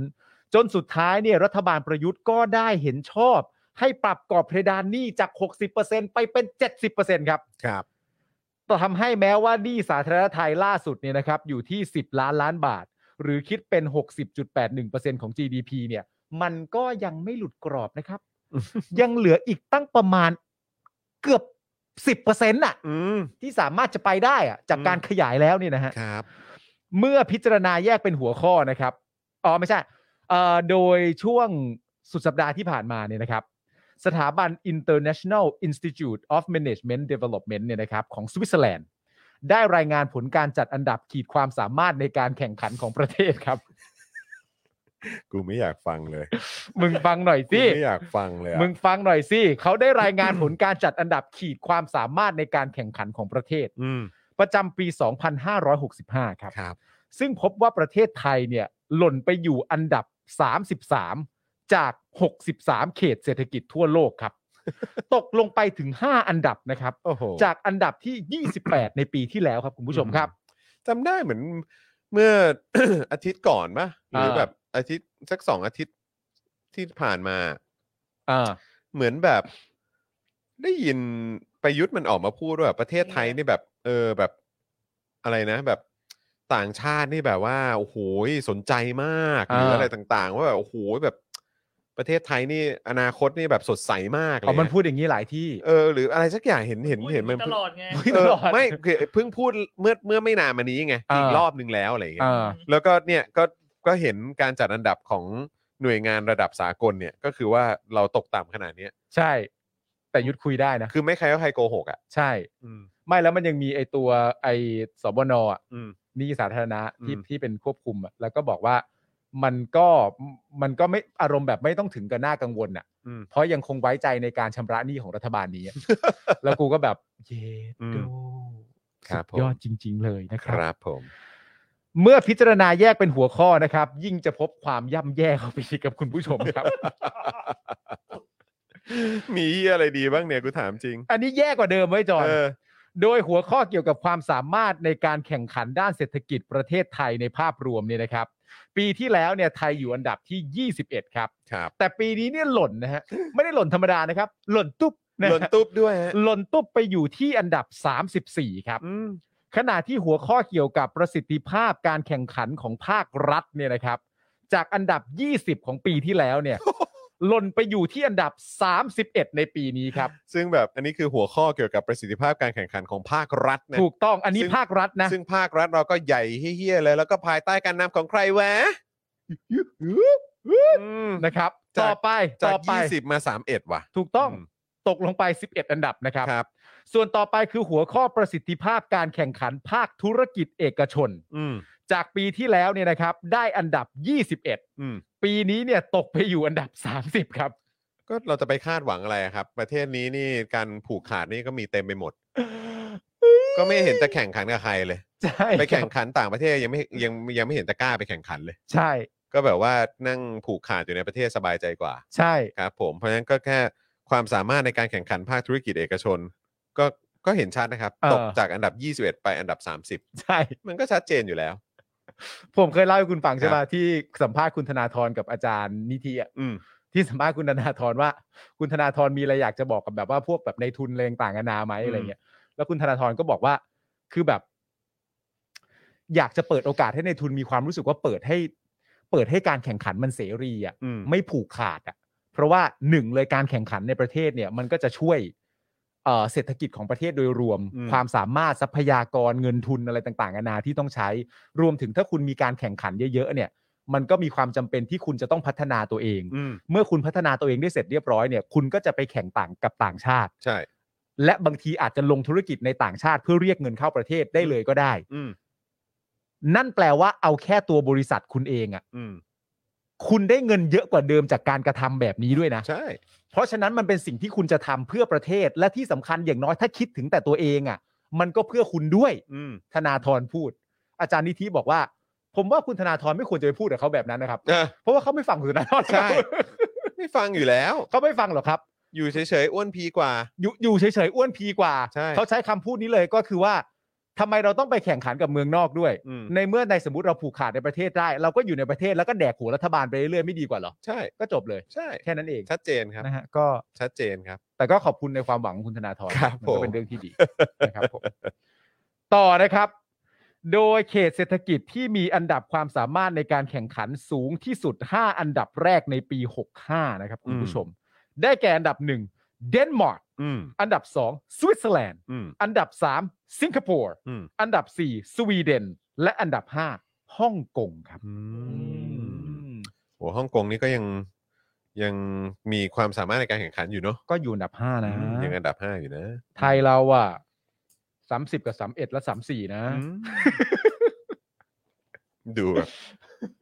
จนสุดท้ายเนี่ยรัฐบาลประยุทธ์ก็ได้เห็นชอบ ให้ปรับกรอบเพดานหนี้จาก 60%ไปเป็น 70%ครับ
ครับ
ต่อทำให้แม้ว่าหนี้สาธารณะไทยล่าสุดเนี่ยนะครับอยู่ที่ 10 ล้านล้านบาท หรือคิดเป็น 60.81%ของ GDP เนี่ย มันก็ยังไม่หลุดกรอบนะครับ
อืม
ยังเหลืออีกตั้งประมาณเกือบ 10%อ่ะ
อืม
ที่สามารถจะไปได้อ่ะจากการ
อืม
ขยายแล้วเนี่ยนะฮะ
ครับ
เมื่อพิจารณาแยกเป็นหัวข้อนะครับ อ๋อไม่ใช่เอ่อโดยช่วงสุดสัปดาห์ที่ผ่านมาเนี่ยนะครับ สถาบัน International Institute of Management Development เนี่ยนะครับของสวิตเซอร์แลนด์ ได้รายงานผลการจัดอันดับขีดความสามารถในการแข่งขันของประเทศครับ
กูไม่อยากฟังเลย
มึงฟังหน่อย
กู
สิ
ไม่อยากฟังเลยอะ
มึงฟังหน่อยสิ เขาได้รายงานผลการจัดอันดับขีดความสามารถในการแข่งขันของประเทศ
อืม
ประจำปี 2565 ครับ
ครับ
ซึ่งพบว่าประเทศไทยเนี่ยหล่นไปอยู่อันดับ 33 จาก 63 เขตเศรษฐกิจทั่วโลก ครับ ตกลงไปถึง 5 อันดับนะครับ
โอ้โห
จากอันดับที่ 28 ในปีที่แล้วครับคุณผู้ชมครับ
จำได้เหมือนเมื่อ อาทิตย์ก่อนปะหรืออา แบบอาทิตย์สักสองอาทิตย์ที่ผ่านมา
อ่า
เหมือนแบบ ได้ยินประยุทธ์มันออกมาพูดว่าแบบประเทศไทยนี่แบบ เออแบบอะไรนะ แบบต่างชาตินี่แบบว่าโอ้โหสนใจมากหรืออะไรต่าง ๆ ว่าแบบโอ้โหแบบ ประเทศไทยนี่อนาคตนี่แบบสดใสมากเล
เอา
ย
มัน
อะ
พูดอย่างนี้หลายที่
เออ หรืออะไรสักอย่างเห็นเห็น
พูด
เห็นมัน
ตลอดไง
พูด
เออ
ตลอด
ไม่คือเพิ่งพูดเมื่อเมื่อไม่นานมานี้ไง
อ่า
อีกรอบนึงแล้วอะไรอย่างเงี้ย
อ่า
แล้วก็เนี่ยก็ก็เห็นการจัดอันดับของหน่วยงานระดับสากลเนี่ย ก็คือว่าเราตกต่ำขนาดเนี้ย
ใช่ แต่ยุดคุยได้นะ
คือไม่ใครก็ใครโกหกอ่ะ
ใช่
อืม
ไม่แล้วมันยังมีไอตัวไอสบนอะ
อืม
หนี่สาธารณะที่
อืม
ที่เป็นควบคุมอะแล้วก็บอกว่ามันก็มันก็ไม่อารมณ์แบบไม่ต้องถึงกับหน้ากังวลอ่ะ
อืม
เพราะยังคงไว้ใจในการชำระหนี้ของรัฐบาลนี้อะ แล้วกูก็แบบเย
อืม
ดู
ครับ
สุดยอด
ผม
จริง ๆ เลยนะค
ครับ รับผม
เมื่อพิจารณาแยกเป็นหัวข้อนะครับ ยิ่งจะพบความย่ำแย่เข้าไปอีกกับคุณผู้ชมครับ
มีเหี้ยอะไรดีบ้างเนี่ยกูถามจริง
อันนี้แย่กว่าเดิมไว้ยจอน
เออ
โดยหัวข้อเกี่ยวกับความสามารถในการแข่งขันด้านเศรษฐกิจประเทศไทยในภาพรวมเนี่ยนะครับ ปีที่แล้วเนี่ยไทยอยู่อันดับที่ 21 ครับ
ครับ
แต่ปีนี้เนี่ยหล่นนะฮะ ไม่ได้หล่นธรรมดานะครับ หล่นตุ๊บนะ
หล่น
ฮะ
ตุ๊บด้วยฮะ
หล่นตุ๊บไปอยู่ที่อันดับ 34 ครับ
อืม
ขณะที่หัวข้อเกี่ยวกับประสิทธิภาพการแข่งขันของภาครัฐเนี่ยนะครับ จากอันดับ 20 ของปีที่แล้ว เนี่ย หล่นไปอยู่ที่อันดับ 31 ในปีนี้ครับ
ซึ่งแบบอันนี้คือหัวข้อเกี่ยวกับประสิทธิภาพการแข่งขันของภาครัฐนะ
ถูกต้องอันนี้
ซึ่ง
ภาครัฐนะ
ซึ่งภาครัฐเราก็ใหญ่เฮี้ยๆเลยแล้วก็ภายใต้การนำของใครแวะอืม
นะครับ
จาก
ต่อไป
จาก
ต่อไป
20 มา 31 ว่ะ
ถูกต้อง
อืม
ตกลงไป 11 อันดับนะครับ
ครับ
ส่วนต่อไปคือหัวข้อประสิทธิภาพการแข่งขันภาคธุรกิจเอกชน
อืม
จากปีที่แล้วเนี่ยนะครับได้อันดับ 21
อืม
ปีนี้เนี่ยตกไปอยู่อันดับ 30 ครับ
ก็เราจะไปคาดหวังอะไรอะครับ ประเทศนี้นี่การผูกขาดนี่ก็มีเต็มไปหมด ก็ไม่เห็นจะแข่งขันกับใครเลย
ใช่
ไปแข่งขันต่างประเทศยังไม่ยังยังไม่เห็นจะกล้าไปแข่งขันเลย
ใช่
ก็แบบว่านั่งผูกขาดอยู่ในประเทศสบายใจกว่า
ใช่
ครับ ผมเพราะฉะนั้นก็แค่ความสามารถในการแข่งขันภาคธุรกิจเอกชน ก็ก็เห็นชัดนะครับ ตกจากอันดับ 21 ไปอันดับ
ใช่
30 มันก็ชัดเจนอยู่แล้ว
ผมเคยเล่าให้คุณฟังใช่ไห
ค
ม
รับ
ที่สัมภาษณ์คุณธนาธรกับอาจารย์นิธิอะ
อืม
ที่สัมภาษณ์คุณธนาธรว่า คุณธนาธรมีอะไรอยากจะบอกกับแบบว่าพวกแบบในทุนแรงต่างกันานาไหมอะไรเงี้ยแล้วคุณธนาธรก็บอกว่าคือแบบ อยากจะเปิดโอกาสให้ในทุนมีความรู้สึกว่าเปิดให้ เปิดให้การแข่งขันมันเสรีอ่ะ
อืม
ไม่ผูกขาดอ่ะ เพราะว่าหนึ่งเลยการแข่งขันในประเทศเนี่ย มันก็จะช่วยเอ่อเศรษฐกิจของประเทศโดยรวม
อืม
ความสามารถทรัพยากรเงินทุนอะไรต่างๆนานาที่ต้องใช้ รวมถึงถ้าคุณมีการแข่งขันเยอะๆเนี่ย มันก็มีความจำเป็นที่คุณจะต้องพัฒนาตัวเอง
อืม
เมื่อคุณพัฒนาตัวเองได้เสร็จเรียบร้อยเนี่ย คุณก็จะไปแข่งต่างกับต่างชาติ
ใช่
และบางทีอาจจะลงธุรกิจในต่างชาติ เพื่อเรียกเงินเข้าประเทศได้เลยก็ได้
อืม
นั่นแปลว่าเอาแค่ตัวบริษัทคุณเองอะ
อืม
คุณได้เงินเยอะกว่าเดิมจากการกระทำแบบนี้ด้วยนะ
ใช่
เพราะฉะนั้นมันเป็นสิ่งที่คุณจะทำเพื่อประเทศและที่สำคัญอย่างน้อยถ้าคิดถึงแต่ตัวเองอะ่ะ มันก็เพื่อคุณด้วย
อืม
ธนาธรพูด อาจารย์นิธิบอกว่า ผมว่าคุณธนาธรไม่ควรจะไปพูดกับเขาแบบนั้นนะครับ
เออ
เพราะว่าเขาไม่ฟังคุณธนาธร
ใช่ ไม่ฟังอยู่แล้ว
เขาไม่ฟังหรอกครับ
อยู่เฉยๆอ้วนพีกว่า
อยู่อยู่เฉยๆอ้วนพีกว่า
ใช่
เขาใช้คำพูดนี้เลยก็คือว่าทำไมเราต้องไปแข่งขันกับเมืองนอกด้วย
อืม
ในเมื่อในสมมติเราผูกขาดในประเทศได้ เราก็อยู่ในประเทศแล้วก็แดกหัวรัฐบาลไปเรื่อยๆไม่ดีกว่าเหรอ
ใช่
ก็จบเลย
ใช่
แค่นั้นเอง
ชัดเจนครับ
นะฮะก็
ชัดเจนครับ
แต่ก็ขอบคุณในความหวังของคุณธนาธร
ครับ
มั
ผ
ก็
ม
เป็นเรื่องที่ดีนะครับผมต่อนะครับ โดยเขตเศรษฐกิจที่มีอันดับความสามารถในการแข่งขันสูงที่สุด 5 อันดับแรกในปี 65 นะครับคุณผู้ชม ได้แก่อันดับหนึ่งเดนมาร์ก
อืม
อันดับ 2 สวิตเซอร์แลนด์
อืม
อันดับ 3 สิงคโปร์
อืม
อันดับ 4 สวีเดน และอันดับ 5 ฮ่องกงครับ
อืมโหฮ่องกงนี่ก็ยังยังมีความสามารถในการแข่งขันอยู่เนาะ
ก็อยู่อันดับ 5 นะ
อืมยังอันดับ 5 อยู่นะ
ไทยเราอ่ะ30 กับ 31 และ 34 นะ
อืม ดูแบบ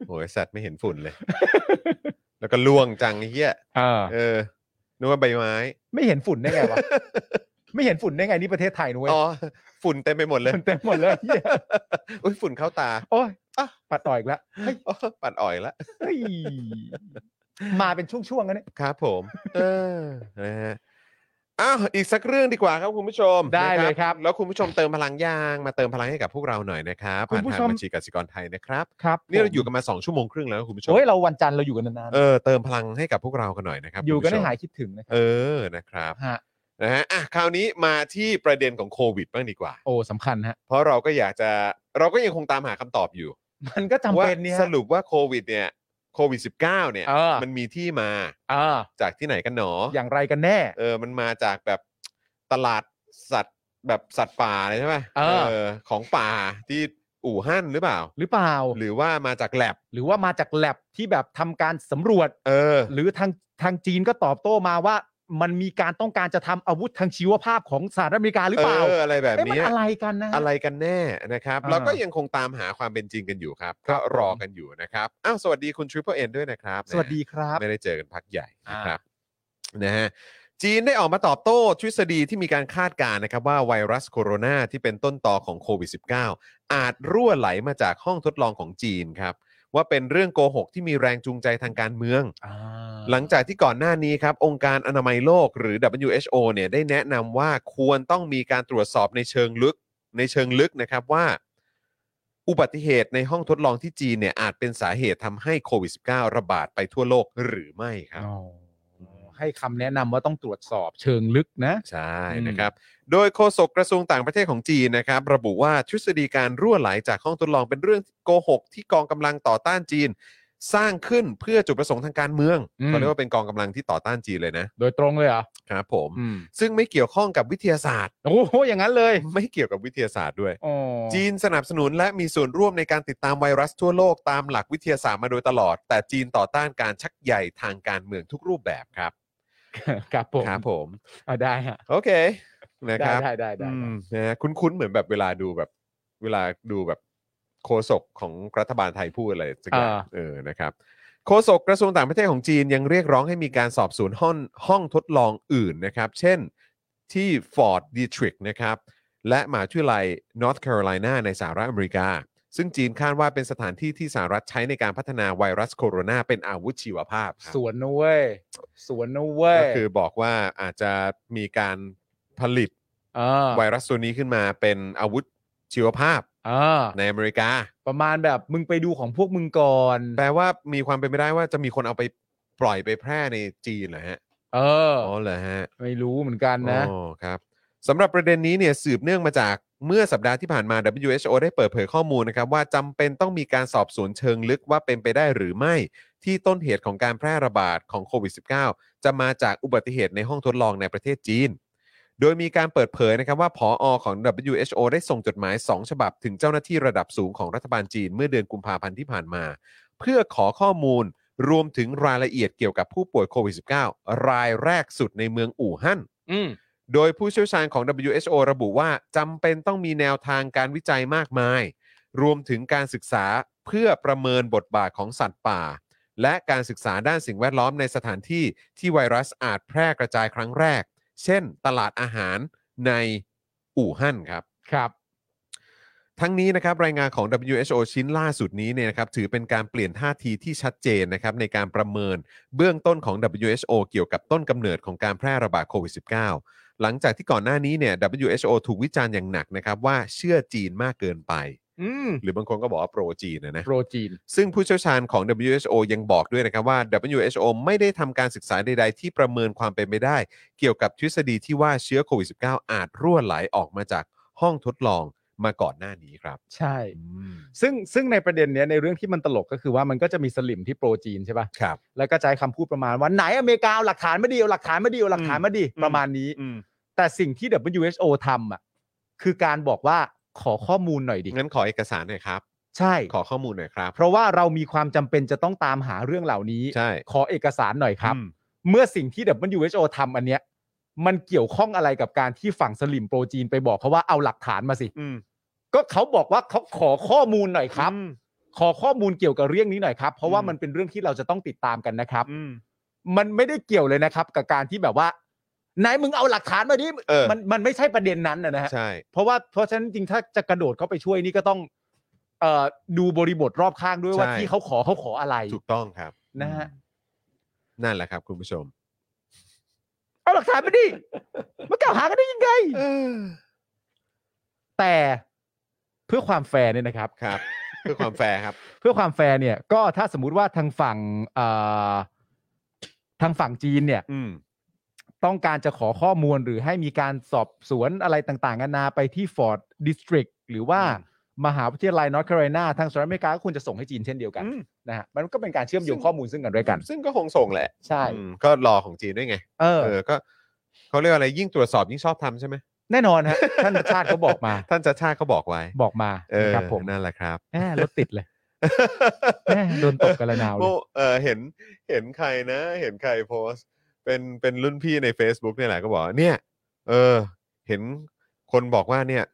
โหยสัตว์ไม่เห็นฝุ่นเลย แล้วก็ล่วงจังไอ้เหี้ย
เออ
เออนึกว่าใบไม้
ไม่เห็นฝุ่นได้ไง วะ ไม่เห็นฝุ่นได้ไง นี่ประเทศไทยนุ้ย
อ๋อ ฝุ่นเต็มไปหมดเลย
ฝุ่นเต็มหมดเลยเหี้ย
อุ้ยฝุ่นเข้าตา
โอ้ยปัดต่ออีกแล้ว
โอ้ปัดอ่อยละ
เฮ้ยมาเป็นช่วงๆกันเนี่ย
ครับผม เออนะฮะอ้าวอีกสักเรื่องดีกว่าครับคุณผู้ชม
ได้เลย
นะครับ แล้วคุณผู้ชมเติมพลังยางมาเติมพลังให้กับพวกเราหน่อยนะครับ
คุณผู้ชม
ผ่านทางบัญชีกสิกรไทยนะครับ
ครับ
นี่เราอยู่กันมา 2 ชั่วโมงครึ่งแล้วนะคุณผู้ชม
โอ้ยเราวันจันทร์เราอยู่กันนาน
เออเติมพลังให้กับพวกเรากันหน่อยนะครับ
ๆอยู่กัน
คุณ
ให้
ผู้ชม
หายคิดถึงนะครั
เออนะครับ
ฮะ
นะฮะอ่ะคราวนี้มาที่ประเด็นของโควิดบ้างดีกว่า
โอ้สำคัญฮะ
เพราะเราก็อยากจะเราก็ยังคงตามหาคำตอบอยู่
มันก็จำ
ว่า
เป็นเนี่ย
สรุปว่าโควิดเนี่ยโควิด -19 เนี่ย
เออ
มันมีที่มา
เออ
จากที่ไหนกันหนออ
อย่างไรกันแน่
เออมันมาจากแบบตลาดสัตว์แบบสัตว์ป่าเลยใช่ไหม
เออ
ของป่าที่อู่ฮั่นหรือเปล่า
หรือเปล่า
หรือว่ามาจากแลบ
หรือว่ามาจากแลบที่แบบทำการสำรวจ
เออ
หรือทางทางจีนก็ตอบโต้มาว่า มันมีการต้องการจะทำอาวุธทางชีวภาพของสหรัฐอเมริกาหรือเปล่า
เอออะไรแบบ
เอ้ยมัน
เนี้ย
อะไรกันนะ
อะไรกันแน่นะครับ
อ่า
เราก็ยังคงตามหาความเป็นจริงกันอยู่ครับ ก็รอกันอยู่นะครับอ้าวสวัสดีคุณทริปเปอร์เอ็นด้วยนะครับ
สวัสดีครับ
ไม่ได้เจอกันพักใหญ่นะครับนะฮะจีนได้ออกมาตอบโต้ทฤษฎีที่มีการคาดการณ์นะครับ ว่าไวรัสโคโรนาที่เป็นต้นต่อของโควิด -19 อาจรั่วไหลมาจากห้องทดลองของจีนครับ ว่าเป็นเรื่องโกหกที่มีแรงจูงใจทางการเมือง
อ่า
หลังจากที่ก่อนหน้านี้ครับ องค์การอนามัยโลกหรือ WHO เนี่ยได้แนะนำว่าควรต้องมีการตรวจสอบในเชิงลึกในเชิงลึกนะครับว่า อุบัติเหตุในห้องทดลองที่จีนเนี่ยอาจเป็นสาเหตุทำให้โควิด -19 ระบาดไปทั่วโลกหรือไม่ครับ
อ๋อให้คำแนะนำว่าต้องตรวจสอบเชิงลึกนะ
ใช่
อืม
นะครับ โดยโฆษกกระทรวงต่างประเทศของจีนนะครับ ระบุว่าทฤษฎีการรั่วไหลจากห้องทดลองเป็นเรื่องโกหก ที่กองกำลังต่อต้านจีน สร้างขึ้นเพื่อจุดประสงค์ทางการเมืองเขาเรียกว่าเป็นกองกำลังที่ต่อต้านจีนเลยนะ
โดยตรงเลยเหรอ
ครับผม
อืม
ซึ่งไม่เกี่ยวข้องกับวิทยาศาสตร์
โอ้โหอย่างนั้นเลย
ไม่เกี่ยวกับวิทยาศาสตร์ด้วย
อ๋อ
จีนสนับสนุนและมีส่วนร่วมในการติดตามไวรัสทั่วโลกตามหลักวิทยาศาสตร์มาโดยตลอด แต่จีนต่อต้านการชักใหญ่ทางการเมืองทุกรูปแบบครับ
ครับผม
ครับผม
อ่าได้ฮะ
โอเคนะค
ได้
รับ
ได้ได้ได้
อืมนะฮะคุ้นๆเหมือนแบบเวลาดูแบบ เวลาดูแบบโฆษกของรัฐบาลไทยพูดอะไรสักอย่างเออนะครับโฆษกกระทรวงต่างประเทศของจีนยังเรียกร้องให้มีการสอบสวนห้องห้องทดลองอื่นนะครับ เช่นที่ Ford Detrick นะครับ และมหาวิทยาลัย North Carolina ในสหรัฐอเมริกา ซึ่งจีนคาดว่าเป็นสถานที่ที่สหรัฐใช้ในการพัฒนาไวรัสโคโรนาเป็นอาวุธชีวภาพครับ
สวนนะเว้ยสวนนะเว้ย
ก็คือบอกว่าอาจจะมีการผลิต
อ่า
ไวรัสตัวนี้ขึ้นมาเป็นอาวุธชีวภาพ
อ่า
ในอเมริกา
ประมาณแบบมึงไปดูของพวกมึงก่อน
แปลว่ามีความเป็นไปได้ว่าจะมีคนเอาไปปล่อยไปแพร่ในจีนเหรอฮะ
เออ
อ๋อเหรอฮะ
ไม่รู้เหมือนกันนะ
อ๋อครับสำหรับประเด็นนี้เนี่ยสืบเนื่องมาจากเมื่อสัปดาห์ที่ผ่านมา WHO ได้เปิดเผยข้อมูลนะครับ ว่าจำเป็นต้องมีการสอบสวนเชิงลึกว่าเป็นไปได้หรือไม่ ที่ต้นเหตุของการแพร่ระบาดของโควิด -19 จะมาจากอุบัติเหตุในห้องทดลองในประเทศจีน โดยมีการเปิดเผยนะครับว่าผออของ WHO ได้ส่งจดหมาย 2 ฉบับ ถึงเจ้าหน้าที่ระดับสูงของรัฐบาลจีนเมื่อเดือนกุมภาพันธ์ที่ผ่านมา เพื่อขอข้อมูลรวมถึงรายละเอียดเกี่ยวกับผู้ป่วยโควิด -19 รายแรกสุดในเมืองอู่ฮั่น
อืม
โดยผู้เชี่ยวชาญของ WHO ระบุว่าจำเป็นต้องมีแนวทางการวิจัยมากมาย รวมถึงการศึกษาเพื่อประเมินบทบาทของสัตว์ป่า และการศึกษาด้านสิ่งแวดล้อมในสถานที่ที่ไวรัสอาจแพร่กระจายครั้งแรก เช่น ตลาดอาหารในอู่ฮั่นครับ
ครับ
ทั้งนี้นะครับรายงานของ WHO ชิ้นล่าสุดนี้เนี่ยนะครับถือเป็นการเปลี่ยนท่าทีที่ชัดเจนนะครับในการประเมินเบื้องต้นของ WHO เกี่ยวกับต้นกำเนิดของการแพร่ระบาดโควิด -19 หลังจากที่ก่อนหน้านี้เนี่ย WHO ถูกวิจารณ์อย่างหนักนะครับว่าเชื่อจีนมากเกินไป
อืม
หรือบางคนก็บอกว่าโปรจีนนะนะ
โปรจีน
ซึ่งผู้เชี่ยวชาญของ WHO ยังบอกด้วยนะครับว่า WHO ไม่ได้ทำการศึกษาใด ๆ ที่ประเมินความเป็นไปได้ เกี่ยวกับทฤษฎีที่ว่าเชื้อโควิด -19 อาจรั่วไหลออกมาจากห้องทดลองมาก่อนหน้านี้ครับ
ใช่ ซึ่งซึ่งในประเด็นเนี้ยในเรื่องที่มันตลกก็คือว่ามันก็จะมีสลิมที่โปรจีนใช่ป่ะ
ครับ
แล้วก็จะใช้คำพูดประมาณว่าไหนอเมริกาเอาหลักฐานมาดีเอาหลักฐานมาดีเอาหลักฐานมาดี
อืม
ประมาณนี้ แต่สิ่งที่ WHO ทำอ่ะคือการบอกว่าขอข้อมูลหน่อยดิ
งั้นขอเอกสารหน่อยครับ
ใช่
ขอข้อมูลหน่อยครับ
เพราะว่าเรามีความจำเป็นจะต้องตามหาเรื่องเหล่านี้
ใช่
ขอเอกสารหน่อยครับ
อืม
เมื่อสิ่งที่ WHO ทำอันเนี้ยมันเกี่ยวข้องอะไรกับการที่ฝั่งสลิมโปรจีนไปบอกเขาว่าเอาหลักฐานมาสิ
อืม
ก็เขาบอกว่าเขาขอข้อมูลหน่อยครับ
อืม
ขอข้อมูลเกี่ยวกับเรื่องนี้หน่อยครับ เพราะว่า
อืม
มันเป็นเรื่องที่เราจะต้องติดตามกันนะครับ
อืม
มันไม่ได้เกี่ยวเลยนะครับ กับการที่แบบว่าไหนมึงเอาหลักฐานมาดิ
เออ
มันมันไม่ใช่ประเด็นนั้นนะฮะ
ใช่
เพราะว่าเพราะฉะนั้นจริงถ้าจะกระโดดเข้าไปช่วยนี่ก็ต้องเอ่อดูบริบทรอบข้างด้วยว่า
ใช่
ที่เขาขอเขาขออะไร
ถูกต้องครับ
นะฮะ
นั่นแหละครับคุณผู้ชม
เอาหลักฐานมาดิมากล่าวหากันได้ยังไงแต่เพื่อความแฟร์เนี่ยนะครับ
ครับ เพื่อ ความแฟร์ครับ
เพื่อความแฟร์เนี่ยก็ถ้าสมมุติว่าทางฝั่งเอ่อทางฝั่งจีนเนี่ย
อืม
ต้องการจะขอข้อมูลหรือให้มีการสอบสวนอะไรต่างๆนานาไปที่ฟอร์ดดิสทริกหรือว่า
อืม
มหาวิทยาลัยนอร์ทแคโรไลนาทางสหรัฐอเมริกาก็ควรจะส่งให้จีนเช่นเดียวกัน
อืม
นะฮะมันก็เป็นการเชื่อมโยงข้อมูลซึ่งกันด้วยกัน
ซึ่งก็คงส่งแหละ
ใช่
อืมก็รอของจีนด้วยไง
เออ
เออ ก็เขาเรียกว่าอะไรยิ่งตรวจสอบยิ่งชอบทำใช่ไหม
แน่นอนฮะ ท่านชาติเขาบอกมา
ท่านจะชาติเขาบอกไว้
บอกมา
เออ
ครับผม
นั่นแหละครับ
แหมรถติดเลย แม่โดนตบกันละนาวเลย
โอ้เออเห็นเห็นใครนะ เห็นใครโพสต์ เป็นเป็นรุ่นพี่ใน Facebook เนี่ยแหละก็บอกว่าเนี่ย เออ เห็นคนบอกว่าเนี่ย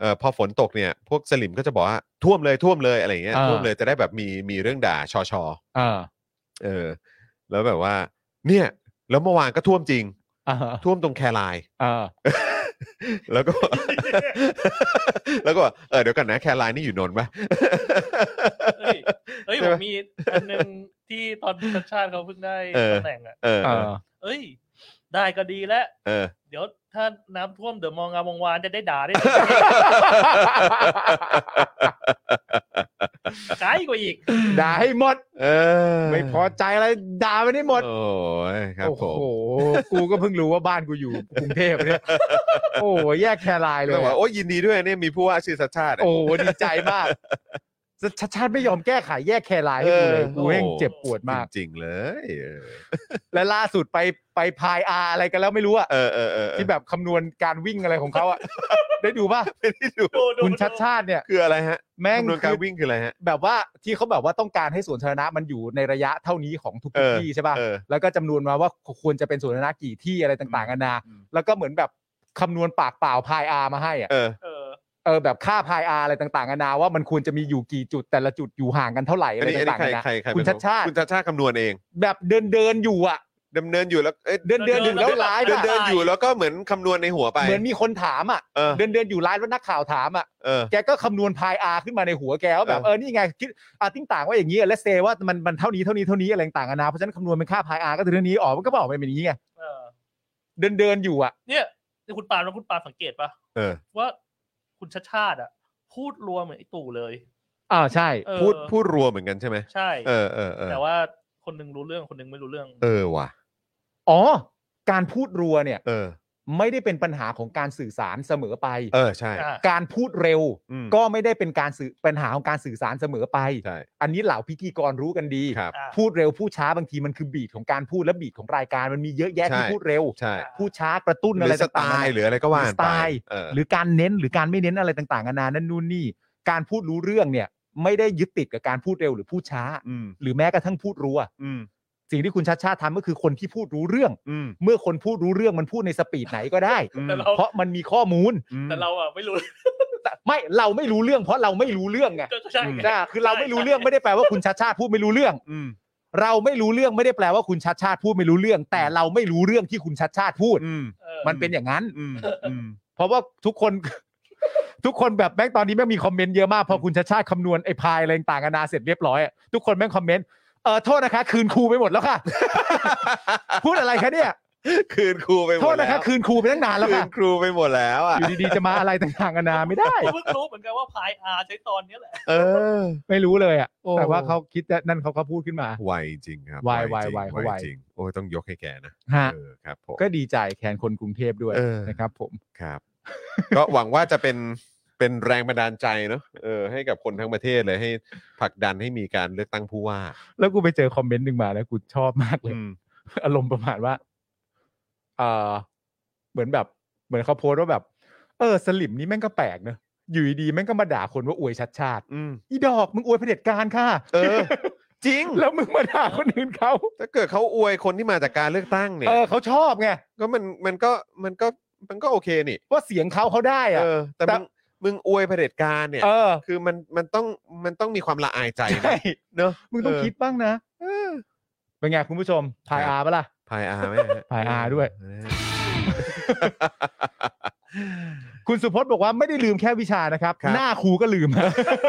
เออพอฝนตกเนี่ย พวกสลิมก็จะบอกว่าท่วมเลยท่วมเลยอะไรอย่างเงี้ย
อ่า
ท่วมเลยจะได้แบบมีมีเรื่องด่าชอชอ
เออ
เออ แล้วแบบว่า เนี่ย แล้วเมื่อวานก็ท่วมจริง
เออ
ท่วมตรงแครไลน์
เออ
แล้วก็ แล้วก็บอกเออเดี๋ยวกันนะแครไลน์นี่อยู่นนท์ปะ
เฮ้ยเฮ้ย
ใช่
ผ
ไหม
มมีอันหนึ่งที่ตอนชัดชาติเขาเพิ่งได้
เออ
ตำแหน่งอ่ะ
เออ
เอ
เอ
อ
อ
เอ้ย ได้ก็ดีแล้ว
เออ
เดี๋ยวถ้าน้ำท่วมเดี๋ยวมองงามวงวานจะได้ด่า ได้ไกลกว่าอีก
ด่าให้หมด
เออ
ไม่พอใจอะไรด่าไปได้หมด
โอ้ยครับ
โอ้
ผ
โห
ม
กูก็เพิ่งรู้ว่าบ้านกูอยู่ กรุงเทพเนี่ย โอ้โหแยกแครายเลย
แล้วว่า
อะ
โอ้ยยินดีด้วยเนี่ยมีผู้ว่าชื่อชัดชาติอะ
โอ้โหดีใจมากชัดชาติไม่ยอมแก้ไขแยกแครายให้กูเลย
เออ
กูแม่งเจ็บปวดมาก
จริงๆเลยเออ
และล่าสุดไปไปพายอาอะไรกันแล้วไม่รู้อะ
เออเออเออ
ที่แบบคำนวณการวิ่งอะไรของเขาอะ ได้ดูป่ะ
ไม่ได้ดู
ดูดู
คุณชัดชาติเนี่ย
คืออะไรฮะ
แม่ง
จำนวนการวิ่งคืออะไรฮะ
แบบว่าที่เขาแบบว่าต้องการให้สวนสาธารณะมันอยู่ในระยะเท่านี้ของทุก
เออ
ที่ใช่ป่ะ
เออ
แล้วก็จำนวนมาว่าควรจะเป็นสวนสาธารณะกี่ที่อะไรต่างๆกันานา
อืม
แล้วก็เหมือนแบบคำนวณปากเปล่าพายอามาให้อะ
เออ
เออ
เออแบบค่าพายอาอะไรต่างๆกันานาว่ามันควรจะมีอยู่กี่จุดแต่ละจุดอยู่ห่างกันเท่าไหร่อะ
อัน
ไร
นี้อันนี้
ต่าง
ใคร
ๆกันานา
ใครใคร
คุณ
เป็น
ชัดชาติ
คุณชัดชาติคำนวณเอง
แบบเดินเดินๆอยู่อ่ะ
ดำเนินอยู่แล้วเอ้ย
เดินเดินๆอยู่แล้วร้าย
เดิน
ป่ะ
เดินอยู่แล้วก็เหมือนคำนวณในหัวไป
เหมือนมีคนถามอ่ะ
เออ
เดินเดินๆอยู่ร้ายแล้วนักข่าวถามอ่ะ
เออ
แกก็คำนวณพายอาขึ้นมาในหัวแกว่าแบบ
เออ
เออนี่ไงคิดอ่ะติ้งต่างว่าอย่างนี้และเซว่ามันมันเท่านี้เท่านี้เท่านี้อะไรต่างกันานาเพราะฉะนั้นคำนวณเป็นค่าพายอาก็ถึงเท่านี้ออกมันก็บอกไปเป็นอย่างนี้ไง
เออ
เดินเดินๆอยู่อ่ะ
เนี่ยคุณปาล์มแล้วคุณปาล์มสังเกตปะ
เออ
ว่าคุณชัดชาติอ่ะ พูดรวมเหมือนไอ้ตู่เลย
อ่าใช่
เออ
พูดพูดรัวเหมือนกันใช่ไหม
ใช่
เออเออเออ
แต่ว่าคนหนึงรู้เรื่องคนหนึงไม่รู้เรื่อง
เออว่ะ
อ๋อ การพูดรัวเนี่ย
เออ
ไม่ได้เป็นปัญหาของการสื่อสารเสมอไป
เออใช่
อ่ะ
การพูดเร็ว
อืม
ก็ไม่ได้เป็นการสื่อปัญหาของการสื่อสารเสมอไป
ใช่
อันนี้เหล่าพิธีกรรู้กันดี
ครับ
อ่ะ
พูดเร็วพูดช้าบางทีมันคือบีทของการพูดและบีทของรายการมันมีเยอะแยะที่
ใช่
พูดเร็ว
ใช่
พูดช้ากระตุ้น
ห
อะ
รื
ไร
อสไต
ต่างๆ
ล์หรืออะไรก็ว่า
หรือ
กัน
สไต
ไป
ล์
เออ
หรือการเน้นหรือการไม่เน้นอะไรต่างๆนานานั่นนู่นนี่ การพูดรู้เรื่องเนี่ย ไม่ได้ยึดติดกับการพูดเร็วหรือพูดช้า
อืม
หรือแม้กระทั่งพูดรัว
อืม
สิ่งที่คุณชัดชาติทำก็คือคนที่พูดรู้เรื่อง
อืม
เมื่อคนพูดรู้เรื่องมันพูดในสปีดไหนก็ ได้
แต่เรา
เพราะมันมีข้อมูล
แต่เราอ่ะไม่รู้
แต่ไม่เราไม่รู้เรื่องเพราะเราไม่รู้เรื่องไง
ก็ใช่ไง
นะคือเราไม่รู้เรื่องไม่ได้แปลว่าคุณชาชาติพูดไม่รู้เรื่อง
อืม
เราไม่รู้เรื่องไม่ได้แปลว่าคุณชาชาติพูดไม่รู้เรื่อง แต่เราไม่รู้เรื่องที่คุณชาชาติพูด
อืม
เออ
มันเป็นอย่างนั้น
อืมอืม
เพราะว่าทุกคน ทุกคนแบบแม่งตอนนี้แม่งมีคอมเมนต์เยอะมาก พอคุณชาติชาติคำนวณไอ้พายอะไรต่างๆนานาเสร็จเรียบร้อยอะทุกคนแม่งคอมเมนต์เออโทษนะคะ คืนครูไปหมดแล้วค่ะ พูดอะไรคะเนี่ย
คืนครูไปหม
โท
ด
ษ
แล้
นะ
ว
คะคืนครูไปตั้งนานแล้ว
คื
ค่ะ
นครูไปหมดแล้วอ่ะ
อยู่ดีๆจะมาอะไรต่างๆนานาไม่ได้
เพิ่งรู้เหมือนกันว่าพายอาใช้ตอนเนี้ยแหละ
เออ
ไม่รู้เลยอ่ะ
โอ้
แต่ว่าเขาคิดจะนั่นเขาก็พูดขึ้นมา
ไวจริงครับ
ไวไวไว
จริง
เขาไว
จริงโอ้ยต้องยกให้แกนะ
ฮะ
เออครับผม
ก็ดีใจแทนคนกรุงเทพด้วย
เออ
นะครับผม
ครับ ก็หวังว่าจะเป็นเป็นแรงบันดาลใจเนอะเออให้กับคนทั้งประเทศเลยให้ผลักดันให้มีการเลือกตั้งผู้ว่า
แล้วกูไปเจอคอมเมนต์หนึ่งมาแล้วกูชอบมากเลย
อืม
อารมณ์ประมาณว่าเออเหมือนแบบ เหมือนเขาโพสต์ว่าแบบ เออ สลิมนี่แม่งก็แปลกเนอะอยู่ดีๆแม่งก็มาด่าคนว่าอวยชัดชาติ
อืม
อีดอกมึงอวยเผด็จการค่ะ
เออ จริง
แล้วมึงมาด่าคนอื่นเขา
ถ้าเกิดเขาอวยคนที่มาจากการเลือกตั้งเนี่ย
เออเขาชอบไง
ก็มันมันก็มันก็มันก็โอเคนี่
ว่าเสียงเขาเขาได้อะ
เออ แต่
แต่
มึงมึงอวยเผด็จการเนี่ย
เออ
คือมันมันต้องมันต้องมีความละอายใจนะ
ใช่
เนอะ
มึงต้อง
เ
คิดบ้างนะเป็นไงคุณผู้ชมพาย
ครับ
อาร์ปะล่ะ
พายอาร์ไหมฮะ
พายอาร์ด้วย
เออ
คุณสุพจน์บอกว่าไม่ได้ลืมแค่วิชานะครับ
ครับ
หน้าครูก็ลืม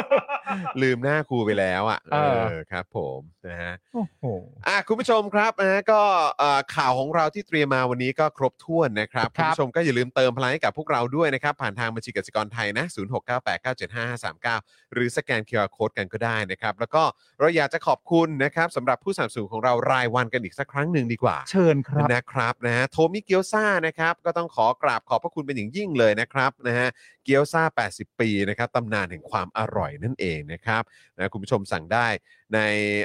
ลืมหน้าครูไปแล้วอ่ะ
เออ
ครับ ผมนะฮะ
โอ้โห
อ่ะคุณผู้ชมครับนะฮะก็เอ่อข่าวของเราที่เตรียมมาวันนี้ก็ครบถ้วนนะครับ
ค
คุ
รั
ณ
บ
ผู้ชมก็อย่าลืมเติมพลังให้กับพวกเราด้วยนะครับ ผ่านทางบัญชีกสิกรไทยนะ 0698975539 หรือสแกน QR Code กันก็ได้นะครับ แล้วก็เราอยากจะขอบคุณนะครับสำหรับผู้สนับสนุนของเรารายวันกันอีกสักครั้งหนึ่งดีกว่า
เชิญครับ
นะครับนะฮะโทมิเกียวซานะครับก็ต้องขอกราบขอบพระคุณเป็นอย่างยิ่งเลยนะครับนะฮะเกียวซา80 ปีนะครับตำนานแห่งความอร่อยนั่นเองนะครับนะคุณผู้ชมสั่งได้ใน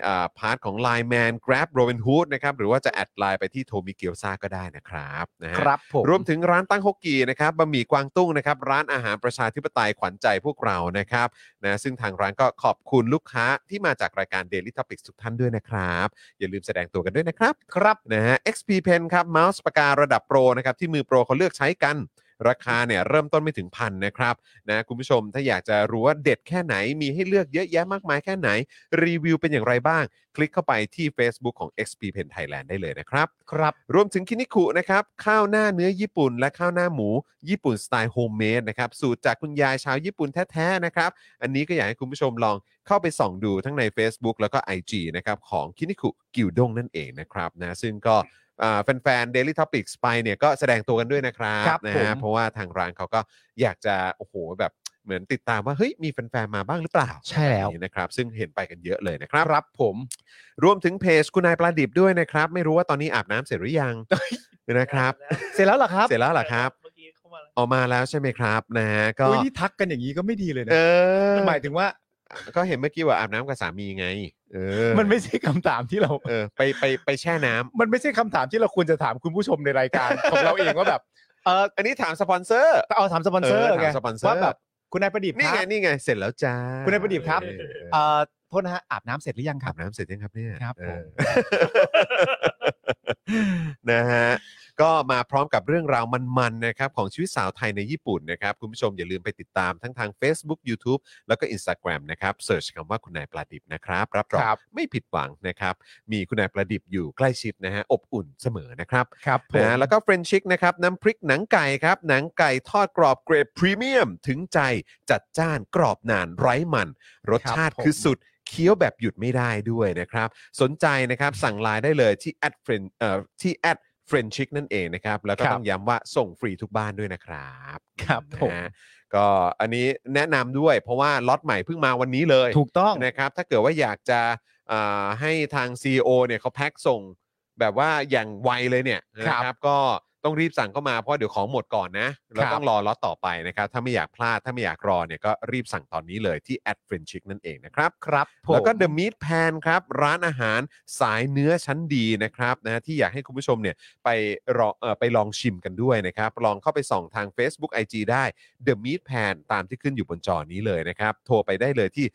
อ่าพาร์ทของ Line Man Grab Robin Hood นะครับหรือว่าจะแอดไลน์ไปที่โทมิเกียวซาก็ได้นะครับนะฮะ
ครับผม
รวมถึงร้านตั้งฮกกีนะครับบะหมี่กวางตุ้งนะครับร้านอาหารประชาธิปไตยขวัญใจพวกเรานะครับนะซึ่งทางร้านก็ขอบคุณลูกค้าที่มาจากรายการ Daily Topics ทุกท่านด้วยนะครับ อย่าลืมแสดงตัวกันด้วยนะครับครับนะฮะ XP Pen ครับเมาส์ปากการะดับโปรนะครับที่มือโปรเขาเลือกใช้กัน ราคาเนี่ยเริ่มต้นไม่ถึงพันนะครับนะคุณผู้ชมถ้าอยากจะรู้ว่าเด็ดแค่ไหนมีให้เลือกเยอะแยะมากมายแค่ไหน รีวิวเป็นอย่างไรบ้าง คลิกเข้าไปที่ Facebook ของ XP Pen Thailand ได้เลยนะครับ
ครับ
รวมถึงคินิคุนะครับ ข้าวหน้าเนื้อญี่ปุ่น และข้าวหน้าหมู ญี่ปุ่นสไตล์โฮมเมดนะครับสูตรจากคุณยายชาวญี่ปุ่นแท้ๆนะครับ อันนี้ก็อยากให้คุณผู้ชมลองเข้าไปส่องดูทั้งใน Facebook แล้วก็ IG นะครับของคินิคุกิวด้งนั่นเองนะครับนะซึ่งก็อ่าแฟนๆ Daily Topics ไปเนี่ยก็แสดงตัวกันด้วยนะครับ
ครับ
นะ
ผ
ฮะ
ม
เพราะว่าทางร้านเขาก็อยากจะโอ้โหแบบเหมือนติดตามว่าเฮ้ยมีแฟนๆมาบ้างหรือเปล่า
ใช่แล้ว
นี่นะครับซึ่งเห็นไปกันเยอะเลยนะครับ
ครับผม
รวมถึงเพจคุณนายปลาดิบด้วยนะครับ ไม่รู้ว่าตอนนี้อาบน้ำเสร็จหรือยัง นะครับ
เสร็จแล้วเหรอครับ
เสร็จแล้วเหรอครับ
เมื่อกี้เข้ามาแล้ว
ออกมาแล้วใช่ไหมครับนะฮะก็
อุ้ยนี่ทักกันอย่างนี้ก็ไม่ดีเลยนะ
เออ
หมายถึงว่า
ก็เห็นเมื่อกี้ว่าอาบน้ำกับสามีไง เออ
มันไม่ใช่คำถามที่เรา
เออไปไปไปแช่น้ำ
มันไม่ใช่คำถามที่เราควรจะถามคุณผู้ชมในรายการ ของเราเองว่าแบบเออ
อันนี้ถามสปอนเซอร์
เอาถามสปอนเซอร์
เออถาม
ไง
สปอนเซอร์
ว่าแบบคุณนายประดิษฐ์
นี่
ค
ไง
รับ
นี่ไงเสร็จแล้วจ้า
คุณนายประดิษฐ์ครับ
เออเออ
เออโทษนะฮะอาบน้ำเสร็จหรือยังค
อา
รั
บบ น้ำเสร็จยังครับเนี่ย
ครับ
เอ
ผ
อ
ม
นะฮะก็มาพร้อมกับเรื่องราวมันๆนะครับของชีวิตสาวไทยในญี่ปุ่นนะครับคุณผู้ชมอย่าลืมไปติดตามทั้งทาง Facebook YouTube แล้วก็ Instagram นะครับเสิร์ชคำว่าคุณนายปลาดิบนะครับรับรอง
ครับ
ไม่ผิดหวังนะครับ มีคุณนายประดิบอยู่ใกล้ชิดนะฮะ อบอุ่นเสมอนะครับ
ครับผม
นะแล้วก็เฟรนชิกนะครับ น้ำพริกหนังไก่ครับ หนังไก่ทอดกรอบเกรดพรีเมียม ถึงใจจัดจ้านกรอบนานไร้มัน รสชาติ
ครับผม
คือสุดเคี้ยวแบบหยุดไม่ได้ด้วยนะครับ สนใจนะครับสั่งไลน์ได้เลยที่ at friend เอ่อที่ at เฟรนชิกนั่นเองนะครับ แล้วก็ต้องย้ำว่าส่งฟรีทุกบ้านด้วยนะครับ
ครับผม
นะฮะก็อันนี้แนะนำด้วย เพราะว่าล็อตใหม่เพิ่งมาวันนี้เลย
ถูกต้อง
นะครับถ้าเกิดว่าอยากจะอ่าให้ทาง CEO เนี่ยเขาแพ็คส่งแบบว่าอย่างไวเลยเนี่ย
ครับ
นะครับก็ต้องรีบสั่งเข้ามาเพราะเดี๋ยวของหมดก่อนนะแล้ว
ครับ
ต้องรอล็อตต่อไปนะครับ ถ้าไม่อยากพลาดถ้าไม่อยากรอเนี่ยก็รีบสั่งตอนนี้เลยที่ a d f r e n c h i c นั่นเองนะครับ
ครับผม
แล้วก็ The Meat Pan ครับ ร้านอาหารสายเนื้อชั้นดีนะครับนะที่อยากให้คุณผู้ชมเนี่ยไปรอเอ่อไปลองชิมกันด้วยนะครับ ลองเข้าไปส่องทาง Facebook IG ได้ The Meat Pan ตามที่ขึ้นอยู่บนจอนี้เลยนะครับ โทรไปได้เลยที่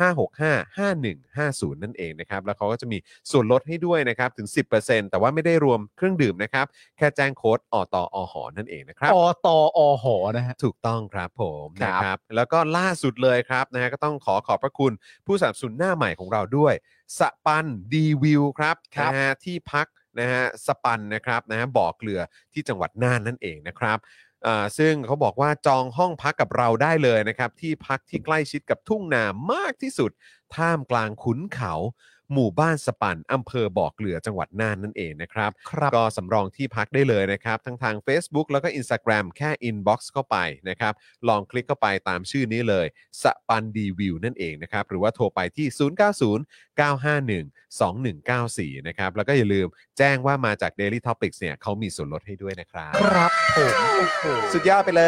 0945655150 นั่นเองนะครับ แล้วเขาก็จะมีส่วนลดให้ด้วยนะครับ ถึง 10%แต่ว่าไม่ได้รวมเครื่องดื่มนะครับ แค่แจ้งโค้ดอตอหอนั่นเองนะครับ
อตอหอนะฮะ
ถูกต้องครับผม
ครั
นะ
บ
ครับแล้วก็ล่าสุดเลยครับนะฮะก็ต้องขอขอบพระคุณผู้สนับสนุนหน้าใหม่ของเราด้วย สปันดีวิวครับนะฮะที่พักนะฮะสปันนะครับนะฮะบ่อเกลือที่จังหวัดน่านนั่นเองนะครับ อ่าซึ่งเขาบอกว่าจองห้องพักกับเราได้เลยนะครับ ที่พักที่ใกล้ชิดกับทุ่งนามากที่สุด ท่ามกลางขุนเขา หมู่บ้านสปันอำเภอบอกเกลือจังหวัดน่านนั่นเองนะครับ
ครับ
ก็สำรองที่พักได้เลยนะครับ ทั้งทาง Facebook แล้วก็ Instagram แค่ Inbox เข้าไปนะครับ ลองคลิกเข้าไปตามชื่อนี้เลยสปันดีวิวนั่นเองนะครับ หรือว่าโทรไปที่ 090 951 2194 นะครับ แล้วก็อย่าลืมแจ้งว่ามาจาก Daily Topics เนี่ยเขามีส่วนลดให้ด้วยนะครับ
ครับผมโอ้โห
สุดยอดไปเล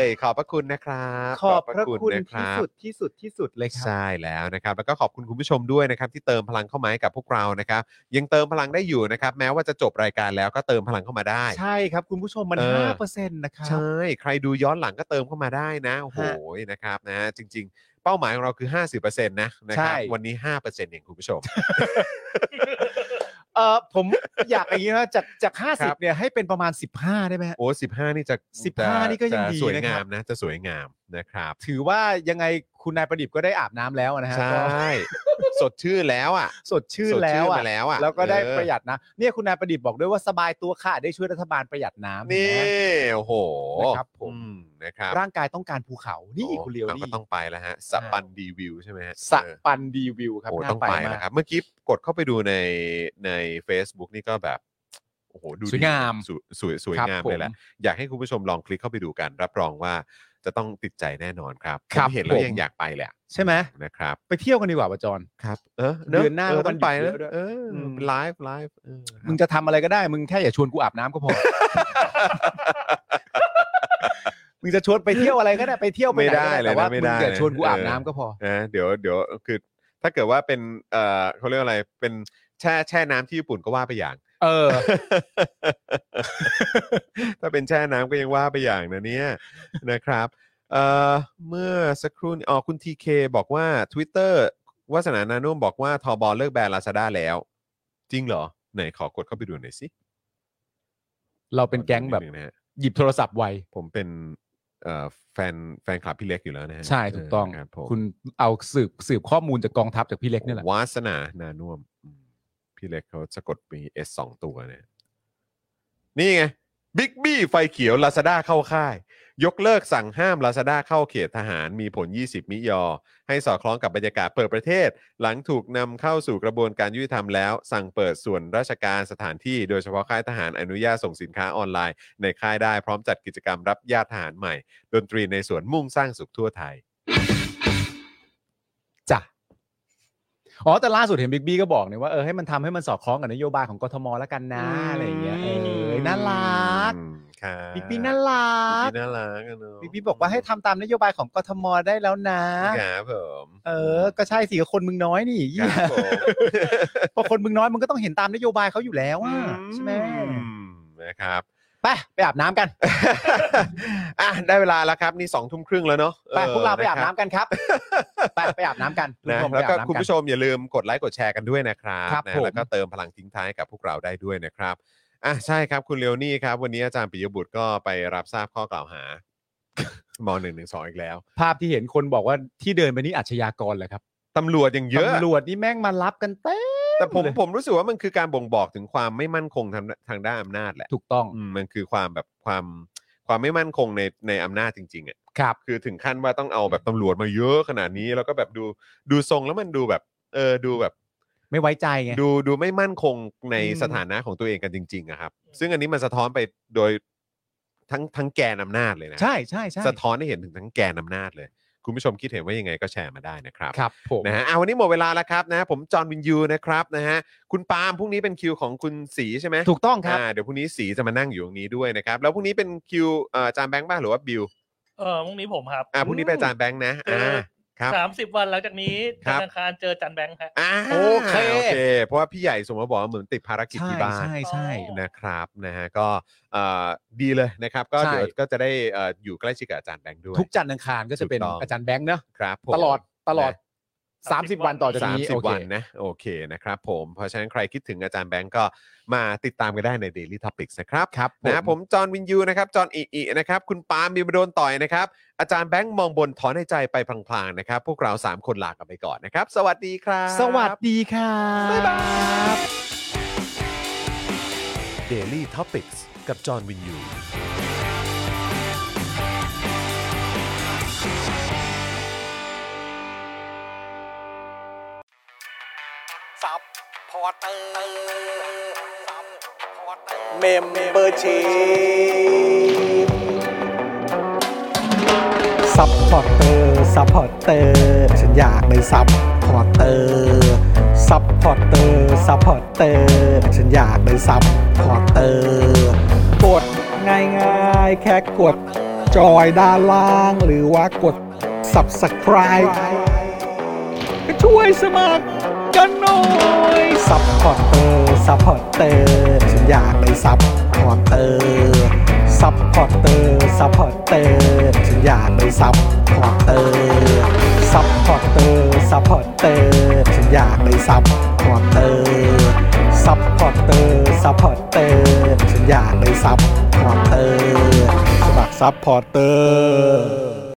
ย ขอบพระคุณนะครับ
ขอบพระคุณ
นะ
ที่
รับ
สุดที่สุดที่สุดเลยครับ
ใช่แล้วนะครับ แล้วก็ขอบคุณคุณผู้ชมด้วยนะครับ ที่เติมพลังเข้ามาให้กับพวกเรานะครับ ยังเติมพลังได้อยู่นะครับ แม้ว่าจะจบรายการแล้วก็เติมพลังเข้ามาได้
ใช่ครับคุณผู้ชมมัน
เออ
ห้าเปอร์เซ็นต์นะครับ
ใช่ใครดูย้อนหลังก็เติมเข้ามาได้นะโอ้โหนะครับนะฮะจริง ๆ เป้าหมายของเราคือ 50%นะนะครับ
ใช่
วันนี้ 5%เองคุณผู้ชม
เออผม อยากอย่างนี้นะจากจากห้า
ค
สิ
รั
บบ เนี่ยให้เป็นประมาณสิบห้าได้ไหมฮะ
โอ้15 นี่จะ
15
จะ
นี่ก็ยัง
จะ
ดี
สวย
นะครับ
งามนะ จะสวยงามนะครับ
ถือว่ายังไงคุณนายประดิษฐ์ก็ได้อาบน้ำแล้วนะฮะ
ใช่
ก็
สดชื่นแล้วอ่ะ
สดชื่นแล้ว
สด
อ่ะ
มาแล้วอ่ะ
แล้วก็ได้
เออ
ประหยัดนะเนี่ยคุณนายประดิษฐ์บอกด้วยว่าสบายตัวค่ะได้ช่วยรัฐบาลประหยัดน้ำ
นี่
เห็ไหม
โอ้โห
นะครับผม
อืนะครับ
ร่างกายต้องการภูเขานี่คุณเลียว
รา
นี่
ก็ต้องไปแล้วฮะสปันดีวิวใช่ไหมฮะ
ส
เออ
ปันดีวิวครับ
โอ้
น่า
ต้องไป
มาก
นะครับ เมื่อกี้กดเข้าไปดูในใน Facebook นี่ก็แบบโอ้โหดูดี
สวยงาม
สวยสวยสวย
ครับ
งามเลยแหละ
ผม
อยากให้คุณผู้ชมลองคลิกเข้าไปดูกัน รับรองว่าจะต้องติดใจแน่นอนครับ
ครั
ผ
บ
มเห็นแล้ว
ผม
ยังอยากไปแหละ
ใช่ไหม
นะครับ
ไปเที่ยวกันดีกว่าประจร
ครับ เออ
เดือนหน้า
เออ
ก็
ต้องไป
วันห
นะ
ยุดเยอะด้วย
เอออ
ม
ไลฟ์ไลฟ์เออ
มึงจะทำอะไรก็ได้ มึงแค่อย่าชวนกูอาบน้ำก็พอ มึงจะชวนไปเที่ยวอะไรก็ได้ไปเที่ยวปหน
ไม่
ก็
ได้เลย
แต่ว่า
นะไม่
มึง
ได้
อย่าชวนกูอาบ
เ
น้ำก็พอ
นะเดี๋ยวเดี๋ยวคือถ้าเกิดว่าเป็นเออเขาเรียกอะไรเป็นแช่แช่น้ำที่ญี่ปุ่นก็ว่าไปอย่าง
เออ
ถ้าเป็นแช่น้ำก็ยังว่าไปอย่างนะเนี่ย นะครับเอ่อเมื่อสักครู่นี้อ๋อคุณทีเคบอกว่า Twitter วาสนานานุ่มบอกว่าทอบอลเลิกแบนลาซาด้าแล้ว จริงเหรอ ไหนขอกดเข้าไปดูหน่อยสิ
เราเป็นแก๊งแบบ
ดนึนะฮะ
หยิบโทรศัพท์ไว
ผมเป็นเอ่อแฟนแฟนคลับพี่เล็กอยู่แล้วนะฮะ
ใช่ถูกต้อง
เครับผม
คุณเอาสืบสืบข้อมูลจากกองทัพจากพี่เล็กเนี่ยแหละ
วาสนานานุ่มอืมพี่เล็กเขาสะกดมี S สองตัวเนี่ย นี่ไงบิ๊กบี้ไฟเขียวลาซาด้าเข้าค่าย ยกเลิกสั่งห้ามลาซาด้าเข้าเขตทหารมีผล 20 มิยอ ให้สอดคล้องกับบรรยากาศเปิดประเทศ หลังถูกนำเข้าสู่กระบวนการยุติธรรมแล้ว สั่งเปิดส่วนราชการสถานที่โดยเฉพาะค่ายทหารอนุญาตส่งสินค้าออนไลน์ ในค่ายได้พร้อมจัดกิจกรรมรับญาติทหารใหม่ ดนตรีในสวนมุ่งสร้างสุขทั่วไทย
จ้ะอ๋อแต่ล่าสุดเห็นบิ๊กบี้ก็บอกเนี่ยว่าเออให้มันทำให้มันสอดคล้องกับนโยบายของกทมแล้วกันนะอะไรอย่างเงี้ยเออน่ารัก
อืมค่ะ
บิ๊กบี้น่ารั
บิ๊
ก
กบี้น่ารักอะเนอะ
บิ๊กบี้บอกว่าให้ทำตามนโยบายของกทมได้แล้วนะ
ครับผม
เออ ก็ใช่สิก็คนมึงน้อยนี่เหี้ย
ครับผม
พอคนมึงน้อยมันก็ต้องเห็นตามนโยบายเขาอยู่ แล้วอ่ะใช่ไหม
อืมนะครับ
ไปไปอาบน้ำกัน
อ่ะได้เวลาแล้วครับ นี่สองทุ่มครึ่งแล้วเนาะ
ไป
ออ
พวกเราไปอาบน้ำ
ะค
กันครับไปไปอาบน้ำกัน
นะ
ทุกน
แล้ว
ไป
ก็
อาบน้ำน
คุณผู้ชมอย่าลืมกดไลค์กดแชร์กันด้วยนะครับ
ครับ
นะ
ผม
แล้วก็เติมพลังทิ้งท้ายกับพวกเราได้ด้วยนะครับอ่ะใช่ครับคุณเลวนี่ครับ วันนี้อาจารย์ปิยบุตรก็ไปรับทราบข้อกล่าว หามหนึ่งหนึ่งสองอีกแล้ว
ภาพที่เห็นคนบอกว่าที่เดินไปนี่อาชญากรเหรอครับ
ตำรวจยังเยอะ
ตำรวจนี่แม่งมารับกันเต้
แต่ผมผมรู้สึกว่ามันคือการบ่งบอกถึงความไม่มั่นคงทางทางด้านอำนาจแหละ
ถูกต้อง
อืมมันคือความแบบความความไม่มั่นคงในในอำนาจจริงๆอ่ะ
ครับ
คือถึงขั้นว่าต้องเอาแบบตำรวจมาเยอะขนาดนี้ แล้วก็แบบดูดูทรงแล้วมันดูแบบเออดูแบบ
ไม่ไว้ใจไง
ดูดูไม่มั่นคงใน
อืม
สถานะของตัวเองกันจริงๆอะครับ ซึ่งอันนี้มันสะท้อนไปโดยทั้งทั้งแกนอำนาจเลยนะ
ใช่ใช่ใช่
สะท้อนให้เห็นถึงทั้งแกนอำนาจเลย คุณผู้ชมคิดเห็นว่ายังไงก็แชร์มาได้นะครับ
ครับผม
นะฮะอ่ะวันนี้หมดเวลาแล้วครับนะผมจอห์นวินยูนะครับนะฮะคุณปาล์มพรุ่งนี้เป็นคิวของคุณสีใช่ไหม
ถูกต้องครับ
อ่าเดี๋ยวพรุ่งนี้สีจะมานั่งอยู่ตรงนี้ด้วยนะครับ แล้วพรุ่งนี้เป็นคิวเอ่ออาจารย์แบงค์บ้างหรือว่าบิว
เออพรุ่งนี้ผมครับ
อ่าพรุ่งนี้เป็นอาจารย์แบงค์นะอ่าครับ
สามสิบวันหลังจากนี้
ครั
ธ
บ
นาคารเจอจันแบงค์ฮะ
อ่า
โอเค
โอเค เพราะว่าพี่ใหญ่สมมาบอกว่าเหมือนติดภารกิจ
ใช่
ที่บ้าน
ใช่ใช่
อ๋อ
นะครับนะฮะก็เอ่อดีเลยนะครับก็
ใช่
เดี๋ยวก็จะได้เอ่ออยู่ใกล้ชิดกับอาจารย์แบงค์ด้วย
ทุกจันทร์อังคารก็จะเป็น
ถูกต้อง
อาจารย์แบงค์เนอะ
ครับผม
ตลอดตลอด
นะ
30 วันต่อจาก
สาม
นี้
สิบ
โอเค
วันนะโอเคนะครับผมเพราะฉะนั้นใครคิดถึงอาจารย์แบงค์ก็มาติดตามกันได้ใน Daily Topics นะครับ
ครับ
นะผมจอห์นวินยูนะครับจอห์นอิอินะครับคุณปาล์มมีมาโดนต่อยนะครับอาจารย์แบงค์มองบนถอนในใจไปพลางๆนะครับ พวกเรา 3 คนลากันไปก่อนนะครับ สวัสดีครับ
สวัสดีครับ บ๊ายบาย
Daily t o p i c กกับจอห์นวินยู
เมมเบอร์ชีพซัพพอร์เตอร์ซัพพอร์เตอร์ฉันอยากเป็นซัพพอร์เตอร์ซัพพอร์เตอร์ซัพพอร์เตอร์ฉันอยากเป็นซัพพอร์เตอร์กดง่ายๆ แค่กดจอยด้านล่าง หรือว่ากด subscribe ก็ช่วยสมัคร กันหน่อยซัพพอร์เตอร์ซัพพอร์เตอร์ฉันอยากเป็นซัพพอร์เตอร์ซัพพอร์เตอร์ซัพพอร์เตอร์ฉันอยากเป็นซัพพอร์เตอร์ซัพพอร์เตอร์ซัพพอร์เตอร์ฉันอยากเป็นซัพพอร์เตอร์ซัพพอร์เตอร์ซัพพอร์เตอร์ฉันอยากเป็นซัพพอร์เตอร์สมัครซัพพอร์เตอร์